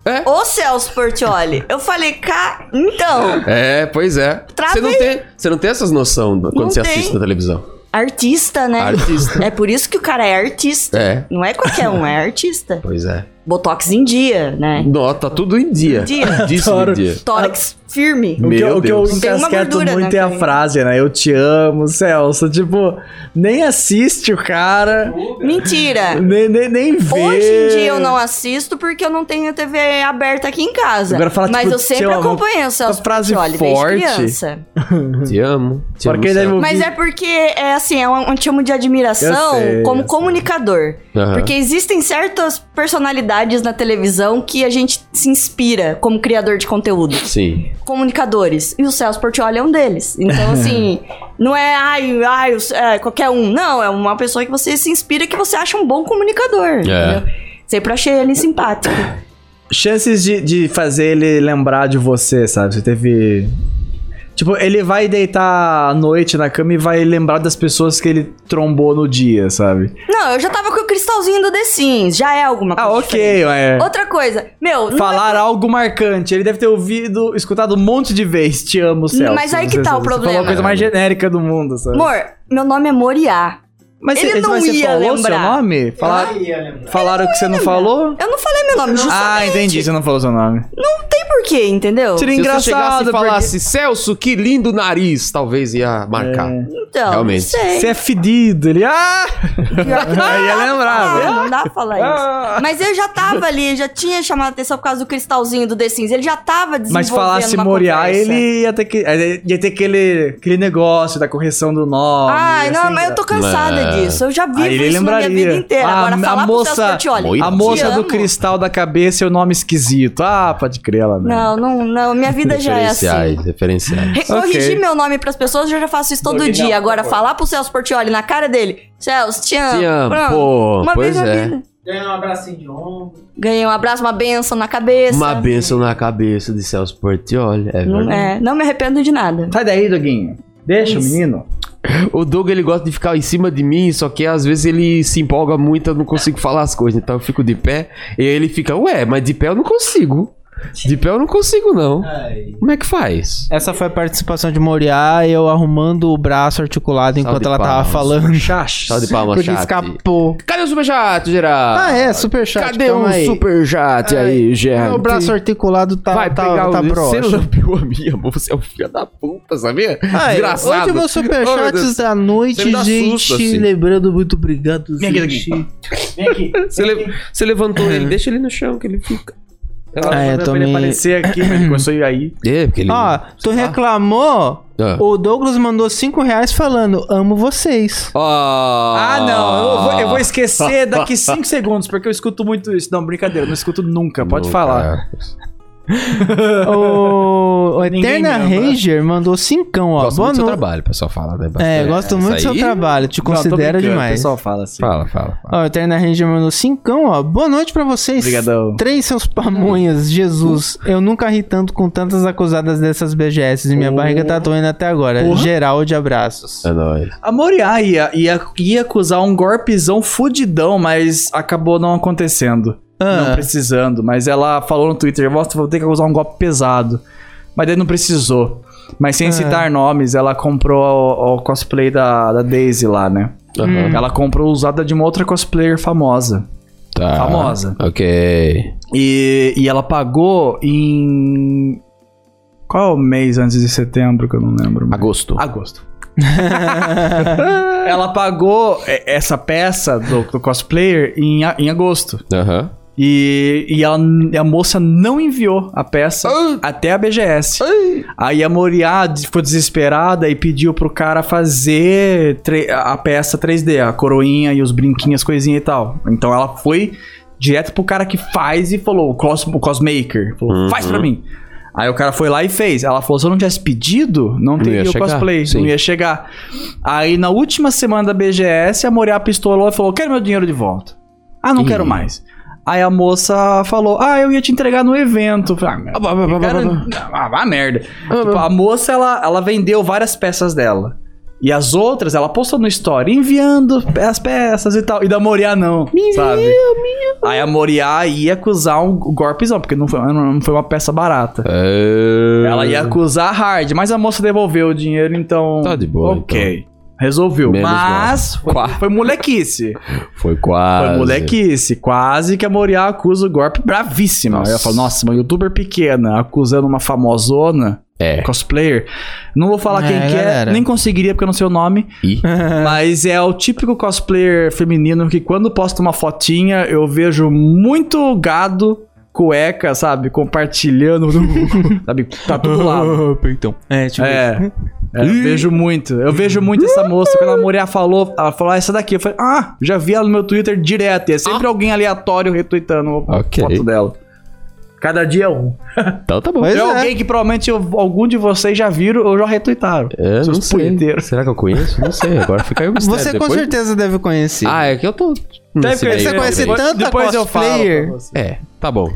Speaker 2: É.
Speaker 5: O Celso Portioli. Eu falei, cá, então,
Speaker 2: É, pois é. Você não,
Speaker 5: Travei.
Speaker 2: tem, você não tem essas noções quando
Speaker 5: Não
Speaker 2: você
Speaker 5: tem.
Speaker 2: assiste na televisão.
Speaker 5: artista, né?
Speaker 2: Artista.
Speaker 5: É por isso que o cara é artista.
Speaker 2: É.
Speaker 5: Não é qualquer um, é artista.
Speaker 2: Pois é.
Speaker 5: Botox em dia, né?
Speaker 2: Nota tudo em dia.
Speaker 5: Dia.
Speaker 2: Disso
Speaker 1: Adoro.
Speaker 2: em dia.
Speaker 5: Tórax firme.
Speaker 1: O que, eu-
Speaker 2: Meu
Speaker 1: o que eu
Speaker 2: Deus.
Speaker 5: Tem uma
Speaker 1: encasqueto
Speaker 5: gordura
Speaker 1: muito
Speaker 5: na
Speaker 1: é a
Speaker 5: cara.
Speaker 1: frase, né? Eu te amo, Celso. Tipo, nem assiste o cara,
Speaker 5: Mentira.
Speaker 1: nem, nem, nem vê.
Speaker 5: Hoje em dia eu não assisto porque eu não tenho TV aberta aqui em casa.
Speaker 1: Agora fala,
Speaker 5: Mas
Speaker 1: tipo,
Speaker 5: eu sempre
Speaker 1: sei lá, uma-
Speaker 5: acompanho o Celso
Speaker 1: uma frase
Speaker 5: Portiolli
Speaker 1: forte.
Speaker 5: desde criança.
Speaker 2: Te amo. Te
Speaker 1: Pra
Speaker 2: amo,
Speaker 1: quem deve
Speaker 2: Celso.
Speaker 1: ouvir-
Speaker 5: Mas é porque, é assim, é um, um tipo de admiração
Speaker 1: Eu sei,
Speaker 5: como
Speaker 1: eu sei.
Speaker 5: comunicador.
Speaker 2: Aham.
Speaker 5: Porque existem certas personalidades na televisão que a gente se inspira como criador de conteúdo.
Speaker 2: Sim.
Speaker 5: Comunicadores. E o Celso Portiolli é um deles.
Speaker 1: (laughs)
Speaker 5: Então, assim, não é, ai, ai, o Ce- é, qualquer um. Não, é uma pessoa que você se inspira que você acha um bom
Speaker 1: É.
Speaker 5: comunicador. entendeu? Sempre achei ele simpático.
Speaker 1: Chances de, de fazer ele lembrar de você, sabe? Você teve Tipo, ele vai deitar à noite na cama e vai lembrar das pessoas que ele trombou no dia, sabe?
Speaker 5: Não, eu já tava com o cristalzinho do The Sims. Já é alguma
Speaker 1: Ah,
Speaker 5: coisa. diferente.
Speaker 1: ok, é.
Speaker 5: Outra coisa, meu, não
Speaker 1: Falar algo marcante. Ele deve ter ouvido, escutado um monte de vezes. Te amo, Celso.
Speaker 5: Mas aí
Speaker 1: Não
Speaker 5: que
Speaker 1: sei
Speaker 5: tá
Speaker 1: se
Speaker 5: o
Speaker 1: você falou
Speaker 5: problema.
Speaker 1: a coisa mais genérica do mundo, sabe?
Speaker 5: Amor, meu nome é Moriá.
Speaker 1: mas
Speaker 5: ele
Speaker 1: você-
Speaker 5: não
Speaker 1: mas você
Speaker 5: ia
Speaker 1: falou seu
Speaker 5: lembrar.
Speaker 1: nome? Fala- Falaram que você não falou?
Speaker 5: Eu não falei meu nome, justamente.
Speaker 1: Ah, entendi. Você não falou seu nome.
Speaker 5: Não tem porquê, entendeu?
Speaker 1: Seria
Speaker 2: Se você
Speaker 1: engraçado
Speaker 2: chegasse e
Speaker 1: porque
Speaker 2: falasse, Celso, que lindo nariz, talvez ia marcar.
Speaker 5: Então,
Speaker 2: Realmente.
Speaker 5: não
Speaker 1: (laughs)
Speaker 5: sei. (laughs)
Speaker 1: você é fedido. Ele, ah!
Speaker 5: Pior que
Speaker 1: Aí
Speaker 5: não
Speaker 1: é
Speaker 5: dá pra
Speaker 1: (laughs) lembrado.
Speaker 5: falar, Não dá pra falar
Speaker 1: Ah.
Speaker 5: isso. Mas eu já tava ali, já tinha chamado a atenção por causa do cristalzinho do The Sims. Ele já tava desenvolvendo
Speaker 1: Mas falasse
Speaker 5: uma
Speaker 1: Moriá,
Speaker 5: conversa.
Speaker 1: ele ia ter, que, ia ter aquele, aquele negócio da correção do nome. assim,
Speaker 5: Ai,
Speaker 1: ia
Speaker 5: não,
Speaker 1: ser
Speaker 5: mas eu tô cansada
Speaker 2: Mas-
Speaker 5: disso. Eu já vivo
Speaker 1: Aí ele
Speaker 5: isso na minha
Speaker 1: lembraria.
Speaker 5: vida inteira.
Speaker 1: Ah,
Speaker 5: Agora,
Speaker 1: a
Speaker 5: falar
Speaker 1: moça-
Speaker 5: pro Celso Portiolli,
Speaker 2: Oi,
Speaker 1: é. A
Speaker 5: "Te
Speaker 1: moça do
Speaker 5: amo".
Speaker 1: cristal da cabeça e o nome esquisito. Ah, pode crer ela mesmo.
Speaker 5: Não, não, não. Minha vida já é assim.
Speaker 2: Referenciais, referenciais.
Speaker 5: Re-
Speaker 1: Ok.
Speaker 5: Corrigir meu nome pras pessoas, eu já faço isso todo dia. Agora, falar pro Celso Portioli na cara dele, Celso, te amo.
Speaker 2: Te amo,
Speaker 5: Ah, Pronto.
Speaker 2: pô,
Speaker 5: Uma
Speaker 2: pois
Speaker 5: vez na
Speaker 2: é.
Speaker 5: vida.
Speaker 3: Ganha um abracinho de ombro.
Speaker 5: Ganhei um abraço, uma benção na cabeça.
Speaker 2: Uma bênção na cabeça de Celso Portioli, é
Speaker 5: Não,
Speaker 2: verdade.
Speaker 5: é, não me arrependo de nada.
Speaker 1: Sai daí, Doguinho. Deixa o
Speaker 5: Isso.
Speaker 1: menino.
Speaker 2: O Doug, ele gosta de ficar em cima de mim, só que às vezes ele se empolga muito, eu não consigo falar as coisas. Então eu fico de pé, e aí ele fica, ué, mas de pé eu não consigo. De pé eu não consigo, não. Como é que faz?
Speaker 3: Essa foi a participação de Moriá, eu arrumando o braço articulado
Speaker 2: Salve
Speaker 3: enquanto ela
Speaker 2: palmas.
Speaker 3: tava falando.
Speaker 1: Chachos.
Speaker 2: Só de palma,
Speaker 3: Porque
Speaker 2: chat.
Speaker 3: escapou.
Speaker 2: Cadê o superchat, geral?
Speaker 3: Ah, é, superchat.
Speaker 2: Cadê um
Speaker 3: toma
Speaker 2: o
Speaker 3: aí.
Speaker 2: superchat aí, Gerard?
Speaker 3: Meu braço articulado tá,
Speaker 2: Vai
Speaker 3: tá,
Speaker 2: pegar
Speaker 3: tá
Speaker 2: o... Você (laughs)
Speaker 3: broxa.
Speaker 2: lampiu a minha, amor. Você é um filho da puta, sabia?
Speaker 3: Ah,
Speaker 2: Desgraçado. Ô, meu
Speaker 3: Último
Speaker 2: Deus.
Speaker 3: superchats da
Speaker 2: Você me
Speaker 3: noite,
Speaker 2: dá
Speaker 3: gente.
Speaker 2: susto, assim.
Speaker 3: Lembrando, muito obrigado.
Speaker 1: Vem aqui,
Speaker 3: gente.
Speaker 2: Você, le-
Speaker 3: Uhum.
Speaker 2: você levantou ele, deixa ele no chão que ele fica.
Speaker 3: Ah, é,
Speaker 1: eu
Speaker 3: tomei-
Speaker 1: aparecer aqui, mas ele começou a ir aí.
Speaker 2: É, porque ele.
Speaker 3: Ó, tu reclamou?
Speaker 2: Ah.
Speaker 3: O Douglas mandou 5 reais falando, amo vocês.
Speaker 1: Ah, não. Eu vou, eu vou esquecer daqui 5 segundos, porque eu escuto muito isso. Não, brincadeira, eu não escuto nunca. Pode falar.
Speaker 3: o, o
Speaker 1: Ninguém
Speaker 3: Eterna
Speaker 1: me ama.
Speaker 3: Ranger mandou 5, ó.
Speaker 2: Gosto
Speaker 3: Boa
Speaker 2: muito do seu
Speaker 3: noite.
Speaker 2: trabalho, pessoal. Fala, né? bastante.
Speaker 3: É, gosto muito do
Speaker 2: Isso
Speaker 3: seu
Speaker 2: aí-
Speaker 3: trabalho, te
Speaker 1: Não, tô
Speaker 3: considero
Speaker 1: brincando, O
Speaker 3: demais.
Speaker 1: pessoal fala assim.
Speaker 2: Fala, fala, fala.
Speaker 3: Ó, o Eterna Ranger mandou 5, ó. Boa noite pra vocês.
Speaker 1: Obrigadão.
Speaker 3: Três seus pamonhas, Jesus. Eu nunca ri tanto com tantas acusadas dessas BGS e minha
Speaker 1: Oh.
Speaker 3: barriga tá doendo até agora.
Speaker 1: Porra.
Speaker 3: Geral de abraços.
Speaker 2: É nóis.
Speaker 1: A Moriá ia, ia, ia acusar um golpezão fudidão, mas acabou não acontecendo. Não
Speaker 3: Ah,
Speaker 1: precisando. Mas ela falou no Twitter: Nossa, vou ter que acusar um golpe pesado. Mas daí não precisou. Mas sem
Speaker 3: Ah.
Speaker 1: citar nomes, ela comprou o, o cosplay da, da Daisy lá, né?
Speaker 3: Hum.
Speaker 2: Aham.
Speaker 1: Ela comprou usada de uma outra cosplayer famosa.
Speaker 2: Tá.
Speaker 1: Famosa.
Speaker 2: Ok.
Speaker 1: E, e ela pagou em. Qual é o mês antes de setembro que eu não lembro? mais?
Speaker 2: Agosto.
Speaker 1: Agosto. ela pagou e- essa peça do, do cosplayer em, a- em agosto.
Speaker 2: Aham.
Speaker 1: E, e ela- e a moça não enviou a peça até a BGS. Aí a Moriá de- ficou desesperada e pediu pro cara fazer tre- a peça 3D, a coroinha e os brinquinhos, coisinha e tal. Então ela foi direto pro cara que faz e falou, o, cos, o cosmaker, falou,
Speaker 2: Uhum.
Speaker 1: faz pra mim. Aí o cara foi lá e fez. Ela falou, se eu não tivesse pedido, não
Speaker 2: Não
Speaker 1: teria
Speaker 2: ia
Speaker 1: o
Speaker 2: chegar,
Speaker 1: cosplay,
Speaker 2: sim.
Speaker 1: não ia chegar. Aí na última semana da BGS, a Moriá pistolou e falou, quero meu dinheiro de volta. Ah, não
Speaker 2: Ih.
Speaker 1: quero mais. Aí a moça falou, ah, eu ia te entregar no evento. Eu Falei, ah, meu Cara, ah, vá merda. Tipo, a moça, ela, ela vendeu várias peças dela. E as outras, ela postou no story, enviando as peças e tal. E da Moriá, não, sabe? Aí a Moriá ia acusar um golpezão, porque não foi, não foi uma peça barata.
Speaker 2: É.
Speaker 1: Ela ia acusar hard, mas a moça devolveu o dinheiro, então...
Speaker 2: Tá de boa,
Speaker 1: Ok. Resolveu.
Speaker 2: Menos
Speaker 1: mas foi,
Speaker 2: Qua-
Speaker 1: foi molequice.
Speaker 2: então. Foi quase.
Speaker 1: Foi molequice. é Quase que a Moriá acusa o golpe bravíssima.
Speaker 2: Nossa.
Speaker 1: Aí ela fala, nossa, uma youtuber pequena acusando uma famosona
Speaker 2: É.
Speaker 1: cosplayer. Não vou falar
Speaker 3: É,
Speaker 1: quem que é,
Speaker 3: galera.
Speaker 1: nem conseguiria porque eu não sei o nome,
Speaker 2: Ih.
Speaker 1: mas é o típico cosplayer feminino que quando posta uma fotinha, eu vejo muito gado, cueca, sabe, compartilhando, (laughs) sabe, tá tudo lá.
Speaker 2: então.
Speaker 3: Peitão. É, tipo.
Speaker 1: (laughs) É. é, eu vejo muito. Eu vejo muito essa moça. Quando a Moria falou, ela falou, ah, essa daqui. Eu falei, ah, já vi ela no meu Twitter direto. E é
Speaker 2: Ah.
Speaker 1: sempre alguém aleatório retweetando a
Speaker 2: Ok.
Speaker 1: foto dela. Cada dia é um.
Speaker 2: Então tá bom.
Speaker 3: Pois
Speaker 1: é
Speaker 3: é.
Speaker 1: alguém que provavelmente eu- algum de vocês já viram ou já retweetaram.
Speaker 2: É, não
Speaker 1: Seus
Speaker 2: sei.
Speaker 1: punheteiros.
Speaker 2: Será que eu conheço? Não sei. Agora fica aí o mistério.
Speaker 3: Você com
Speaker 2: é, Depois-
Speaker 3: certeza deve conhecer. Então,
Speaker 2: Ah, é que eu tô.
Speaker 1: Deve
Speaker 2: nesse
Speaker 1: conhecer.
Speaker 2: meio
Speaker 3: Você conhece
Speaker 2: também.
Speaker 1: depois-
Speaker 3: tanta
Speaker 1: depois eu falo pra
Speaker 3: cosplayer.
Speaker 1: você.
Speaker 2: É, tá É, bom.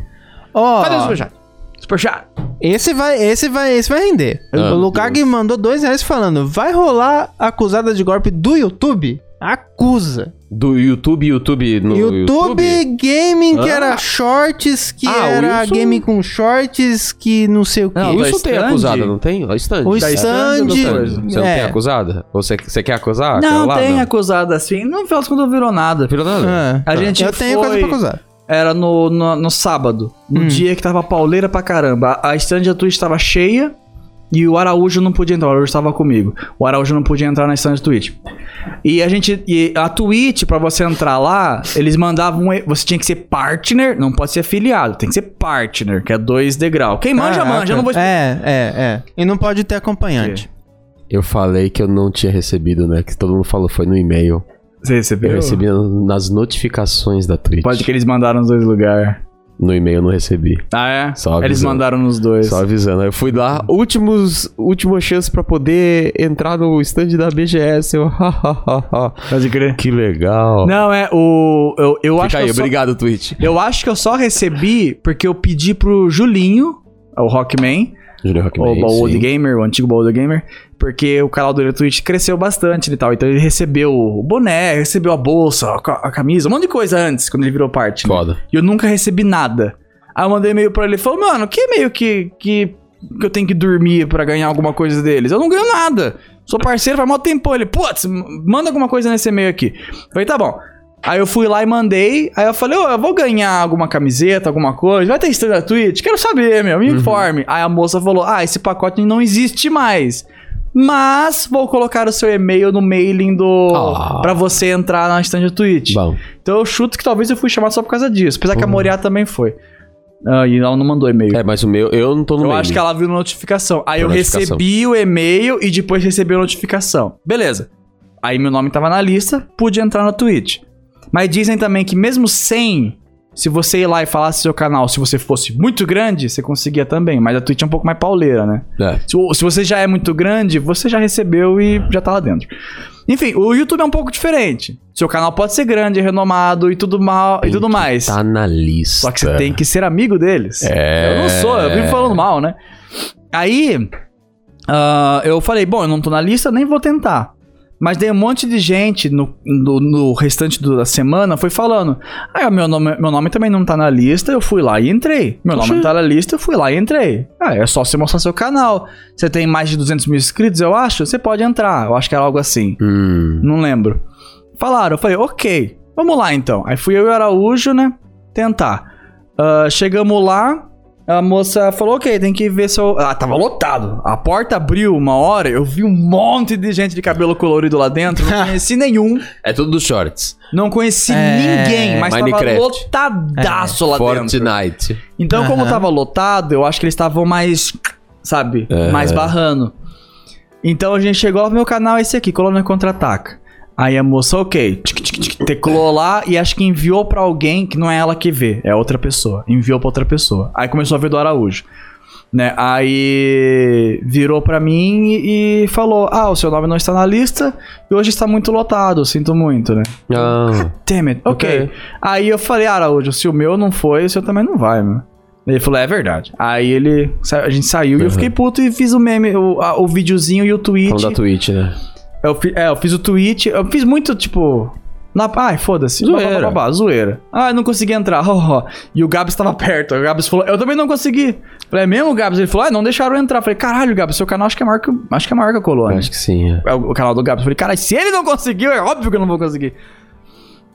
Speaker 3: Ó,
Speaker 2: Cadê o superchat?
Speaker 1: Superchat.
Speaker 3: Esse vai, esse vai, esse vai render.
Speaker 2: Ah,
Speaker 3: o lugar que mandou dois reais falando, vai rolar acusada de golpe do YouTube? Acusa.
Speaker 2: Do YouTube, YouTube no
Speaker 3: YouTube, Gaming, que era
Speaker 2: Ah.
Speaker 3: shorts, que
Speaker 2: Ah, o
Speaker 3: era
Speaker 2: Wilson-
Speaker 3: game com shorts, que não sei o quê.
Speaker 2: Não, tá
Speaker 1: da
Speaker 2: isso tem
Speaker 1: Stand?
Speaker 2: acusada, não tem? A stand.
Speaker 3: O
Speaker 1: da stand,
Speaker 3: stand...
Speaker 1: de-
Speaker 2: Você
Speaker 1: coisa.
Speaker 2: não tem
Speaker 3: é.
Speaker 2: acusada? Ou Você, você quer acusar? aquela
Speaker 1: Não
Speaker 2: Ah, lá?
Speaker 1: tem acusado assim. Não final das contas virou nada.
Speaker 2: Virou nada?
Speaker 3: Ah.
Speaker 1: A gente
Speaker 3: Eu tenho coisa
Speaker 1: foi-
Speaker 3: pra acusar.
Speaker 1: Era no, no, no sábado, no dia que tava pauleira pra caramba. A a stand da Twitch tava cheia e o Araújo não podia entrar. O Araújo tava comigo. O Araújo não podia entrar na stand da Twitch. E a gente. E a Twitch, pra você entrar lá, eles mandavam. um e- Você tinha que ser partner, não pode ser afiliado, tem que ser partner, que é dois degrau. Quem manja,
Speaker 3: Caraca.
Speaker 1: manja. Eu não vou
Speaker 3: É, é, é. E não pode ter acompanhante.
Speaker 2: Eu falei que eu não tinha recebido, né? Que todo mundo falou, foi no e-mail.
Speaker 1: Você
Speaker 2: Eu,
Speaker 1: recebeu?
Speaker 2: recebi nas notificações da Twitch.
Speaker 1: Pode que eles mandaram nos dois lugares.
Speaker 2: No e-mail eu não recebi.
Speaker 1: Ah, é?
Speaker 2: Só
Speaker 1: eles
Speaker 2: avisando.
Speaker 1: mandaram nos dois.
Speaker 2: Só avisando. Aí Eu fui lá, últimos, última chance pra poder entrar no stand da BGS. Eu, (laughs) hahaha.
Speaker 1: Pode crer.
Speaker 2: que legal.
Speaker 1: Não, é o. Eu, eu acho
Speaker 2: Fica
Speaker 1: que
Speaker 2: aí,
Speaker 1: eu só-
Speaker 2: obrigado, Twitch.
Speaker 1: Eu acho que eu só recebi porque eu pedi pro Julinho, o Rockman,
Speaker 2: Júnior Rockman.
Speaker 1: o Baú do Gamer, o antigo Baú do Gamer, porque o canal dele no Twitch cresceu bastante e tal. Então ele recebeu o boné, recebeu a bolsa, a ca- a camisa, um monte de coisa antes, quando ele virou parte. né?
Speaker 2: Foda.
Speaker 1: E eu nunca recebi nada. Aí eu mandei e-mail pra ele e falou, mano, que e-mail que, que, que eu tenho que dormir pra ganhar alguma coisa deles? Eu não ganho nada. Sou parceiro faz mó tempão. Ele, putz, m- manda alguma coisa nesse e-mail aqui. Eu falei, tá bom. Aí eu fui lá e mandei. Aí eu falei, ô, eu vou ganhar alguma camiseta, alguma coisa. Vai ter stand da Twitch? Quero saber, meu. Me informe. Aí a moça falou, ah, esse pacote não existe mais. Mas vou colocar o seu e-mail no mailing do...
Speaker 2: Ah.
Speaker 1: Pra você entrar na stand da Twitch.
Speaker 2: Bom.
Speaker 1: Então eu chuto que talvez eu fui chamado só por causa disso. Apesar que a Moriá também foi. Ah, e ela não mandou e-mail.
Speaker 2: Uhum. É, mas o meu, eu não tô no
Speaker 1: eu
Speaker 2: mailing.
Speaker 1: acho que ela viu notificação. Aí
Speaker 2: Viu
Speaker 1: eu
Speaker 2: notificação.
Speaker 1: recebi o e-mail e depois recebi a notificação. Beleza. Aí meu nome tava na lista, pude entrar na Twitch. Mas dizem também que mesmo sem, se você ir lá e falasse seu canal, se você fosse muito grande, você conseguia também. Mas a Twitch é um pouco mais pauleira, né?
Speaker 2: É.
Speaker 1: Se, o- se você já é muito grande, você já recebeu e já tá lá dentro. Enfim, o YouTube é um pouco diferente. Seu canal pode ser grande, renomado e tudo, mal, e
Speaker 2: Tem
Speaker 1: tudo
Speaker 2: que
Speaker 1: mais.
Speaker 2: Tá na lista.
Speaker 1: Só que você tem que ser amigo deles.
Speaker 2: É.
Speaker 1: Eu não sou, eu vivo falando mal, né? Aí, ah, eu falei, bom, eu não tô na lista, nem vou tentar. Mas daí um monte de gente no, no, no restante do- da semana foi falando. Ah, meu nome, meu nome também não tá na lista, eu fui lá e entrei. Meu nome não tá na lista, eu fui lá e entrei. Ah, é só você mostrar seu canal. Você tem mais de 200 mil inscritos, eu acho? Você pode entrar. Eu acho que era algo assim.
Speaker 2: Hum.
Speaker 1: Não lembro. Falaram, eu falei, ok, vamos lá então. Aí fui eu e o Araújo, né? Tentar. Ah, chegamos lá, a moça falou, ok, tem que ver se eu. Ah, tava lotado. A porta abriu uma hora, eu vi um monte de gente de cabelo colorido lá dentro. Não conheci nenhum,
Speaker 2: É tudo dos shorts.
Speaker 1: não conheci
Speaker 3: É,
Speaker 1: ninguém, mas
Speaker 2: Minecraft.
Speaker 1: tava lotadaço lá dentro.
Speaker 2: Fortnite.
Speaker 1: Então, como
Speaker 3: Aham.
Speaker 1: tava lotado, eu acho que eles estavam mais, sabe,
Speaker 2: É.
Speaker 1: mais barrando. Então a gente chegou, meu canal é esse aqui, Colônia Contra-Ataca. Aí a moça, ok, tic, tic, tic, teclou lá e acho que enviou pra alguém que não é ela que vê, é outra pessoa. Enviou pra outra pessoa. Aí começou a ver do Araújo. Né? Aí virou pra mim e, e falou: Ah, o seu nome não está na lista e hoje está muito lotado, sinto muito, né?
Speaker 2: Ah.
Speaker 1: Damn it, ok.
Speaker 2: Ok.
Speaker 1: Aí eu falei, "Ah, Araújo, se o meu não foi, o seu também não vai, mano. Ele falou, é verdade. Aí ele. sa- A gente saiu e eu
Speaker 2: Uhum.
Speaker 1: fiquei puto e fiz o meme, o, a- o videozinho e o tweet.
Speaker 2: Falando da Twitch, né?
Speaker 1: Eu, fi- é, eu fiz o tweet. Eu fiz muito, tipo. Na, ai, foda-se.
Speaker 2: Zoeira.
Speaker 1: Blá, blá, blá, blá, zoeira. Ah, eu não consegui entrar. (laughs) ó, ó. E o Gabs tava perto. O Gabs falou, eu também não consegui. Falei, é mesmo, Gabs? Ele falou, ah, não deixaram eu entrar. Falei, caralho, Gabs, seu canal acho que é maior que, o- acho que, é maior que a colônia
Speaker 2: Acho que sim. é.
Speaker 1: é o o canal do Gabs. Eu Falei, cara, se ele não conseguiu, é óbvio que eu não vou conseguir.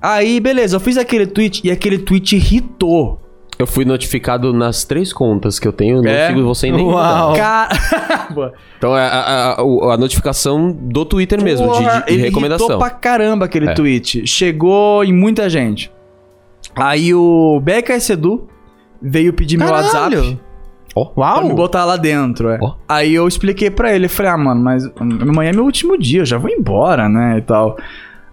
Speaker 1: Aí, beleza, eu fiz aquele tweet e aquele tweet irritou.
Speaker 2: Eu fui notificado nas três contas que eu tenho, eu não
Speaker 1: É?
Speaker 2: sigo você em nenhuma.
Speaker 3: Uau.
Speaker 1: (laughs) Caramba!
Speaker 2: Então é a, a- a- o- a notificação do Twitter mesmo, de- de, de
Speaker 1: ele
Speaker 2: recomendação.
Speaker 1: irritou pra caramba aquele
Speaker 2: É.
Speaker 1: tweet. Chegou em muita gente. Aí o Beca e Sedu veio pedir meu
Speaker 3: Caralho.
Speaker 1: WhatsApp. Pra me
Speaker 3: Uau!
Speaker 1: botar lá dentro, é.
Speaker 2: Ó.
Speaker 1: Aí eu expliquei pra ele, falei, ah, mano, mas amanhã é meu último dia, eu já vou embora, né, e tal.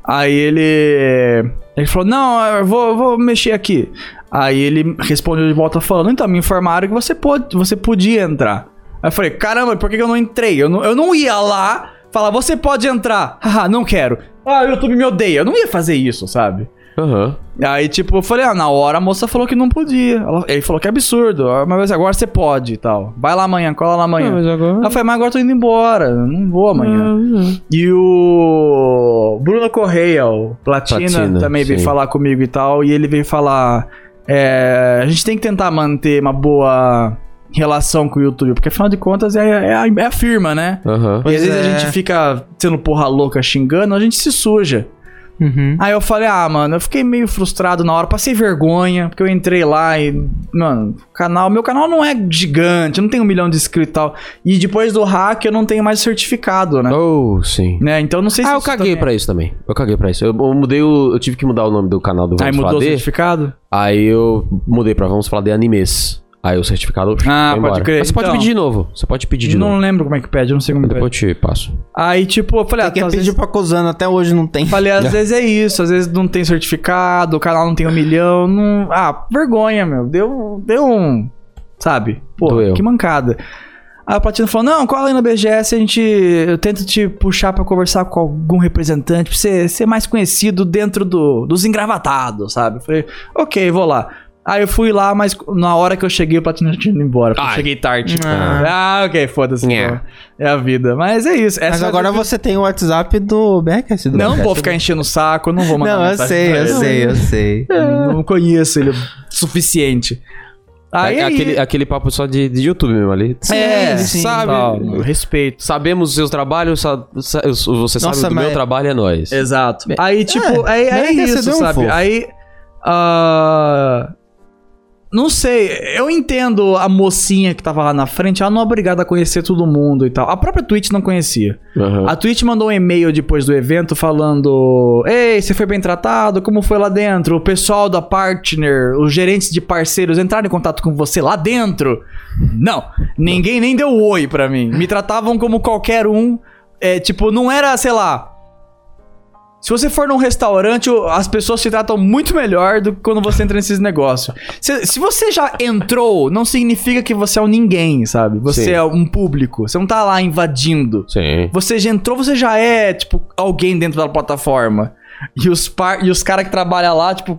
Speaker 1: Aí ele... Ele falou, não, eu vou, eu vou mexer aqui. Aí ele respondeu de volta falando, então, me informaram que você, pode, você podia entrar. Aí eu falei, caramba, por que que eu não entrei? Eu não, eu não ia (laughs) lá falar, você pode entrar. Haha, não quero. Ah, o YouTube me odeia. Eu não ia fazer isso, sabe?
Speaker 4: Aham.
Speaker 1: Aí, tipo, eu falei, ah, na hora a moça falou que não podia. Ela- ele falou que absurdo, ah, mas agora você pode e tal. Vai lá amanhã, cola lá amanhã.
Speaker 4: agora.
Speaker 1: Ela falou, "Ah, mas agora eu tô indo embora, eu não vou amanhã.
Speaker 5: Uhum.
Speaker 1: E o Bruno Correia, o Platina,
Speaker 4: Platina,
Speaker 1: também veio
Speaker 4: sim.
Speaker 1: falar comigo e tal, e ele veio falar, é, a gente tem que tentar manter uma boa relação com o YouTube, porque afinal de contas é, é a, é a firma, né?
Speaker 4: Aham.
Speaker 1: e às
Speaker 3: Pois
Speaker 1: vezes
Speaker 3: é.
Speaker 1: a gente fica sendo porra louca xingando, a gente se suja.
Speaker 3: Uhum.
Speaker 1: Aí eu falei, ah, mano, eu fiquei meio frustrado na hora, passei vergonha, porque eu entrei lá e, mano, canal, meu canal não é gigante, eu não tem um milhão de inscritos e tal. E depois do hack eu não tenho mais certificado, né?
Speaker 4: Oh, sim.
Speaker 1: Né? Então não sei se
Speaker 4: Ah, eu
Speaker 1: isso
Speaker 4: caguei
Speaker 1: também-
Speaker 4: pra isso também. Eu caguei pra isso. Eu, eu mudei o. Eu tive que mudar o nome do canal do
Speaker 1: Aí
Speaker 4: Vamos
Speaker 1: mudou
Speaker 4: Falar
Speaker 1: o
Speaker 4: de.
Speaker 1: certificado?
Speaker 4: Aí eu mudei pra Vamos Falar de Animes. Aí o certificado.
Speaker 1: Ah,
Speaker 4: foi
Speaker 1: pode
Speaker 4: embora.
Speaker 1: crer.
Speaker 4: Mas você pode
Speaker 1: Então.
Speaker 4: pedir de novo. Você pode pedir de
Speaker 1: não
Speaker 4: novo.
Speaker 1: lembro como é que pede, eu não sei como
Speaker 4: Depois eu te
Speaker 1: pede.
Speaker 4: passo.
Speaker 1: Aí, tipo, eu falei, ah,
Speaker 3: Tem que
Speaker 1: tá, às
Speaker 3: pedir
Speaker 1: vezes...
Speaker 3: pra Cozana, até hoje não tem.
Speaker 1: Falei,
Speaker 3: (laughs)
Speaker 1: às vezes é isso, às vezes não tem certificado, o canal não tem um milhão, não... Ah, vergonha, meu, deu, deu um... Sabe? Pô,
Speaker 4: Doeu.
Speaker 1: que mancada. Aí a Platina falou, não, cola aí na BGS, a gente... Eu tento te puxar pra conversar com algum representante, pra você ser mais conhecido dentro do, dos engravatados, sabe? Eu falei, ok, vou lá. Aí eu fui lá, mas na hora que eu cheguei, a Platina já tinha ido embora, porque eu
Speaker 4: Ai.
Speaker 1: cheguei tarde.
Speaker 3: Ah.
Speaker 1: Ah, ok, foda-se.
Speaker 4: É.
Speaker 1: então. É a vida. Mas é isso.
Speaker 3: Mas
Speaker 1: Essa-
Speaker 3: agora você tem o WhatsApp do Beckers. do
Speaker 1: Não
Speaker 3: Beckers.
Speaker 1: vou ficar enchendo o saco, não vou mandar
Speaker 3: É, Não, eu
Speaker 1: mensagem
Speaker 3: sei,
Speaker 1: pra
Speaker 3: eu
Speaker 1: ele.
Speaker 3: sei, eu sei.
Speaker 1: Eu não conheço ele o suficiente. Aí,
Speaker 4: É aquele, aquele papo só de, de YouTube mesmo ali.
Speaker 1: É,
Speaker 3: Sim, sim.
Speaker 1: sabe?
Speaker 4: Tal.
Speaker 1: Respeito.
Speaker 4: Sabemos os seus trabalhos, sa- sa- eu- você sabe
Speaker 3: Nossa,
Speaker 4: do meu
Speaker 3: mas-
Speaker 4: trabalho, é nós.
Speaker 1: Exato. Aí, tipo, aí aí é,
Speaker 3: bem
Speaker 1: isso,
Speaker 3: aquecedor, um
Speaker 1: sabe?
Speaker 3: fofo.
Speaker 1: Aí. ah, Não sei, eu entendo a mocinha que tava lá na frente, ela não é obrigada a conhecer todo mundo e tal. A própria Twitch não conhecia.
Speaker 4: Aham.
Speaker 1: A Twitch mandou um e-mail depois do evento falando: Ei, você foi bem tratado? Como foi lá dentro? O pessoal da partner, os gerentes de parceiros entraram em contato com você lá dentro? Não, ninguém nem deu oi pra mim. Me tratavam como qualquer um. É, tipo, não era, sei lá. Se você for num restaurante, o- as pessoas te tratam muito melhor do que quando você entra nesses negócios. Se, se você já entrou, não significa que você é um ninguém, sabe? Você
Speaker 4: Sim.
Speaker 1: é um público. Você não tá lá invadindo.
Speaker 4: Sim.
Speaker 1: Você já entrou, você já é, tipo, alguém dentro da plataforma. E os, par... e os caras que trabalham lá, tipo,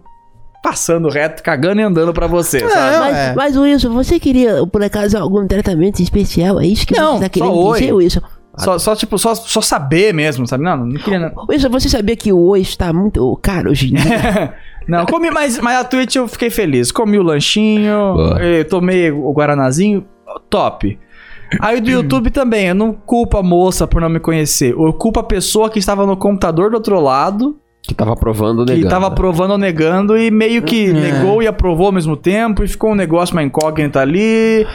Speaker 1: passando reto, cagando e andando pra você, sabe?
Speaker 3: Não,
Speaker 6: Mas,
Speaker 3: é.
Speaker 6: mas, Wilson, você queria, por acaso, algum tratamento especial? É isso que
Speaker 1: Não,
Speaker 6: você
Speaker 1: só
Speaker 6: tá querendo
Speaker 1: oi.
Speaker 6: dizer, Wilson?
Speaker 1: Só, só, tipo, só, só saber mesmo, sabe? Não, não queria. Não,
Speaker 6: Wilson, você sabia que o oi está muito caro hoje em dia?
Speaker 1: não comi, mas, mas a Twitch eu fiquei feliz. Comi o lanchinho,
Speaker 4: Boa.
Speaker 1: eh, tomei o Guaranazinho, top. Aí do YouTube também, eu não culpo a moça por não me conhecer. Eu culpo a pessoa que estava no computador do outro lado
Speaker 4: Que tava provando o né?
Speaker 1: que
Speaker 4: negócio.
Speaker 1: tava
Speaker 3: né?
Speaker 1: aprovando ou negando e meio que
Speaker 3: É.
Speaker 1: negou e aprovou ao mesmo tempo e ficou um negócio uma incógnita ali.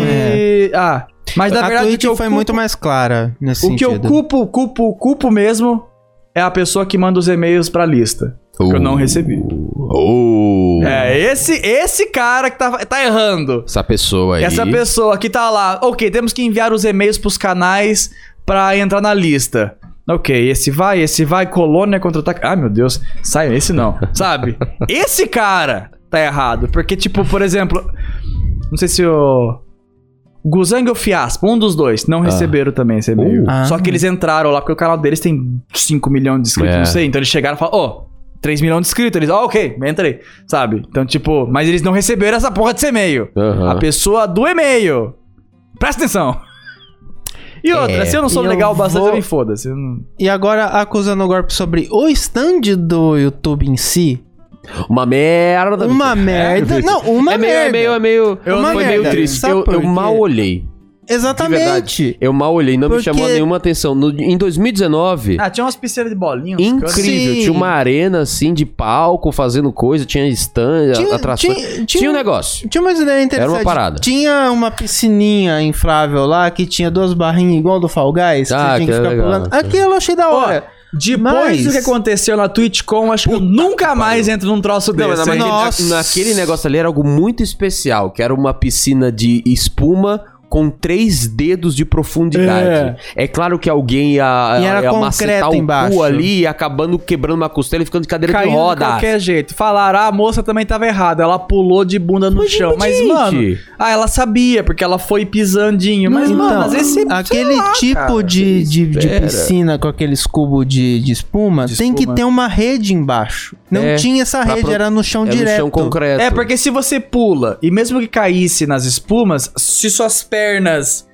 Speaker 1: E ah, mas na
Speaker 3: É. a
Speaker 1: verdade o
Speaker 3: Twitch
Speaker 1: que eu
Speaker 3: foi
Speaker 1: culpo-
Speaker 3: muito mais clara nesse
Speaker 1: o que eu
Speaker 3: sentido.
Speaker 1: culpo, culpo, culpo mesmo é a pessoa que manda os e-mails pra lista. Que eu não recebi.
Speaker 4: Oh.
Speaker 3: Uh.
Speaker 1: É, esse esse cara que tá, tá errando.
Speaker 4: Essa pessoa aí.
Speaker 1: Essa pessoa que tá lá, ok, temos que enviar os e-mails pros canais pra entrar na lista. Ok, esse vai, esse vai, colônia contra-ataque. Ah, meu Deus, sai,
Speaker 4: (laughs)
Speaker 1: esse não. Sabe? Esse cara tá errado. Porque, tipo, por exemplo, não sei se o. Guzang ou Fiaspo, um dos dois, não receberam também esse e-mail.
Speaker 4: Ah. Uh.
Speaker 1: Só que eles entraram lá, porque o canal deles tem 5 milhões de inscritos,
Speaker 4: É.
Speaker 1: não sei. Então eles chegaram e falaram, ó, 3 milhões de inscritos. Eles, ó, ok, entrei. Sabe? Então, tipo, mas eles não receberam essa porra desse e-mail.
Speaker 4: Aham.
Speaker 1: A pessoa do e-mail. Presta atenção. E outra, se É, eu não sou
Speaker 3: eu
Speaker 1: legal bastante,
Speaker 3: vou-
Speaker 1: também foda-se. Eu não-
Speaker 3: E agora acusando o golpe sobre o stand do YouTube em si.
Speaker 4: Uma merda.
Speaker 3: Uma merda.
Speaker 4: Vitor.
Speaker 3: Não, uma
Speaker 4: é meio,
Speaker 3: merda.
Speaker 4: é meio, é meio.
Speaker 3: Eu- Uma
Speaker 4: foi meio
Speaker 3: merda.
Speaker 4: triste.
Speaker 3: Sabe
Speaker 4: Eu,
Speaker 3: por
Speaker 4: eu
Speaker 3: quê?
Speaker 4: mal olhei.
Speaker 3: Exatamente.
Speaker 4: Eu mal olhei, não me
Speaker 3: Porque-
Speaker 4: chamou nenhuma atenção. No- em 2019,
Speaker 1: Ah, tinha umas piscinas de bolinha. uns
Speaker 4: incrível.
Speaker 1: cantos.
Speaker 3: Sim.
Speaker 4: Tinha uma arena assim de palco fazendo coisa, tinha stand,
Speaker 3: Tinha,
Speaker 4: atrações. Tinha,
Speaker 3: tinha, tinha,
Speaker 4: um negócio.
Speaker 3: tinha umas ideias
Speaker 4: Era
Speaker 3: interessantes.
Speaker 4: uma parada.
Speaker 3: Tinha uma piscininha inflável lá que tinha duas barrinhas igual do Fall Guys. que
Speaker 4: Ah,
Speaker 3: você tinha que,
Speaker 4: que
Speaker 3: ficar
Speaker 4: legal.
Speaker 3: pulando. Aquilo eu achei da
Speaker 1: Ó,
Speaker 3: hora.
Speaker 1: Depois
Speaker 3: Mas-
Speaker 1: do que aconteceu na TwitchCon, acho que eu nunca mais entro num troço
Speaker 4: Não,
Speaker 1: desse.
Speaker 4: mas
Speaker 1: hein?
Speaker 4: naquele,
Speaker 3: Nossa.
Speaker 4: naquele negócio ali era algo muito especial, que era uma piscina de espuma
Speaker 2: com três dedos de profundidade. É, claro que alguém ia,
Speaker 3: E era
Speaker 2: ia macetar
Speaker 3: concreto
Speaker 2: o
Speaker 3: embaixo.
Speaker 2: cu ali e acabando quebrando uma costela e ficando de cadeira
Speaker 1: Caiu
Speaker 2: de
Speaker 1: de
Speaker 2: roda.
Speaker 1: qualquer jeito. Falaram, ah, a moça também tava errada. Ela pulou de bunda no chão. mas,
Speaker 2: gente. é
Speaker 1: mano, ah, ela sabia, porque ela foi pisandinho. Mas, mano, às vezes você.
Speaker 3: Então, aquele tipo de, de, de piscina com aqueles cubos de, de espuma,
Speaker 1: De
Speaker 3: tem
Speaker 1: espuma.
Speaker 3: que ter uma rede embaixo. Não
Speaker 2: É,
Speaker 3: tinha essa
Speaker 2: pra
Speaker 3: rede,
Speaker 2: pro-
Speaker 3: era no chão
Speaker 2: É no
Speaker 3: um direto.
Speaker 2: chão concreto.
Speaker 1: É, porque se você pula, e mesmo que caísse nas espumas, se suas pernas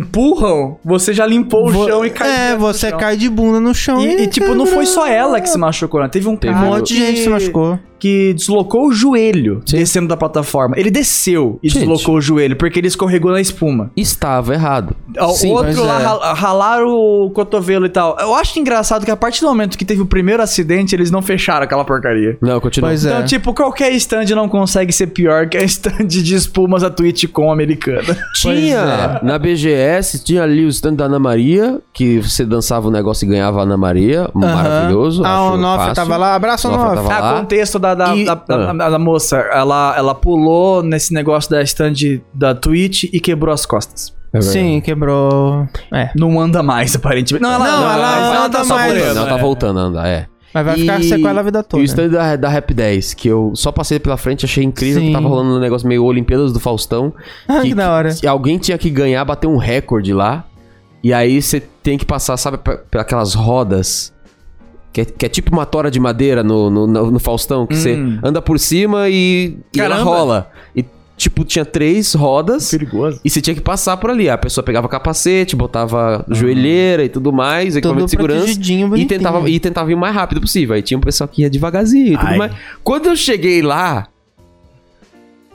Speaker 1: empurram, você já limpou
Speaker 3: Vo-
Speaker 1: o chão e caiu.
Speaker 3: É,
Speaker 1: direto no
Speaker 3: você
Speaker 1: chão.
Speaker 3: cai de bunda no chão
Speaker 1: E,
Speaker 3: e,
Speaker 1: e, tipo, não foi só ela que se machucou, né? Teve um
Speaker 2: Teve
Speaker 1: cara
Speaker 3: Um monte (laughs) de gente se machucou.
Speaker 1: que deslocou o joelho descendo da plataforma. Ele desceu e
Speaker 2: Gente.
Speaker 1: deslocou o joelho, porque ele escorregou na espuma.
Speaker 2: Estava errado.
Speaker 1: O
Speaker 3: Sim, mas
Speaker 1: outro lá
Speaker 3: é.
Speaker 1: ral- ralaram o cotovelo e tal. Eu acho engraçado que a partir do momento que teve o primeiro acidente, eles não fecharam aquela porcaria.
Speaker 2: Não, continua.
Speaker 3: Pois
Speaker 1: Então,
Speaker 3: é.
Speaker 1: tipo, qualquer stand não consegue ser pior que a stand de espumas da Twitchcom americana.
Speaker 2: é.
Speaker 3: é.
Speaker 2: Tinha! Na BGS tinha ali o stand da Ana Maria, que você dançava o negócio e ganhava a Ana Maria. Maravilhoso.
Speaker 3: Ah,
Speaker 2: acho
Speaker 3: o Noff
Speaker 2: fácil.
Speaker 3: tava lá. Abraço,
Speaker 2: Nofa
Speaker 3: Noff.
Speaker 2: tava
Speaker 1: (laughs)
Speaker 2: lá.
Speaker 1: Ah, contexto da, da,
Speaker 2: E-
Speaker 1: da, da-
Speaker 2: Ah.
Speaker 1: da- da moça. Ela, ela pulou nesse negócio da stand da Twitch e quebrou as costas.
Speaker 2: É verdade.
Speaker 3: Sim, quebrou. É.
Speaker 1: Não anda mais, aparentemente. Não, ela
Speaker 3: Não,
Speaker 1: anda,
Speaker 3: ela
Speaker 1: mas
Speaker 3: anda
Speaker 1: só
Speaker 3: mais.
Speaker 1: voando,
Speaker 2: Não, ela
Speaker 1: é.
Speaker 2: tá voltando a andar, é.
Speaker 3: Mas vai ficar
Speaker 2: E-
Speaker 3: sequela a vida toda.
Speaker 2: E
Speaker 1: né?
Speaker 2: o stand da, da Rap 10, que eu só passei pela frente, achei incrível que
Speaker 3: Sim.
Speaker 2: tava rolando um negócio meio Olimpíadas do Faustão.
Speaker 3: (laughs) Ah, que da
Speaker 1: É.
Speaker 3: hora.
Speaker 2: que alguém tinha que ganhar, bater um recorde lá. E aí você tem que passar, sabe, pra- pra aquelas rodas. Que é, que é tipo uma tora de madeira no, no, no- no Faustão, que você
Speaker 1: Hum.
Speaker 2: anda por cima e, e ela
Speaker 1: Caramba.
Speaker 2: rola. E, tipo, tinha três rodas.
Speaker 1: É Perigoso.
Speaker 2: E você tinha que passar por ali. A pessoa pegava capacete, botava joelheira e tudo mais, equipamento de segurança.
Speaker 3: protegidinho,
Speaker 2: E
Speaker 3: bonitinho.
Speaker 2: tentava, e tentava ir o mais rápido possível. Aí tinha um pessoal que ia devagarzinho e tudo
Speaker 1: Ai.
Speaker 2: mais. Quando eu cheguei lá,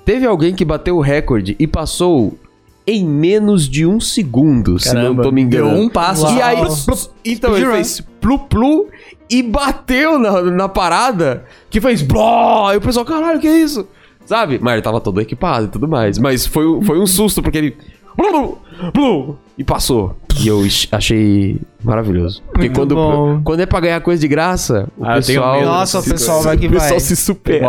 Speaker 2: teve alguém que bateu o recorde e passou em menos de um segundo, se não
Speaker 1: Caramba.
Speaker 2: tô me
Speaker 1: Deu
Speaker 2: enganando.
Speaker 1: um passo.
Speaker 3: Uau.
Speaker 2: E aí,
Speaker 1: Nossa.
Speaker 2: plup, então ele fez plu-plu e bateu na, na parada que fez bló. E o pessoal, caralho, que é isso? Sabe? Mas ele tava todo equipado e tudo mais. Mas foi, um- foi um susto, porque ele. Blum, blum, e passou. E eu ach- achei maravilhoso. Porque
Speaker 3: Muito
Speaker 2: quando,
Speaker 3: bom.
Speaker 2: quando é pra ganhar coisa de graça, o
Speaker 1: Ah, eu tenho
Speaker 2: pessoal.
Speaker 1: medo tipo
Speaker 3: Nossa, o
Speaker 1: dessas
Speaker 3: pessoal vai
Speaker 2: o
Speaker 3: que vai.
Speaker 2: pessoal se
Speaker 1: É.
Speaker 2: supera.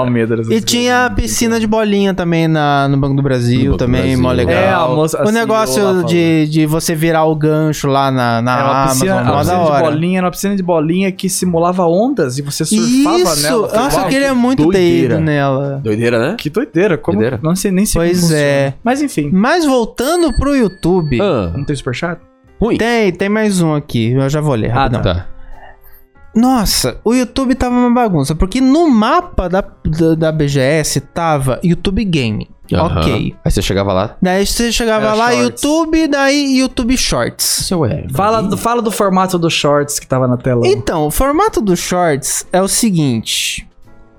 Speaker 3: E tinha a piscina de bolinha também na, no Banco do
Speaker 2: No
Speaker 3: Brasil,
Speaker 2: Banco do
Speaker 3: também,
Speaker 2: Brasil.
Speaker 3: mó legal.
Speaker 1: É, a moça- a
Speaker 3: o
Speaker 1: CEO lá
Speaker 3: negócio
Speaker 1: falou.
Speaker 3: de, de você virar o gancho lá na, na
Speaker 1: Era Ah, uma piscina, uma
Speaker 3: Amazon, É mó da
Speaker 1: piscina de
Speaker 3: hora.
Speaker 1: bolinha, era uma piscina de bolinha que simulava ondas e você surfava
Speaker 3: Isso!
Speaker 1: nela. Foi,
Speaker 3: Nossa,
Speaker 1: uau,
Speaker 3: eu queria muito
Speaker 2: doideira.
Speaker 3: ter ido nela.
Speaker 2: Doideira, né?
Speaker 1: Que doideira, como...
Speaker 2: Doideira.
Speaker 1: Não sei nem se
Speaker 3: Pois é.
Speaker 1: Mas enfim,
Speaker 3: Mas voltando pro YouTube,
Speaker 2: Ah,
Speaker 1: não tem superchat?
Speaker 2: ruim.
Speaker 3: tem, tem mais um aqui. Eu já vou ler
Speaker 1: Ah,
Speaker 3: rapidão.
Speaker 2: Tá.
Speaker 3: Nossa, o YouTube tava uma bagunça, porque no mapa da, da, da BGS tava YouTube Gaming.
Speaker 2: Aham.
Speaker 3: Ok.
Speaker 2: Aí você chegava lá.
Speaker 3: Daí você chegava
Speaker 1: Era
Speaker 3: lá,
Speaker 1: Shorts.
Speaker 3: YouTube, daí YouTube Shorts.
Speaker 2: Seu é.
Speaker 1: Fala, do- fala do formato dos shorts que tava na tela.
Speaker 3: Então, o formato dos shorts é o seguinte: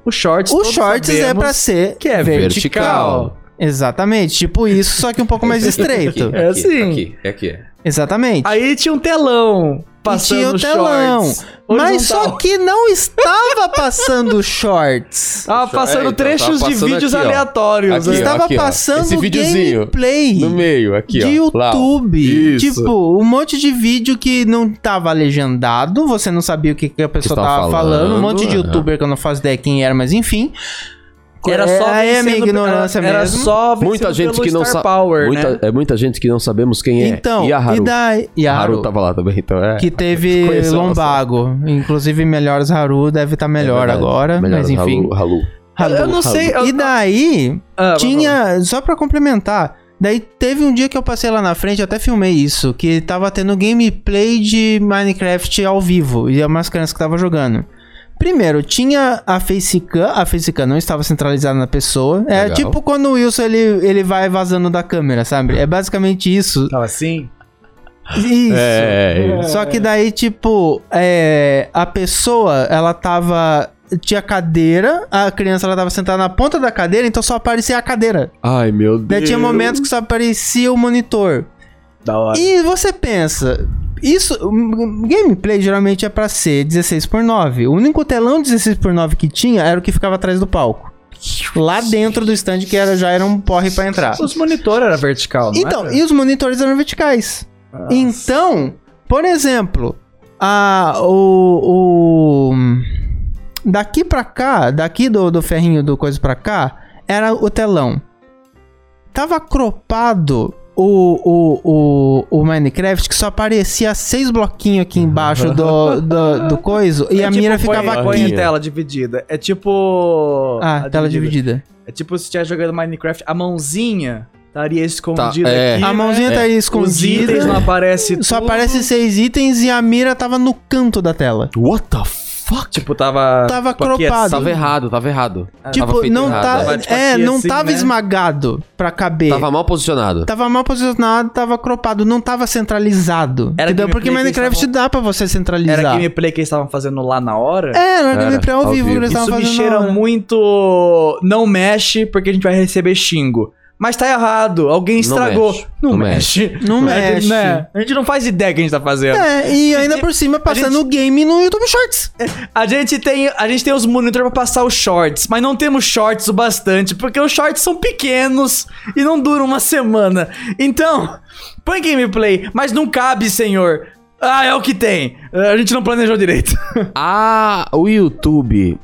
Speaker 1: O shorts,
Speaker 3: o
Speaker 1: todos
Speaker 3: shorts é
Speaker 1: sabemos
Speaker 3: pra ser
Speaker 1: que é
Speaker 2: vertical.
Speaker 3: Exatamente, tipo isso, só que um
Speaker 2: (laughs)
Speaker 3: pouco mais estreito.
Speaker 1: É assim.
Speaker 2: Aqui, é aqui.
Speaker 3: Exatamente.
Speaker 1: Aí tinha um telão passando
Speaker 3: tinha o
Speaker 1: os
Speaker 3: telão,
Speaker 1: shorts. tá.
Speaker 3: Mas
Speaker 1: Horizontal.
Speaker 3: só que não estava passando shorts.
Speaker 1: Tava passando
Speaker 2: É, então,
Speaker 1: trechos
Speaker 2: tava passando
Speaker 1: de vídeos
Speaker 2: aqui, ó.
Speaker 1: aleatórios.
Speaker 2: Aqui,
Speaker 1: né?
Speaker 2: ó,
Speaker 3: estava
Speaker 2: ó. Esse
Speaker 3: passando
Speaker 2: videozinho.
Speaker 3: gameplay
Speaker 2: No meio, aqui,
Speaker 3: de
Speaker 2: ó. Lá, ó.
Speaker 3: YouTube.
Speaker 2: Isso.
Speaker 3: Tipo, um monte de vídeo que não tava legendado, você não sabia o que, que a pessoa
Speaker 2: tava
Speaker 3: tava, falando, Um
Speaker 2: falando,
Speaker 3: monte de
Speaker 2: é.
Speaker 3: youtuber que eu não faço ideia quem era, mas enfim.
Speaker 1: né? Era só
Speaker 3: Aí é minha
Speaker 1: vencendo-
Speaker 3: ignorância
Speaker 1: era,
Speaker 3: mesmo.
Speaker 1: Era só vencendo
Speaker 2: Muita gente
Speaker 1: pelo
Speaker 2: que não
Speaker 1: Star
Speaker 2: sabe.
Speaker 1: Power, né?
Speaker 2: É muita gente que não sabemos quem é.
Speaker 3: Então,
Speaker 2: e a Haru.
Speaker 3: daí? E a
Speaker 2: Haru
Speaker 3: Haru,
Speaker 2: tava lá também, então é.
Speaker 3: que teve
Speaker 2: Conheço ela,
Speaker 3: lombago. Inclusive, melhores Haru
Speaker 2: É
Speaker 3: deve estar melhor agora, mas enfim.
Speaker 2: Halu, Halu.
Speaker 1: Eu- eu não sei, eu-
Speaker 3: e
Speaker 2: Tá,
Speaker 3: daí,
Speaker 1: Ah,
Speaker 3: tinha, só pra complementar, daí teve um dia que eu passei lá na frente, eu até filmei isso, que tava tendo gameplay de Minecraft ao vivo, e é umas crianças que tava jogando. Primeiro, tinha a facecam, a facecam não estava centralizada na pessoa. É
Speaker 2: Legal.
Speaker 3: tipo quando o Wilson ele, ele vai vazando da câmera, sabe? É basicamente
Speaker 2: (laughs)
Speaker 3: isso.
Speaker 1: Tava assim?
Speaker 3: Isso.
Speaker 2: É, é.
Speaker 3: Só que daí, tipo, é, a pessoa, ela tava. Tinha cadeira, a criança ela tava sentada na ponta da cadeira, então só aparecia a cadeira.
Speaker 2: Ai, meu
Speaker 3: Daí
Speaker 2: Deus.
Speaker 3: tinha momentos que só aparecia o monitor.
Speaker 1: Da hora.
Speaker 3: E você pensa, isso. hum, Gameplay geralmente é pra ser 16 por 9 O único telão 16 por 9 que tinha era o que ficava atrás do palco. Lá dentro do stand que era, já era um porre pra entrar.
Speaker 1: Ah, Os monitores eram vertical, não
Speaker 3: Então,
Speaker 1: era?
Speaker 3: e os monitores eram verticais. Então, por exemplo, a, o, o- Daqui pra cá, daqui do, do ferrinho do coisa pra cá, era o telão. Tava cropado o, o, o, o Minecraft que só aparecia seis bloquinhos aqui embaixo do, do,
Speaker 1: (laughs)
Speaker 3: do coiso e
Speaker 1: É
Speaker 3: a
Speaker 1: tipo,
Speaker 3: mira
Speaker 1: põe-
Speaker 3: ficava
Speaker 1: Põe
Speaker 3: aqui. né?
Speaker 1: a tela dividida. É tipo...
Speaker 3: Ah,
Speaker 1: a
Speaker 3: tela dividida.
Speaker 1: É tipo se tivesse jogando Minecraft, a mãozinha estaria escondida
Speaker 4: é.
Speaker 1: aqui.
Speaker 3: A mãozinha
Speaker 1: né?
Speaker 3: tá aí
Speaker 1: Os itens não
Speaker 3: escondida.
Speaker 1: aparecem
Speaker 3: Só
Speaker 1: tudo.
Speaker 3: aparece seis itens e a mira tava no canto da tela.
Speaker 4: What the fuck?
Speaker 1: Tipo, tava...
Speaker 3: Tava
Speaker 1: tipo, aqui,
Speaker 3: cropado.
Speaker 2: Tava errado, tava errado. tava
Speaker 3: Tipo,
Speaker 2: feito
Speaker 3: não
Speaker 2: errado, né?
Speaker 3: tá.
Speaker 1: Tava, tipo,
Speaker 3: É,
Speaker 1: aqui
Speaker 3: não
Speaker 1: assim,
Speaker 3: tava
Speaker 1: né?
Speaker 3: esmagado pra caber.
Speaker 2: Tava mal posicionado.
Speaker 3: Tava mal posicionado, tava cropado, não tava centralizado.
Speaker 1: Era
Speaker 3: entendeu?
Speaker 1: gameplay
Speaker 3: Porque
Speaker 1: que eles
Speaker 3: Minecraft
Speaker 1: estavam-
Speaker 3: dá pra você centralizar.
Speaker 1: Era a gameplay que eles estavam fazendo lá na hora.
Speaker 3: É, era,
Speaker 2: Era,
Speaker 3: gameplay ao
Speaker 2: ao
Speaker 3: vivo que
Speaker 2: vivo.
Speaker 3: eles
Speaker 1: Isso
Speaker 3: estavam
Speaker 1: me
Speaker 3: fazendo.
Speaker 1: cheira
Speaker 3: na hora.
Speaker 1: muito. Não mexe, porque a gente vai receber xingo. Mas tá errado, alguém estragou.
Speaker 2: mexe,
Speaker 1: Não,
Speaker 2: não
Speaker 1: mexe. (laughs)
Speaker 3: Não
Speaker 1: A gente,
Speaker 3: mexe.
Speaker 1: né, a gente não faz ideia que a gente tá fazendo.
Speaker 3: É, e ainda
Speaker 1: gente-
Speaker 3: por cima passando
Speaker 1: gente-
Speaker 3: o game no YouTube Shorts.
Speaker 1: A, gente tem, a gente tem os monitor pra passar os shorts, mas não temos shorts o bastante, porque os shorts são pequenos e não duram uma semana. Então, põe gameplay, mas não cabe, senhor. Ah, é o que tem. A gente não planejou direito.
Speaker 2: Ah, o YouTube.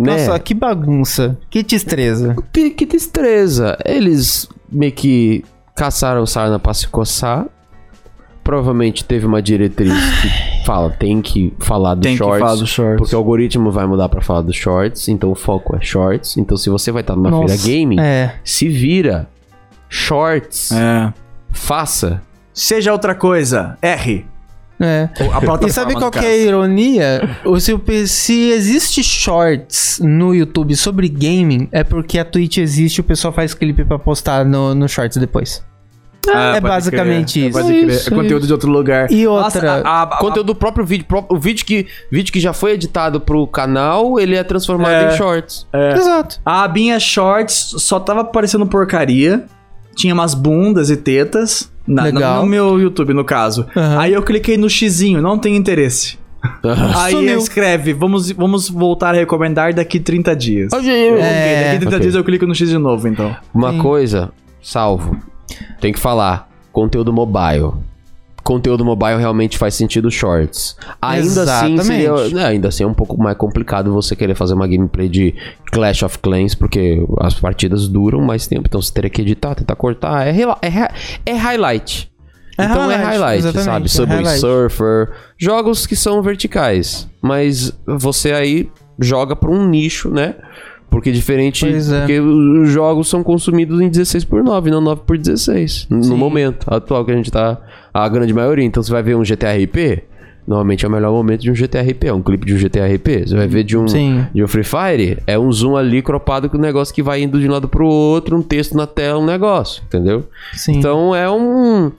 Speaker 2: Né?
Speaker 3: Nossa, que bagunça. Que destreza.
Speaker 2: que, que destreza. Eles meio que caçaram sarna pra se coçar. Provavelmente teve uma diretriz que fala, tem que falar do shorts.
Speaker 1: shorts.
Speaker 2: Porque o algoritmo vai mudar pra falar dos shorts, então o foco é shorts. Então se você vai estar numa
Speaker 3: Nossa,
Speaker 2: feira game,
Speaker 3: É.
Speaker 2: se vira. Shorts,
Speaker 1: É.
Speaker 2: faça.
Speaker 1: (laughs) Seja outra coisa. R.
Speaker 3: É.
Speaker 1: A plataforma
Speaker 3: E sabe
Speaker 1: no
Speaker 3: qual que é
Speaker 1: caso.
Speaker 3: a ironia? O- Se, o P- se existe shorts no YouTube sobre gaming, é porque a Twitch existe e o pessoal faz clipe pra postar no, no shorts depois.
Speaker 1: Ah,
Speaker 3: é
Speaker 1: pode
Speaker 3: basicamente
Speaker 1: crer,
Speaker 3: isso.
Speaker 1: Pode
Speaker 3: É
Speaker 1: crer.
Speaker 3: isso,
Speaker 1: é
Speaker 3: é
Speaker 1: conteúdo de outro lugar.
Speaker 3: E outra-
Speaker 1: Nossa, a- a- a-
Speaker 2: Conteúdo do próprio vídeo. pró- O vídeo que, vídeo que já foi editado pro canal, ele é transformado
Speaker 1: É.
Speaker 2: em shorts.
Speaker 3: Exato.
Speaker 1: a abinha shorts só tava aparecendo porcaria. Tinha umas bundas e tetas. Na, na-
Speaker 3: Legal.
Speaker 1: no meu YouTube, no caso.
Speaker 3: Aham.
Speaker 1: Aí eu cliquei no xizinho, não tem interesse.
Speaker 3: É.
Speaker 1: Aí
Speaker 3: Sumiu.
Speaker 1: escreve, vamos, vamos voltar a recomendar daqui 30 dias. Ok, daqui 30
Speaker 2: Ok.
Speaker 1: dias eu clico no X de novo, então.
Speaker 2: Uma
Speaker 3: Sim.
Speaker 2: coisa, salvo. Tem que falar. Conteúdo mobile. Conteúdo mobile realmente faz sentido shorts. Ainda assim,
Speaker 3: Exatamente.
Speaker 2: seria, né, ainda assim é um pouco mais complicado você querer fazer uma gameplay de Clash of Clans, porque as partidas duram mais tempo, então você teria que editar, tentar cortar. É, rela- é, ra- é highlight.
Speaker 3: É
Speaker 2: então é
Speaker 3: highlight,
Speaker 2: highlight, sabe?
Speaker 3: exatamente, é
Speaker 2: Subway
Speaker 3: highlight.
Speaker 2: Surfer. Jogos que são verticais. Mas você aí joga pra um nicho, né? Porque diferente.
Speaker 3: Pois é.
Speaker 2: Porque os jogos são consumidos em 16 por 9, não 9 por 16.
Speaker 3: Sim.
Speaker 2: No momento atual que a gente tá. A grande maioria. Então você vai ver um GTRP. Normalmente é o melhor momento de um GTRP. É um clipe de um GTRP. Você vai ver de um.
Speaker 3: Sim.
Speaker 2: De um Free Fire é um zoom ali cropado com um negócio que vai indo de um lado pro outro, um texto na tela, um negócio, entendeu?
Speaker 3: Sim.
Speaker 2: Então é um.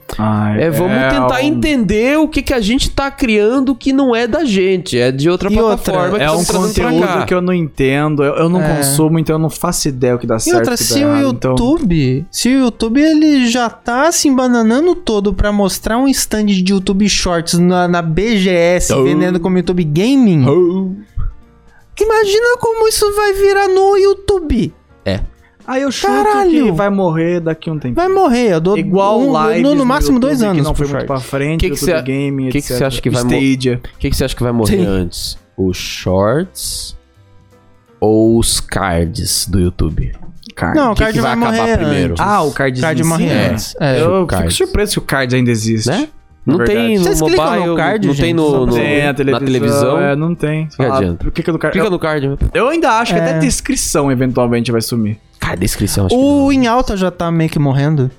Speaker 2: É, vamos tentar
Speaker 1: um-
Speaker 2: entender o que, que a gente tá criando que não é da gente, é de outra
Speaker 3: E outra,
Speaker 2: plataforma que
Speaker 1: É
Speaker 2: tá
Speaker 1: um
Speaker 2: trazendo pra cá.
Speaker 1: conteúdo que eu não entendo, eu, eu não
Speaker 3: É.
Speaker 1: consumo, então eu não faço ideia o que dá certo.
Speaker 3: E outra,
Speaker 1: o que dá
Speaker 3: se o
Speaker 1: errado, então-
Speaker 3: YouTube, se o YouTube ele já tá se embananando todo pra mostrar um stand de YouTube Shorts na, na BGS
Speaker 2: Então.
Speaker 3: vendendo como YouTube Gaming, imagina como isso vai virar no YouTube.
Speaker 1: Aí eu chuto
Speaker 3: Caralho!
Speaker 1: que vai morrer daqui a um tempo.
Speaker 3: Vai morrer, eu dou
Speaker 1: Igual
Speaker 3: um-
Speaker 1: live.
Speaker 3: no, no máximo dois anos.
Speaker 1: Que não foi
Speaker 3: pro
Speaker 1: muito pra
Speaker 3: Shorts.
Speaker 1: frente,
Speaker 2: Que que
Speaker 1: YouTube
Speaker 2: cê-
Speaker 1: Game,
Speaker 2: que que
Speaker 1: etc.
Speaker 2: cê acha que vai mo-
Speaker 1: Stadia.
Speaker 2: O que, que você acha que vai morrer
Speaker 3: Sim.
Speaker 2: antes? Os shorts ou os cards do YouTube?
Speaker 1: Card.
Speaker 3: Não,
Speaker 2: O
Speaker 3: o
Speaker 2: que
Speaker 3: card
Speaker 2: que
Speaker 3: vai,
Speaker 2: vai acabar
Speaker 3: morrer
Speaker 2: primeiro?
Speaker 3: antes.
Speaker 1: Ah, o card
Speaker 3: Card morre Tá antes. É.
Speaker 1: Eu fico
Speaker 2: Cards.
Speaker 1: surpreso que o card ainda existe.
Speaker 2: Né?
Speaker 1: Na
Speaker 2: Não tem
Speaker 1: verdade.
Speaker 2: no
Speaker 3: Vocês clicam no
Speaker 2: mobile,
Speaker 3: card,
Speaker 2: não
Speaker 3: gente?
Speaker 2: tem
Speaker 3: Só
Speaker 2: no,
Speaker 3: pra
Speaker 2: no-
Speaker 1: Tem a televisão.
Speaker 2: na televisão.
Speaker 1: É, não tem.
Speaker 2: Que é
Speaker 1: Fala,
Speaker 2: adianta?
Speaker 1: Por que que no card? Ah,
Speaker 2: Clica
Speaker 1: Eu,
Speaker 2: no card.
Speaker 1: eu ainda acho que
Speaker 3: É.
Speaker 1: até descrição eventualmente vai sumir.
Speaker 2: Cara, descrição. Acho que não.
Speaker 3: O em alta já tá meio que morrendo.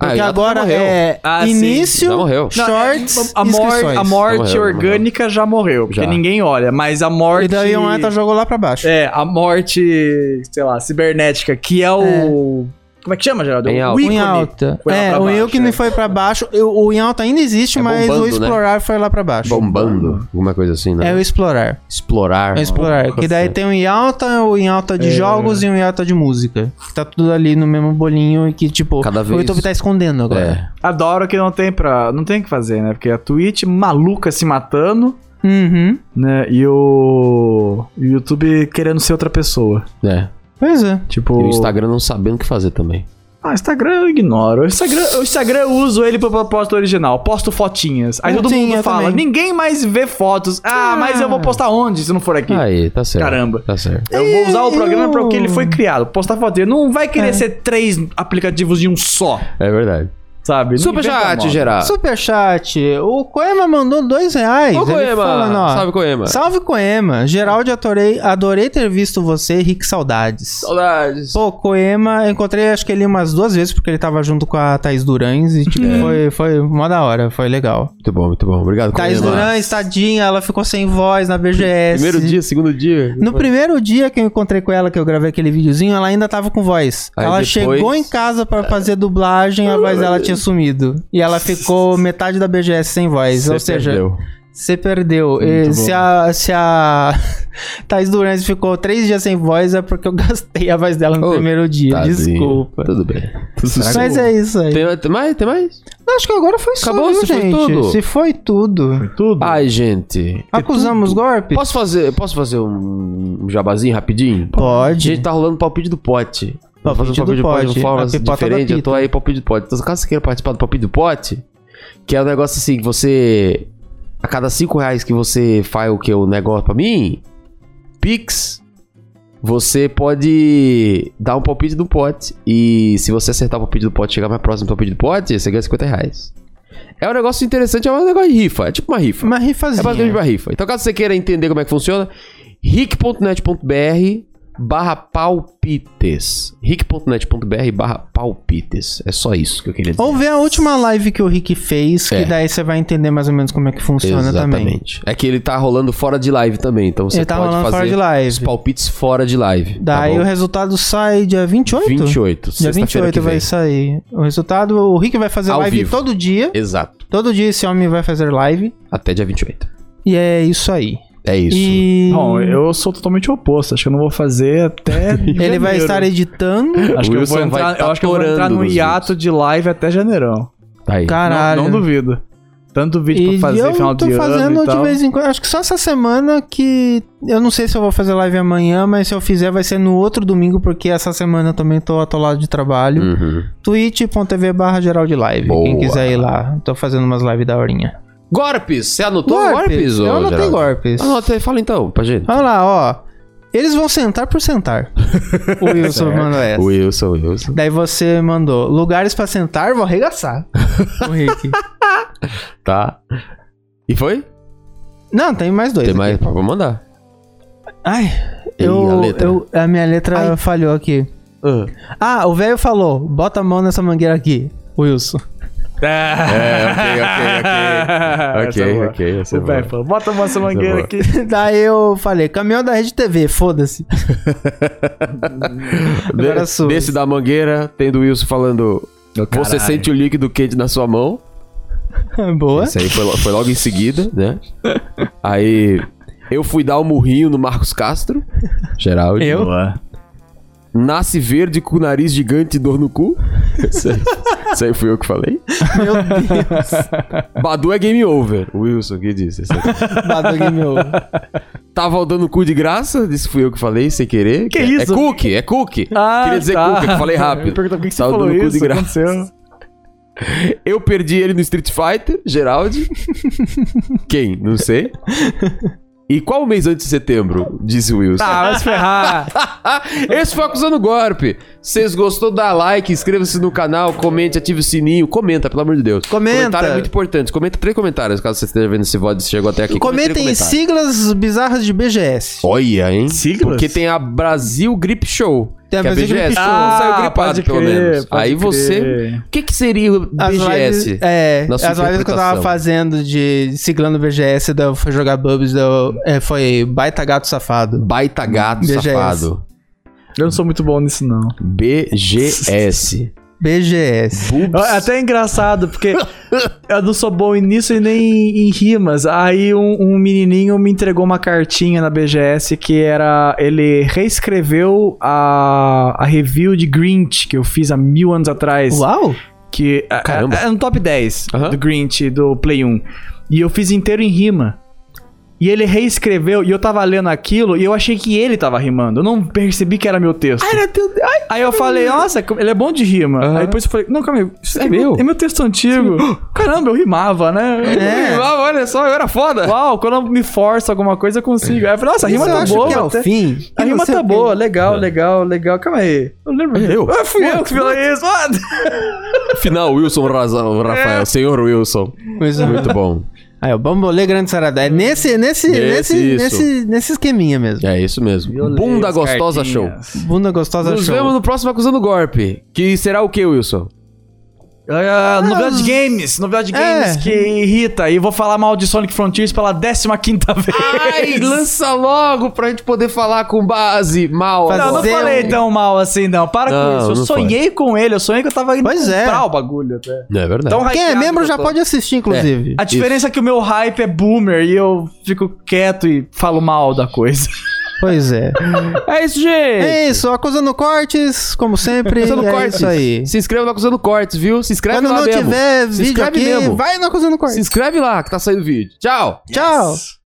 Speaker 2: Ah,
Speaker 3: Porque
Speaker 2: Em Alta já
Speaker 3: agora
Speaker 2: morreu.
Speaker 3: é
Speaker 1: Ah, sim,
Speaker 3: início,
Speaker 2: já morreu.
Speaker 3: shorts,
Speaker 1: é, A, mor
Speaker 3: inscrições.
Speaker 1: a morte
Speaker 2: Já morreu, já
Speaker 1: orgânica já morreu, porque
Speaker 2: Já.
Speaker 1: ninguém olha, mas a morte.
Speaker 3: E daí um o Ata jogou lá pra baixo.
Speaker 1: É, a morte, sei lá, cibernética, que é o. Como é que chama, Geraldo?
Speaker 2: Em
Speaker 1: o
Speaker 2: Ah, alta.
Speaker 3: O em
Speaker 1: ícone.
Speaker 3: alta.
Speaker 1: Foi lá
Speaker 3: é,
Speaker 1: pra
Speaker 3: o
Speaker 1: baixo,
Speaker 3: Eucne
Speaker 1: é.
Speaker 3: foi pra baixo. Eu- o em alta ainda existe,
Speaker 2: É
Speaker 3: mas
Speaker 2: bombando,
Speaker 3: o
Speaker 2: né?
Speaker 3: explorar foi lá pra baixo.
Speaker 2: Bombando. Alguma coisa assim, né?
Speaker 3: É o explorar.
Speaker 2: Explorar.
Speaker 3: É o explorar. Que daí tem o em alta, o em alta
Speaker 1: É.
Speaker 3: de jogos e o em alta de música. Tá tudo ali no mesmo bolinho e que, tipo,
Speaker 2: Cada
Speaker 3: o
Speaker 2: vez-
Speaker 3: YouTube tá escondendo agora.
Speaker 2: É.
Speaker 1: Adoro que não tem pra. Não tem o que fazer, né? Porque a Twitch maluca se matando,
Speaker 2: É.
Speaker 3: Uhum.
Speaker 1: né? E o. e o YouTube querendo ser outra pessoa.
Speaker 2: é.
Speaker 3: Pois é.
Speaker 1: Tipo.
Speaker 2: E o Instagram não sabendo o que fazer também.
Speaker 1: Ah, Instagram eu ignoro. O Instagram, o Instagram eu uso ele pro propósito original. Posto fotinhas. Aí todo
Speaker 3: Ah, Sim,
Speaker 1: mundo
Speaker 3: eu
Speaker 1: fala,
Speaker 3: também.
Speaker 1: ninguém mais vê fotos. Ah,
Speaker 3: Ah.
Speaker 1: mas eu vou postar onde se não for aqui?
Speaker 2: Aí, tá certo.
Speaker 1: Caramba.
Speaker 2: Tá certo.
Speaker 1: Eu vou usar o
Speaker 3: eu-
Speaker 1: programa para o que ele foi criado. Postar fotinha. Não vai querer
Speaker 3: É.
Speaker 1: ser três aplicativos de um só.
Speaker 2: É verdade.
Speaker 1: Sabe? Não inventa
Speaker 2: Superchat,
Speaker 1: moda.
Speaker 2: Gerard.
Speaker 3: Superchat. O Coema mandou dois reais.
Speaker 2: Ô,
Speaker 3: Ele
Speaker 2: Coema.
Speaker 3: falando, ó,
Speaker 2: Salve, Coema.
Speaker 3: Salve, Coema. Geraldo, adorei, adorei ter visto você. Rick, saudades.
Speaker 2: Saudades.
Speaker 3: Pô, Coema, eu encontrei acho que ele umas duas vezes, porque ele tava junto com a Thaís Durães e, tipo,
Speaker 2: É.
Speaker 3: foi, foi mó da hora, foi legal.
Speaker 2: Muito bom, muito bom. Obrigado,
Speaker 3: Thaís Durães, tadinha, ela ficou sem voz na BGS.
Speaker 2: Primeiro dia, segundo dia.
Speaker 3: No primeiro dia que eu encontrei com ela, que eu gravei aquele videozinho, ela ainda tava com voz.
Speaker 2: Aí
Speaker 3: ela
Speaker 2: depois-
Speaker 3: chegou em casa pra fazer dublagem, a voz dela tinha sumido. E ela
Speaker 2: (laughs)
Speaker 3: ficou metade da BGS sem voz. Ou seja, você perdeu. E se a, se a (laughs) Thaís Durante ficou três dias sem voz, é porque eu (laughs) gastei a voz dela no
Speaker 2: Ô,
Speaker 3: primeiro dia.
Speaker 2: tadinho.
Speaker 3: Desculpa.
Speaker 2: Tudo bem.
Speaker 3: Mas é isso aí.
Speaker 2: Tem, tem mais? Tem mais?
Speaker 3: Acho que agora foi só,
Speaker 2: Acabou?
Speaker 3: viu,
Speaker 2: Se foi
Speaker 3: gente?
Speaker 2: tudo?
Speaker 3: Se foi tudo.
Speaker 1: Tudo.
Speaker 2: Ai, gente.
Speaker 3: Acusamos golpe?
Speaker 2: Posso fazer, posso fazer um um jabazinho rapidinho?
Speaker 3: Pode.
Speaker 2: Gente, tá rolando palpite do pote. Tá fazendo
Speaker 3: Palpite do um pote.
Speaker 2: de formas
Speaker 3: A pipota da
Speaker 2: diferentes. Eu tô
Speaker 3: pita.
Speaker 2: aí palpite do pote. Então, caso você queira participar do palpite do pote, que é um negócio assim, que você. A cada 5 reais que você faz o que? O negócio pra mim, Pix, você pode dar um palpite do pote. E se você acertar o palpite do pote e chegar mais próximo do palpite do pote, você ganha 50 reais. É um negócio interessante, é um negócio de rifa. É tipo uma rifa.
Speaker 3: Uma
Speaker 2: É basicamente
Speaker 3: rifazinha.
Speaker 2: uma rifa. Então, caso você queira entender como é que funciona, rick.net.br barra palpites. rick.net.br barra palpites. É só isso que eu queria dizer.
Speaker 3: Ou ver a última live que o Rick fez, que
Speaker 2: É.
Speaker 3: daí você vai entender mais ou menos como é que funciona também.
Speaker 2: Exatamente. É que ele tá rolando fora de live também, então você
Speaker 3: Ele tá
Speaker 2: pode
Speaker 3: rolando
Speaker 2: fazer tá
Speaker 3: fora de
Speaker 2: os
Speaker 3: live.
Speaker 2: palpites fora de live.
Speaker 3: Daí o resultado sai dia 28?
Speaker 2: 28.
Speaker 3: Dia
Speaker 2: sexta-feira que
Speaker 3: 28 vai
Speaker 2: vem.
Speaker 3: sair. O resultado, o Rick vai fazer
Speaker 2: Ao
Speaker 3: live
Speaker 2: vivo.
Speaker 3: todo dia.
Speaker 2: Exato.
Speaker 3: Todo dia esse homem vai fazer live.
Speaker 2: Até dia 28.
Speaker 3: E é isso aí.
Speaker 2: É isso.
Speaker 3: E
Speaker 1: Bom, é eu sou totalmente oposto. Acho que eu não vou fazer até.
Speaker 3: hum. (laughs) ele vai estar editando.
Speaker 1: Acho que eu,
Speaker 2: Wilson
Speaker 1: vou
Speaker 2: vai
Speaker 1: entrar,
Speaker 2: tá
Speaker 1: eu acho que eu vou entrar
Speaker 2: torando
Speaker 1: no
Speaker 2: nos
Speaker 1: hiato de live até janeirão.
Speaker 2: Tá aí.
Speaker 3: Caralho.
Speaker 1: Não, não duvido. Tanto vídeo
Speaker 3: E
Speaker 1: pra fazer
Speaker 3: eu
Speaker 1: final
Speaker 3: tô
Speaker 1: de ano
Speaker 3: fazendo
Speaker 1: e
Speaker 3: de
Speaker 1: tal.
Speaker 3: vez em quando. Acho que só essa semana que. Eu não sei se eu vou fazer live amanhã, mas se eu fizer vai ser no outro domingo, porque essa semana eu também tô atolado de
Speaker 1: Hum.
Speaker 3: trabalho.
Speaker 2: Uhum.
Speaker 3: twitch.tv barra geral de live. Quem
Speaker 2: Boa.
Speaker 3: quiser ir lá. Tô fazendo umas lives da horinha.
Speaker 2: Gorpes! Você anotou golpes?
Speaker 3: eu
Speaker 2: ô,
Speaker 3: anotei
Speaker 2: Geraldo?
Speaker 3: golpes.
Speaker 2: Anota aí, fala então pra gente.
Speaker 3: Olha lá, ó. Eles vão sentar
Speaker 1: (laughs)
Speaker 3: por sentar. o Wilson mandou essa.
Speaker 2: Wilson, Wilson.
Speaker 3: Daí você mandou lugares pra sentar,
Speaker 1: (laughs)
Speaker 3: vou arregaçar. o Rick.
Speaker 2: Tá. E foi?
Speaker 3: Não, tem mais dois.
Speaker 2: Tem
Speaker 3: aqui.
Speaker 2: mais pra mandar.
Speaker 3: Ai,
Speaker 2: E
Speaker 3: eu,
Speaker 2: a letra?
Speaker 3: eu- a minha letra falhou aqui. Ah, o velho falou: bota a mão nessa mangueira aqui, Wilson. (laughs)
Speaker 1: (laughs)
Speaker 2: É, ok, ok, ok. ok, ok, essa é
Speaker 1: O
Speaker 2: boa.
Speaker 1: Pepe, bota a moça
Speaker 2: boa.
Speaker 1: mangueira (laughs) aqui.
Speaker 3: Daí eu falei: caminhão da Rede TV, foda-se. (laughs) Agora
Speaker 2: De,
Speaker 3: sua.
Speaker 2: desse da mangueira, tem do Wilson falando. Você sente o líquido quente na sua mão.
Speaker 3: Boa.
Speaker 2: Isso aí foi, lo- foi logo em seguida,
Speaker 3: (laughs)
Speaker 2: né? Aí. Eu fui dar um murrinho no Marcos Castro. Geraldo.
Speaker 3: Eu?
Speaker 1: Boa.
Speaker 2: Nasce verde com nariz gigante e dor no cu. Isso aí, isso aí fui eu que falei.
Speaker 3: Meu Deus.
Speaker 2: Badu é game over. O Wilson que disse. Isso aí.
Speaker 3: Bado aqui, (laughs) meu.
Speaker 2: Tava dando cu de graça, disse fui eu que falei, sem querer.
Speaker 1: Que
Speaker 2: é,
Speaker 1: isso?
Speaker 2: É cookie, é cookie.
Speaker 1: Ah,
Speaker 2: Queria dizer
Speaker 1: tá.
Speaker 2: cookie, que eu
Speaker 1: (laughs)
Speaker 2: falei
Speaker 1: Eu
Speaker 2: rápido.
Speaker 1: pergunto, por que, que você
Speaker 2: Tava
Speaker 1: falou
Speaker 2: dando cu de
Speaker 1: isso? O que
Speaker 2: graça.
Speaker 1: aconteceu?
Speaker 2: Eu perdi ele no Street Fighter, Geraldi. Quem? Não sei. E qual o mês antes de setembro? Disse o Wilson.
Speaker 1: Ah, vai se ferrar.
Speaker 2: Esse foi o Acusando Golpe. Vocês gostou? Dá like, inscreva-se no canal, comente, ative o sininho. Comenta, pelo amor de Deus.
Speaker 3: Comenta.
Speaker 2: Comentário é muito importante. Comenta três comentários, caso você esteja vendo esse VOD, se chegou até aqui. Comenta três
Speaker 3: Comentem
Speaker 2: comentários.
Speaker 3: siglas bizarras de BGS.
Speaker 2: Olha, hein?
Speaker 1: Siglas?
Speaker 2: Porque tem a Brasil Grip Show.
Speaker 3: Tem a
Speaker 2: que é
Speaker 3: Brasil Grip
Speaker 2: BGS.
Speaker 3: Show.
Speaker 2: Não saiu
Speaker 1: Ah,
Speaker 2: gripado,
Speaker 1: pode
Speaker 2: pelo
Speaker 1: crer,
Speaker 2: menos.
Speaker 1: pode
Speaker 2: Aí você...
Speaker 1: crer.
Speaker 2: O que que seria o
Speaker 3: As
Speaker 2: BGS?
Speaker 3: lives, é,
Speaker 2: na
Speaker 3: as
Speaker 2: sua
Speaker 3: lives que eu tava
Speaker 2: interpretação?
Speaker 3: fazendo de siglando o BGS, daí eu fui jogar Bubbles, daí eu- é, foi baita gato safado.
Speaker 2: Baita gato
Speaker 3: BGS.
Speaker 2: safado.
Speaker 1: Eu não sou muito bom nisso, não. (laughs)
Speaker 2: BGS.
Speaker 3: BGS.
Speaker 1: Eu-
Speaker 2: Ah,
Speaker 1: Até é engraçado, porque eu não sou bom nisso e nem em rimas. Aí um, um menininho me entregou uma cartinha na BGS que era... Ele reescreveu a, a review de Grinch que eu fiz há mil anos atrás.
Speaker 3: Uau!
Speaker 1: Que é-
Speaker 2: Caramba.
Speaker 1: É, é no top 10
Speaker 2: Aham.
Speaker 1: do Grinch, do Play 1. E eu fiz inteiro em rima. E ele reescreveu e eu tava lendo aquilo e eu achei que ele tava rimando. Eu não percebi que era meu texto.
Speaker 2: Ai, meu Deus. Ai,
Speaker 1: Aí eu falei, nossa, ele é bom de rima. Aí depois eu falei, não, calma aí, isso
Speaker 2: É
Speaker 1: aqui é
Speaker 2: meu?
Speaker 1: meu. É meu texto antigo. (gasps) Caramba, eu rimava, né?
Speaker 3: É.
Speaker 2: uau, olha só, eu era foda.
Speaker 1: Uau, quando eu me forço alguma coisa, eu consigo. Aí eu falei, nossa, a rima
Speaker 3: Isso eu
Speaker 1: tá
Speaker 3: acho
Speaker 1: boa.
Speaker 3: que é o
Speaker 1: até.
Speaker 3: fim.
Speaker 1: A
Speaker 3: Eu não
Speaker 1: rima
Speaker 3: sei
Speaker 1: tá
Speaker 3: o que-
Speaker 1: boa, legal, legal, legal. Calma aí. Eu lembro.
Speaker 2: É. Eu?
Speaker 1: Ah, fui eu que falei isso. Ah,
Speaker 2: Final, Wilson Raza- Rafael, senhor Wilson.
Speaker 3: Pois é.
Speaker 2: Muito bom.
Speaker 3: Aí, o Bambolê Grande Saradá. É nesse, nesse,
Speaker 2: Nesse,
Speaker 3: nesse,
Speaker 2: isso.
Speaker 3: nesse, nesse esqueminha mesmo.
Speaker 2: É isso mesmo. Bunda gostosa show.
Speaker 3: Bunda gostosa
Speaker 2: Nos
Speaker 3: show.
Speaker 2: vemos no próximo Acusando Golpe. Que será o que, Wilson?
Speaker 1: Ah, novidade de games, novidade de games
Speaker 3: É.
Speaker 1: que irrita. E vou falar mal de Sonic Frontiers pela 15 quinta (laughs) vez.
Speaker 2: Ai, lança logo pra gente poder falar com base mal.
Speaker 3: Faz
Speaker 1: Não, eu não
Speaker 3: Fazer
Speaker 1: falei
Speaker 3: um-
Speaker 1: tão mal assim, não. Para
Speaker 2: Não,
Speaker 1: com isso. Eu
Speaker 2: não
Speaker 1: sonhei com ele, eu sonhei que eu tava indo
Speaker 3: Pois é.
Speaker 1: comprar o bagulho até.
Speaker 2: Não é verdade.
Speaker 1: Tão
Speaker 3: Quem é
Speaker 1: hypeado
Speaker 3: membro
Speaker 1: que eu
Speaker 3: já
Speaker 1: tô.
Speaker 3: pode assistir, inclusive.
Speaker 1: A diferença é que o meu hype é boomer e eu fico quieto e falo mal da coisa. (laughs)
Speaker 3: Pois é.
Speaker 2: É isso, gente.
Speaker 3: É isso, acusando cortes, como sempre.
Speaker 2: Acusando
Speaker 3: é
Speaker 2: Cortes.
Speaker 3: isso aí.
Speaker 2: Se inscreva no Acusando Cortes, viu? Se inscreve
Speaker 3: Quando
Speaker 2: lá
Speaker 3: não
Speaker 2: mesmo.
Speaker 3: tiver
Speaker 2: Se
Speaker 3: vídeo
Speaker 2: inscreve
Speaker 3: aqui,
Speaker 2: mesmo.
Speaker 3: vai no acusando
Speaker 2: Se
Speaker 3: cortes.
Speaker 2: inscreve lá que tá saindo vídeo. Tchau.
Speaker 3: Tchau.